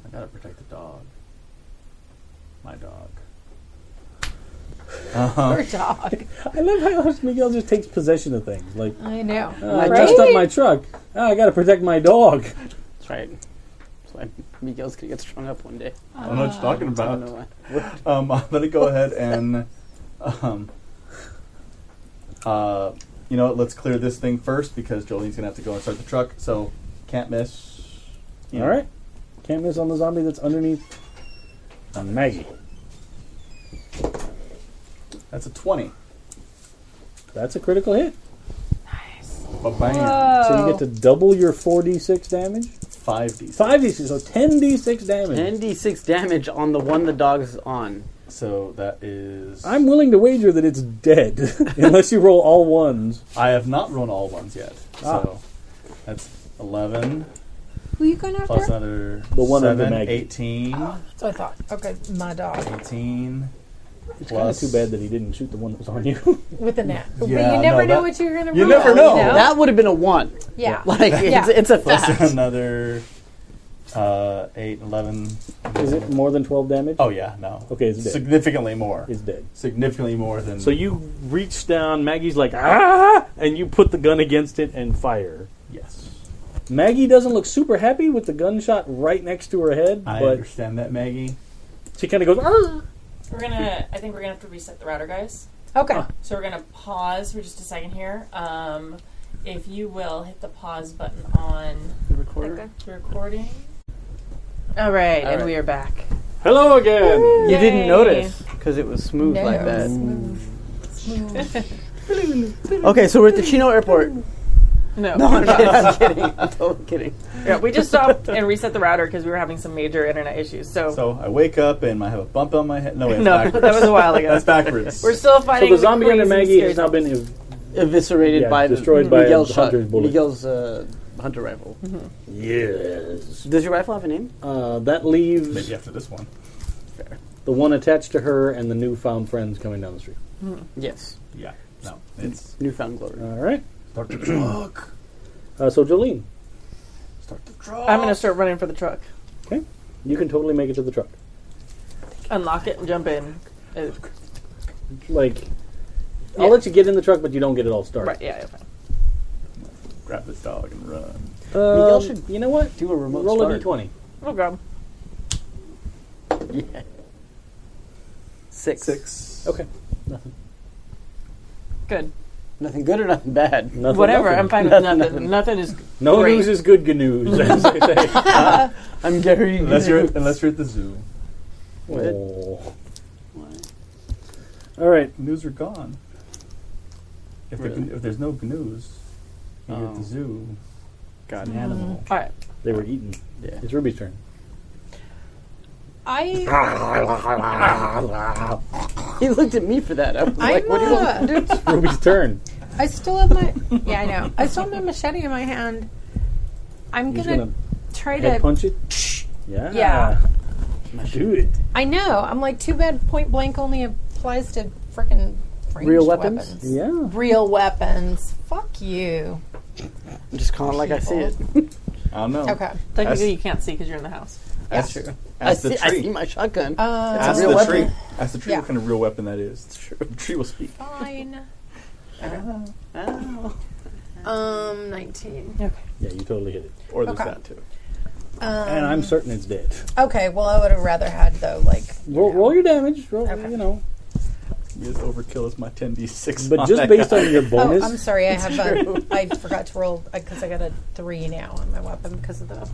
I gotta protect the dog. My dog. Her dog. I love how (laughs) Miguel just takes possession of things. Like I know. "Oh, I dust up my truck. Oh, I got to protect my dog. That's right. That's why Miguel's gonna get strung up one day. I don't know what you're talking I don't know about. why. Um, (laughs) I'm gonna go ahead and, um, uh, you know, what, let's clear this thing first because Jolene's gonna have to go and start the truck. So can't miss. All right, can't miss on the zombie that's underneath Maggie. That's a twenty. That's a critical hit. Bam. So you get to double your four d six damage. Five D. Five d six, so ten d six damage. 10d6 damage on the one the dog's on. So that is. I'm willing to wager that it's dead (laughs) unless you roll all ones. I have not run all ones yet. Ah. So that's eleven. who you going after? Plus another The one under seven, Maggie. 18. That's what I thought. Okay, my dog 18. It's kind of plus- too bad that he didn't shoot the one that was on you. with a net. but you Yeah, no, never that- know what you're going to you never know. That would have been a one. (laughs) Yeah. Like Yeah. it's, it's a Plus fact. (laughs) another uh, 8, 11. (laughs) Is it more than 12 damage? Oh, yeah, no. Okay, it's dead. Significantly more. It's dead. Significantly more than. So you reach down, Maggie's like, ah, and you put the gun against it and fire. Yes. Maggie doesn't look super happy with the gunshot right next to her head, I but understand that, Maggie. (clears throat) she kind of goes, ah. We're gonna. I think we're gonna have to reset the router, guys. Okay. So we're gonna pause for just a second here. Um, if you will hit the pause button on The recorder. the recording. All right, All and right. we are back. hello again. You didn't Yay. notice because it was smooth like that. Smooth. Smooth. (laughs) Okay, so we're at the Chino (laughs) Airport. No, No, (laughs) I'm kidding. I'm kidding. (laughs) I'm totally kidding. yeah, we just stopped and reset the router because we were having some major internet issues. So, So I wake up and I have a bump on my head. No, wait, (laughs) No, that's that was a while ago. That's backwards. we're still So fighting. the zombie clues under and Maggie has scary now been Eviscerated Yeah, by the- destroyed by Miguel's a shot. hunter's bullet. Miguel's uh, hunter rifle. yes. Does your rifle have a name? Uh, that leaves Maybe after this one. the one attached to her and the newfound friends coming down the street. Yes. Yeah. No, it's Newfound glory. All right. start the truck. Uh, so Jolene, Start the stuff. truck. I'm gonna start running for the truck. you can totally make it to the truck. Unlock it and jump in. Uh, Like, Yeah. I'll let you get in the truck, but you don't get it all started. right? Yeah. yeah, fine. grab this dog and run. Um, Miguel should you know what? Do a remote Roll start. a d20. Oh god. Yeah. Six. Six. Okay. Good. Nothing good or nothing bad. Nothing, Whatever. nothing. I'm fine with nothing. Nothing is. No Great. news is good good (laughs) news. as they say. I'm Gary. Unless (laughs) you're (laughs) unless you're at the zoo, Oh. All right. gnoos are gone. If, the Really? gn- if there's no gnoos, you're at Oh. the zoo. Got Mm. an animal. All right. They were eaten. Yeah. It's Ruby's turn. (laughs) I He looked at me for that. I was like, I'm, what do you uh, It's Ruby's (laughs) turn. I still have my (laughs) yeah I know I still have my machete in my hand. I'm He's gonna, gonna try head to punch it. Yeah. Yeah. Do it. I know. I'm like, too bad point blank only applies to freaking Real weapons? Yeah. Real weapons. Fuck you. I'm just calling like I see it. I don't know. Okay. Technically, That's- you can't see because you're in the house. Ask, true. I ask see, the I see tree. my shotgun. Uh, Ask real the weapon. tree. Ask the tree Yeah. what kind of real weapon that is. The tree will speak. fine. Oh. Ow. Um, 19. Yeah, you totally hit it. Um, Or there's Okay. that too. and I'm certain it's dead. Okay, well, I would have rather had, though, like, Roll, roll your damage. Roll, Okay. You know, Yes, overkill is my 10d6. but just based on (laughs) your bonus, oh, I'm sorry, I have a, (laughs) I forgot to roll because I got a three now on my weapon because of the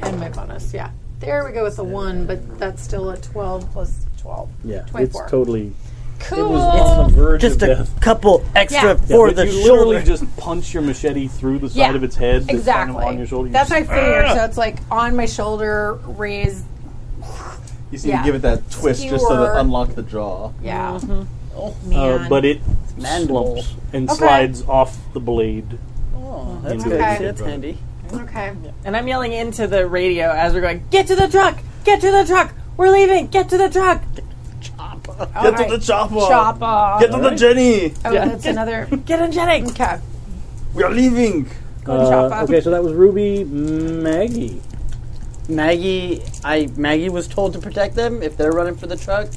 and my bonus. Yeah, there we go with the one, but that's still a 12 plus 12. yeah, it's 24. totally. Cool. It was on the verge Oh. Just of a death. couple extra Yeah. for But the you literally shoulder. just punch your machete through the side Yeah, of its head that's kind of Exactly. on your shoulder. You That's just- "Ah!" what I figured. So it's like on my shoulder, raised. You seem Yeah. to give it that twist just to Skewer. unlock the jaw. Yeah. Oh uh, man. but it Mandible. slumps and Okay. slides off the blade. Oh, that's Okay. good. Okay. That's handy. okay. And I'm yelling into the radio as we're going. Get to the truck. Get to the truck. We're leaving. Get to the truck. Get right. to the chopper! Chop off. Get to the Jenny! Oh, (laughs) that's another. Get in, Jenny. Okay. We are leaving! and chop Uh, up. okay, so that was Ruby Maggie. Maggie, I Maggie was told to protect them if they're running for the truck.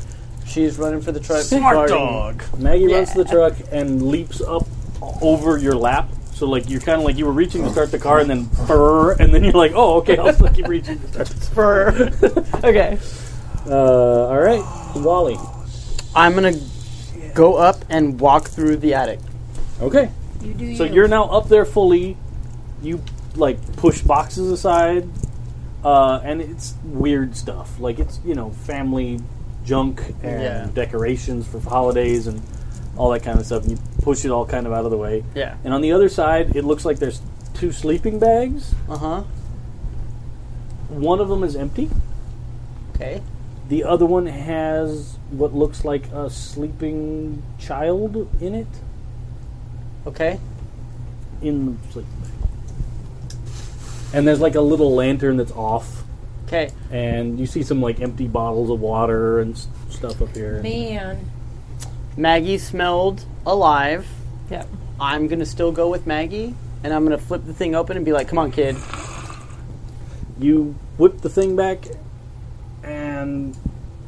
She's running for the truck. Smart guarding- dog! Maggie runs to the truck and leaps up over your lap. So like you're kind of like you were reaching to start the car and then burr, and then you're like, oh okay, I'll still keep reaching to start. This. Okay. (laughs) Uh, all right, Wally. I'm gonna go up and walk through the attic. Okay. You do. So you. you're now up there fully. You like push boxes aside, uh, and it's weird stuff. Like it's you know family junk and Yeah. decorations for holidays and all that kind of stuff. And you push it all kind of out of the way. Yeah. And on the other side, it looks like there's two sleeping bags. Uh huh. One of them is empty. Okay. The other one has what looks like a sleeping child in it. Okay. In the sleeping bag. And there's like a little lantern that's off, Okay. and you see some like empty bottles of water and s- stuff up here. Man. Maggie smelled alive. Yeah. I'm gonna still go with Maggie, and I'm gonna flip the thing open and be like, "Come on, kid." You whip the thing back, and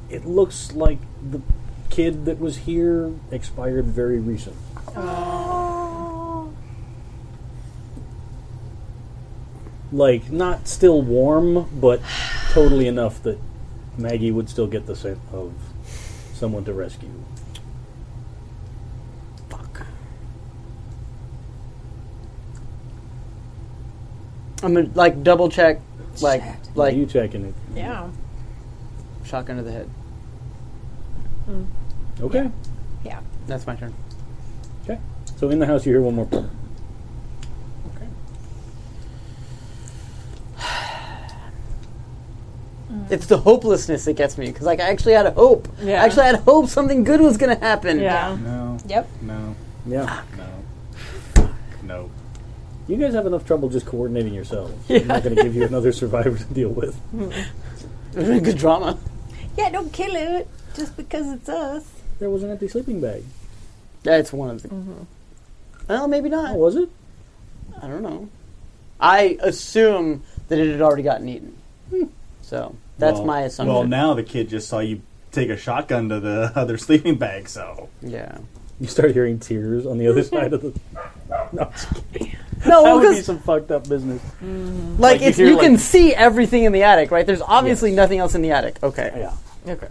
it looks like the kid that was here expired very recent. Like, not still warm, but totally enough that Maggie would still get the scent of someone to rescue. I'm gonna like double check, like like you checking it. Yeah. shotgun to the head. Okay. Yeah. That's my turn. Okay. So in the house, you hear one more. Okay. It's the hopelessness that gets me because like I actually had a hope. Yeah. I actually had hope something good was gonna happen. Yeah. No. Yep. No. Yeah. No. No. You guys have enough trouble just coordinating yourselves. I'm not going to give you another survivor to deal with. It was a good drama. Yeah, don't kill it just because it's us. There was an empty sleeping bag. That's one of the. Well, maybe not. Oh, was it? I don't know. I assume that it had already gotten eaten. Hmm. So that's Well- my assumption. Well, now the kid just saw you take a shotgun to the other sleeping bag, so Yeah. You start hearing tears on the other side of the. No, I'm just kidding. that No, would be Oh, because some fucked up business. like, you it's, hear, you like- can see everything in the attic, right? There's obviously nothing else in the attic. Okay. Yeah. Okay.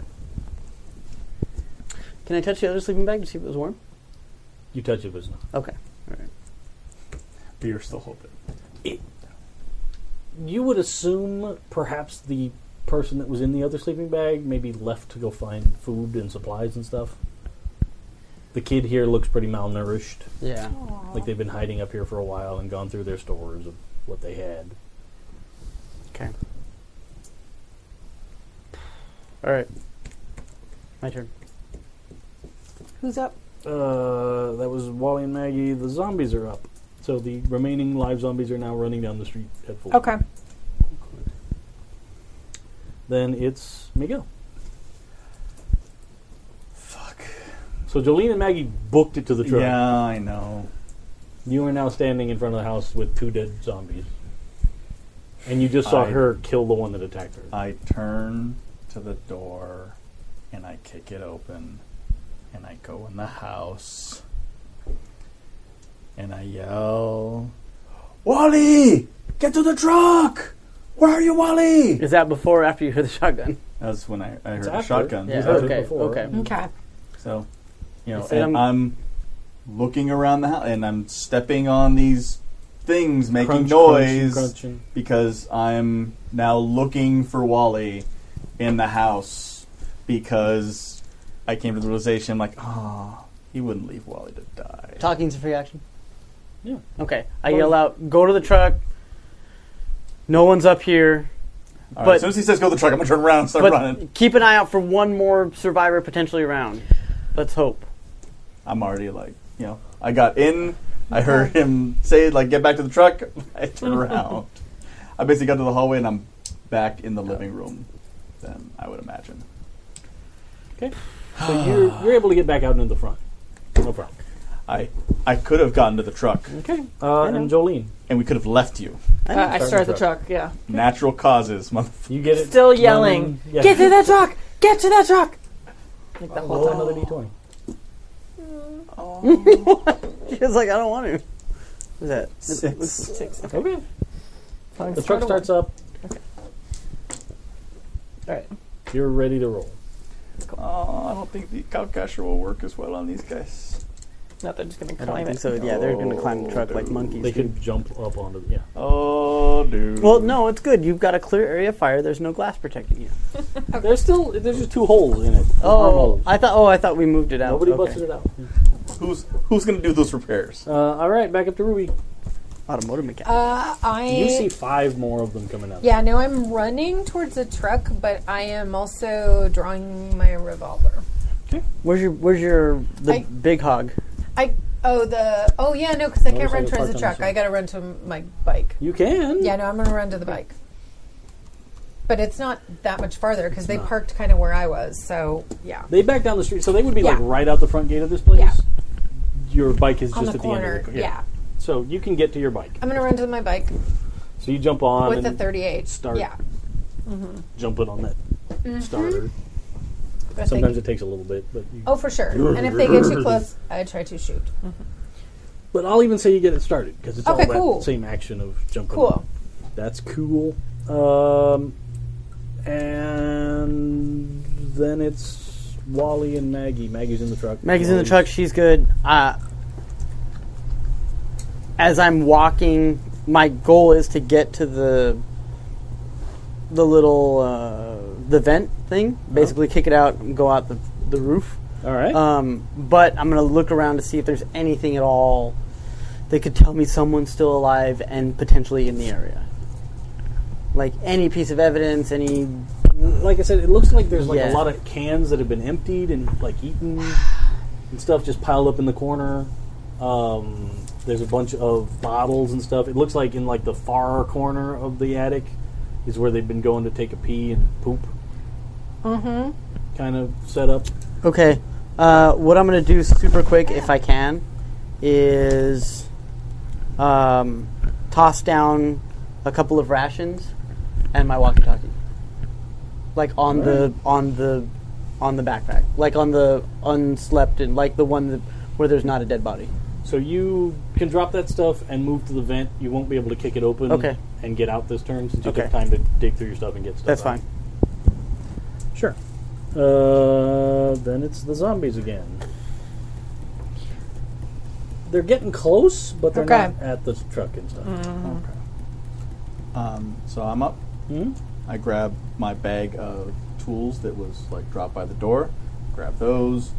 Can I touch the other sleeping bag to see if it was warm? You touch it, but it's not. Okay. All right. but you're still hoping. You would assume perhaps the person that was in the other sleeping bag maybe left to go find food and supplies and stuff. The kid here looks pretty malnourished. Yeah. Like they've been hiding up here for a while and gone through their stores of what they had. Okay. All right. My turn. Who's up? Uh, that was Wally and Maggie. The zombies are up. So the remaining live zombies are now running down the street at full. Okay. Then it's Miguel. Fuck. So Jolene and Maggie booked it to the truck. Yeah, I know. You are now standing in front of the house with two dead zombies. And you just saw I- her kill the one that attacked her. I turn to the door and I kick it open and I go in the house and I yell, Wally, get to the truck! Where are you, Wally? Is that before or after you hear the (laughs) shotgun? That's when I, I heard a after. shotgun. Yeah. heard it Okay. before. Okay. Okay. So, you know, I said and I'm, looking around the house and I'm stepping on these things, making Crunch, noise crunch, crunching. because I'm now looking for Wally in the house because I came to the realization like, oh, he wouldn't leave Wally to die. Talking's a free action. Yeah. Okay. I yell out, "Go to the truck." No one's up here, All right, but- as soon as he says go to the truck, I'm gonna turn around and start but running. keep an eye out for one more survivor potentially around. Let's hope. I'm already like, you know, I got in. I heard him say like, get back to the truck. (laughs) I turn around. I basically got to the hallway and I'm back in the living room. Then I would imagine. So you're, you're able to get back out into the front. No problem. I I could have gotten to the truck (laughs) Okay. Uh, and Jolene, and we could have left you. Uh, I start the truck. Yeah. Natural causes, motherfucker. you get it. Still yelling. running. Yeah. Get to that truck. Get to that truck. Like the whole Roll time. another d20. She's like, "I don't want to." What is that? Six. Six. Okay. Okay. Fine, The start truck a starts up. All right. You're ready to roll. Oh, Uh, I don't think the cowcatcher will work as well on these guys. Not they're just gonna I don't climb think it. so. Yeah, they're going to climb the truck like monkeys. They can jump up onto the. Yeah. Oh, dude. Well, no, it's good. You've got a clear area of fire. There's no glass protecting you. There's still. There's just two holes in it. Oh, I thought. Oh, I thought we moved it out. Nobody okay. busted it out. Who's who's gonna do those repairs? Uh, all right, back up to Ruby. Automotive mechanic. Uh, I. You see five more of them coming out. Yeah, no, I'm running towards the truck, but I am also drawing my revolver. where's your Where's your the I- big hog? I Oh, the oh yeah, no, because I can't run Motorcycle towards the parked on the truck. I got to run to m- my bike. You can. Yeah, no, I'm going to run to the bike. But it's not that much farther because they parked kind of where I was. So yeah, They back down the street, so they would be like Yeah. right out the front gate of this place. Yeah. Your bike is on just the at corner. the end. Of the, yeah. So you can get to your bike. I'm going to run to my bike So you jump on with and the 38. start Yeah, mm-hmm. jumping on that starter. Sometimes it takes a little bit, but you, Oh, for sure. and if they get (laughs) too close, I try to shoot. Mm-hmm. but I'll even say you get it started because it's Okay, all that cool. same action of jumping. Cool. on. That's cool. Um, and then it's Wally and Maggie. Maggie's in the truck. Maggie's in the Wally's- truck. She's good. Uh, as I'm walking, my goal is to get to the the little uh, the vent thing. Basically, kick it out and go out the the roof. Uh-huh. All right. Um, but I'm gonna look around to see if there's anything at all that could tell me someone's still alive and potentially in the area. Like any piece of evidence, any like I said, it looks like there's like Yeah. a lot of cans that have been emptied and like eaten and stuff just piled up in the corner. Um, there's a bunch of bottles and stuff. It looks like in like the far corner of the attic is where they've been going to take a pee and poop Mm-hmm. kind of setup. Okay. Uh, what I'm gonna do super quick, if I can, is um, toss down a couple of rations and my walkie-talkie, like on the on the on the backpack, like on the unslept and like the one that, where there's not a dead body. So you can drop that stuff and move to the vent. You won't be able to kick it open Okay. and get out this turn since you Okay. took time to dig through your stuff and get stuff. That's out. fine. Sure. Uh, then it's the zombies again. They're getting close, but they're Okay. Mm. not at the truck and stuff. Um, so I'm up. Hmm? I grab my bag of tools that was like dropped by the door. Grab those,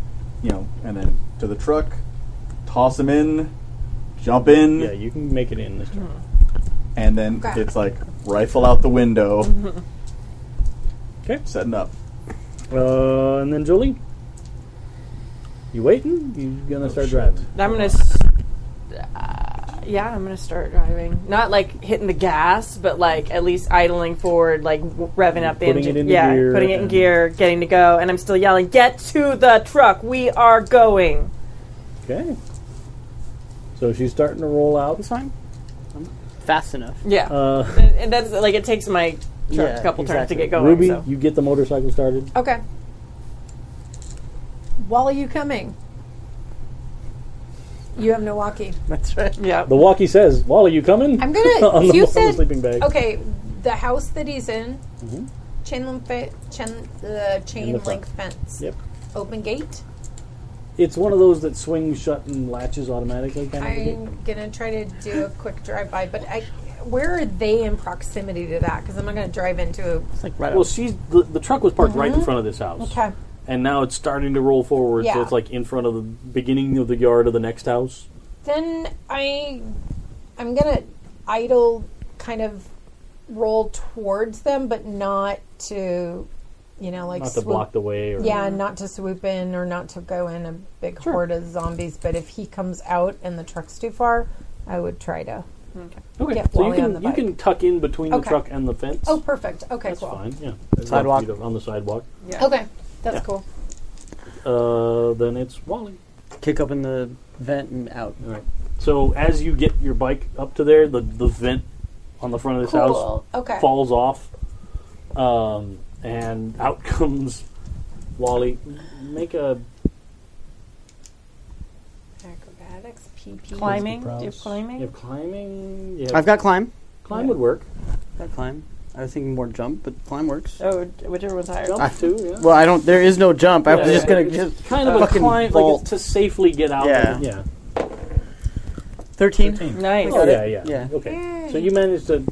you know, and then to the truck. Toss them in. Jump in, Yeah, you can make it in this turn. and then Okay. it's like rifle out the window. (laughs) Okay. Setting up. Mm. Uh, and then Julie, you waiting? You gonna start driving? I'm gonna. s- Uh, yeah, I'm gonna start driving. Not like hitting the gas, but like at least idling forward, like w- revving up the Putting engine. it into yeah, gear putting it in and- gear, getting to go, and I'm still yelling, "Get to the truck! We are going!" Okay. So she's starting to roll out. That's fine. Fast enough. (laughs) Yeah, Uh, and, and that's like it takes my truck Yeah, a couple turns to exactly. get going. Ruby, so. you get the motorcycle started. Okay. Wally, you coming? You have no walkie. That's right. yeah, The walkie says, "Wally, you coming?" I'm on gonna. the, you (laughs) on the said sleeping bag. Mm-hmm. okay. The house that he's in, chain link, fe- chain, the In chain the link front. fence, Yep. open gate. It's one of those that swings shut and latches automatically. Kind of. I'm gonna try to do a quick drive by, but I, where are they in proximity to that? Because I'm not gonna drive into. A, It's like right Well, up. she's the, the truck was parked right in front of this house. Mm-hmm. okay. and now it's starting to roll forward. So Yeah. it's like in front of the beginning of the yard of the next house. Then I, I'm gonna idle, kind of roll towards them, but not to, you know, like Not to swoop- block the way. Or, Yeah, not to swoop in or not to go in a big horde of zombies. But if he comes out and the truck's too far, I would try to. Okay. Get so you Wally can on the you can tuck in between the Okay. truck and the fence. Oh, perfect. Okay, that's cool. fine. Yeah. Sidewalk. Feet on the sidewalk. Okay, that's Yeah. cool. Uh, then it's Wally. Kick open the vent and out. All right. So as you get your bike up to there, the the vent on the front of this Cool. house Okay. falls off, um, and out (laughs) comes Wally. Make a Acrobatics, PP. climbing. Prouse. Do you have climbing? you have climbing. You have I've got climb. climb would work. Got climb. I was thinking more jump, but climb works. Oh, whichever one's higher. Jump I- too. Yeah. Well, I don't. There is no jump. I'm Yeah, just yeah. gonna It's just kind of a fucking climb like vault. it's to safely get out. Yeah. of it. yeah. 13? Nice. Oh, yeah, yeah, Yeah. Okay. So you manage to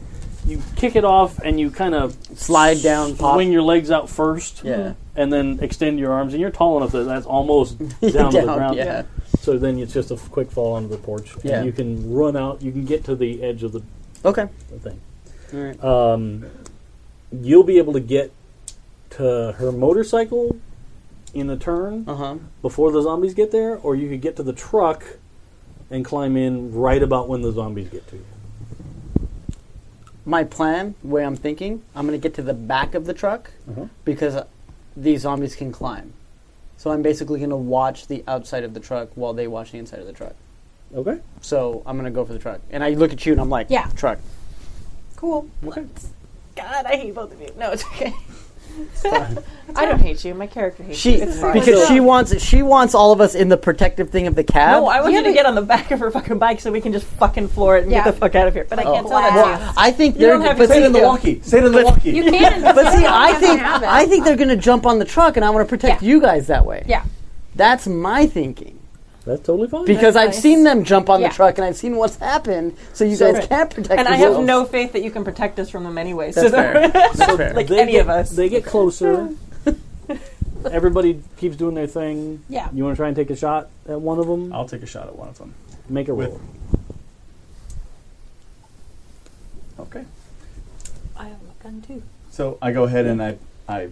you kick it off and you kind of Slide down, pop. swing your legs out first. Yeah. And then extend your arms, and you're tall enough that that's (laughs) almost down to the ground. (laughs) Yeah. So then it's just a f- quick fall onto the porch. And Yeah. You can run out. You can get to the edge of the Okay. the thing. All right. Um, you'll be able to get to her motorcycle in a turn Uh huh. before the zombies get there, or you could get to the truck and climb in right about when the zombies get to you. my plan, the way I'm thinking, I'm going to get to the back of the truck because these zombies can climb. So I'm basically going to watch the outside of the truck while they watch the inside of the truck. Okay. So I'm going to go for the truck. And I look at you and I'm like, Yeah. truck. Cool. God, I hate both of you. No, it's okay. I don't hate you. My character hates She you. It's fine. because she wants she wants all of us in the protective thing of the cab. No, I want you to get on the back of her fucking bike so we can just fucking floor it and Yeah. get the fuck out of here. Oh, But I can't tell that to you. I think You they're don't have but to see- say it in the Milwaukee. Say it in Milwaukee. You (laughs) can. But see, I think have it. I think they're going to jump on the truck, and I want to protect you guys that way. Yeah. That's my thinking That's totally fine. because I've seen them jump on Yeah. the truck, and I've seen what's happened. So you guys can't protect. And I have yourselves. no faith that you can protect us from them anyway. That's so (laughs) fair. That's fair. like They any get- of us. They get (laughs) closer. (laughs) Everybody keeps doing their thing. Yeah. You want to try and take a shot at one of them? I'll take a shot at one of them. Make a with- roll. Okay. I have a gun too. So I go ahead and I, I,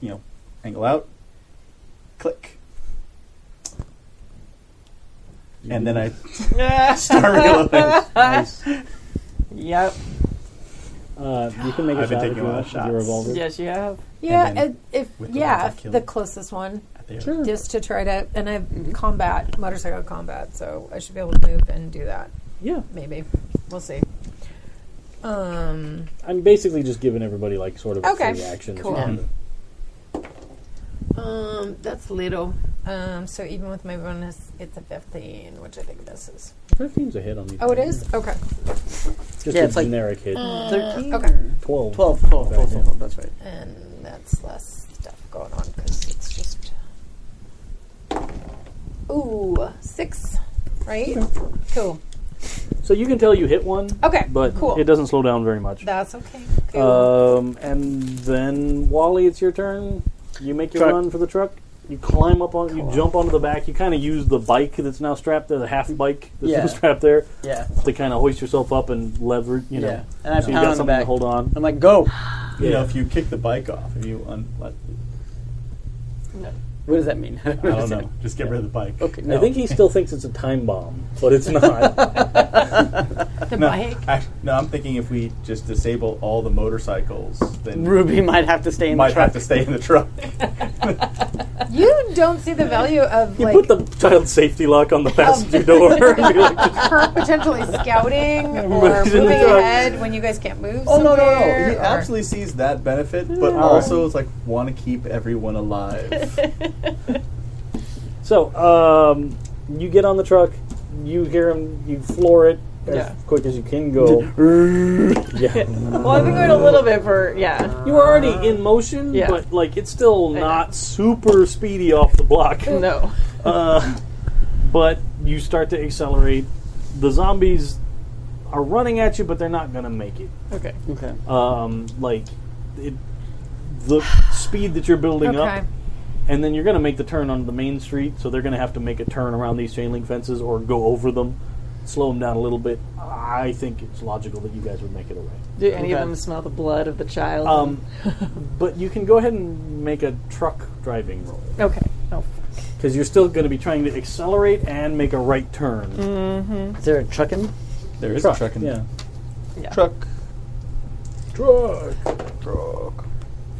you know, angle out, click, and then I start reloading. Ah. Nice. Yep. Uh, you can make a I've been shot taking with a lot your, of shots. with your revolver. Yes, you have. Yeah, then and if with the ones I yeah, if kill. the closest one, There. just to try to, and I have combat, motorcycle combat, so I should be able to move and do that. Yeah. Maybe we'll see. Um, I'm basically just giving everybody like sort of a Okay. free action. if Cool. you want to. um, that's little. Um, so even with my bonus, it's a fifteen, which I think this is. 15's a hit on these. Oh, it things. is Mm. okay. Just Yeah, a it's like- generic hit. Thirteen. Okay, 12. 12, 12, Okay, 12, yeah. 12, That's right. and that's less stuff going on because it's just. Ooh, six, right? Cool. So you can tell you hit one. Okay, But cool. it doesn't slow down very much. That's okay. Cool. Um, and then Wally, it's your turn. You make your Truck. run for the truck. You climb up on. You jump onto the back. You kind of use the bike that's now strapped there, the half bike that's Yeah. now strapped there, Yeah. to kind of hoist yourself up and lever. You know, yeah. And I so you got pound on the something back. to hold on. I'm like, go. You know, if you kick the bike off, if you un- let, What does that mean? I I don't know, just get rid of the bike. (laughs) Okay. No. I think he still thinks it's a time bomb, but it's (laughs) not. The No, bike. act- no, I'm thinking if we just disable all the motorcycles, then Ruby might have to stay in might the truck. have to stay in the truck. you don't see the value of you like put the child safety lock (laughs) on the passenger door. her potentially (laughs) scouting or Everybody's in the moving dark. ahead when you guys can't move. Oh no, no, no! somewhere, He or- absolutely sees that benefit, but Oh, also it's like want to keep everyone alive. so um, you get on the truck. You hear him. You floor it as Yeah. quick as you can go. yeah. Well, I've been going a little bit for yeah. You were already in motion, Yeah. but like it's still not super speedy off the block. No. Uh, but you start to accelerate. The zombies are running at you, but they're not gonna make it. Okay. Okay. Um, like it, the speed that you're building Okay. up, and then you're gonna make the turn onto the main street. So they're gonna have to make a turn around these chain link fences or go over them, slow them down a little bit. I think it's logical that you guys would make it away. Do any Okay. of them smell the blood of the child? Um, but you can go ahead and make a truck driving roll. okay. Oh. because you're still going to be trying to accelerate and make a right turn. Is there a trucking? There is a truck in Yeah, truck. Truck.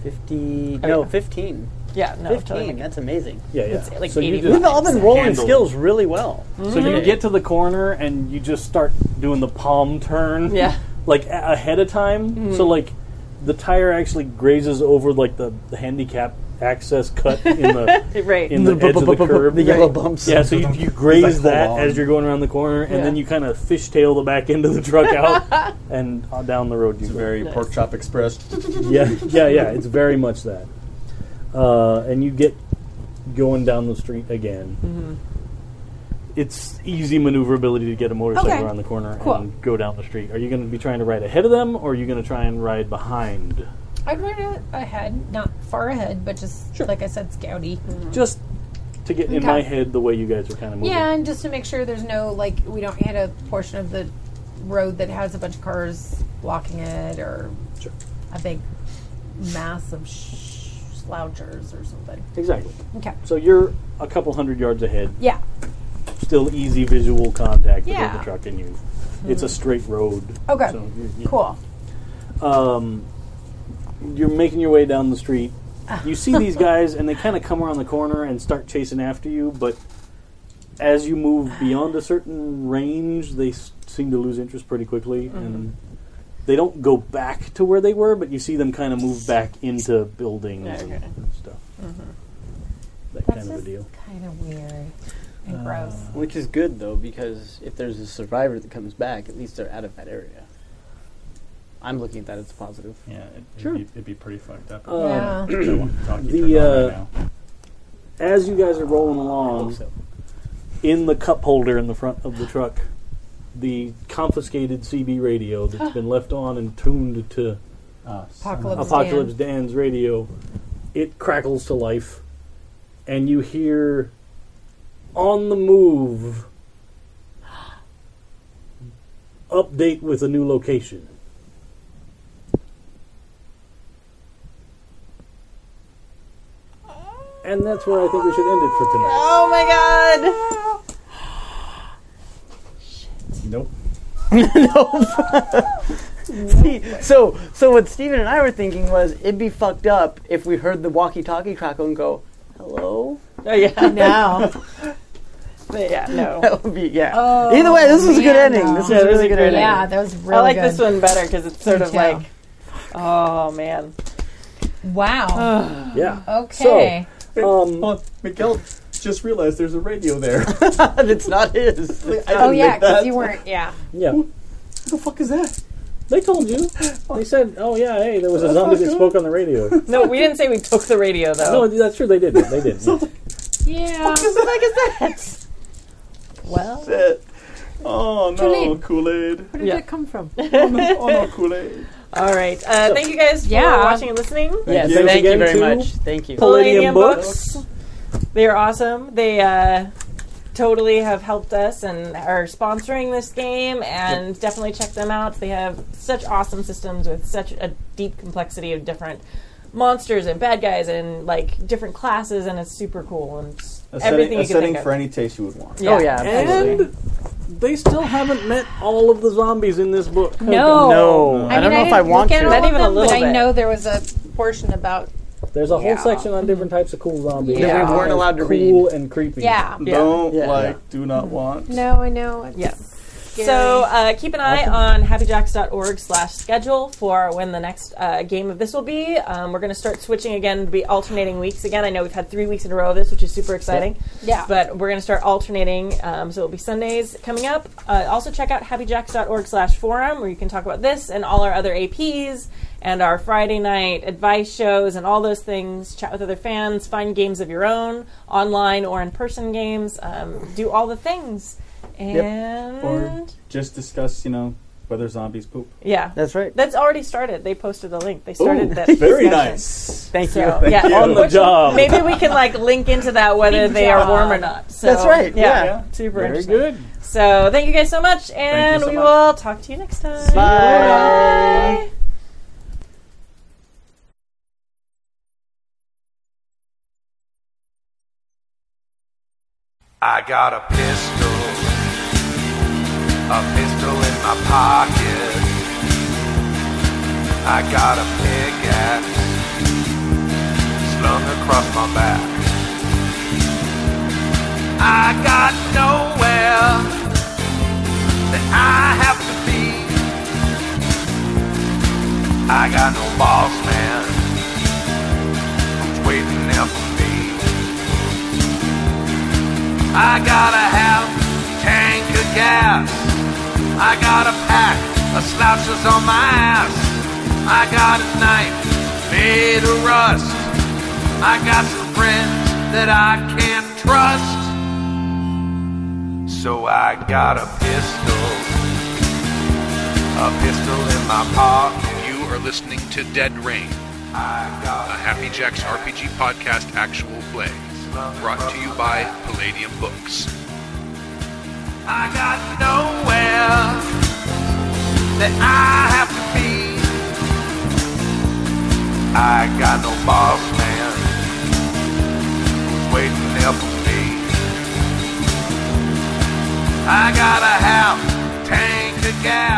50. No, 15. Yeah. No. 15. Totally. That's amazing. yeah, yeah. It's like so you 80 just, We've all been rolling Handle. skills really well. so Mm-hmm. you get to the corner and you just start doing the palm turn. Yeah. (laughs) Mm-hmm. like a- ahead of time. So like the tire actually grazes over like the, the handicap access cut (laughs) in the Right. in the, edge of the curb. the yellow bumps. Yeah, so you, you It's graze like, that hold on. as you're going around the corner, and Yeah. then you kind of fishtail the back end of the truck (laughs) out, and uh, down the road you It's a go. very pork chop express. yeah, yeah, yeah. It's very much that. Uh, and you get going down the street again. Mm-hmm. It's easy maneuverability to get a motorcycle Okay. around the corner Cool. and go down the street. Are you going to be trying to ride ahead of them, or are you going to try and ride behind? I'd run it ahead, not far ahead, but just like I said, scouty. Just to get in Okay. my head the way you guys are kind of moving. Yeah, and just to make sure there's no like we don't hit a portion of the road that has a bunch of cars blocking it or Sure. a big mass of sh- slouchers or something. exactly. Okay. So you're a couple hundred yards ahead. Yeah. still easy visual contact between Yeah. the truck and you. It's Mm-hmm. a straight road. Oh, Okay. so you- you- cool. um, you're making your way down the street. You see these guys, and they kind of come around the corner and start chasing after you. But as you move beyond a certain range, they s- seem to lose interest pretty quickly, and they don't go back to where they were. But you see them kind of move back into buildings Okay. and stuff. That kind of a deal. Uh, Kind of weird and gross. Which is good though, because if there's a survivor that comes back, at least they're out of that area. I'm looking at that as a positive. Yeah, it, Sure. it'd, be, it'd be pretty fucked up. Uh, If they want to talk, you turn the on right uh, now. as you guys are rolling along in the cup holder in the front of the truck the confiscated cb radio that's been left on and tuned to Uh, Apocalypse. apocalypse dan's radio it crackles to life and you hear on the move update with a new location and that's where i think we should end it for tonight Oh my god! nope. See, so so what Steven and I were thinking was it'd be fucked up if we heard the walkie-talkie crackle and go, "Hello." (laughs) Oh, yeah, (laughs) No. yeah, no. (laughs) That would be yeah. Either way, this was a good man, ending. no. This Yeah, this was a really is good great. ending. Yeah, that was really I like Oh, good. this one better because it's sort of too. like, oh man, Wow. yeah Oh, okay. Um, Hold on, Miguel just realized there's a radio there. Who (laughs) it's not his. Oh yeah, make that. because you weren't. Yeah. yeah the fuck is that? They told you. They said, "Oh yeah, hey, there was a zombie that spoke on the radio." no, we didn't say we took the radio though. no, that's true. They did. They did. yeah. Well, That- Oh no, Kool-Aid. Kool Aid. where did Yeah. that come from? Oh no, oh, no Kool Aid. All right, uh, thank you guys for Yeah. watching and listening. Yes, you. thank, Thanks you again very to- much. Thank you. Palladium They are awesome. They uh, totally have helped us and are sponsoring this game. And definitely check them out. They have such awesome systems with such a deep complexity of different monsters and bad guys and like different classes, and it's super cool and s- A setting, everything a you can setting think for of. any taste you would want. Yeah. Oh yeah, absolutely. And they still haven't met all of the zombies in this book. No. no, I, I don't mean, know if I didn't want look to. at all Not of even a them, little but I bit. know there was a portion about There's a whole Yeah. section on different types of cool zombies. That we They're weren't allowed to cool and creepy. yeah. Don't Yeah. like, do not want. No, I know. It's Yeah. Scary. So uh, keep an eye on happyjacks.org slash schedule for when the next uh, game of this will be. Um, we're going to start switching again, be alternating weeks again. I know we've had three weeks in a row of this, which is super exciting. Yeah. But we're going to start alternating, um, so it'll be Sundays coming up. Uh, also check out happyjacks.org slash forum where you can talk about this and all our other APs and our Friday night advice shows and all those things. Chat with other fans, find games of your own, online or in-person games. Um, do all the things. And... Or just discuss, you know, whether zombies poop. Yeah. That's right. That's already started. They posted a link. They started Ooh, that. Very discussion. nice. Thank So, you. yeah, you. On the Which- (laughs) job. Maybe we can like link into that whether Big they are job. warm or not. So, That's right, yeah. Super Very interesting. good. So thank you guys so much, and so we much. will talk to you next time. Bye. Bye. I got a pistol, a pistol in my pocket. I got a pickaxe slung across my back. I got nowhere that I have to be. I got no boss man who's waiting there for me. I gotta have tank of gas. I got a pack of slouches on my ass. I got a knife made of rust. I got some friends that I can't trust. So I got a pistol, a pistol in my pocket. You are listening to Dead Rain, a Happy Jacks RPG podcast actual play, brought to you by Palladium Books. I got nowhere that I have to be. I got no boss man who's waiting there for me. gas.